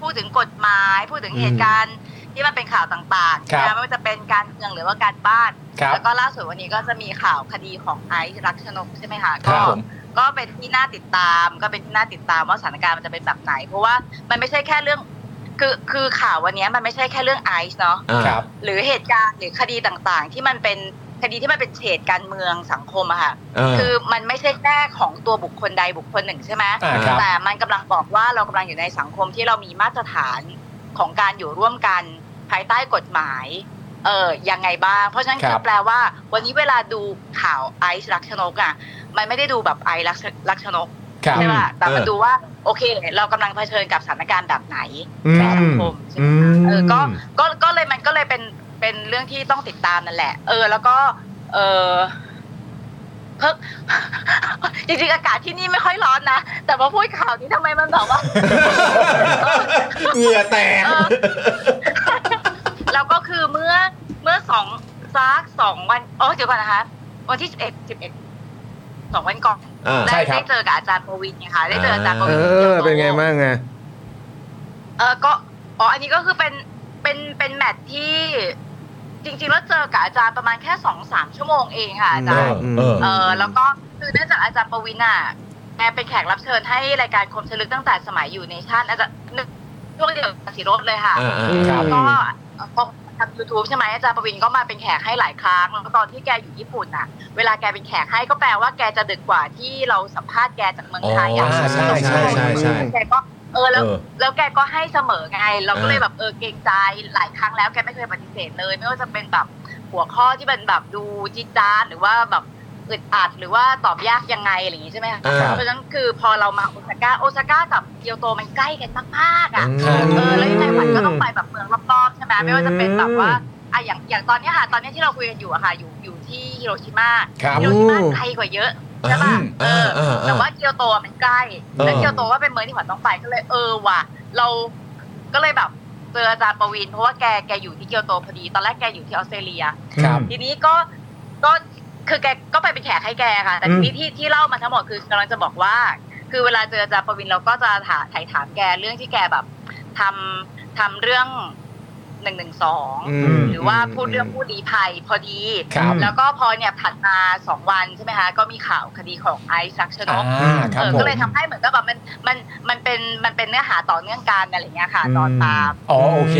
Speaker 5: พูดถึงกฎหมาย พูดถึงเหตุการณ์ที่มันเป็นข่าวต่าง
Speaker 3: ครับ
Speaker 5: ๆนะไม่ว่าจะเป็นการเมืองหรือว่าการบ้าน
Speaker 3: ครับ
Speaker 5: แล้วก็ล่าสุดวันนี้ก็จะมีข่าวคดีของไอซ์รักชนกใช่ไหมคะก็ก็เป็นที่น่าติดตาม ก็เป็นที่น่าติดตามว่าสถานการณ์มันจะเป็นแบบไหน เพราะว่ามันไม่ใช่แค่เรื่อง คือคือข่าววันนี้มันไม่ใช่แค่เรื่องไอซ์เนาะ
Speaker 3: ครับ
Speaker 5: หรือเหตุการณ์หรือคดีต่างๆ ที่มันเป็นคดีที่มันเป็นเฉดการเมืองสังคมอะค่ะ
Speaker 1: อ่า
Speaker 5: คือมันไม่ใช่แค่ของตัวบุคคลใดบุคคลหนึ่งใช่ไหม
Speaker 3: อ่าครับ
Speaker 5: แต่มันกำลังบอกว่าเรากำลังอยู่ในสังคมที่เรามีมาตรฐานของการอยู่ร่วมกันภายใต้กฎหมายเออยังไงบ้าง เพราะฉะนั้น
Speaker 3: ครับ
Speaker 5: ก็แปลว่า วันนี้เวลาดูข่าวไอซ์ลักชนกอะมันไม่ได้ดูแบบไอซ์ลักชนก
Speaker 3: ครับ
Speaker 5: ใช่ป่ะแต่มัน
Speaker 1: เออ
Speaker 5: ดูว่าโอเค เรากำลังเผชิญกับสถานการณ์แบบไหน
Speaker 1: อื
Speaker 5: ในสัง
Speaker 1: ม
Speaker 5: คมใช่ไหม
Speaker 1: อื
Speaker 5: คะ
Speaker 1: ม
Speaker 5: เออก็ก็ก็เลยมันก็เลยเป็นเป็นเรื่องที่ต้องติดตามนั่นแหละ เออ แล้วก็เออเพิ่ง จริงๆอากาศที่นี่ไม่ค่อยร้อนนะ แต่พอพูดข่าวนี้ทำไมมันแบบว่า
Speaker 1: เหงื่อแตก
Speaker 5: เออ แล้วก็คือเมื่อเมื่อสองซักสองวันอ๋อเดี๋ยวก่อนนะคะ วันที่สิบเอ็ดสิบเอ็ดสองวันก่อน
Speaker 1: อ่า
Speaker 5: ได้
Speaker 3: ใช่ครับ
Speaker 5: ได้เจอกับอาจารย์ประวินไงคะได้เจออาจารย์ประ
Speaker 8: เอ
Speaker 5: วิน
Speaker 8: อ
Speaker 5: ยวโต
Speaker 8: เป็นไงบ้างไง
Speaker 5: เออก็ อ๋อ อันนี้ก็คือเป็น เป็น เป็นแมทที่จริงๆ แล้วเจอกับอาจารย์ประมาณแค่สองสามชั่วโมงเองค่ะอาจารย์
Speaker 8: อืม
Speaker 5: เออ แล้วก็คือเนื่องจากอาจารย์ปวินาแกเป็นแขกรับเชิญให้รายการคมชลึกตั้งแต่สมัยอยู่ในชั่นอาจารย์นึกช่วงเดียวกับสีรถเลยค่ะ
Speaker 1: อ่าอ่า
Speaker 8: ครับ
Speaker 5: แล้วก็พอทำ YouTube ใช่ไหมอาจารย์ประวินก็มาเป็นแขกให้หลายครั้งแล้วก็ตอนที่แกอยู่ญี่ปุ่นน่ะ เวลาแกเป็นแขกให้ก็แปลว่าแกจะดึกกว่าที่เราสัมภาษณ์แกจากเมืองไทย
Speaker 1: อ๋
Speaker 5: อ่ะ
Speaker 1: อ
Speaker 3: ใช่ใช่ใช่ใช่
Speaker 5: แกก็เออแล้ว
Speaker 1: เออ
Speaker 5: แล้วแกก็ให้เสมอไง เราก็เลย
Speaker 1: เออ
Speaker 5: แบบเออเกรงใจหลายครั้งแล้วแกไม่เคยปฏิเสธเลย ไม่ว่าจะเป็นแบบหัวข้อที่มันแบบดูจิดจานหรือว่าแบบอึดอัดหรือว่าตอบยากยังไงอะไรอย่างงี้ใช่ไหมคะ
Speaker 1: อ่า
Speaker 5: เพราะฉะนั้นคือพอเรามาโอซาก้าโอซาก้ากับเกียวโตมันใกล้กันมากๆอ่ะ เออแล้วยังไงขวัญก็ต้องไปแบบเมืองรอบๆใช่ไหมไม่ว่าจะเป็นแบบว่าอ่ะอย่างอย่างตอนเนี้ยค่ะ ตอนเนี้ยที่เราคุยกันอยู่อะค่ะ อยู่อยู่ที่ฮิโรชิมา
Speaker 3: ครับ
Speaker 5: ฮิโรชิมาไกลกว่าเยอะใช่ป่ะเออ
Speaker 1: เออเออเออ
Speaker 5: แต่ว่าเกียวโตอะมันใกล้
Speaker 1: เออ
Speaker 5: แล้วเกียวโตก็เป็นเมืองที่ขวัญต้องไปก็เลยเออว่ะเราก็เลยแบบเจออาจารย์ประวินเพราะว่าแกแกอยู่ที่เกียวโตพอดีตอนแรกแกอยู่ที่ออสเตรเลีย
Speaker 3: ครับ
Speaker 5: ทีนี้ก็ก็คือแกก็ไปเป็นแขกให้แกค่ะ แต่ทีนี้ที่ที่เล่ามาทั้งหมดคือกำลังจะบอกว่า คือเวลาเจออาจารย์ประวินเราก็จะถาไถ่ายถามแกเรื่องที่แกแบบทำทำเรื่องหนึ่งหนึ่งสอง
Speaker 3: อืม
Speaker 5: หรือว่า
Speaker 3: อืม
Speaker 5: พูดเรื่องผู้ดีภัยพอดี
Speaker 3: ครับ
Speaker 5: แล้วก็พอเนี่ยถัดมาสองวันใช่ไหมคะก็มีข่าวคดีของไอซ์ซักชนก
Speaker 3: อ่าครับ
Speaker 5: เออ
Speaker 3: ผม
Speaker 5: ก็เลยทำให้เหมือนกับแบบมันมันมันเป็นมันเป็นเนื้อหาต่อเนื่องกันอะไรอย่างเงี้ยค่ะ ตอนตาม
Speaker 3: อ๋อโอเค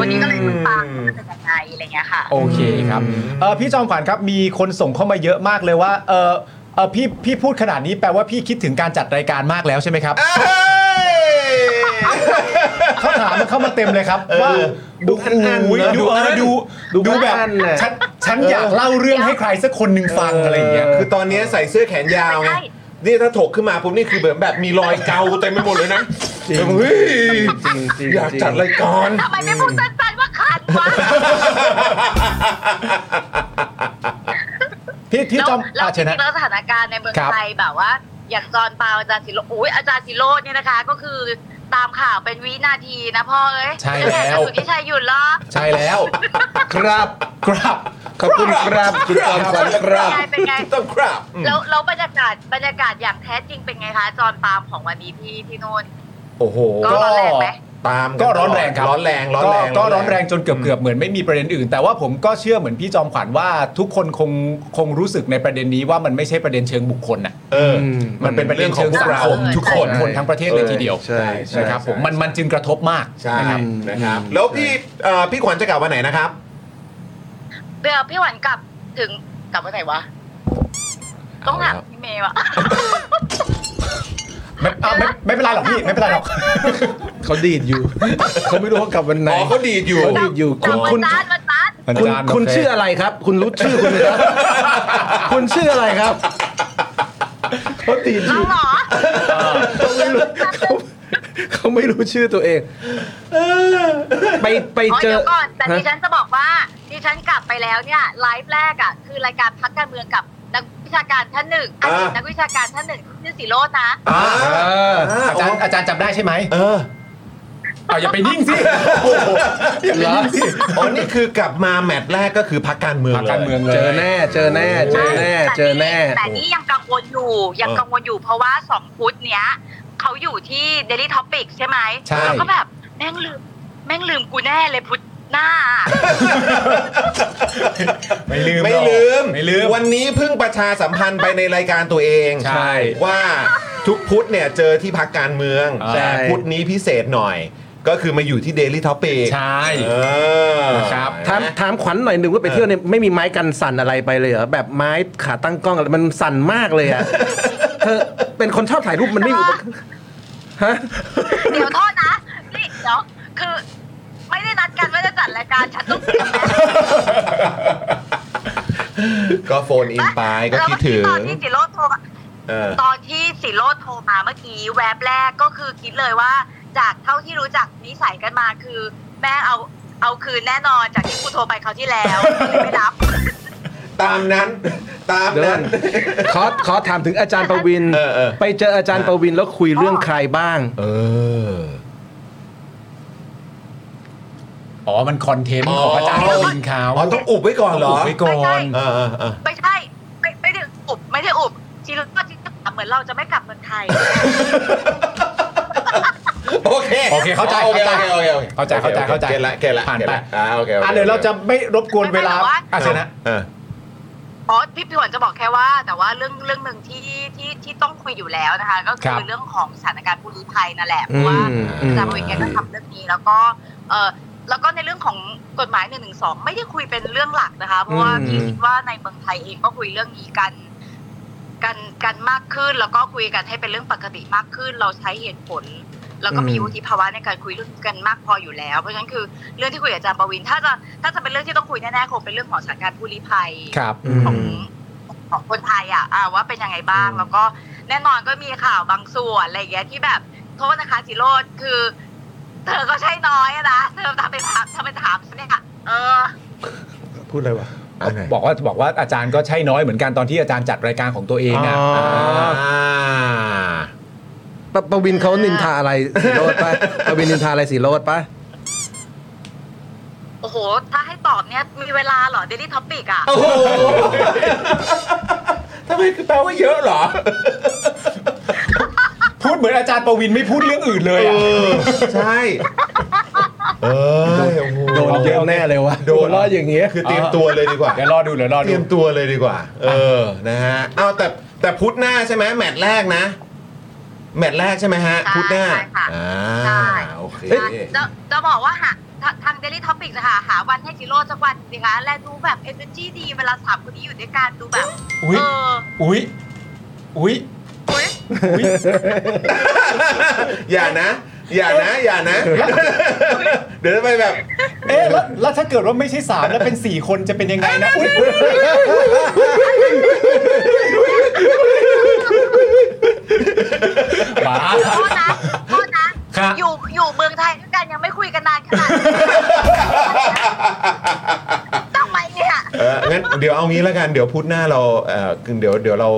Speaker 5: วันนี้ก็เลยคุณฟังว่ามันเป็นยังไงอะไรอย่างเงี้ยค่ะ
Speaker 3: โอเคครับเออพี่จอมขวัญครับมีคนส่งเข้ามาเยอะมากเลยว่าเออเออพี่พี่พูดขนาดนี้แปลว่าพี่คิดถึงการจัดรายการมากแล้วใช่ไหมครับ
Speaker 1: เอ้ย
Speaker 3: เขาถามมันเข้ามาเต็มเลยครับ ว่า
Speaker 1: ดูอันๆนะ
Speaker 3: ยดูเออดู
Speaker 8: ดู
Speaker 3: ดูแบบ
Speaker 8: อันๆน่ะ
Speaker 3: ฉันฉันอยากเล่าเรื่องให้ใครสักคนหนึ่งฟัง
Speaker 1: เอออ
Speaker 3: อะไรอย่างเงี้ย
Speaker 1: คือตอนนี้ใส่เสื้อแขนยาวไง
Speaker 5: ใช่
Speaker 1: นี่ถ้าถกขึ้นมาปุ๊บนี่คือแบบแบบมีรอยเกาเต็มไปหมดเลยนะเฮ้ย
Speaker 8: จริงจริง
Speaker 1: อยากจัดรายการ
Speaker 5: ทำไมไม่พูดสั้นๆว่าขาดวะ
Speaker 3: พี่พี่จอม
Speaker 5: เรา
Speaker 3: อา
Speaker 5: จ
Speaker 3: เช
Speaker 5: ริ
Speaker 3: ญนะ
Speaker 5: งๆแล้วสถานการณ์ในเมือง
Speaker 3: ครับ
Speaker 5: ไทยแบบว่า อย่างจอนปาวอาจารย์สิโรอุ้ยอาจารย์สิโรดเนี่ยนะคะ ก็คือตามข่าวเป็นวินาทีนะพ่อเอ้ย
Speaker 3: ใช่แล้ว
Speaker 5: ต่สุดที่ชัยหยุดล้อ
Speaker 3: ใช่แล้ว
Speaker 8: ครับ
Speaker 3: ครับ
Speaker 8: ขอบคุณครับคุณจอมขวัญครับ
Speaker 5: เป็นไงเป็นไง
Speaker 1: ต้องครับ
Speaker 5: แล้วแล้วบรรยากาศบรรยากาศอย่างแท้จริงเป็นไงคะจอนปาล์มของวันนี้ที่ที่นู่น
Speaker 1: โอ้โห
Speaker 5: ก็ร้อนแรงไหม
Speaker 1: ตาม
Speaker 3: ก็ร้อนแรงครับ
Speaker 1: ร้อนแรงร้อน
Speaker 3: ก็
Speaker 1: แรง
Speaker 3: ก็ร้อนแรงจนเกือบเกือบเหมือนไม่มีประเด็นอื่น แต่ว่าผมก็เชื่อเหมือนพี่จอมขวัญว่าทุกคนคงคงรู้สึกในประเด็นนี้ว่ามันไม่ใช่ประเด็นเชิงบุคคลน่ะ
Speaker 1: เออ
Speaker 3: มันเป็นประเด็นเชิงสังคมทุกคนคนทั้งประเทศเลยทีเดียว
Speaker 1: ใช่ใช่
Speaker 3: นะครับผมมันมันจึงกระทบมาก
Speaker 1: ใช่
Speaker 3: นะครับ
Speaker 1: นะครับ แล้วพี่เอ่อพี่ขวัญจะกลับวันไหนนะครับ
Speaker 5: เดี๋ยวพี่หวันกลับถึงกลับวันไหนวะ ต้องถาม
Speaker 3: เอาแล้ว
Speaker 5: พี่เมย์วะ
Speaker 3: ไม่เอาไม่ไม่เป็นไรหรอกพี่ไม่เป็นไรหรอก
Speaker 8: เขาดีดอยู่ เขาไม่รู้ว่ากลับวันไหน
Speaker 1: อ๋อเขาดีดอยู่
Speaker 8: เขาดีดอยู่
Speaker 5: กลับวั
Speaker 8: คุณคุ
Speaker 5: น
Speaker 8: ณ
Speaker 5: จันทร์วันจันทร์
Speaker 8: คุณคุณชื่ออะไรครับ คุณรู้ชื่อคุณไหม ครับ คุณชื่ออะไรครับเขาดีดอ
Speaker 5: เอา
Speaker 8: ยู่
Speaker 5: เหรอ
Speaker 8: เขาไม่รู้เขาเขาไม่รู้ชื่อตัวเองไปไป
Speaker 5: อ๋อ
Speaker 8: เจ
Speaker 5: เดี๋ย
Speaker 8: อ
Speaker 5: วก่อน แต่ดิ
Speaker 8: ฮะ
Speaker 5: ฉันจะบอกว่าดิฉันกลับไปแล้วเนี่ยไลฟ์แรกอ่ะคือรายการพักการเมืองกับนักวิชาการท่านหนึ่งอ
Speaker 1: อ่า
Speaker 5: ดีตนักวิชาการท่านหนึ่งชื่อสีโรจน์นะ
Speaker 1: อ่า
Speaker 3: อาจารย์อาจารย์จำได้ใช่ไหม
Speaker 1: เออ
Speaker 3: เอาอย่าไปนิ่งสิ
Speaker 1: เหรออ๋อนี่คือกลับมาแมตช์แรกก็คือพักการเมือง
Speaker 3: พรรคการเมือง
Speaker 8: เจอแน่เจอแน่เจอแน่เจอแน่
Speaker 5: แต่นี่ยังกังวลอยู่ยังกังวลอยู่เพราะว่าสองพุธเนี้ยเขาอยู่ที่ Daily Topic ใช่ไหม
Speaker 3: ใช่
Speaker 5: แล้วก็แบบแม่งลืม แม่งลืมกูแน่เลยพุธหน้า
Speaker 3: ไม่ลืม
Speaker 1: ไม่
Speaker 3: หรอก
Speaker 1: ลืม
Speaker 3: ไม่ลืม
Speaker 1: วันนี้เพิ่งประชาสัมพันธ์ไปในรายการตัวเอง
Speaker 3: ใช่
Speaker 1: ว่าทุกพุธเนี่ยเจอที่พักการเมือง
Speaker 3: ใช่
Speaker 1: แต่พุธนี้พิเศษหน่อย ก็คือมาอยู่ที่ Daily Topic
Speaker 3: ใช่
Speaker 1: เออ
Speaker 3: นะครับ
Speaker 8: ถามถามขวัญหน่อยหนึ่งว่าไปเที่ยวเนี่ยไม่มีไม้กันสั่นอะไรไปเลยเหรอแบบไม้ขาตั้งกล้องอะไรมันสั่นมากเลยอ่ะเธอเป็นคนชอบถ่ายรูปมันไม่มีอุปกรณ์ฮะ
Speaker 5: เดี๋ยวโทษนะนี่เดี๋ยวคือ ไม่ได้นัดกันว่าจะจัดรายการฉันต้องเตรียมนะ
Speaker 1: ก็โฟนอินไปก็คิดถึง
Speaker 5: แล้วเมื่อกี้ตอนที่สิโรจน์โทรมา
Speaker 1: เออ
Speaker 5: ตอนที่สิโรจน์โทรมาเมื่อกี้แวบแรกก็คือคิดเลยว่า จากเท่าที่รู้จักนิสัยกันมาคือ แม่เอาเอาคืนแน่นอนจากที่กูโทรไปเขาวที่แล้วก็เลยไม่รับ
Speaker 1: ตามนั้นตาม
Speaker 8: เดี๋ยวก่
Speaker 1: นั้
Speaker 8: อน นขอขอถามถึงอาจารย์ประวิน
Speaker 1: เออเออ
Speaker 8: ไปเจออาจารย์ประวินแล้วคุยเรื่องใครบ้าง
Speaker 1: เออ
Speaker 3: อ๋อมันคอนเทนต์ของอาจารย์
Speaker 1: อ๋อ
Speaker 3: วินเขา
Speaker 1: อ๋อต้องอุบไว้ก่อนเหรอ
Speaker 3: ไว้ก่อน
Speaker 1: เออเออเออ
Speaker 5: ไม่ใช่ไม่ไม่ได้อุบไม่ได้อุบชีวิตก็ที่เหมือนเราจะไม่กลับเมืองไทย
Speaker 1: โอเค
Speaker 3: โอเคเข้าใจ
Speaker 1: โอเค
Speaker 3: เข้า
Speaker 1: โอ
Speaker 3: ใจ
Speaker 1: เคโอเคโอค
Speaker 3: เข้าใจเข้าใจเข้าใจ
Speaker 1: เก็ตละเก็ตละ
Speaker 3: ผ่านไป
Speaker 1: เก็ตละอ่าโอเคโอค
Speaker 3: อ่ะเดี๋ยวเราจะไม่รบกวนเวลา
Speaker 5: ไม่เป็นไรหรอกวะ
Speaker 3: อาเชญนะ
Speaker 1: เออ
Speaker 5: อ๋อพี่พี่หวนจะบอกแค่ว่า แต่ว่าเรื่องเรื่องหนึ่งที่ที่ที่ต้องคุยอยู่แล้วนะคะ ก็
Speaker 3: ครั
Speaker 5: คือบ เรื่องของสถานการณ์ผู้ลี้ภัยนั่นแหละเพราะว่า
Speaker 8: อืม
Speaker 5: อาจารย์วินแกก็ทำเรื่องนี้แล้วก็เออแล้วก็ในเรื่องของกฎหมายหนึ่งหนึ่งสองไม่ได้คุยเป็นเรื่องหลักนะคะ เพราะว่าพี่คิดว่าในเมืองไทยเองก็คุยเรื่องนี้กัน กันกันมากขึ้นแล้วก็คุยกันให้เป็นเรื่องปกติมากขึ้น เราใช้เหตุผล แล้วก็มี
Speaker 8: อืม
Speaker 5: วุฒิภาวะในการคุยเรื่องนี้กันมากพออยู่แล้ว เพราะฉะนั้นคือเรื่องที่คุยกับอาจารย์ประวินถ้าจะถ้าจะเป็นเรื่องที่ต้องคุยแน่ๆคงเป็นเรื่องของสถานการณ์ผู้ลี้ภัย
Speaker 3: ครับ
Speaker 5: ของของคนไทยอ่ะอ่าว่าเป็นยังไงบ้าง แล้วก็แน่นอนก็มีข่าวบางส่วนอะไรอย่างเงี้ยที่แบบโทษนะคะจิโรดคือ เธอก็ใช่น้อยอะนะเธอทำไปถามทำไปถามฉันเนี่ยเออ
Speaker 8: พูดอะไรวะ
Speaker 1: อันไหน
Speaker 3: บอกว่าบอกว่าอาจารย์ก็ใช่น้อยเหมือนกันตอนที่อาจารย์จัดรายการของตัวเองอ่ะ
Speaker 1: อ่า
Speaker 8: ปะประวินเขานินทาอะไรสีโรดปะประวินนินทาอะไรสีโรดปะ
Speaker 5: โอ้โห ถ้าให้ตอบเนี่ยมีเวลาเหรอเดลี่ท็อปิกอ่ะ
Speaker 1: โอ้โห ทำไมคือแปลว่าเยอะเหรอ
Speaker 3: ดเหมือนอาจารย์ประวินไม่พูดเรื่องอื่นเลย
Speaker 1: เอ
Speaker 3: อะ
Speaker 1: อ ใช่ เออ
Speaker 8: โดนเยอะแน่เลยวะ
Speaker 1: โดน
Speaker 8: ล้ออย่างเงี้ย
Speaker 1: คือเตรียมตัวเลยดีกว่า
Speaker 3: เดี๋ยวรอดูเดี๋ยวรอ
Speaker 1: เต
Speaker 3: ดู
Speaker 1: รียมตัวเลยดีกว่า เออ นะฮะเอาแต่แต่พุธหน้าใช่ไหมแมตช์แรกนะ แมตช์แรกใช่ไหมฮะ
Speaker 5: ใช่
Speaker 1: พุธหน้า
Speaker 5: ใช่ค่ะ
Speaker 1: อ่า
Speaker 5: ใช่
Speaker 1: โอเค
Speaker 5: นะจะจะบอกว่าหาทาทาง Daily Topic นะคะหาวันให้จิโร่สักวันสิคะและดูแบบ energy ดีเวลาสามคนนี้อยู่ด้วยกันดูแบบ
Speaker 3: อุ๊ย
Speaker 5: เออ
Speaker 3: อุ๊ย อุ๊ย
Speaker 5: อุ๊ย
Speaker 3: อุ๊ย
Speaker 1: อย่านะ อย่านะ อย่านะ เดี๋ยวจะไปแบบ
Speaker 3: เอ๊ะแล้วแล้วถ้าเกิดว่าไม่ใช่สามแล้วเป็นสี่คนจะเป็นยังไงนะอุ๊ยบ้า
Speaker 5: โทษนะโทษนะครับ อยู่อยู่เมืองไทยด้วยกันยังไม่คุยกันนานขนาด นี้ทำไมเนี่ย
Speaker 1: เอองั้นเดี๋ยวเอางี้แล้วกัน เดี๋ยวพุธหน้าเราเออเดี๋ยวเดี๋ยวเรา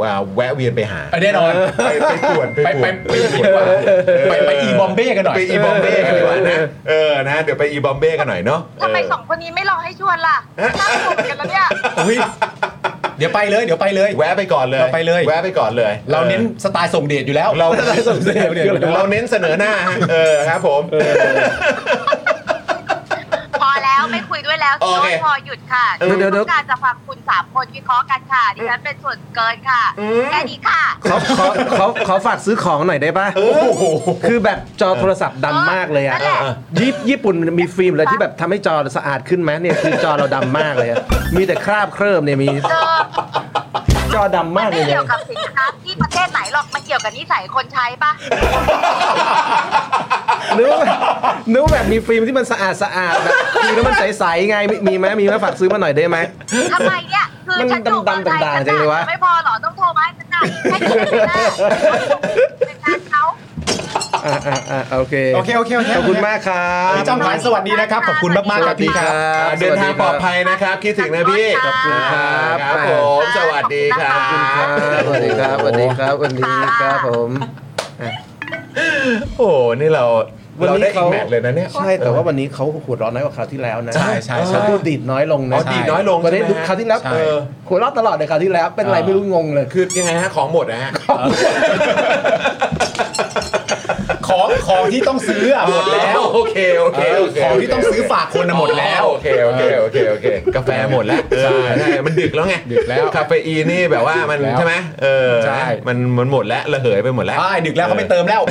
Speaker 1: เอ่อแวะเวียนไปหา
Speaker 3: ไปแน่นอน
Speaker 1: ไปไปป่วน
Speaker 3: ไปไปไปดีกว่าไปไปอีบอมเบ้กันหน่อย
Speaker 1: ไปอีบอมเบ้กันดีกว่านะ เออ นะ เดี๋ยวไปอีบอมเบ้กันหน่อยเนาะ
Speaker 5: ทำไมสองคนนี้ไม่รอให้ชวนล่ะน่าสนุกกันแล้วเนี่ย
Speaker 3: อุ๊ยเดี๋ยวไปเลย เดี๋ยวไปเลย
Speaker 1: แวะไปก่อนเลย
Speaker 3: เราไปเลย
Speaker 1: แวะไปก่อนเลย
Speaker 3: เราเน้นสไตล์ส่งเดชอยู่แล้ว
Speaker 1: เรา
Speaker 8: ส่งเสริมเนี่ย
Speaker 1: เราเน้นเสนอหน้าฮะเออครับผม
Speaker 5: พอแล้วไม่คุยด้วยแล้ว
Speaker 1: โอเค
Speaker 5: โจ้พอหยุดค่ะ
Speaker 1: เออเดี๋ยว
Speaker 5: ต้องการจะฟังคุณสามคนวิเคราะห์กันค่ะ ดิฉันเป็นส่วนเกินค่ะ แค่นี้ค่ะ
Speaker 8: ขอขอขอขอฝากซื้อของหน่อยได้ป่ะคือแบบจอโทรศัพท์ดำมากเลยอ่ะ
Speaker 5: นั่นแหละ
Speaker 8: ญี่ญี่ปุ่นมีฟิล์มอะไรที่แบบทำให้จอสะอาดขึ้นไหมเนี่ยคือจอเราดำมากเลยอะมีแต่คราบเคริบเนี่ยมี
Speaker 5: เจอ
Speaker 8: จอดำมากเล
Speaker 5: ไม่
Speaker 8: ย
Speaker 5: เกี่
Speaker 8: เนี่ย
Speaker 5: ยวกับสินค้าที่ประเทศไหนหรอก มันเกี่ยวกับนิสัยคนใช้ปะ
Speaker 8: นึกว่านึกว่าแบบมีฟิล์มที่มันสะอาดสะอาดแบบฟิล์มแล้วมันใสๆไงมีมีไหมมีไหมฝากซื้อมาหน่อยได้ ไหม
Speaker 5: ทำไมเนี่ย คือ
Speaker 8: มัน
Speaker 5: ฉันอยู่
Speaker 8: ดำๆ
Speaker 5: เมืองไทย
Speaker 8: ด่างๆ
Speaker 5: ฉัน
Speaker 8: จังเลยวะ
Speaker 5: ไม่พอหรอ ต้องโทรมาให้ฉันหน่อยให้ฉันเป็น หน้าเป็นงานเขา
Speaker 8: อ่าอ่าอ่าโอเค
Speaker 3: โอเคโอเคโอเค
Speaker 8: ขอบคุณมากครับ
Speaker 3: พี่จอมขวัญสวัสดีนะครับ ขอบคุณมากมากๆครับพี่ครับ
Speaker 1: อ่าเดินทางปลอดภัยนะครับ คิดถึงนะพี่
Speaker 5: ขอบคุณครับ
Speaker 1: ครับผมสวัสดีครับ
Speaker 8: ครับสวัสดีครับสวัสดีครับสวัสดีครับผม
Speaker 1: โอ้โหนี่เรา
Speaker 8: วัน
Speaker 1: เรา
Speaker 8: นี้
Speaker 1: ได้อี
Speaker 8: เขา
Speaker 1: กแมตช์เลยนะเนี่ย
Speaker 8: ใช่แต่ว่าวันนี้เขาหัวเร้อนน้อยกว่าคราวที่แล้วนะ
Speaker 3: ใช่ใช่ใช่
Speaker 8: เขาดูดีดน้อยลงนะ
Speaker 1: อ๋อดีดน้อยลง
Speaker 8: วันนี้
Speaker 1: ใช่ไหม
Speaker 8: คราวที่แล้ว
Speaker 3: ใช่
Speaker 8: เออหัวเร้อนตลอดในคราวที่แล้วเป็นไรไม่รู้งงเลย
Speaker 1: คือยังไงฮะ ของหมดนะฮะ
Speaker 3: ของของที่ต้องซื้ออะหมดแล้ว
Speaker 1: โอเคโอเคโเค
Speaker 3: ของที่ต้องซื้อฝากคนอะหมดแล้ว
Speaker 1: โอเคโอเคโอเคโอเคกาแฟหมดแล้วใช่ใช่มันดึกแล้วไง
Speaker 3: ดึกแล้ว
Speaker 1: คาเฟอีนนี่แบบว่ามัน
Speaker 3: ดึกแล้ว
Speaker 1: ใช่ไหมเออ
Speaker 3: ใช่
Speaker 1: มันมันหมดแล้วระเหยไปหมดแล้ว
Speaker 3: ใช่ดึกแล้วเขาไปเติมแล้ว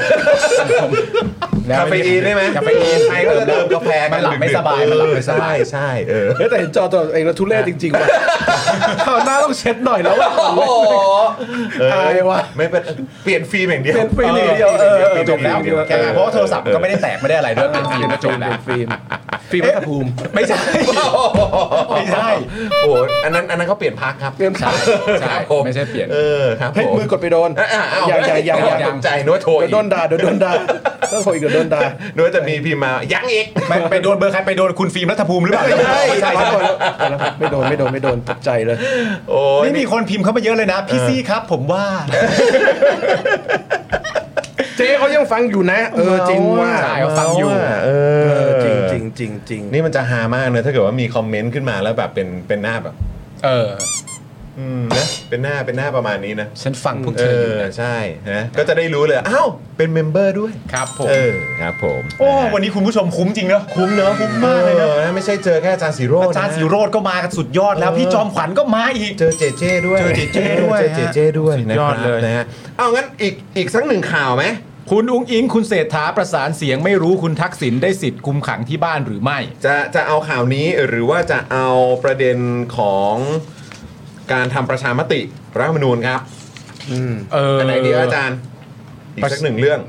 Speaker 1: คาเฟอีนได้ไหม
Speaker 3: คาเฟอีน
Speaker 1: ใครก็จะเติมกาแฟกั
Speaker 3: มันหลับไม่
Speaker 1: ดึกๆ
Speaker 3: สบายมันหลับไม่สบาย
Speaker 1: เออใช่ใช่เออ
Speaker 8: เฮ้ยแต่เห็นจอตัวเองแล้วทุเรศจริงๆว่ะข่าวหน้าต้องเช็ดหน่อยแล้วว่ะ
Speaker 1: โอ้โหเออ
Speaker 8: อายว่ะ
Speaker 1: ไม่เป็นเปลี่ยนฟิล์มอย่างเดียว
Speaker 8: เป็นฟิล์มอย่างเดียวเออ
Speaker 3: เออจบแล้วแกเพราะว่าโทรศัพท์ก็ไม่ได้แตกไม่ได้อะไรด้วยเป็นฟิล์มก็จบแล้ว
Speaker 8: เป็นฟิล์มฟิล์มรัฐภูมิ
Speaker 3: ไม่ใช่ ไม่ใช่
Speaker 1: โอ้โหอันนั้นอันนั้นเขาเปลี่ยนพักครับ
Speaker 8: เตรียมฉาย
Speaker 3: ใช่ไม่ใช่เปลี่ยน
Speaker 1: เออครับ
Speaker 8: เฮ้ย
Speaker 1: ผม
Speaker 8: มือกดไปโดน
Speaker 1: อ่ะอ่ะเ
Speaker 8: อย่าอย่าอย่าอย่า
Speaker 1: ตกใจนึกว่าโทร
Speaker 8: เดี๋
Speaker 1: อี
Speaker 8: ยว
Speaker 1: ก
Speaker 8: โดนด่าเดี๋ยวโดนด่าต้องคอยเดี๋ยวโดนด่า
Speaker 1: นึกว่าจะมีพิมพ์มายังอีก
Speaker 3: ไปไปโดนเบอร์ใครไปโดนคุณฟิล์มรัฐภูมิหรือเปล่า
Speaker 8: ใช่
Speaker 3: ไม่
Speaker 8: ใช่
Speaker 3: ใช่
Speaker 8: ใช่
Speaker 3: ใช่
Speaker 8: ไม่โดนไม่โดนไม่โดนตกใจเลย
Speaker 1: โอ้ย
Speaker 3: นี่มีคนพิมพ์เข้ามาเยอะเลยนะ พี่ซี่ครับ ผมว่า
Speaker 8: เจ๊เขายังฟังอยู่นะ เออจริงว่า
Speaker 3: ใช่เขาฟังอยู่
Speaker 1: เอ
Speaker 8: เอ
Speaker 1: อ
Speaker 8: อจริงจริงจริงจริง
Speaker 1: นี่มันจะฮามากเลยถ้าเกิดว่ามีคอมเมนต์ขึ้นมาแล้วแบบเป็นเป็นหน้าแบบ
Speaker 3: เออ
Speaker 1: อืมนะเป็นหน้าเป็นหน้าประมาณนี้นะ
Speaker 3: ฉันฟังพวก
Speaker 1: เอ
Speaker 3: เธออยู่
Speaker 1: อ
Speaker 3: นะ
Speaker 1: ใช่นะก็จะได้รู้เลยอ้าวเป็นเมมเบอร์ด้วย
Speaker 3: ครับผม
Speaker 1: เออครับผม
Speaker 3: โอ้
Speaker 1: ะ
Speaker 3: วันนี้คุณผู้ชมคุ้มจริงเนอะคุ้มเนอะคุ้มมากเลยเน
Speaker 1: เอ
Speaker 3: อะ
Speaker 1: อไม่ใช่เจอแค่อาจารย์สีโรจ
Speaker 3: อา
Speaker 1: น์นะ
Speaker 3: จารย์สิโรดก็มากันสุดยอดแล้ว
Speaker 1: เออ
Speaker 3: พี่จอมขวัญก็มาอีก
Speaker 1: เจอเจเจด้วย
Speaker 3: เจอเจเจ้ด้วย
Speaker 1: เจอเจเจด้วย
Speaker 3: สุด
Speaker 1: นะ
Speaker 3: ย
Speaker 1: ค
Speaker 3: อ
Speaker 1: รั
Speaker 3: ดเลย
Speaker 1: นะฮะเอางั้นอีกอีกสักหนึ่งข่าวไหม
Speaker 3: คุณอุ้งอิง คุณเศรษฐาประสานเสียงไม่รู้คุณทักษิณได้สิทธิ์คุมขังที่บ้านหรือไม่
Speaker 1: จะจะเอาข่าวนี้หรือว่าจะเอาประเด็นของการทำประชามติรัฐธรรมนูญครับ
Speaker 8: อืม
Speaker 3: เออ
Speaker 1: อันไหนดีครับอาจารย์ อีกสักหนึ่งเรื่อง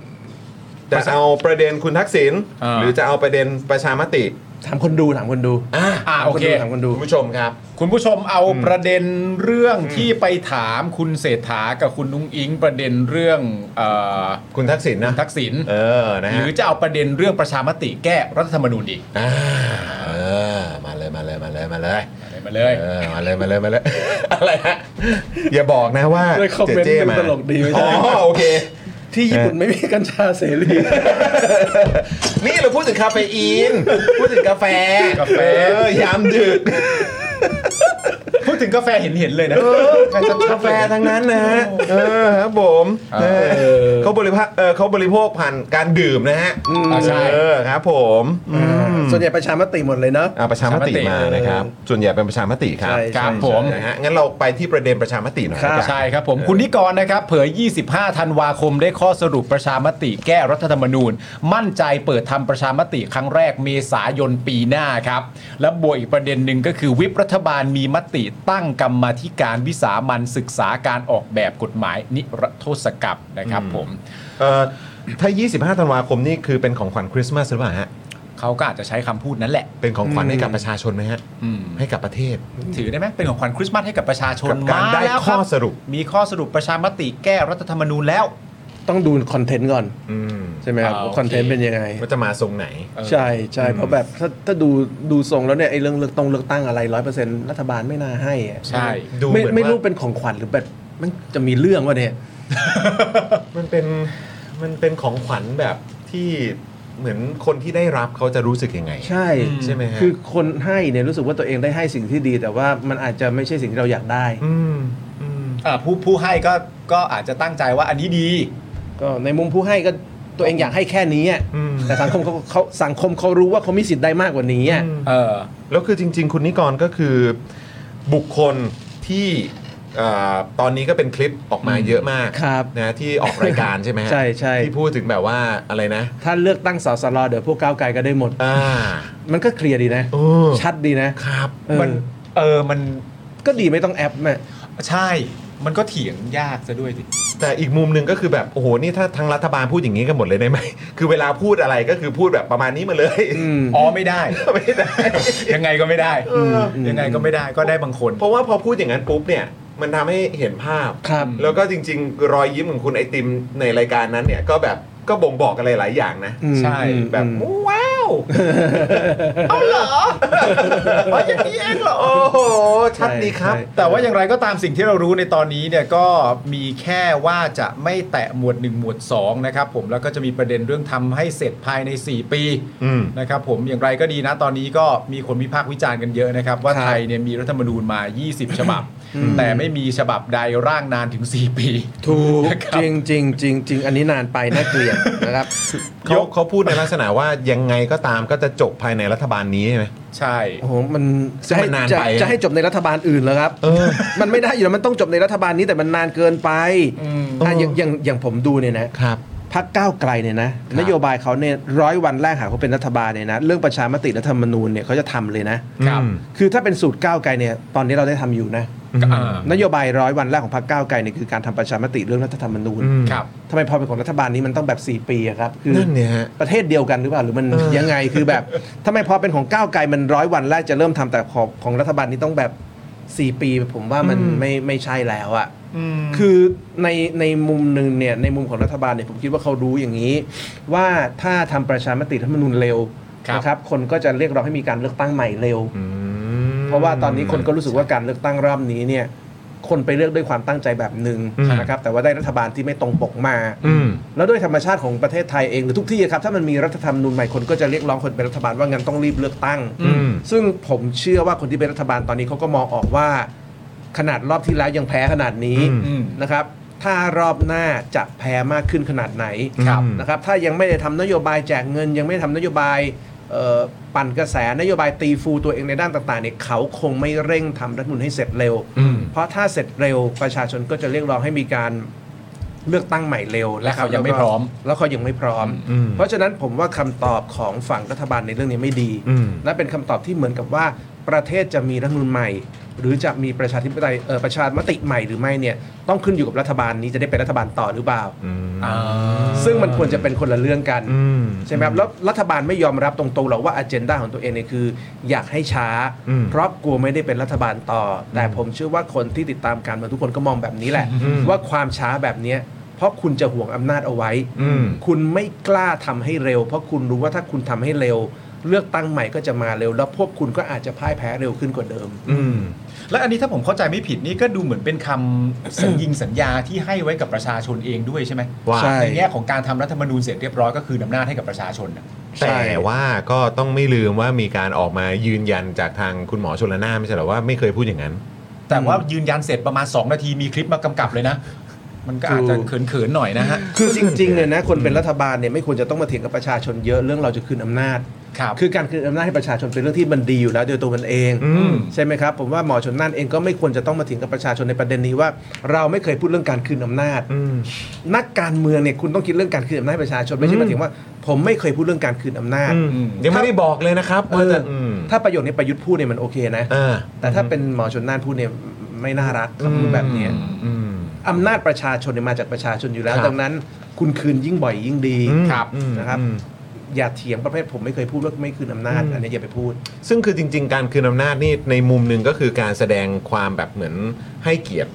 Speaker 1: จะเอาประเด็นคุณทักษิณ
Speaker 3: อ่า
Speaker 1: หรือจะเอาประเด็นประชามติ
Speaker 8: ถามคนดูถามคนดู
Speaker 1: อ่ะ
Speaker 3: อ่าโอเค
Speaker 8: ถามคนดู
Speaker 1: คุณผู้ชมครับ
Speaker 3: คุณผู้ชมเอาประเด็นเรื่องที่ไปถามคุณเศรษฐากับคุณอุ้งอิง ประเด็นเรื่องเอ่อ
Speaker 1: คุณทักษิณนะ
Speaker 3: ทักษิณ
Speaker 1: เออนะ
Speaker 3: หรื
Speaker 1: ฮะ
Speaker 3: อจะเอาประเด็นเรื่องประชามติแก้รัฐธรรมนูญอีก
Speaker 1: อ่าเออมาเลยมาเลยมาเลยมาเลย
Speaker 3: อะไรมาเลย
Speaker 1: เออมาเลยมาเลยมาเลย อะไรฮะอย่าบอกนะว่า
Speaker 8: ด้วยคอม
Speaker 1: เจเจ
Speaker 8: เมนต์เป็น
Speaker 1: มา
Speaker 8: ตลกดีไม่
Speaker 1: อ๋อ
Speaker 8: ใช่
Speaker 1: โอเค
Speaker 8: ที่ญี่ปุ่นไม่มีกัญชาเสรี
Speaker 1: นี่เราพูดถึงคาเฟอีน พูดถึงกาแฟ
Speaker 3: กาแฟ
Speaker 1: เออยามดึก
Speaker 3: พูด กถึงกาแฟเห็นเห็นๆเลยนะ
Speaker 1: กาแฟทั้งนั้นนะฮะเออครับผมเออเขาบริภาเออเขาบริโภคผ่านการดื่มนะฮะ
Speaker 3: อ่าใช่
Speaker 1: เออครับผมอืม
Speaker 8: ส่วนใหญ่ประชามติหมดเลยเนาะ
Speaker 1: อ่าประชามติมานะครับ ส่วนใหญ่เป็นประชามติครับ
Speaker 8: ใช่
Speaker 3: ครับผม
Speaker 1: นะฮะงั้นเราไปที่ประเด็นประชามติหน่อยนะครับ
Speaker 3: ใช่ครับผม คุณนิกรนะครับ เผย 25 ธันวาคมได้ข้อสรุปประชามติแก้รัฐธรรมนูญ มั่นใจเปิดทำประชามติครั้งแรกเมษายนปีหน้าครับ และบวกอีกประเด็นหนึ่งก็คือวิปรัฐบาลมีมติตั้งกรรมาธิการวิสามันศึกษาการออกแบบกฎหมายนิรโทษกรรมนะครับผม
Speaker 1: เอ่อถ้า 25 ธันวาคมนี่คือเป็นของขวัญคริสต์มาสหรือเปล่าฮะ
Speaker 3: เขาก็อาจจะใช้คำพูดนั้นแหละ
Speaker 1: เป็นของขวัญให้กับประชาชนไหมฮะ
Speaker 3: อืม
Speaker 1: ให้กับประเทศ
Speaker 3: ถือได้ไหมเป็นของขวัญคริสต์มาสให้กับประชาชน
Speaker 1: กับการ
Speaker 3: ม
Speaker 1: ได้
Speaker 3: แล้ว
Speaker 1: ข้อ
Speaker 3: คบ
Speaker 1: สรุป
Speaker 3: มีข้อสรุปประชามติแก้รัฐธรรมนูญแล้ว
Speaker 8: ต้องดูคอนเทนต์ก่อน
Speaker 1: อืม
Speaker 8: ใช่ไหมครับ
Speaker 3: อ่าโอเค
Speaker 8: คอนเทนต์เป็นยังไง
Speaker 1: ว่าจะมาทรงไหน
Speaker 8: ใช่ใช่เพราะแบบถ้าถ้าดูดูทรงแล้วเนี่ยไอ้เรื่องเลือกตรงเลือกตั้งอะไรร้อยเปอร์เซ็นต์รัฐบาลไม่น่าให้อะ
Speaker 3: ใช่
Speaker 1: ดูเห
Speaker 8: ไม่
Speaker 1: มือน
Speaker 8: ไม่รู้
Speaker 1: ว่า
Speaker 8: เป็นของขวัญหรือแบบมันจะมีเรื่องวะเนี่ย
Speaker 1: มันเป็นมันเป็นของขวัญแบบที่เหมือนคนที่ได้รับเขาจะรู้สึกยังไง
Speaker 8: ใช่
Speaker 1: ใช่ไหมฮะ
Speaker 8: คือคนให้เนี่ยรู้สึกว่าตัวเองได้ให้สิ่งที่ดี แต่ว่ามันอาจจะไม่ใช่สิ่งที่เราอยากได้
Speaker 1: อืมอืม
Speaker 3: อ่าผู้ผู้ให้ก็ก็อาจจะตั้งใจว่าอันนี้ดี
Speaker 8: ก็ในมุมผู้ให้ก็ตัวเองอยากให้แค่นี้อะ
Speaker 1: อืม
Speaker 8: แต่สังคมเขาเขาสังคมเขารู้ว่าเขามีสิทธิ์ได้มากกว่านี้อะ
Speaker 3: เออ
Speaker 1: แล้วคือจริง ๆ คุณนิกรก็คือบุคคลที่เอ่อตอนนี้ก็เป็นคลิปออกมาเยอะมาก
Speaker 8: ครับ
Speaker 1: นะที่ออกราย การใช่ไหมฮะ
Speaker 8: ใช่ใช่
Speaker 1: ที่พูดถึงแบบว่าอะไรนะ
Speaker 8: ถ้าเลือกตั้งสสรเดี๋ยวพวกก้าวไกลก็ได้หมด
Speaker 1: อ่า
Speaker 8: มันก็เคลียร์ดีนะ
Speaker 1: เออ
Speaker 8: ชัดดีนะครับ เออ
Speaker 3: มันเออมัน
Speaker 8: ก็ดีไม่ต้องแอปแม่
Speaker 3: ใช่ มันก็เถียงยากซะด้วยสิ
Speaker 1: แต่อีกมุมหนึ่งก็คือแบบ โอ้โห นี่ถ้าทางรัฐบาลพูดอย่างนี้กันหมดเลยได้ไหม คือเวลาพูดอะไรก็คือพูดแบบประมาณนี้มาเลย
Speaker 8: อืม
Speaker 3: อ๋อไม่ได้
Speaker 1: ไม่ได้
Speaker 3: ยังไงก็ไม่ได้
Speaker 1: เออ
Speaker 3: ยังไงก็ไม่ได้ก็ได้บางคน
Speaker 1: เพราะว่าพอพูดอย่างนั้นปุ๊บเนี่ย มันทำให้เห็นภาพ
Speaker 8: ครับ
Speaker 1: แล้วก็จริง ๆ รอยยิ้มของคุณไอติมในรายการนั้นเนี่ย ก็แบบก็บ่งบอกอะไรหลายอย่างนะ
Speaker 8: อืม
Speaker 3: ใช่
Speaker 8: อืม
Speaker 1: แบบ
Speaker 8: อืม
Speaker 1: ว้าว เอาเหรอเพราะอย่างนี้เองเหรอ โอ้โห ชัดดีครับ
Speaker 8: ใช่
Speaker 3: แต่ว่าอย่างไรก็ตามสิ่งที่เรารู้ในตอนนี้เนี่ยก็มีแค่ว่าจะไม่แตะหมวด 1 หมวด 2 นะครับผมแล้วก็จะมีประเด็นเรื่องทำให้เสร็จภายใน 4 ปี
Speaker 1: อืม
Speaker 3: นะครับผมอย่างไรก็ดีนะตอนนี้ก็มีคนวิพากษ์วิจารณ์กันเยอะนะครับ ว่าไทยเนี่ยมีรัฐธรรมนูญมา 20 ฉบับ แต่ไม่มีฉบับใดร่างนานถึง 4 ปี
Speaker 8: ถูก
Speaker 3: นะครับ
Speaker 8: จริงจริงจริงจริงอันนี้นานไปน่าเก ลียดนะครับ
Speaker 1: เขาเขาพูดในลักษณะว่ายังไงก็ตามก็จะจบภายในรัฐบาลนี้ใช่ไหม
Speaker 3: ใช่
Speaker 8: โอ้โหมันจะให้
Speaker 1: มันนาน
Speaker 8: จะ
Speaker 1: ไปอะ
Speaker 8: จะให้จบในรัฐบาลอื่นเหรอครับ
Speaker 1: เออ
Speaker 8: มันไม่ได้อยู่แล้วมันต้องจบในรัฐบาลนี้แต่มันนานเกินไปอ่ะอย่างอย่างอย่างผมดูเนี่ยนะครับ พักก้าวไกลเนี่ยนะนโยบายเขาเนี่ยร้อยวันแรกหากเขาเป็นรัฐบาลเนี่ยนะ เรื่องประชามติรัฐธรรมนูญเนี่ยเขาจะทำเลยนะครับ คือถ้าเป็นสูตรก้าวไกลเนี่ยตอนนี้เราได้ทำอยู่นะ
Speaker 3: อ่า
Speaker 8: นโยบายร้อยวันแรกของพรรคก้าวไกลเนี่ยคือการทำประชามติเรื่องรัฐธรรมนูญ
Speaker 1: อืม
Speaker 3: ครับ
Speaker 8: ทำไมพอเป็นของรัฐบาลนี้มันต้องแบบ 4 ปีอะครับคือ
Speaker 1: นั่นเนี่ยฮะ
Speaker 8: ประเทศเดียวกันหรือเปล่าหรือมัน
Speaker 1: เออ
Speaker 8: ยังไงคือแบบทำไมพอเป็นของก้าวไกลมันร้อยวันแรกจะเริ่มทำแต่ของของรัฐบาลนี้ต้องแบบ 4 ปี ผมว่ามันไม่ไม่ใช่แล้วอะคือในในมุมหนึ่งเนี่ยในมุมของรัฐบาลเนี่ยผมคิดว่าเขารู้อย่างนี้ ว่าถ้าทำประชามติรัฐธรรมนูญเร็ว
Speaker 3: ครับ
Speaker 8: นะครับคนก็จะเรียกร้องให้มีการเลือกตั้งใหม่เร็ว
Speaker 1: อืม
Speaker 8: เพราะว่าตอนนี้คนก็รู้สึกว่าการเลือกตั้งรอบนี้เนี่ย คนไปเลือกด้วยความตั้งใจแบบหนึ่ง
Speaker 1: อืม
Speaker 8: นะครับ แต่ว่าได้รัฐบาลที่ไม่ตรงปกมา
Speaker 1: อืม
Speaker 8: แล้วด้วยธรรมชาติของประเทศไทยเองหรือทุกที่ครับ ถ้ามันมีรัฐธรรมนูญใหม่คนก็จะเรียกร้องคนเป็นรัฐบาลว่างั้นต้องรีบเลือกตั้ง
Speaker 1: อืม
Speaker 8: ซึ่งผมเชื่อว่าคนที่เป็นรัฐบาลตอนนี้เขาก็มองออกว่า ขนาดรอบที่แล้วยังแพ้ขนาดนี้
Speaker 1: อืม
Speaker 3: อืม
Speaker 8: นะครับ ถ้ารอบหน้าจะแพ้มากขึ้นขนาดไหน
Speaker 3: ครับ
Speaker 8: นะครับถ้ายังไม่ได้ทำนโยบายแจกเงินยังไม่ได้ทำนโยบายเอ่อปั่นกระแสนโยบายตีฟูตัวเองในด้านต่างๆเนี่ยเขาคงไม่เร่งทำรัฐธรรมนุนให้เสร็จเร็ว
Speaker 1: อืม
Speaker 8: เพราะถ้าเสร็จเร็วประชาชนก็จะเรียกร้องให้มีการเลือกตั้งใหม่เร็ว
Speaker 3: และเขายังไม่พร้อม
Speaker 8: แล้วเขายังไม่พร้อม
Speaker 1: อืม
Speaker 8: เพราะฉะนั้นผมว่าคำตอบของฝั่งรัฐบาลในเรื่องนี้ไม่ดี
Speaker 1: อืม
Speaker 8: และเป็นคำตอบที่เหมือนกับว่าประเทศจะมีรัฐธรรมนูญใหม่ หรือจะมีประชาธิปไตยเอ่อประชามติใหม่หรือไม่เนี่ยต้องขึ้นอยู่กับรัฐบาลนี้จะได้เป็นรัฐบาลต่อหรือเปล่า
Speaker 1: อืม
Speaker 3: อ่า
Speaker 8: ซึ่งมันควรจะเป็นคนละเรื่องกัน
Speaker 1: อืม
Speaker 8: ใช่ไหมครับแล้วรัฐบาลไม่ยอมรับตรงๆหรอกว่าอ g e n d a ของตัวเองเนี่ยคือ อยากให้ช้า
Speaker 1: อืม
Speaker 8: เพราะกลัวไม่ได้เป็นรัฐบาลต่ออแต่ผมเชื่อว่าคนที่ติดตามการเมืองทุกคนก็มองแบบนี้แหละ
Speaker 1: อืม
Speaker 8: ว่าความช้าแบบเนี้ยเพราะคุณจะห่วงอำนาจเอาไว้
Speaker 1: อืม
Speaker 8: คุณไม่กล้าทำให้เร็ว เพราะคุณรู้ว่าถ้าคุณทำให้เร็ว เลือกตั้งใหม่ก็จะมาเร็ว แล้วพวกคุณก็อาจจะพ่ายแพ้เร็วขึ้นกว่าเดิม
Speaker 1: อืม
Speaker 3: และอันนี้ถ้าผมเข้าใจไม่ผิดนี่ก็ดูเหมือนเป็นคำ สัญญิงสัญญาที่ให้ไว้กับประชาชนเองด้วยใช่ไหม
Speaker 1: ว่า
Speaker 8: ใช่
Speaker 3: ในแง่ของการทำรัฐธรรมนูญเสร็จเรียบร้อยก็คืออำนาจให้กับประชาชนน่ะ
Speaker 1: แต่ว่าก็ต้องไม่ลืมว่ามีการออกมายืนยันจากทางคุณหมอชลน่านไม่ใช่เหรอว่าไม่เคยพูดอย่างนั้น
Speaker 3: แต่ว่ายืนยันเสร็จประมาณ 2 นาทีมีคลิปมากำกับเลยนะ มันก็อาจจะเขินๆหน่อยนะฮะ
Speaker 8: คือจริงๆเนี่ยนะคนเป็นรัฐบาลเนี่ยไม่ควรจะต้องมาเถียงกับประชาชนเยอะเรื่องเราจะคืนอำนาจ
Speaker 3: ครับ
Speaker 8: คือการคืนอำนาจให้ประชาชนเป็นเรื่องที่มันดีอยู่แล้วโดยตัวมันเอง
Speaker 3: อืม
Speaker 8: ใช่ไหมครับ ผมว่าหมอชนน่านเองก็ไม่ควรจะต้องมาเถียงกับประชาชนในประเด็นนี้ว่า เราไม่เคยพูดเรื่องการคืนอำนาจ นักการเมืองเนี่ยคุณต้องคิดเรื่องการคืนอำนาจให้ประชาชนไม่ใช่มาเถียงว่า ผมไม่เคยพูดเรื่องการคืนอำนาจ
Speaker 1: ยังไม่ได้บอกเลยนะครับ
Speaker 8: เอ
Speaker 1: ว่า
Speaker 8: อ
Speaker 1: จะม
Speaker 8: ถ้าประโยชน์ในประยุทธ์พูดเนี่ยมันโอเคนะ
Speaker 1: อ่า
Speaker 8: แต่ถ้าเป็นหมอชนน่านพูดเนี่ยไม่น่ารักคำพูดแบบเนี้ย
Speaker 1: อืม
Speaker 8: อำนาจประชาชนเนี่ยมาจากประชาชนอยู่แล้ว
Speaker 1: ครับ
Speaker 8: ดังนั้นคุณคืนยิ่งบ่อยยิ่งดี
Speaker 1: อืมครับ
Speaker 8: นะครับ
Speaker 1: อืม
Speaker 8: อย่าเถียงประเภทผมไม่เคยพูดว่าไม่คืนอำนาจ อันนี้อย่าไปพูด
Speaker 1: ซึ่งคือจริง ๆ การคืนอำนาจนี่ในมุมหนึ่งก็คือการแสดงความแบบเหมือนให้เกียรติ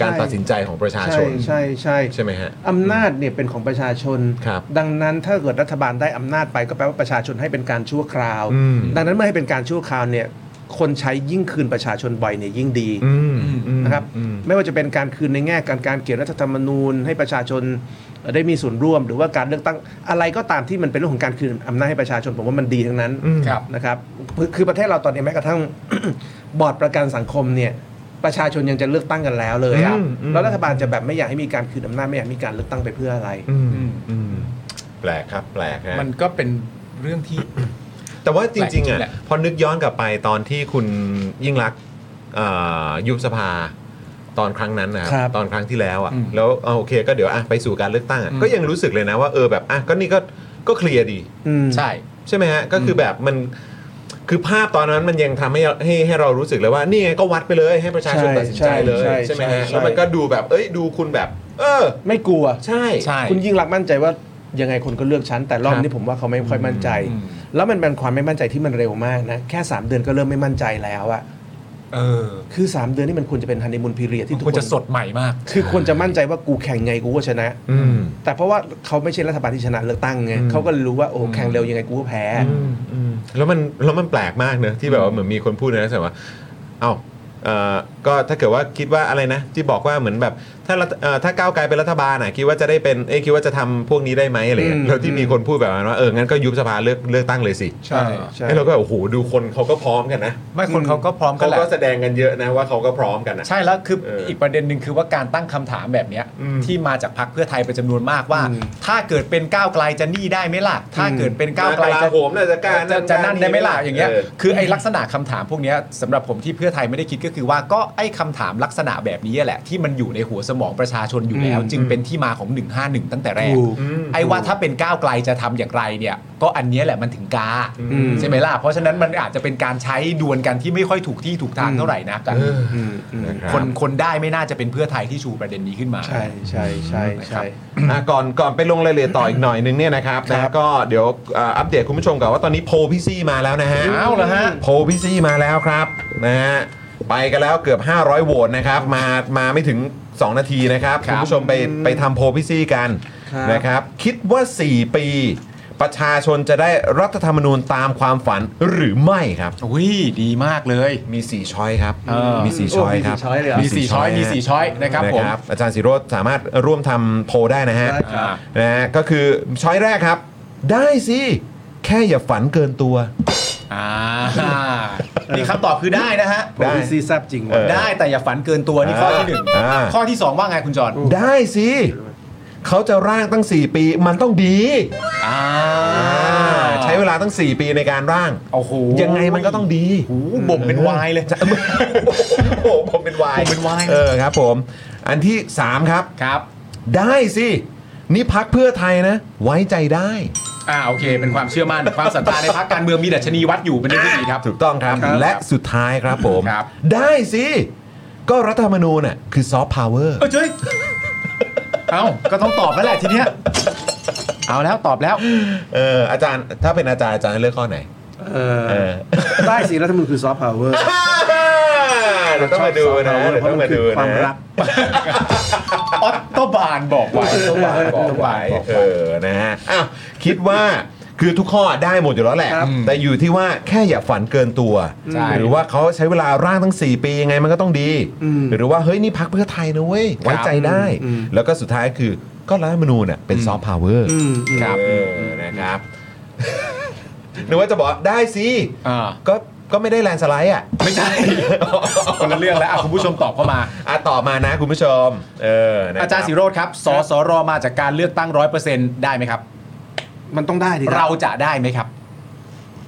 Speaker 1: การ
Speaker 8: ใช่
Speaker 1: ตัดสินใจของประชา
Speaker 8: ใช่
Speaker 1: ชน
Speaker 8: ใช่ใช่
Speaker 1: ใช่ไหมฮะ
Speaker 8: อำนาจเนี่ยเป็นของประชาชน
Speaker 1: ครับ
Speaker 8: ดังนั้นถ้าเกิดรัฐบาลได้อำนาจไปก็แปลว่าประชาชนให้เป็นการชั่วคราว
Speaker 1: อืม
Speaker 8: ดังนั้นเมื่อให้เป็นการชั่วคราวเนี่ยคนใช้ยิ่งคืนประชาชนบ่อยเนี่ยยิ่งดี
Speaker 1: อืมอืม
Speaker 8: นะครับ
Speaker 1: อืม
Speaker 8: ไม่ว่าจะเป็นการคืนในแง่การการเขียนรัฐธรรมนูญ ให้ประชาชนเอ่อได้มีส่วนร่วม หรือว่าการเลือกตั้งอะไรก็ตามที่มันเป็นเรื่องของการคืนอำนาจให้ประชาชนผมว่ามันดีทั้งนั้น
Speaker 1: อืม
Speaker 3: ครับ
Speaker 8: นะครับคือคือประเทศเราตอนนี้แม้กระทั่ง บอร์ดประกันสังคมเนี่ยประชาชนยังจะเลือกตั้งกันแล้วเลยอะ
Speaker 1: อืมอืม
Speaker 8: แล้วรัฐบาลจะแบบไม่อยากให้มีการคืนอำนาจไม่อยากมีการเลือกตั้งไปเพื่ออะไร
Speaker 1: อืมอืมแปลกครับแปลกฮะ
Speaker 3: มันก็เป็นเรื่องที่
Speaker 1: แต่ว่าจริงๆ
Speaker 3: แปลกจริงแห
Speaker 1: อ่ะ
Speaker 3: ละ
Speaker 1: พอนึกย้อนกลับไปตอนที่คุณยิ่งรักษณ์เอ่อยุบสภาตอนครั้งนั้นนะครับ ตอนครั้งที่แล้วอ่ะแล้วเอาโอเคก็เดี๋ยวอ่ะไปสู่การเลือกตั้งอ่ะก็ยังรู้สึกเลยนะว่าเออแบบอ่ะก็นี่ก็ก็เคลียร์ดี
Speaker 3: ใช่
Speaker 1: ใช่ไหมฮะ ก็คือแบบมันคือภาพตอนนั้นมันยังทำให้เราให้ให้เรารู้สึกเลยว่านี่ไงก็วัดไปเลยให้ประชาชน
Speaker 8: ใช่
Speaker 1: ตัดสินใจเลย
Speaker 8: ใช่
Speaker 1: ใช่ไหมฮะ
Speaker 8: ใช่
Speaker 1: แล้วมันก็ดูแบบเอ้ยดูคุณแบบ เออ
Speaker 8: ไม่กลัว
Speaker 1: ใช่
Speaker 3: ใช่
Speaker 8: คุณยิ่งรักษณ์มั่นใจว่ายังไงคนก็เลือกฉันแต่รอบนี้ผมว่าเขาไม่ค่อยมั่นใจ
Speaker 3: อืม
Speaker 8: แล้วมันเป็นความไม่มั่นใจที่มันเร็วมากนะแค่สามเดือนก็เริ่มไม่มั่นใจแล้วอะ
Speaker 3: เออ
Speaker 8: คือ 3 เดือนนี่มันควรจะเป็นฮันนีมูนพีเรียดที่ทุก
Speaker 3: ควร
Speaker 8: คน
Speaker 3: จะสดใหม่มาก
Speaker 8: คือควรจะมั่นใจว่ากูแข่งไงกูก็ชนะ
Speaker 1: อืม
Speaker 8: แต่เพราะว่าเขาไม่ใช่รัฐบาลที่ชนะเลือกตั้งไงเขาก็เลยรู้ว่าโอ้แข่งเร็วยังไงกูก็แพ้
Speaker 1: อืมแล้วมันแล้วมันแปลกมากเนอะที่แบบว่าเหมือนมีคนพูดในลักษณะว่า เอ้าเอ่อก็ถ้าเกิดว่าคิดว่าอะไรนะ ที่บอกว่าเหมือนแบบถ้ารัฐเอ่อถ้าก้าวไกลเป็นรัฐบาลอ่ะคิดว่าจะได้เป็นเอ้ยคิดว่าจะทำพวกนี้ได้ไหมอะไรอย่างเงี้ย
Speaker 8: อืม
Speaker 1: แล้วที่มีคนพูดแบบนั้นว่าเอองั้นก็ยุบสภาเลือกเลือกตั้งเลยสิ
Speaker 3: ใช่
Speaker 8: ใช่
Speaker 1: แล้วเราก็แบบโอ้โหดูคนเขาก็พร้อมกันนะ
Speaker 3: ไม่คนเขาก็พร้อมกัน
Speaker 1: เขา
Speaker 3: แหละ
Speaker 1: ก็แสดงกันเยอะนะว่าเขาก็พร้อมกันนะ
Speaker 3: ใช่แล้วคือ
Speaker 1: เอออี
Speaker 3: อีกประเด็นหนึ่งคือว่าการตั้งคำถามแบบเนี้ย
Speaker 1: อืม
Speaker 3: ที่มาจากพรรคเพื่อไทยเป็นจำนวนมากว่า
Speaker 8: อืม
Speaker 3: ถ้าเกิดเป็นก้าวไกลจะหนี่ได้ไหมล่ะ ถ้าเกิดเป็นก้าวไกล
Speaker 1: กลาโหมน่าจะกล้านั่
Speaker 3: จะ
Speaker 1: น
Speaker 3: จะนั่นได้ไหมล่ะอย่างเงี้ย
Speaker 1: เออ
Speaker 3: คือไอ้ลักษณะคำถามพวกเนี้ยสำหรับผมที่เพื่อไทยไม่ได้คิดก็คือว่าก็ไอ้คำถามลักษณะแบบนี้แหละ ที่มันอยู่ในหัวสมองประชาชนอยู่แล้ว
Speaker 8: อืม
Speaker 3: จึงเป็นที่มาของ 151 ตั้งแต่แรก
Speaker 8: ถูก
Speaker 3: ไอ้ว่าถ้าเป็นก้าวไกลจะทำอย่างไรเนี่ย ก็อันเนี้ยแหละมันถึงกา
Speaker 8: อืม
Speaker 3: ใช่ไหมล่ะเพราะฉะนั้นมันอาจจะเป็นการใช้ดวลกันที่ไม่ค่อยถูกที่ถูกทางเท่าไหร่นักอะ
Speaker 8: อืมอืม
Speaker 1: นะครับ
Speaker 3: คนคนได้ไม่น่าจะเป็นเพื่อไทยที่ชูประเด็นนี้ขึ้นมา
Speaker 8: ใช่ใช่ใช่ใช่
Speaker 1: อ่ะก่อนก่อนไปลงรายละเอียดต่ออีกหน่อยนึงเนี่ยนะครับ
Speaker 8: ครับ
Speaker 1: นะก็เดี๋ยวอ่าอัปเดตคุณผู้ชมก่อนว่าตอนนี้โพลพี่ซี่มาแล้วนะฮะ
Speaker 8: อ้าวเหรอฮะ
Speaker 1: โพลพี่ซี่มาแล้วครับนะฮะไปกันแล้วเกือบ 500 โหวตนะครับ มามาไม่ถึง 2 นาทีนะครับ
Speaker 3: ครั
Speaker 1: คุณ
Speaker 3: บ
Speaker 1: ผู้ชมไปไปทำโพลพี่ซี่กันนะครับ คิดว่า 4 ปี ประชาชนจะได้รัฐธรรมนูญตามความฝันหรือไม่ครับ
Speaker 3: อุ้ยดีมากเลย
Speaker 1: มี 4 ช้อยครับ
Speaker 3: เออ
Speaker 1: มี 4 ช้อยครับ
Speaker 8: โอ้มีสี่ช้อยเลยเหรอ
Speaker 3: มีสี่ช้อยมีสี่ช้อยนะครับผม
Speaker 1: นะอาจารย์สิโรธสามารถร่วมทำโพลได้นะฮะ
Speaker 8: ได้ครับ
Speaker 1: นะฮะก็คือช้อยแรกครับ ได้สิ แค่อย่าฝันเกินตัว
Speaker 3: อ่านี่คำตอบคือได้นะฮะ
Speaker 8: ผมซีแซบจริง
Speaker 1: เอ
Speaker 8: ว่ะ
Speaker 1: อ
Speaker 3: ได้แต่อย่าฝันเกินตัวนี่ข้อที่หนึ่ง
Speaker 1: อ่า
Speaker 3: ข้อที่สองว่าไงคุณจอน
Speaker 1: ได้สิ เขาจะร่างตั้ง 4 ปีมันต้องดี
Speaker 3: อ่า
Speaker 1: ใช้เวลาตั้ง 4 ปีในการร่าง
Speaker 3: โอ้โห
Speaker 1: ยังไงมันก็ต้องดี
Speaker 3: โอ้โหบ่มเป็นว ายเลย
Speaker 1: โอ้ผมเป็นวาย
Speaker 3: ผมเป็นวาย
Speaker 1: เออครับผม อันที่ 3 ครับ
Speaker 3: ครับ
Speaker 1: ได้สิ นี่พักเพื่อไทยนะ ไว้ใจได้
Speaker 3: อ่าโอเค เป็นความเชื่อมั่นความศรัทธาในพรรคการเมืองมีดัชนีวัดอยู่เป็นเรื่องที่ดีครับ
Speaker 1: ถูกต้องครับ
Speaker 3: ครับ
Speaker 1: และสุดท้ายครับผม
Speaker 3: ครับ
Speaker 1: ได้สิ ก็รัฐธรรมนูญน่ะคือซอฟต์พาวเวอร์
Speaker 3: เออเจ้ยเอ้าก็ต้องตอบแล้วแหละทีเนี้ยเอาแล้วตอบแล้ว
Speaker 1: เอออาจารย์ถ้าเป็นอาจารย์อาจารย์เลือกข้อไหน
Speaker 8: เออ
Speaker 1: เออ
Speaker 8: ได้สิรัฐธรรมนูญคือซอฟต์พาวเวอร์
Speaker 1: เดี๋ยวต้องมาดูนะเดี๋ยว
Speaker 8: เพราะ
Speaker 1: ต้อ
Speaker 8: มั
Speaker 1: ง
Speaker 8: น
Speaker 1: มา
Speaker 8: คือ
Speaker 1: ดู
Speaker 8: ความ
Speaker 1: นะ
Speaker 8: รัก
Speaker 3: ออตโตบานบอกไว้
Speaker 1: บอกไปเออนะฮะอ้าวคิดว่าคือทุกข้อได้หมดอยู่แล้วแหละ
Speaker 8: ครับ
Speaker 1: แต่อยู่ที่ว่าแค่อย่าฝันเกินตัว
Speaker 3: ใช่
Speaker 1: หรือว่าเขาใช้เวลาร่างทั้ง 4 ปียังไงมันก็ต้องดี หรือว่าเฮ้ยนี่พักเพื่อไทยนะเว้ยไว้ใจได้ แล้วก็สุดท้ายคือก็รัฐธรรมนูญน่ะเป็นซอฟต์พาวเวอร์
Speaker 8: อืมอืม
Speaker 3: ครับ
Speaker 1: เออนะครับ หรือว่าจะบอกได้สิ
Speaker 3: อ่า
Speaker 1: ก็ ก็ไม่ได้แลนสไลด์อ่ะ
Speaker 3: ไม่ใช่ คนละเรื่องแล้วอ่ะคุณผู้ชมตอบเข้ามา
Speaker 1: อ่ะต่อมานะคุณผู้ชม เออนะคบ
Speaker 3: อาจารย์สิโรธครับสสรมาจากการเลือกตั้งร้อยเปอร์เซ็นต์ได้ไหมครับ
Speaker 8: มันต้องได้ดิค
Speaker 3: เรา
Speaker 8: บ
Speaker 3: จะได้ไหมครับ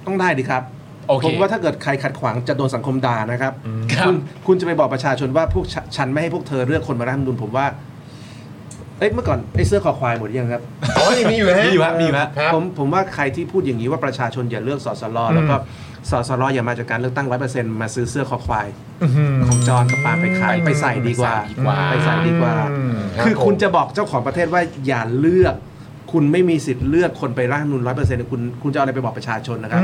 Speaker 8: ต้องได้ดิครับ
Speaker 3: โอเค
Speaker 8: ผมว่าถ้าเกิดใครขัดขวางจะโดนสังคมด่านะครับ
Speaker 3: ครับ
Speaker 8: ณคุณจะไปบอกประชาชนว่าพวกฉฉันไม่ให้พวกเธอเลือกคนมาร่างดุลผมว่า เอ้ยเมื่อก่อนไอ้เสื้อคอควายหมดหรือยังครับ
Speaker 1: อ๋อยังมีอยู่ฮะ
Speaker 3: มีอยู่ฮะมีอยู่ฮะ
Speaker 8: ผมผมว่าใครที่พูดอย่างนี้ว่าประชาชนอย่าเลือกสสลแล้วก็สสลอย่ามาจากการเลือกตั้งร้อยเปอร์เซ็นต์มาซื้อเสื้อคอควายของจอนกับปาล์มไปขายไปใส่ดีกว่า
Speaker 3: ไปใส่ดีกว่า
Speaker 8: ไปใส่ดีกว่า
Speaker 1: ครับ
Speaker 8: คือคุณ
Speaker 1: ผม
Speaker 8: จะบอกเจ้าของประเทศว่าอย่าเลือก คุณไม่มีสิทธิ์เลือกคนไปร่างนุนร้อยเปอร์เซ็นต์คุณคุณจะเอาอะไรไปบอกประชาชนนะครับ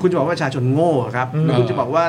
Speaker 8: คุณจะบอกว่าประชาชนโง่ครับหรือคุณจะบอกว่า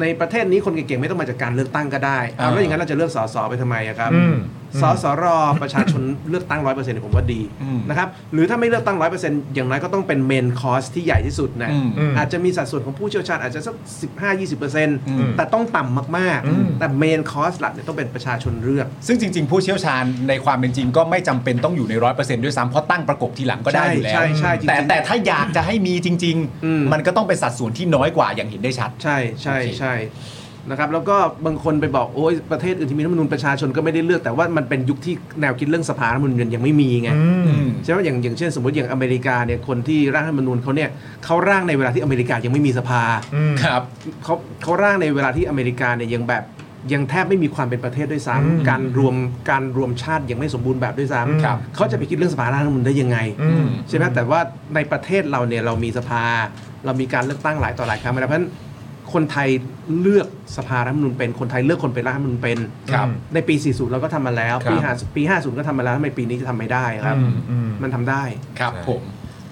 Speaker 8: ในประเทศนี้คนเก่งๆไม่ต้องมาจากการเลือกตั้งก็ได้เอาแล้วอย่างนั้นเราจะเลือกสสไปทำไมอะครับ
Speaker 1: อืม
Speaker 8: สสรประชาชนเลือกตั้งร้อยเปอร์เซ็นต์ผมว่าดีนะครับหรือถ้าไม่เลือกตั้งร้อยเปอร์เซ็นต์อย่างน้อยก็ต้องเป็นเมนคอสที่ใหญ่ที่สุดนะ
Speaker 3: อืม
Speaker 1: อืม
Speaker 8: อาจจะมีสัดส่วนของผู้เชี่ยวชาญอาจจะสักสิบห้ายี่สิบเปอร์เซ็นต์
Speaker 3: ม
Speaker 8: แต่ต้องต่ำมากๆ แต่เมนคอสหลักเนี่ยต้องเป็นประชาชนเลือก
Speaker 3: ซึ่งจริง ๆ ผู้เชี่ยวชาญในความเป็นจริงก็ไม่จำเป็นต้องอยู่ในร้อยเปอร์เซ็นต์ด้วยซ้ำเพราะตั้งประกบทีหลังก็ได้อยู่แล้ว
Speaker 8: ใช่ใช่ใช่จริงๆ
Speaker 3: แต่แต่ถ้าอยากจะให้มีจริง
Speaker 8: อืม
Speaker 3: ๆ มันก็ต้องเป็นสัดส่วนที่น้อยกว่าอย่างเห็นได้ชัด
Speaker 8: ใช่ใช่
Speaker 3: โอเค
Speaker 8: ใช่นะครับแล้วก็บางคนไปบอกโอ้ยประเทศอื่นที่มีรัฐธรรมนูญประชาชนก็ไม่ได้เลือกแต่ว่ามันเป็นยุคที่แนวคิดเรื่องสภารัฐธรรมนูญยังไม่มีไง
Speaker 3: อืม
Speaker 8: ใช่ไหมอย่างอย่างเช่นสมมติอย่างอเมริกาเนี่ยคนที่ร่างรัฐธรรมนูญเขาเนี่ยเขาร่างในเวลาที่อเมริกายังไม่มีสภา
Speaker 3: ครับ
Speaker 8: เขาเขาร่างในเวลาที่อเมริกาเนี่ยยังแบบยังแทบไม่มีความเป็นประเทศด้วยซ้ำการรวมการรวมชาติยังไม่สมบูรณ์แบบด้วยซ้
Speaker 3: ครับ
Speaker 8: ำเขาจะไปคิดเรื่องสภาร่างรัฐธรรมนูญได้ยังไง
Speaker 3: อืม
Speaker 8: ใช่ไหมแต่ว่าในประเทศเราเนี่ยเรามีสภา เรามีการเลือกตั้งหลายต่อหลายครั้งมาแล้วเพราะฉะนั้นคนไทยเลือกสภารัฐธรรมนูญเป็นคนไทยเลือกคนเป็นรัฐธรรมนูญเป็น
Speaker 3: ครับ
Speaker 8: ในปี 40 เราก็ทำมาแล้ว ปี50ปี50ก็ทำมาแล้วทำไมปีนี้จะทำไม่ได้ครับ มันทำได้
Speaker 3: ครับผม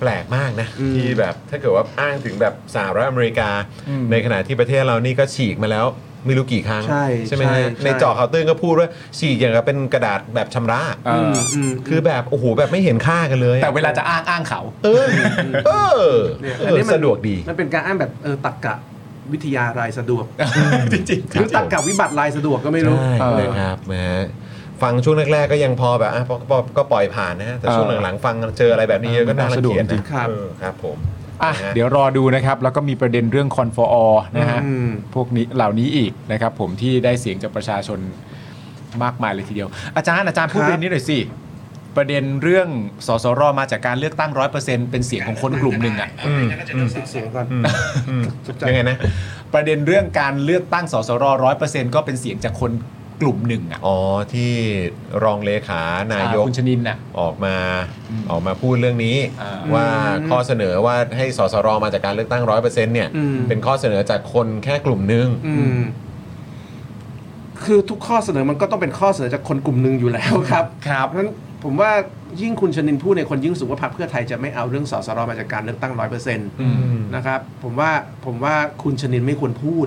Speaker 1: แปลกมากนะ
Speaker 8: อืม
Speaker 1: ที่แบบถ้าเกิดว่าอ้างถึงแบบสหรัฐอเมริกา
Speaker 3: อืม
Speaker 1: ในขณะที่ประเทศเรานี่ก็ฉีกมาแล้วไม่รู้กี่ครั้ง
Speaker 8: ใช่
Speaker 1: ไหมฮะ
Speaker 8: ใช่ใช่
Speaker 1: ในเจอข่าวตื้นก็พูดว่าฉีกอย่างกับเป็นกระดาษแบบชำระ
Speaker 3: เอออ
Speaker 8: อืม
Speaker 1: คือแบบโอ้โหแบบไม่เห็นค่ากันเลยอะ
Speaker 3: แต่เวลาจะอ้างอ้างเขา
Speaker 1: เออเออ
Speaker 8: เนี่ย
Speaker 1: เอ
Speaker 8: อัน
Speaker 1: อ
Speaker 8: นี้มัน
Speaker 1: สะดวกดี
Speaker 8: มันเป็นการอ้างแบบเออตักกะวิทยารายสะดวก
Speaker 3: จริง
Speaker 8: หรือตักกะวิบัติรายสะดวกก็ไม่รู้
Speaker 1: ใช่นะครับนะฮะฟังช่วงแรกๆก็ยังพอแบบอ่ะพอพอก็ปล่อยผ่านนะฮะแต่ช่วงหลังๆฟังเจออะไรแบบนี้เยอะก็น่ารังเกียจ
Speaker 3: จริ
Speaker 1: นะ
Speaker 3: ง
Speaker 8: ครับ
Speaker 1: เออครับผม
Speaker 3: ๆอ่ะ
Speaker 1: นะฮะ
Speaker 3: เดี๋ยวรอดูนะครับ แล้วก็มีประเด็นเรื่องคอนฟอร์นะฮะ
Speaker 8: อืม
Speaker 3: พวกนี้เหล่านี้อีกนะครับ ผมที่ได้เสียงจากประชาชนมากมายเลยทีเดียว อาจารย์อาจารย์พูด
Speaker 8: ครั
Speaker 3: ป
Speaker 8: บ
Speaker 3: ระเด็นนี้หน่อยสิ ประเด็นเรื่องสสรมาจากการเลือกตั้งร้อยเปอร์เซ็นเป็นเสียงของคนกลุ่มหนึ่ง อะ
Speaker 8: ปิดเสียงก่อน
Speaker 1: ยังไงนะ
Speaker 3: ประเด็นเรื่องการเลือกตั้งสสรร้อยเปอร์เซ็นก็เป็นเสียงจากคนกลุ่มหนึ่งอะ
Speaker 1: อ๋อที่รองเลขานาย
Speaker 3: อ่าก คุณชนินน่ะ
Speaker 1: ออกมาออกมาพูดเรื่องนี้
Speaker 3: อ่า
Speaker 1: ว่าข้อเสนอว่าให้สสรมาจากการเลือกตั้งร้อยเปอร์เซ็นต์เนี่ย
Speaker 8: อืม
Speaker 1: เป็นข้อเสนอจากคนแค่กลุ่มหนึง
Speaker 8: อืมคือทุกข้อเสนอมันก็ต้องเป็นข้อเสนอจากคนกลุ่มหนึ่งอยู่แล้วครับ
Speaker 3: ครับ
Speaker 8: เพราะฉะนั้นผมว่ายิ่งคุณชนินพูดในยคนยิ่งรู้สูงว่าพรรคเพื่อไทยจะไม่เอาเรื่องสสรมาจากการเลือกตั้งร้อยเปอร์เซ็นต์
Speaker 3: อืม
Speaker 8: นะครับ ผมว่าผมว่าคุณชนินไม่ควรพูด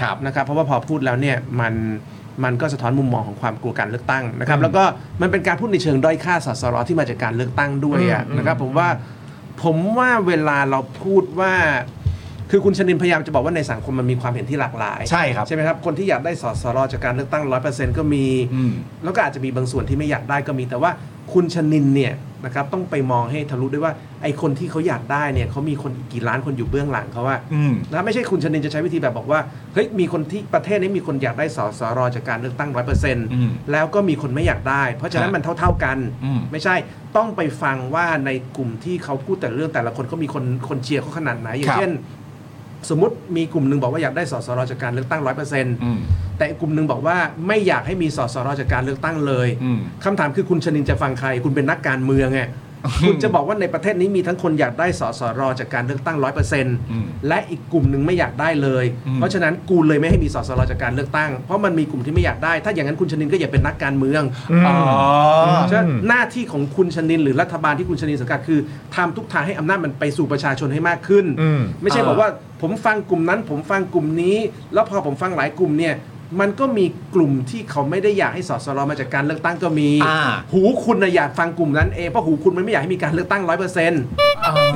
Speaker 3: ครับ
Speaker 8: นะครับเพราะว่าพอพูดแล้วเนี่ยมันมันก็สะท้อนมุมมองของความกลัวการเลือกตั้งนะครับแล้วก็มันเป็นการพูดในเชิงด้อยค่าสสรที่มาจากการเลือกตั้งด้วยอะนะครับผมว่าผมว่าเวลาเราพูดว่า คือคุณชนินพยายามจะบอกว่าในสังคมมันมีความเห็นที่หลากหลาย
Speaker 3: ใช่ครับ
Speaker 8: ใช่ไหมครับคนที่อยากได้สสรจากการเลือกตั้งร้อยเปอร์เซ็นต์ก็มี
Speaker 3: อืม
Speaker 8: แล้วก็อาจจะมีบางส่วนที่ไม่อยากได้ก็มี แต่ว่าคุณชนินเนี่ยนะครับต้องไปมองให้ทะลุด้วยว่าไอคนที่เขาอยากได้เนี่ยเขามีคนอีกกี่ล้านคนอยู่เบื้องหลังเขาว่า
Speaker 3: อืม
Speaker 8: นะไม่ใช่คุณชนินจะใช้วิธีแบบบอกว่าเฮ้ยมีคนที่ประเทศนี้มีคนอยากได้สสรจากการเลือกตั้งร้อยเปอร์เซ็นต์
Speaker 3: ม
Speaker 8: แล้วก็มีคนไม่อยากได้ เพราะฉะนั้น
Speaker 3: ฮะ
Speaker 8: มันเท่า ๆกัน
Speaker 3: อืม
Speaker 8: ไม่ใช่ต้องไปฟังว่าในกลุ่มที่เขาพูดแต่เรื่องแต่ละคนก็มีคนคนเชียร์เขาขนาดไหน อย่างเช่น สมมติมีกลุ่มหนึ่งบอกว่าอยากได้สสรจากการเลือกตั้งร้อยเปอร์เซ็นต์
Speaker 3: อืม
Speaker 8: แต่อีกกลุ่มหนึ่งบอกว่าไม่อยากให้มีสสรจากการเลือกตั้งเลย
Speaker 3: อืม
Speaker 8: คำถามคือคุณชนินจะฟังใคร คุณเป็นนักการเมืองไงคุณจะบอกว่าในประเทศนี้มีทั้งคนอยากได้สสรจากการเลือกตั้งร้อยเปอร์เซ็นต์
Speaker 3: ม
Speaker 8: และอีกกลุ่มหนึ่งไม่อยากได้เลย
Speaker 3: อืม
Speaker 8: เพราะฉะนั้นกูเลยไม่ให้มีสสรจากการเลือกตั้ง เพราะมันมีกลุ่มที่ไม่อยากได้ ถ้าอย่างนั้นคุณชนินก็อย่าเป็นนักการเมือง
Speaker 3: อ๋อ
Speaker 8: ฉะนั้นหน้าที่ของคุณชนินหรือรัฐบาลที่คุณชนินสังกัดคือทำทุกทางให้อำนาจมันไปสู่ประชาชนให้มากขึ้น
Speaker 1: อืม
Speaker 8: ไม่ใช่บอกว่าผมฟังกลุ่มนั้น ผมฟังกลุ่มนี้ แล้วพอผมฟังหลายกลุ่มเนี่ย มันก็มีกลุ่มที่เขาไม่ได้อยากให้สสรมาจากการเลือกตั้งก็มี
Speaker 3: อ่า
Speaker 8: หูคุณนะอยากฟังกลุ่มนั้นเองเพราะหูคุณมันไม่อยากให้มีการเลือกตั้งร้อยเปอร์เซ็นต์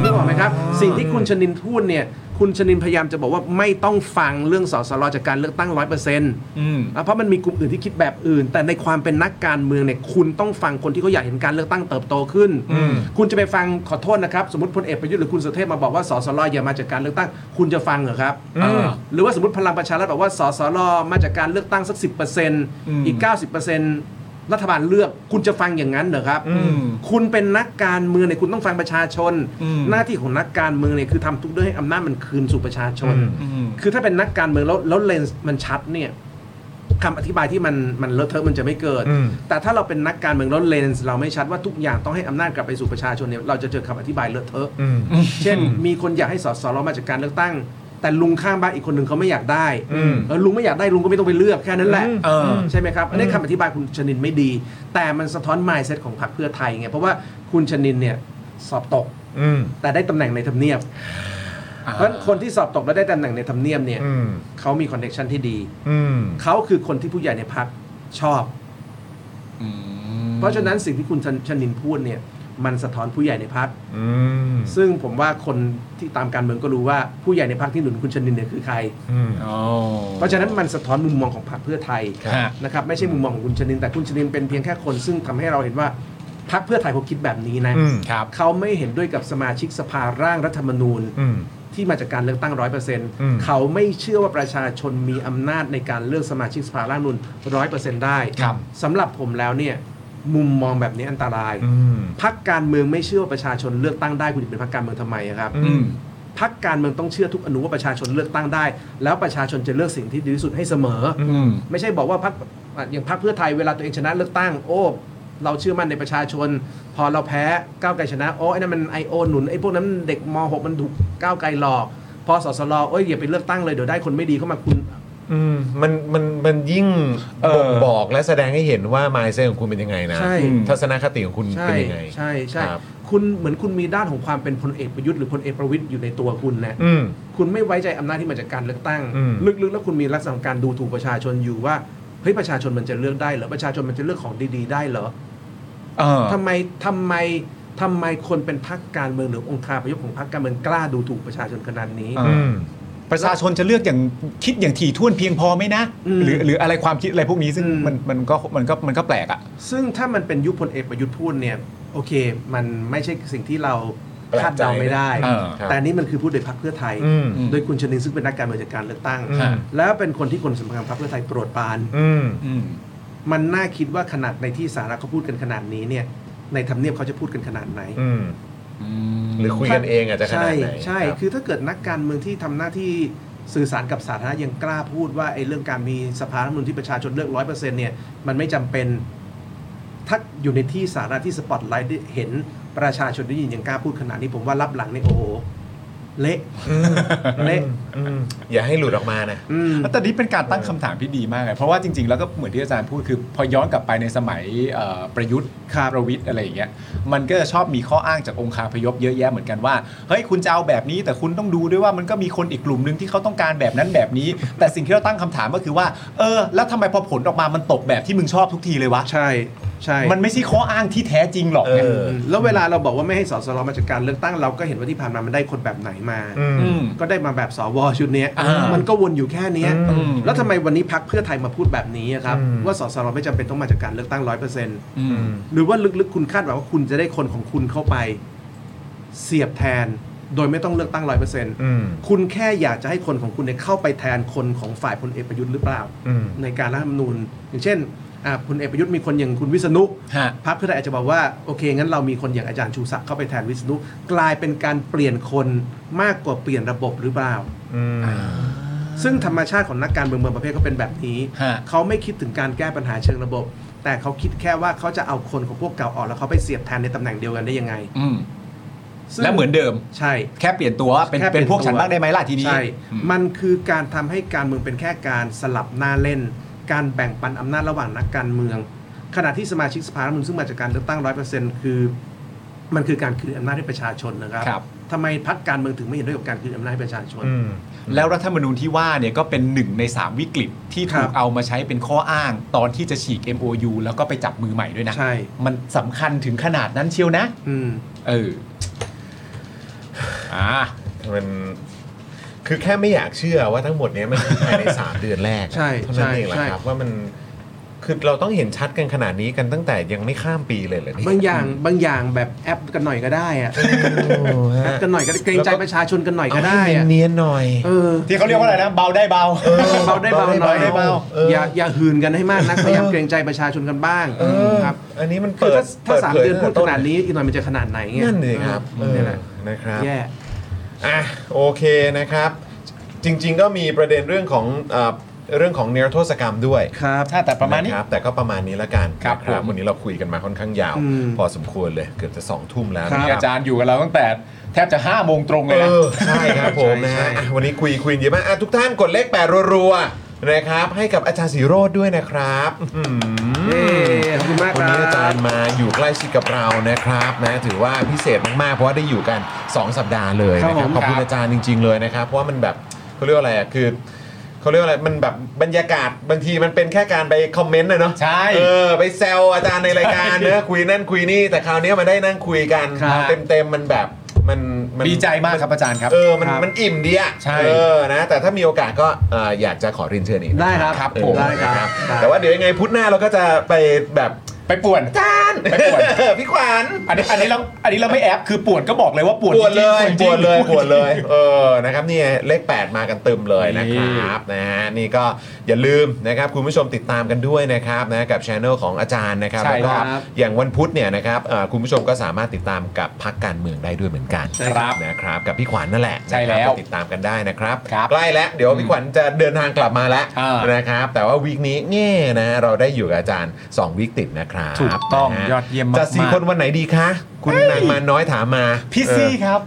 Speaker 8: นึกออกไหมครับ สิ่งที่คุณชนินพูดเนี่ย คุณชนินพยายามจะบอกว่าไม่ต้องฟังเรื่องสสรจากการเลือกตั้งร้อยเปอร์เซ็นต์
Speaker 3: อืม
Speaker 8: อ่ะเพราะมันมีกลุ่มอื่นที่คิดแบบอื่น แต่ในความเป็นนักการเมืองเนี่ยคุณต้องฟังคนที่เขาอยากเห็นการเลือกตั้งเติบโตขึ้น
Speaker 3: อืม
Speaker 8: คุณจะไปฟังขอโทษนะครับ สมมติพลเอกประยุทธ์หรือคุณสุเทพมาบอกว่าสสรอย่ามาจากการเลือกตั้ง คุณจะฟังเหรอครับ
Speaker 3: อ่า
Speaker 8: หรือว่าสมมติพลังประชารัฐบอกว่าสสรมาจากการเลือกตั้งสักสิบเปอร์เซ็นต์
Speaker 3: ม
Speaker 8: อีกเก้าสิบเปอร์เซ็นต์รัฐบาลเลือกคุณจะฟังอย่างนั้นเหรอครับ
Speaker 3: อืม
Speaker 8: คุณเป็นนักการเมืองเนี่ยคุณต้องฟังประชาชน
Speaker 3: อืม
Speaker 8: หน้าที่ของนักการเมืองเนี่ยคือทำทุกเรื่องให้อำนาจมันคืนสู่ประชาชน
Speaker 3: อืม
Speaker 8: คือถ้าเป็นนักการเมืองแล้วแล้วเลนส์มันชัดเนี่ยคำอธิบายที่มันมันเลอะเทอะมันจะไม่เกิด
Speaker 3: อืม
Speaker 8: แต่ถ้าเราเป็นนักการเมืองแล้วเลนส์เราไม่ชัดว่าทุกอย่างต้องให้อำนาจกลับไปสู่ประชาชนเนี่ยเราจะเจอคำอธิบายเลอะเทอะ
Speaker 3: อืม
Speaker 8: เช่น มีคนอยากให้สสรมาจากการเลือกตั้ง แต่ลุงข้างบ้านอีกคนหนึ่งเขาไม่อยากได้
Speaker 3: อืม
Speaker 8: เออลุงไม่อยากได้ลุงก็ไม่ต้องไปเลือกแค่นั้นแหละ
Speaker 3: อืมเออ
Speaker 8: ใช่ไหมครับอันนี้คำอธิบายคุณชนินไม่ดี แต่มันสะท้อน mindset ของพรรคเพื่อไทยไงเพราะว่าคุณชนินเนี่ยสอบตก
Speaker 3: อืม
Speaker 8: แต่ได้ตำแหน่งในทำเนียบ เพราะฉะนั้นคนที่สอบตกแล้วได้ตำแหน่งในทำเนียบเนี่ย
Speaker 3: อืม
Speaker 8: เขามีคอนเน t ชันที่ดี
Speaker 3: อืม
Speaker 8: เขาคือคนที่ผู้ใหญ่ในพักชอบ
Speaker 3: อืม
Speaker 8: เพราะฉะนั้นสิ่งที่คุณชนชนินพูดเนี่ย มันสะท้อนผู้ใหญ่ในพัก
Speaker 3: อืม
Speaker 8: ซึ่งผมว่าคนที่ตามการเมืองก็รู้ว่าผู้ใหญ่ในพักที่หนุนคุณชนินเนี่ยคือใคร
Speaker 3: อืมอ๋อ
Speaker 8: เพราะฉะนั้นมันสะท้อนมุมมองของพรรคเพื่อไทย
Speaker 3: ครับ
Speaker 8: นะครับไม่ใช่มุมมองของคุณชนิน แต่คุณชนินเป็นเพียงแค่คน ซึ่งทำให้เราเห็นว่าพรรคเพื่อไทยเขาคิดแบบนี้นะ
Speaker 3: อืมครับ
Speaker 8: เขาไม่เห็นด้วยกับสมาชิกสภาร่างรัฐธรรมนูญ
Speaker 3: อืม
Speaker 8: ที่มาจากการเลือกตั้งร้อยเปอร์เซ็นต์
Speaker 3: ม
Speaker 8: เขาไม่เชื่อว่าประชาชนมีอำนาจในการเลือกสมาชิกสภาร่างนุนร้อยเปอร์เซ็นต์ได้
Speaker 3: ครับ
Speaker 8: สำหรับผมแล้วเนี่ยมุมมองแบบนี้อันตราย
Speaker 3: อืม
Speaker 8: พักการเมืองไม่เชื่อว่าประชาชนเลือกตั้งได้คุณจะเป็นพักการเมืองทำไมอะครับ
Speaker 3: อืม
Speaker 8: พักการเมืองต้องเชื่อทุกอนุว่าประชาชนเลือกตั้งได้ แล้วประชาชนจะเลือกสิ่งที่ดีที่สุดให้เสมออ
Speaker 3: อืม
Speaker 8: ไม่ใช่บอกว่าพักอย่างพักเพื่อไทยเวลาตัวเองชนะเลือกตั้ง โอ้ เราเชื่อมั่นในประชาชน พอเราแพ้ก้าวไกลชนะโอ้ไอ้นั่นมันไอโอหนุนไอ้พวกนั้นเด็กม .6 มันถูกก้าวไกลหลอก พอสสลโอ้ยอย่าไปเลือกตั้งเลยเดี๋ยวได้คนไม่ดีเข้ามาคุณ
Speaker 1: อืมมันมันมันยิ่ง
Speaker 3: เออ
Speaker 1: บ่งบอกและแสดงให้เห็นว่า mindset ของคุณเป็นยังไงนะ
Speaker 8: ใช่
Speaker 1: ทัศนคติของคุณ
Speaker 8: ใช่
Speaker 1: เป็นยังไง
Speaker 8: ใช่ใช่
Speaker 1: ครับ
Speaker 8: คุณเหมือนคุณมีด้านของความเป็นพลเอกประยุทธ์หรือพลเอกประวิตยอยู่ในตัวคุณนะ
Speaker 1: อืม
Speaker 8: คุณไม่ไว้ใจอำนาจที่มาจากการเลือกตั้ง
Speaker 1: อืม
Speaker 8: ลึกๆ แล้วคุณมีลักษณะของการดูถูกประชาชนอยู่ว่าเฮ้ยประชาชนมันจะเลือกได้เหรอประชาชนมันจะเลือกของดีๆ ได้เหรอ
Speaker 3: เออ
Speaker 8: ทำไมทำไมทำไมคนเป็นพรรคการเมืองหรือองค์คาพยพของพรรคการเมืองกล้าดูถูกประชาชนขนาดนี้
Speaker 3: อ่า
Speaker 1: อืม
Speaker 3: ประชาชนจะเลือกอย่างคิดอย่างถี่ถ้วนเพียงพอไหมนะ
Speaker 8: อืม
Speaker 3: หรือหรืออะไรความคิดอะไรพวกนี้ซึ่ง
Speaker 8: อืม
Speaker 3: มันมันก็มันก็มันก็แปลกอ่ะ
Speaker 8: ซึ่งถ้ามันเป็นยุคพลเอกประยุทธ์พูดเนี่ย โอเค มันไม่ใช่สิ่งที่เรา
Speaker 1: แปลกใจ
Speaker 8: คาดเดาไม่ได้
Speaker 3: เออ
Speaker 8: แต่อันนี้มันคือพูดโดยพรรคเพื่อไทย
Speaker 1: อืม
Speaker 8: โดยคุณชนินซึ่งเป็นนักการเมืองจากการเลือกตั้ง
Speaker 3: ครับ
Speaker 8: แล้วเป็นคนที่คนสำคัญของพรรคเพื่อไทยโปรดปราน
Speaker 1: อืม
Speaker 3: อืม
Speaker 8: มันน่าคิดว่าขนาดในที่สาธารณะเขาพูดกันขนาดนี้เนี่ยในทำเนียบเขาจะพูดกันขนาดไหน
Speaker 1: อืม หรือคุยกันเองอาจจะขนา
Speaker 8: ใช่
Speaker 1: ดไหน
Speaker 8: ใช่
Speaker 1: ครับ
Speaker 8: คือถ้าเกิดนักการเมืองที่ทำหน้าที่สื่อสารกับสาธารณะยังกล้าพูดว่าไอ้เรื่องการมีสภารัฐธรรมนุนที่ประชาชนเลือกร้อยเปอร์เซ็นต์เนี่ยมันไม่จำเป็นถ้าอยู่ในที่สาธารณะที่สปอตไลท์ได้เห็นประชาชนได้ยินยังกล้าพูดขนาดนี้ผมว่ารับหลังเนี่ยโอ้โห เละ เละ
Speaker 1: อืมอย่าให้หลุดออกมานะ
Speaker 8: อืม
Speaker 3: แต่นี่เป็นการตั้งคำถามที่ดีมากเลยเพราะว่าจริง ๆ แล้วก็เหมือนที่อาจารย์พูดคือ พอย้อนกลับไปในสมัยเอ่อประยุทธ์
Speaker 8: ครับ
Speaker 3: ประวิทย์อะไรอย่างเงี้ยมันก็จะชอบมีข้ออ้างจากองค์คาพยพเยอะแยะเหมือนกันว่าเฮ้ยคุณจะเอาแบบนี้ แต่คุณต้องดูด้วยว่ามันก็มีคนอีกกลุ่มหนึ่งที่เขาต้องการแบบนั้นแบบนี้ แต่สิ่งที่เราตั้งคำถามก็คือว่า เออ แล้วทำไมพอผลออกมามันตกแบบที่มึงชอบทุกทีเลยวะ
Speaker 8: ใช่ใช่
Speaker 3: มันไม่ใช่ข้ออ้างที่แท้จริงหรอกไง
Speaker 1: เออ
Speaker 8: แล้วเวลาเราบอกว่าไม่ให้สสรมาจากการเลือกตั้งเราก็เห็นว่าที่ผ่านมามันได้คนแบบไหนมา
Speaker 3: อืม
Speaker 8: ก็ได้มาแบบสวชุดเนี้ย
Speaker 3: อ่ามั
Speaker 8: มันก็วนอยู่แค่เนี้ย
Speaker 3: อืม
Speaker 8: แล้วทำไมวันนี้พักเพื่อไทยมาพูดแบบนี้อะครับ ว่าสสรไม่จำเป็นต้องมาจากการเลือกตั้งร้อยเปอร์เซ็นต์
Speaker 3: อืม
Speaker 8: หรือว่าลึกๆคุณคาดหวังว่าคุณจะได้คนของคุณเข้าไป เสียบแทนโดยไม่ต้องเลือกตั้งร้อยเปอร์เซ็นต์คุณแค่อยากจะให้คนของคุณเนี่ยเข้าไปแทนคนของฝ่ายพลเอกประยุทธ์หรือเปล่า ในการรัฐธรรมนูญ อย่างเช่นอ่ะพลเอกประยุทธ์มีคนอย่างคุณวิษณุ
Speaker 3: ฮะ
Speaker 8: พักเพื่อไทยอาจจะบอกว่าโอเคงั้นเรามีคนอย่างอาจารย์ชูศักดิ์เข้าไปแทนวิษณุกลายเป็นการเปลี่ยนคนมากกว่าเปลี่ยนระบบหรือเปล่า ซึ่งธรรมชาติของนักการเมืองบางประเภทเขาเป็นแบบนี้
Speaker 3: ฮะ
Speaker 8: เขาไม่คิดถึงการแก้ปัญหาเชิงระบบ แต่เขาคิดแค่ว่าเขาจะเอาคนของพวกเก่าออกแล้วเขาไปเสียบแทนในตำแหน่งเดียวกันได้ยังไง
Speaker 3: อืม
Speaker 8: ซึ่ง
Speaker 3: และเหมือนเดิม
Speaker 8: ใช่
Speaker 3: แค่เปลี่ยนตัวว่าเป็น
Speaker 8: แค่เปลี่
Speaker 3: เป็
Speaker 8: ย
Speaker 3: น
Speaker 8: น
Speaker 3: พวกฉัน
Speaker 8: ตัว
Speaker 3: บ้างได้ไหมล่ะทีนี้
Speaker 8: ใช่
Speaker 3: อืม
Speaker 8: มันคือการทำให้การเมืองเป็นแค่การสลับหน้าเล่น การแบ่งปันอำนาจระหว่างนักการเมือง ขณะที่สมาชิกสภารัฐธรรมนูญซึ่งมาจากการเลือกตั้งร้อยเปอร์เซ็นต์คือ มันคือการคืนอำนาจให้ประชาชนนะครับ
Speaker 3: ครับ
Speaker 8: ทำไมพรรคการเมืองถึงไม่เห็นด้วยกับการคืนอำนาจให้ประชาชน
Speaker 3: แล้วรัฐธรรมนูญที่ว่าเนี่ยก็เป็นหนึ่งใน 3 วิกฤตที่ถู
Speaker 8: ครั
Speaker 3: ก
Speaker 8: บ
Speaker 3: เอามาใช้เป็นข้ออ้าง ตอนที่จะฉีก MOU แล้วก็ไปจับมือใหม่ด้วยนะ
Speaker 8: ใช่
Speaker 3: มันสำคัญถึงขนาดนั้นเชียวนะ
Speaker 8: อืม
Speaker 3: เอออ่า
Speaker 1: มัน คือแค่ไม่อยากเชื่อว่าทั้งหมดเนี้ย มันคือภายใน 3 เดือนแรก
Speaker 8: ใช่
Speaker 1: เท่านั้นเองแหละ
Speaker 8: ใช่
Speaker 1: ครับว่ามันคือเราต้องเห็นชัดกันขนาดนี้กันตั้งแต่ยังไม่ข้ามปีเลยเหรอเนี่ย
Speaker 8: บางอย่างบางอย่างแบบแอปกันหน่อยก็ได้อะ
Speaker 1: โอ้
Speaker 8: แอ
Speaker 1: ฮะ
Speaker 8: ปกันหน่อยก็ได้เกรงใจประชาชนกันหน่อยก็ได้อะ
Speaker 1: เอาให้เนียนๆหน่อย
Speaker 8: เออ
Speaker 3: ที่เขาเรียกว่าอะไรนะ เบาได้เบา
Speaker 8: เบาได้เบาหน่อย
Speaker 1: เบาได้เบาเอออ
Speaker 8: อย่าอย่าหืนกันให้มากนะพยายามเกรงใจประชาชนกันบ้าง
Speaker 1: เออ
Speaker 8: ครับ
Speaker 1: อันนี้มัน
Speaker 8: คื
Speaker 1: เปิด
Speaker 8: อถ้าถ้าสาม
Speaker 1: ปิผย
Speaker 8: เดือนพูดขนาด
Speaker 1: ตั้ง
Speaker 8: นี้อีกหน่อยมันจะขนาดไหนเงี้ย
Speaker 1: นั่นเลยครับ
Speaker 8: ออนี่แหละ
Speaker 1: เออนะครับ
Speaker 8: แย่
Speaker 1: อ่ะโอเคนะครับ จริง ๆ ก็มีประเด็นเรื่องของเอ่อเรื่องของเนรโทษกรรมด้วย
Speaker 8: ครับ
Speaker 3: ถ้าแต่ประมาณนี้
Speaker 1: คบแต่ก็ประมาณนี้ละกัน
Speaker 3: ครับ
Speaker 1: นะ
Speaker 3: ผม
Speaker 1: วันนี้เราคุยกันมาค่อนข้างยาว
Speaker 8: อืม
Speaker 1: พอสมควรเลยเกือบจะสองทุ่มแล้ว
Speaker 8: ค
Speaker 1: นะ
Speaker 8: บ
Speaker 1: ค
Speaker 3: อา
Speaker 1: รับ
Speaker 3: จารย์อยู่กับเราตั้งแต่แทบจะ5้าโมงตรงเล
Speaker 1: เอย
Speaker 3: นะ
Speaker 1: อใช่ครับผมนะฮะอ่ะวันนี้คุยคุยเยอะมากอ่ะทุกท่านกดเลขแปดรัวๆนะครับ ให้กับอาจารย์สีโรดด้วยนะครับอื้อหื
Speaker 8: เย้
Speaker 1: อ
Speaker 8: ขอบคุณมากค
Speaker 1: วัน
Speaker 8: รั
Speaker 1: นี้อาจาร
Speaker 8: บ
Speaker 1: ย์มาอยู่ใกล้ชิดกับเรานะครับนะถือว่าพิเศษมากๆเพราะว่าได้อยู่กัน 2 สัปดาห์เลยนะค
Speaker 8: ค
Speaker 1: รั
Speaker 8: รั
Speaker 1: บบ
Speaker 8: ผม
Speaker 1: ขอบคุณอาจารย์จริง ๆเลยนะครับ เพราะว่ามันแบบเขาเรียกว่าอะไรอะคือเขาเรียกว่าอะไรมันแบบบรรยากาศบางทีมันเป็นแค่การไปคอมเมนต์นะเนาะ
Speaker 3: ใช่
Speaker 1: เออไปแซวอาจารย์ในรายการเนอะคุยนั่นคุยนี่แต่คราวนี้มาได้นั่งคุยกัน
Speaker 3: ครับ
Speaker 1: เต็มๆมันแบบมันมัน
Speaker 3: ดีใจมากครับอาจารย์ครับ
Speaker 1: เออ มัน
Speaker 8: ครับ
Speaker 1: มันอิ่มดีอะ
Speaker 3: ใช่
Speaker 1: เออ นะ แต่ถ้ามีโอกาสก็เอ่ออยากจะขอเรียนเชิญอีกนะ
Speaker 8: ได้ครับ
Speaker 1: ครับ
Speaker 8: เออ
Speaker 1: ผม
Speaker 8: ได้ครับ
Speaker 1: นะ
Speaker 8: ได้
Speaker 1: แต่ว่าเดี๋ยวยังไงพุธหน้าเราก็จะไปแบบ
Speaker 3: ไปป่วน
Speaker 1: อาจาน
Speaker 3: ไปป่วน
Speaker 1: พี่ขวัญ
Speaker 3: อันนี้อันนี้เราอันนี้เราไม่แอปคือป่วนก็บอกเลยว่าป่วน
Speaker 1: ปวดเลย
Speaker 3: จริงๆ
Speaker 1: ปวดเลยป
Speaker 3: ป่
Speaker 1: ว
Speaker 3: ว
Speaker 1: ด
Speaker 3: น
Speaker 1: เล
Speaker 3: เลย ย
Speaker 1: เออ นะครับนี่เลข 8 มากันเติมเลยนะครับ นะฮะ นี่ก็อย่าลืมนะครับ คุณผู้ชมติดตามกันด้วยนะครับ นะ กับช anel ของอาจารย์นะครับ
Speaker 3: ใช่
Speaker 1: แล้วก็
Speaker 3: ครับ
Speaker 1: อย่างวันพุธเนี่ยนะครับเอ่อคุณผู้ชมก็สามารถติดตามกับพักการเมืองได้ด้วยเหมือนกัน
Speaker 8: ใช่ครับ
Speaker 1: นะครับกับพี่ขวัญนั่นแหละ
Speaker 3: ใช่แล้ว
Speaker 1: นะครับก็ติดตามกันได้นะครับ
Speaker 3: ครับ
Speaker 1: ใกล้แล้วเดี๋ยวพี่ขวัญจะเดินทางกลับมาแล้ว
Speaker 3: อ่าน
Speaker 1: นะครับ แต่ว่าวีคนี้เง่นะเราได้อยู่กับอาจารย์ 2 วีคติดนะครับ
Speaker 3: ถูกต้อง
Speaker 1: นะฮะ
Speaker 3: ยอดเยี่ยมมาก
Speaker 1: จะสี่
Speaker 3: ๆ
Speaker 1: คนวันไหนดีคะ คุณนางมาน้อยถามมา
Speaker 3: พี่
Speaker 1: เออ
Speaker 3: ซี่ครับ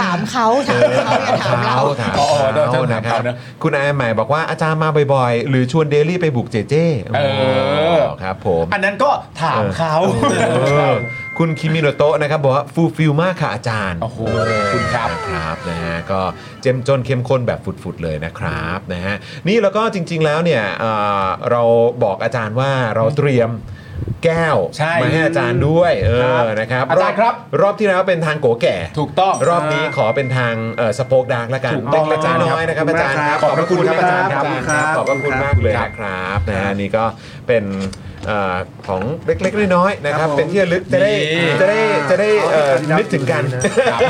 Speaker 7: ถามเขาถามเขาอย่าถามเรา
Speaker 1: ถาม
Speaker 3: อ๋ออ๋อเดี๋ยว
Speaker 1: เขานะ
Speaker 3: จะถาม
Speaker 1: ครับ
Speaker 3: เขานะ
Speaker 1: คุณไอใหม่บอกว่าอาจารย์มาบ่อยๆ หรือชวนเดลี่ไปบุกเจเจ
Speaker 3: เออ
Speaker 1: ครับผม
Speaker 3: อันนั้นก็ถามเขา
Speaker 1: เออคุณคิมิโนโตะนะครับบอกว่าฟูลฟิลมากค่ะอาจารย์
Speaker 3: โอ้โหขอบคุณครับ
Speaker 1: นะครับนะฮะก็เจ้มจนเข้มข้นแบบฝุดๆเลยนะครับนะฮะนี่แล้วก็จริงๆแล้วเนี่ยเอ่อเราบอกอาจารย์ว่าเราเตรียมแก้ว
Speaker 3: ใช่
Speaker 1: มาให้อาจารย์ด้วยเอ
Speaker 3: ครั
Speaker 1: อบ นะครับ
Speaker 3: อาจารย์ครับ
Speaker 1: รอบที่แล้วเป็นทางโกแก่
Speaker 3: ถูกต้อง
Speaker 1: รอบนี้ขอเป็นทางสโปกดาร์กละกัน
Speaker 3: ถูกต้อง
Speaker 1: เป็นอาจารย์น้อยนะครับ
Speaker 8: ข
Speaker 1: อา
Speaker 8: อบคุณ
Speaker 1: จารย์ครับ
Speaker 8: มากครับขอบ
Speaker 1: อาจารย์ครับขอบบ พ
Speaker 8: คุณครับขอคุณค
Speaker 1: ระคุณ
Speaker 8: รับขอบคุณ
Speaker 1: มากเลย
Speaker 8: ครั
Speaker 1: นะ
Speaker 8: บ
Speaker 1: ครับนะฮะนี่ก็เป็นเอ่อของเล็กๆน้อยๆนะครับ
Speaker 8: ครับผม
Speaker 1: เป็นที่ระลึกจะได้
Speaker 3: นี่
Speaker 1: จะได้จะได้เอ่อ
Speaker 8: เอาไป
Speaker 1: นึกถึงกัน
Speaker 8: ครับ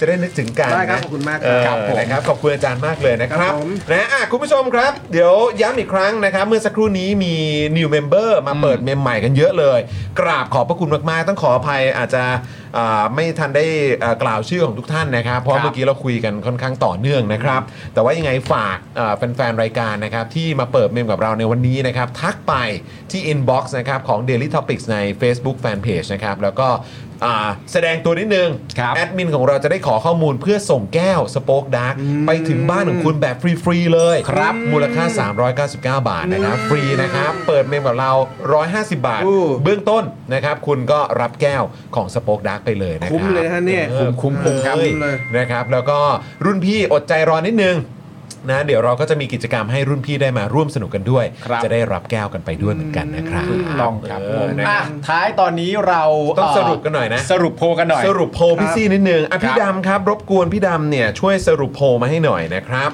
Speaker 1: จะได้นึกถึงกัน
Speaker 8: ได้ครับ
Speaker 1: นะ
Speaker 8: ขอบคุณมาก
Speaker 1: เออ
Speaker 8: ครับผม
Speaker 1: นะครับขอบคุณอาจารย์มากเลยนะค
Speaker 8: ค
Speaker 1: รั
Speaker 8: รั
Speaker 1: บบ
Speaker 8: ผม
Speaker 1: นะอ่ะคุณผู้ชมครับ เดี๋ยวย้ำอีกครั้งนะครับ เมื่อสักครู่นี้มี new member มาเปิดเมมใหม่กันเยอะเลย กราบขอบพระคุณมาก ๆ ต้องขออภัยอาจจะอ่าไม่ทันได้อ่ากล่าวชื่อของทุกท่านนะครับ เพราะเมื่อกี้เราคุยกันค่อนข้างต่อเนื่องนะครับ แต่ว่ายังไงฝากอ่าแฟน ๆ รายการนะครับ ที่มาเปิดเมมกับเราในวันนี้นะครับ ทักไปที่ inbox นะครับของ daily topics ใน Facebook Fanpage นะครับแล้วก็อ่าแสดงตัวนิดนึง
Speaker 3: ครับ
Speaker 1: แอดมินของเราจะได้ขอข้อมูลเพื่อส่งแก้วสโป๊กดาร์กไปถึงบ้านของคุณแบบฟรี ๆ เลย
Speaker 3: ครับ
Speaker 1: มูลค่า 399 บาทนะครับ ฟรีนะครับ เปิดเมมกับเรา 150 บาท
Speaker 8: อู้
Speaker 1: เบื้องต้นนะครับ คุณก็รับแก้วของสโป๊กดาร์กไปเลยนะครับ
Speaker 8: คุ้มเลยนะฮะเนี่ย
Speaker 1: เออคุ้ม
Speaker 8: เอ
Speaker 1: คุ้ม
Speaker 8: อ
Speaker 1: ครับ
Speaker 8: คุ้มเลย
Speaker 1: นะครับแล้วก็รุ่นพี่อดใจรอนิดนึงนะเดี๋ยวเราก็จะมีกิจกรรมให้รุ่นพี่ได้มาร่วมสนุกกันด้วย
Speaker 3: ครับ
Speaker 1: จะได้รับแก้วกันไปด้วยเหมือนกันนะครับ
Speaker 3: ถูกต้องครับ
Speaker 1: เอ
Speaker 3: ผ
Speaker 1: อ
Speaker 3: ม
Speaker 1: นะค
Speaker 3: อ่ะ
Speaker 1: รับ
Speaker 3: ท้ายตอนนี้เรา
Speaker 1: ต้อง
Speaker 3: เ
Speaker 1: สรุปกันหน่อยนะ
Speaker 3: สรุปโพลกันหน่อย
Speaker 1: สรุปโพลพี่ซี่นิดนึงอ่ะพี่
Speaker 3: ครับ
Speaker 1: ดำครับ รบกวนพี่ดำเนี่ยช่วยสรุปโพลมาให้หน่อยนะครับ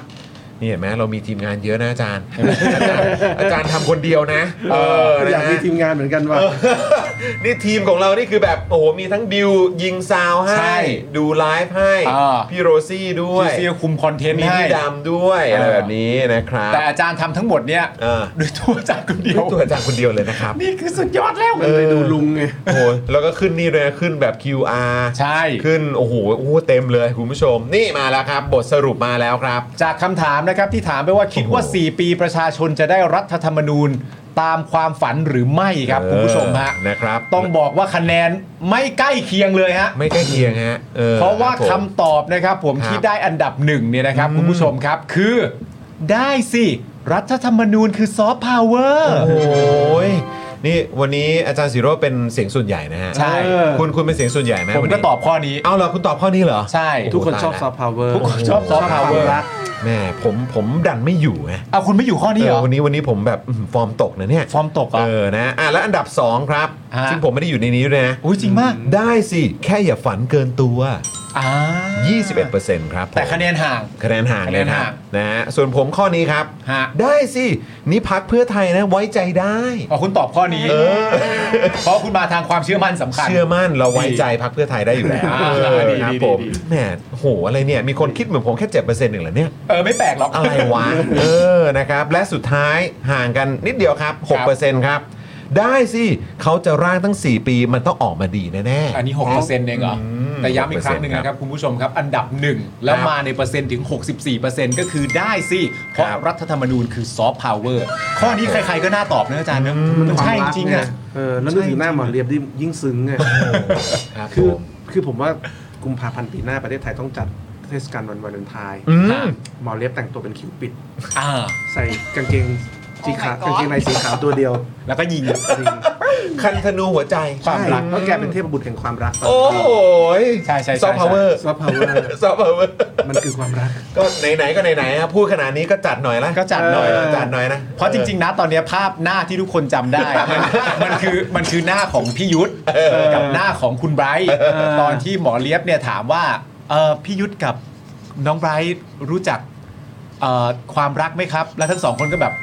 Speaker 1: นี่เห็นไหมเรามีทีมงานเยอะนะอา จารย์ อาจารย์อาจารย์ทำคนเดียวนะ เออ
Speaker 8: อ
Speaker 1: นะ
Speaker 8: ยากมี
Speaker 1: ฮะ
Speaker 8: ทีมงานเหมือนกันว่ะ
Speaker 1: เออ นี่ทีมของเรานี่คือแบบโอ้โหมีทั้งดิวยิงซาวให้
Speaker 3: ใช่
Speaker 1: ดูไลฟ์ให้
Speaker 3: อ่า
Speaker 1: พี่โรซี่ด้วย
Speaker 3: พี่ซีก็คุมคอนเทนต์
Speaker 1: มี
Speaker 3: ให้
Speaker 1: พี่ดำด้วย
Speaker 3: เอออ
Speaker 1: อะไรแบบนี้นะครับ
Speaker 3: แต่อาจารย์ทำทั้งหมดเนี่ย
Speaker 1: เออ
Speaker 3: ด้วยตัวอาจารย์คนเดียว
Speaker 1: ตัวอาจารย์คนเดียวเลยนะครับ
Speaker 3: นี่คือสุดยอดแล้ว
Speaker 1: เออ
Speaker 8: ไปดูลุงไง
Speaker 1: โอ้โหแล้วก็ขึ้นนี่เลยนะขึ้นแบบ QR
Speaker 3: ใช่
Speaker 1: ขึ้นโอ้โหโอ้โหเต็มเลยคุณผู้ชม นี่มาแล้วครับ บทสรุปมาแล้วครับ
Speaker 3: จากคำถามนะครับที่ถามไปว่าคิดว่า
Speaker 1: โอ้โห
Speaker 3: 4 ปีประชาชนจะได้รัฐธรรมนูญตามความฝันหรือไม่ครับ
Speaker 1: เออ
Speaker 3: คุณผู้ชมฮะ
Speaker 1: นะครับ
Speaker 3: ต้องบอกว่าคะแนนไม่ใกล้เคียงเลยฮะ
Speaker 1: ไม่ใกล้เคียงฮะออ
Speaker 3: เพราะว่า
Speaker 1: รับ
Speaker 3: คำ
Speaker 1: ผม
Speaker 3: ตอบนะครับ ผม
Speaker 1: ครับ
Speaker 3: ที่ได้อันดับหนึ่งเนี่ยนะครับ
Speaker 1: อืม
Speaker 3: คุณผู้ชมครับคือได้สิ รัฐธรรมนูญคือซอฟต์พาวเวอร์
Speaker 1: โอ้ยนี่วันนี้อาจารย์ศิโรจน์เป็นเสียงส่วนใหญ่นะฮะ
Speaker 3: ใช่
Speaker 1: คุณคุณเป็นเสียงส่วนใหญ่ไหม
Speaker 3: ผม
Speaker 1: วัน
Speaker 3: ก็
Speaker 1: นี้
Speaker 3: ตอบข้อนี้
Speaker 1: เอาเหรอคุณตอบข้อนี้เหรอ
Speaker 3: ใช่
Speaker 8: ทุกคนชอบซอฟต์พาวเวอร์
Speaker 3: ทุกคนชอบ soft power
Speaker 8: ชอบความรัก
Speaker 1: แม่ผมผมดันไม่อยู่ไง
Speaker 3: เอาคุณไม่อยู่ข้อนี้เหร
Speaker 1: เอ
Speaker 3: อ
Speaker 1: อวันนี้วันนี้ผมแบบอื้อหือฟอร์มตกนะเนี่ย
Speaker 3: ฟอร์มตกเหร
Speaker 1: เอ
Speaker 3: อ
Speaker 1: อนะอ่ะแล้วอันดับ 2 ครับ
Speaker 3: ฮะ
Speaker 1: ซึ่งผมไม่ได้อยู่ในนี้ด้วยนะ
Speaker 3: อุ้ยจริงมาก
Speaker 1: ได้สิ แค่อย่าฝันเกินตัว
Speaker 3: อ่า
Speaker 1: 21%ครับผม
Speaker 3: แต่คะแนนห่าง
Speaker 1: คะแนนห่าง
Speaker 3: คะ
Speaker 1: เล
Speaker 3: แน
Speaker 1: ย
Speaker 3: น
Speaker 1: ครับ
Speaker 3: ห่าง
Speaker 1: นะฮะส่วนผมข้อนี้ครับ
Speaker 3: ฮะ
Speaker 1: ได้สินี่พักเพื่อไทยนะไว้ใจได้
Speaker 3: อ๋อคุณตอบข้อนี้
Speaker 1: เออ
Speaker 3: เพราะคุณมาทางความเชื่อมั่นสำคัญ
Speaker 1: เชื่อมั่นเราไว้ใจพักเพื่อไทยได้อยู่แล้ว
Speaker 3: อ่า
Speaker 1: เออ
Speaker 3: ดี
Speaker 1: ครับ
Speaker 3: ดี
Speaker 1: ผม
Speaker 3: ดี
Speaker 1: แหมโหอะไรเนี่ยมีคนคิดเหมือนผมแค่7%เองเหรอเนี่ย
Speaker 3: เออไม่แปลกหรอก
Speaker 1: อะไรวะ เออ นะครับ และสุดท้ายห่างกันนิดเดียวครับ 6%ครับ ได้สิ เขาจะร่างตั้ง 4 ปีมันต้องออกมาดีแน่ๆ
Speaker 3: อันนี้ 6%เองเหรอ
Speaker 1: ม
Speaker 3: แต่ย้ำอีกครั้งหนึ่ง
Speaker 1: 6%
Speaker 3: นะครับ คุณผู้ชมครับ อันดับหนึ่งแล้ว
Speaker 1: ครับ
Speaker 3: มาในเปอร์เซ็นต์ถึง 64%ก็คือได้สิ เพราะ
Speaker 1: ครับ
Speaker 3: รัฐธรรมนูญคือซอฟต์พาวเวอร์ ข้อนี้ใครๆก็น่าตอบนะอาจารย์นะมันใช่จริงๆอ่ะ
Speaker 8: เออแล้วนึกถึงหน้าหมอเรียบยิ่งยิ่งซึ้งไง
Speaker 1: ครับ
Speaker 8: คือ
Speaker 1: ผม
Speaker 8: คือผมว่ากุมภาพันธ์ปีหน้าประเทศไทยต้องจัดเทศกาลวันวาเลนไทน์
Speaker 1: อืม
Speaker 8: หมอเรียบแต่งตัวเป็นคิวปิด
Speaker 3: อ่า
Speaker 8: ใส่กางเกงสีขาว
Speaker 5: Oh my god
Speaker 8: กางเกงในสีขาวตัวเดียว
Speaker 3: แล้วก็ยิง
Speaker 8: จริง
Speaker 1: คันธนูหัวใจ
Speaker 3: ความรัก
Speaker 8: ใช่เพราะแกเป็นเทพบุตรแห่งความรัก
Speaker 1: โอ้ย
Speaker 3: ใช่ใช่ใช่
Speaker 1: ซอฟต์พาวเวอร์
Speaker 8: ซอฟต์พาวเวอร์
Speaker 1: ซอฟต์พาวเวอร์
Speaker 8: มันคือความรัก
Speaker 1: ก็ไหนๆก็ไหนๆครับพูดขนาดนี้ก็จัดหน่อยละ
Speaker 3: ก็จัดหน่อย
Speaker 1: เจัดหน่อยนะ
Speaker 3: เพราะจริง ๆ นะตอนเนี้ยภาพหน้าที่ทุกคนจำ ได้อะมันมันคือมันคือหน้าของพี่ยุทธกับหน้าของคุณไบรท์ตอนที่หมอเลียบเนี่ยถามว่าเอ่อพี่ยุทธกับน้องไบรท์รู้จักเอ่อความรักไหมครับ แล้วทั้งสองคนก็แบบ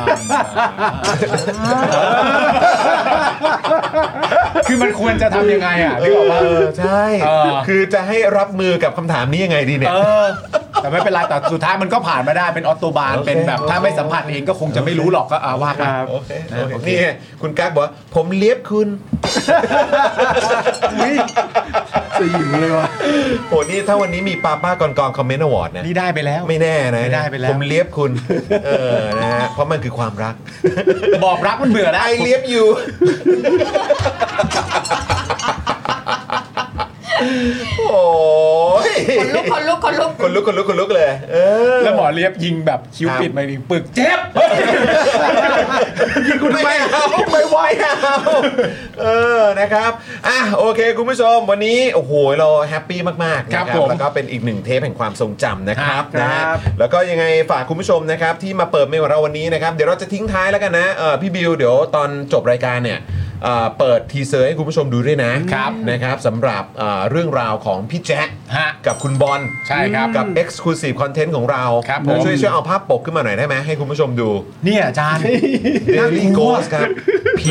Speaker 3: อ่าคือมันควรจะทำยังไงอ่ะนึกออกปะ
Speaker 1: เออใช่
Speaker 3: เออ
Speaker 1: คือจะให้รับมือกับคำถามนี้ยังไงดีเนี่ย
Speaker 3: เออ แต่ไม่เป็นไรแต่สุดท้ายมันก็ผ่านมาได้เป็นออโตบาน
Speaker 1: โอเค
Speaker 3: เป็นแบบถ้าไม่สัมผัสเองก็คงจะไม่รู้หรอกก็อ่าว่ากัน
Speaker 1: โอเคโอเค
Speaker 3: โอเค
Speaker 1: นี่ไงคุณกั๊กบอกว่าผมเลียบคุณ
Speaker 8: สยิวเลยวะ
Speaker 1: โหนี่ถ้าวันนี้มีป้าป้ากอนกองคอมเมนต์อวอร์ดนะ
Speaker 3: นี่ได้ไปแล้ว
Speaker 1: ไม่แน่นะ
Speaker 3: ไม่ได้ไปแล้ว
Speaker 1: ผมเลียบคุณ เออนะฮะเพราะมันคือความรัก
Speaker 3: บอกรักมันเบื่อได้
Speaker 1: ไอเลียบ อยู่ โอ้ย
Speaker 7: คนลุกคนลุกคนลุก
Speaker 1: คนลุกคนลุกคนลุกเลย เออ
Speaker 3: แล้วหมอเลียบยิงแบบคิ้ว
Speaker 1: ครับ
Speaker 3: ปิดมาอีกปึกเจ็บ
Speaker 1: คุณไม่เอาไม่ไหวเอาเออนะครับอ่ะโอเค คุณผู้ชมวันนี้โอ้โหเราแฮปปี้มากๆนะค
Speaker 3: ครั
Speaker 1: รับบ
Speaker 3: ผม
Speaker 1: แล้วก็เป็นอีกหนึ่งเทปแห่งความทรงจำนะครับ
Speaker 3: ครับ
Speaker 1: นะฮะแล้วก็ยังไงฝากคุณผู้ชมนะครับที่มาเปิดเมลของเราวันนี้นะครับเดี๋ยวเราจะทิ้งท้ายแล้วกันนะเออพี่บิวเดี๋ยวตอนจบรายการเนี่ยเอ่อเปิดทีเซอร์ให้คุณผู้ชมดูด้วยนะครับ นะครับสำหรับเอ่อเรื่องราวของพี่แจ๊ค
Speaker 3: ฮะ
Speaker 1: กับคุณบอล
Speaker 3: ใช่ครับ
Speaker 1: กับ Exclusive Content ของเรา
Speaker 3: ครับผม
Speaker 1: ช่วยช่วยเอาภาพปกขึ้นมาหน่อยได้ไหมให้คุณผู้ชมดู
Speaker 3: เนี่ยอาจารย์
Speaker 1: Daily Ghost ครับ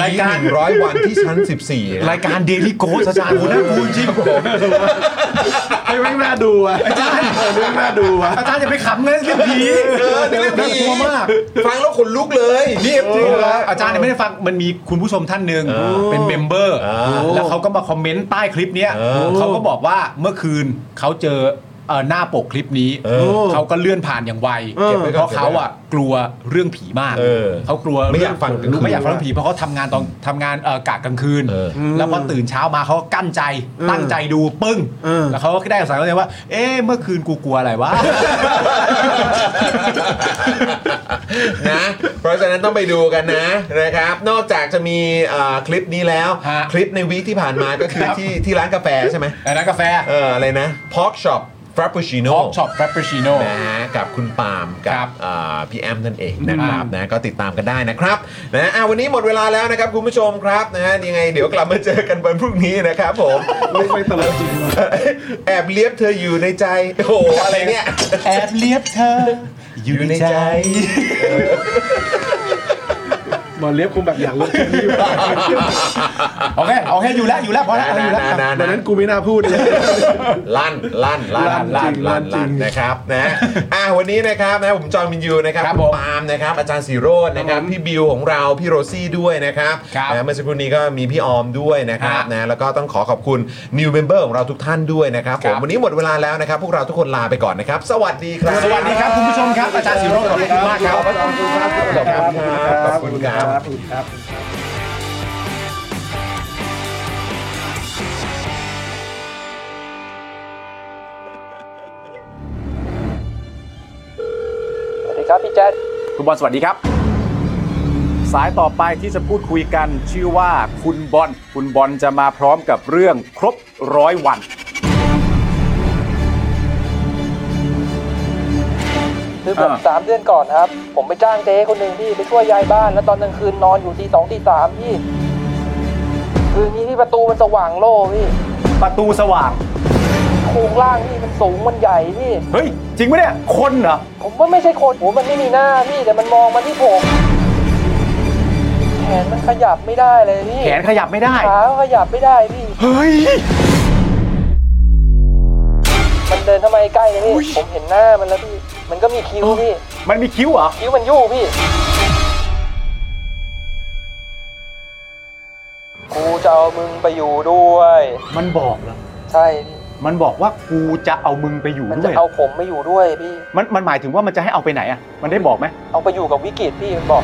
Speaker 3: รายการ
Speaker 1: หนึ่งร้อยวันที่ชั้น 14
Speaker 3: รายการ Daily g h o s t อาจารย์โหน่ากลัวจริง
Speaker 8: ไอ้แม่งน่าดูอ่ะอาจารย์แม่งน่าดูอ่ะ
Speaker 3: อาจารย์อย่าไปขำเลยเรื่องผี
Speaker 1: เออนี่เรื่อง
Speaker 3: น่า
Speaker 1: ผี
Speaker 3: กลัวมาก
Speaker 1: ฟังแล้วขนลุกเลย
Speaker 3: นี่จริงเหรออาจารย์เนี่ยไม่ได้ฟังมันมีคุณผู้ชมท่านหนึ่งเป็นเมมเบอร์
Speaker 1: อ่า
Speaker 3: แล้วเขาก็มาคอมเมนต์ใต้คลิปเนี้ย
Speaker 1: เออ
Speaker 3: เขาก็บอกว่าเมื่อคืนเขาเจอเอ่อหน้าปกคลิปนี้
Speaker 1: เออ
Speaker 3: เขาก็เลื่อนผ่านอย่างไว
Speaker 1: เก็บไว้ก่อน
Speaker 3: เพราะเขาอ่ะกลัวเรื่องผีมาก
Speaker 1: เออ
Speaker 3: ากลัว
Speaker 1: ไม่อยากฟังกลางคืน
Speaker 3: ไม่อยากฟังเรื่องผีเพราะเขาทำงานตอนทำงานเอ่อกะกลางคืน
Speaker 1: เออ
Speaker 3: แล้วพอตื่นเช้ามาเขาก็กั้นใจตั้งใจดูปึ้ง
Speaker 8: เออ
Speaker 3: แล้วเขาก็ได้คำสั่งเลยว่า เอ๊ะเมื่อคืนกูกลัวอะไร วะ
Speaker 1: นะ เพราะฉะนั้นต้องไปดูกันนะนะครับ นอกจากจะมีเอ่อคลิปนี้แล้ว
Speaker 3: ฮะ
Speaker 1: คลิปในวีคที่ผ่านมาก็คือ
Speaker 3: ครับ
Speaker 1: ที่ที่ร้านกาแฟใช่ไหม
Speaker 3: ไอ้นั้นกาแฟ
Speaker 1: เอออะไรนะ Pork Shop Frappuccino
Speaker 3: ท็อปช็อปแฟรปชิโน
Speaker 1: นะฮะกับคุณปาล์ม
Speaker 3: ครั
Speaker 1: กับบ เอ่อพี่แอมนั่นเองนะครับ
Speaker 3: อืม
Speaker 1: นะก็ติดตามกันได้นะครับนะอ่ะวันนี้หมดเวลาแล้วนะครับคุณผู้ชมครับนะฮะยังไงเดี๋ยวกลับมาเจอกันวันพรุ่งนี้นะครับ ผม
Speaker 8: ไม่ไม่ตลกจริงวะ
Speaker 1: แอบเลียบเธออยู่ในใจ โอ้โหอะไรเนี่ย
Speaker 3: แอบเลียบเธอ อยู่ในใจ
Speaker 8: หมอเล็บคงแบบอยากลงคลิปนี้อยู่
Speaker 3: โอเคเอาแค่อยู่แล้วอยู่แล้วพอแล้ว
Speaker 1: นะ
Speaker 3: เอาอยู่แล้ว
Speaker 1: นะนะ
Speaker 8: ดัง
Speaker 1: นะ
Speaker 8: นั้นกูไม่น่าพูดเลย
Speaker 1: ลั่นลั่นลั่น
Speaker 8: ลั่
Speaker 1: ลั่น
Speaker 8: น
Speaker 1: ลั่น
Speaker 8: จริ
Speaker 1: ลั่น
Speaker 8: ง
Speaker 1: นะครับนะอ่ะวันนี้นะครับนะผมจอห์นวินยูนะครับ
Speaker 3: ครับ
Speaker 1: ณ
Speaker 3: ผม
Speaker 1: ปาล์มนะครับอาจารย์สีโรจน์นะครับพี่บิวของเราพี่โรซี่ด้วยนะครับ
Speaker 3: ครับ
Speaker 1: นะเมื่อสักครู่นี้ก็มีพี่ออมด้วยนะครับ
Speaker 3: ฮะ
Speaker 1: นะแล้วก็ต้องขอขอบคุณ new member ของเราทุกท่านด้วยนะครับ
Speaker 3: ค
Speaker 1: ผ
Speaker 3: รั
Speaker 1: ม
Speaker 3: บ
Speaker 1: วันนี้หมดเวลาแล้วนะครับ พวกเราทุกคนลาไปก่อนนะครับ สวัสดีครับ
Speaker 3: สวัสดีครับคุณผู้ชมครับอาจารย์สิโรจน์ขอบคุณมากครับ
Speaker 1: ขอบคุณครับขอบคุณครับขอบคุณครับ
Speaker 8: ครับ
Speaker 9: สวัสดีครับพี่แจ๊ด
Speaker 3: คุณบอลสวัสดีครับ
Speaker 9: สายต่อไปที่จะพูดคุยกันชื่อว่าคุณบอลคุณบอลจะมาพร้อมกับเรื่องครบร้อยวัน
Speaker 10: คือแบบ
Speaker 9: อ่า
Speaker 10: สามเดือนก่อนครับ ผมไปจ้างเจ๊คนหนึ่งพี่ไปช่วยยายบ้าน แล้วตอนกลางคืนนอนอยู่ตีสองตีสามพี่คืออย่างนี้ที่ประตูมันสว่างโล่พี่
Speaker 9: ประตูสว่าง
Speaker 10: โครงล่างพี่มันสูงมันใหญ่พี่
Speaker 9: เฮ้ย จริงไหมเนี่ย คนเหรอ
Speaker 10: ผมว่าไม่ใช่คนผมมันไม่มีหน้าพี่แต่มันมองมาที่ผมแขนมันขยับไม่ได้เลยพี่
Speaker 9: แขนขยับไม่ได้
Speaker 10: ขาก็ขยับไม่ได้พี่
Speaker 9: เฮ้ย
Speaker 10: มันเดินทำไมใกล้เลยพี่ผมเห็นหน้ามันแล้วพี่ มันก็มีคิ้วพี่
Speaker 9: มันมีคิ้วเหรอ
Speaker 10: คิ้วมันยู่พี่ กูจะเอามึงไปอยู่ด้วย
Speaker 9: มันบอกเหรอ
Speaker 10: ใช่พี่
Speaker 9: มันบอกว่ากูจะเอามึงไปอยู่
Speaker 10: มัน
Speaker 9: ด้
Speaker 10: จะ
Speaker 9: วย
Speaker 10: เอาผมไปอยู่ด้วยพี่
Speaker 9: มันมันหมายถึงว่ามันจะให้เอาไปไหนอ่ะ มันได้บอกไหม
Speaker 10: เอาไปอยู่กับวิกฤตพี่มันบอก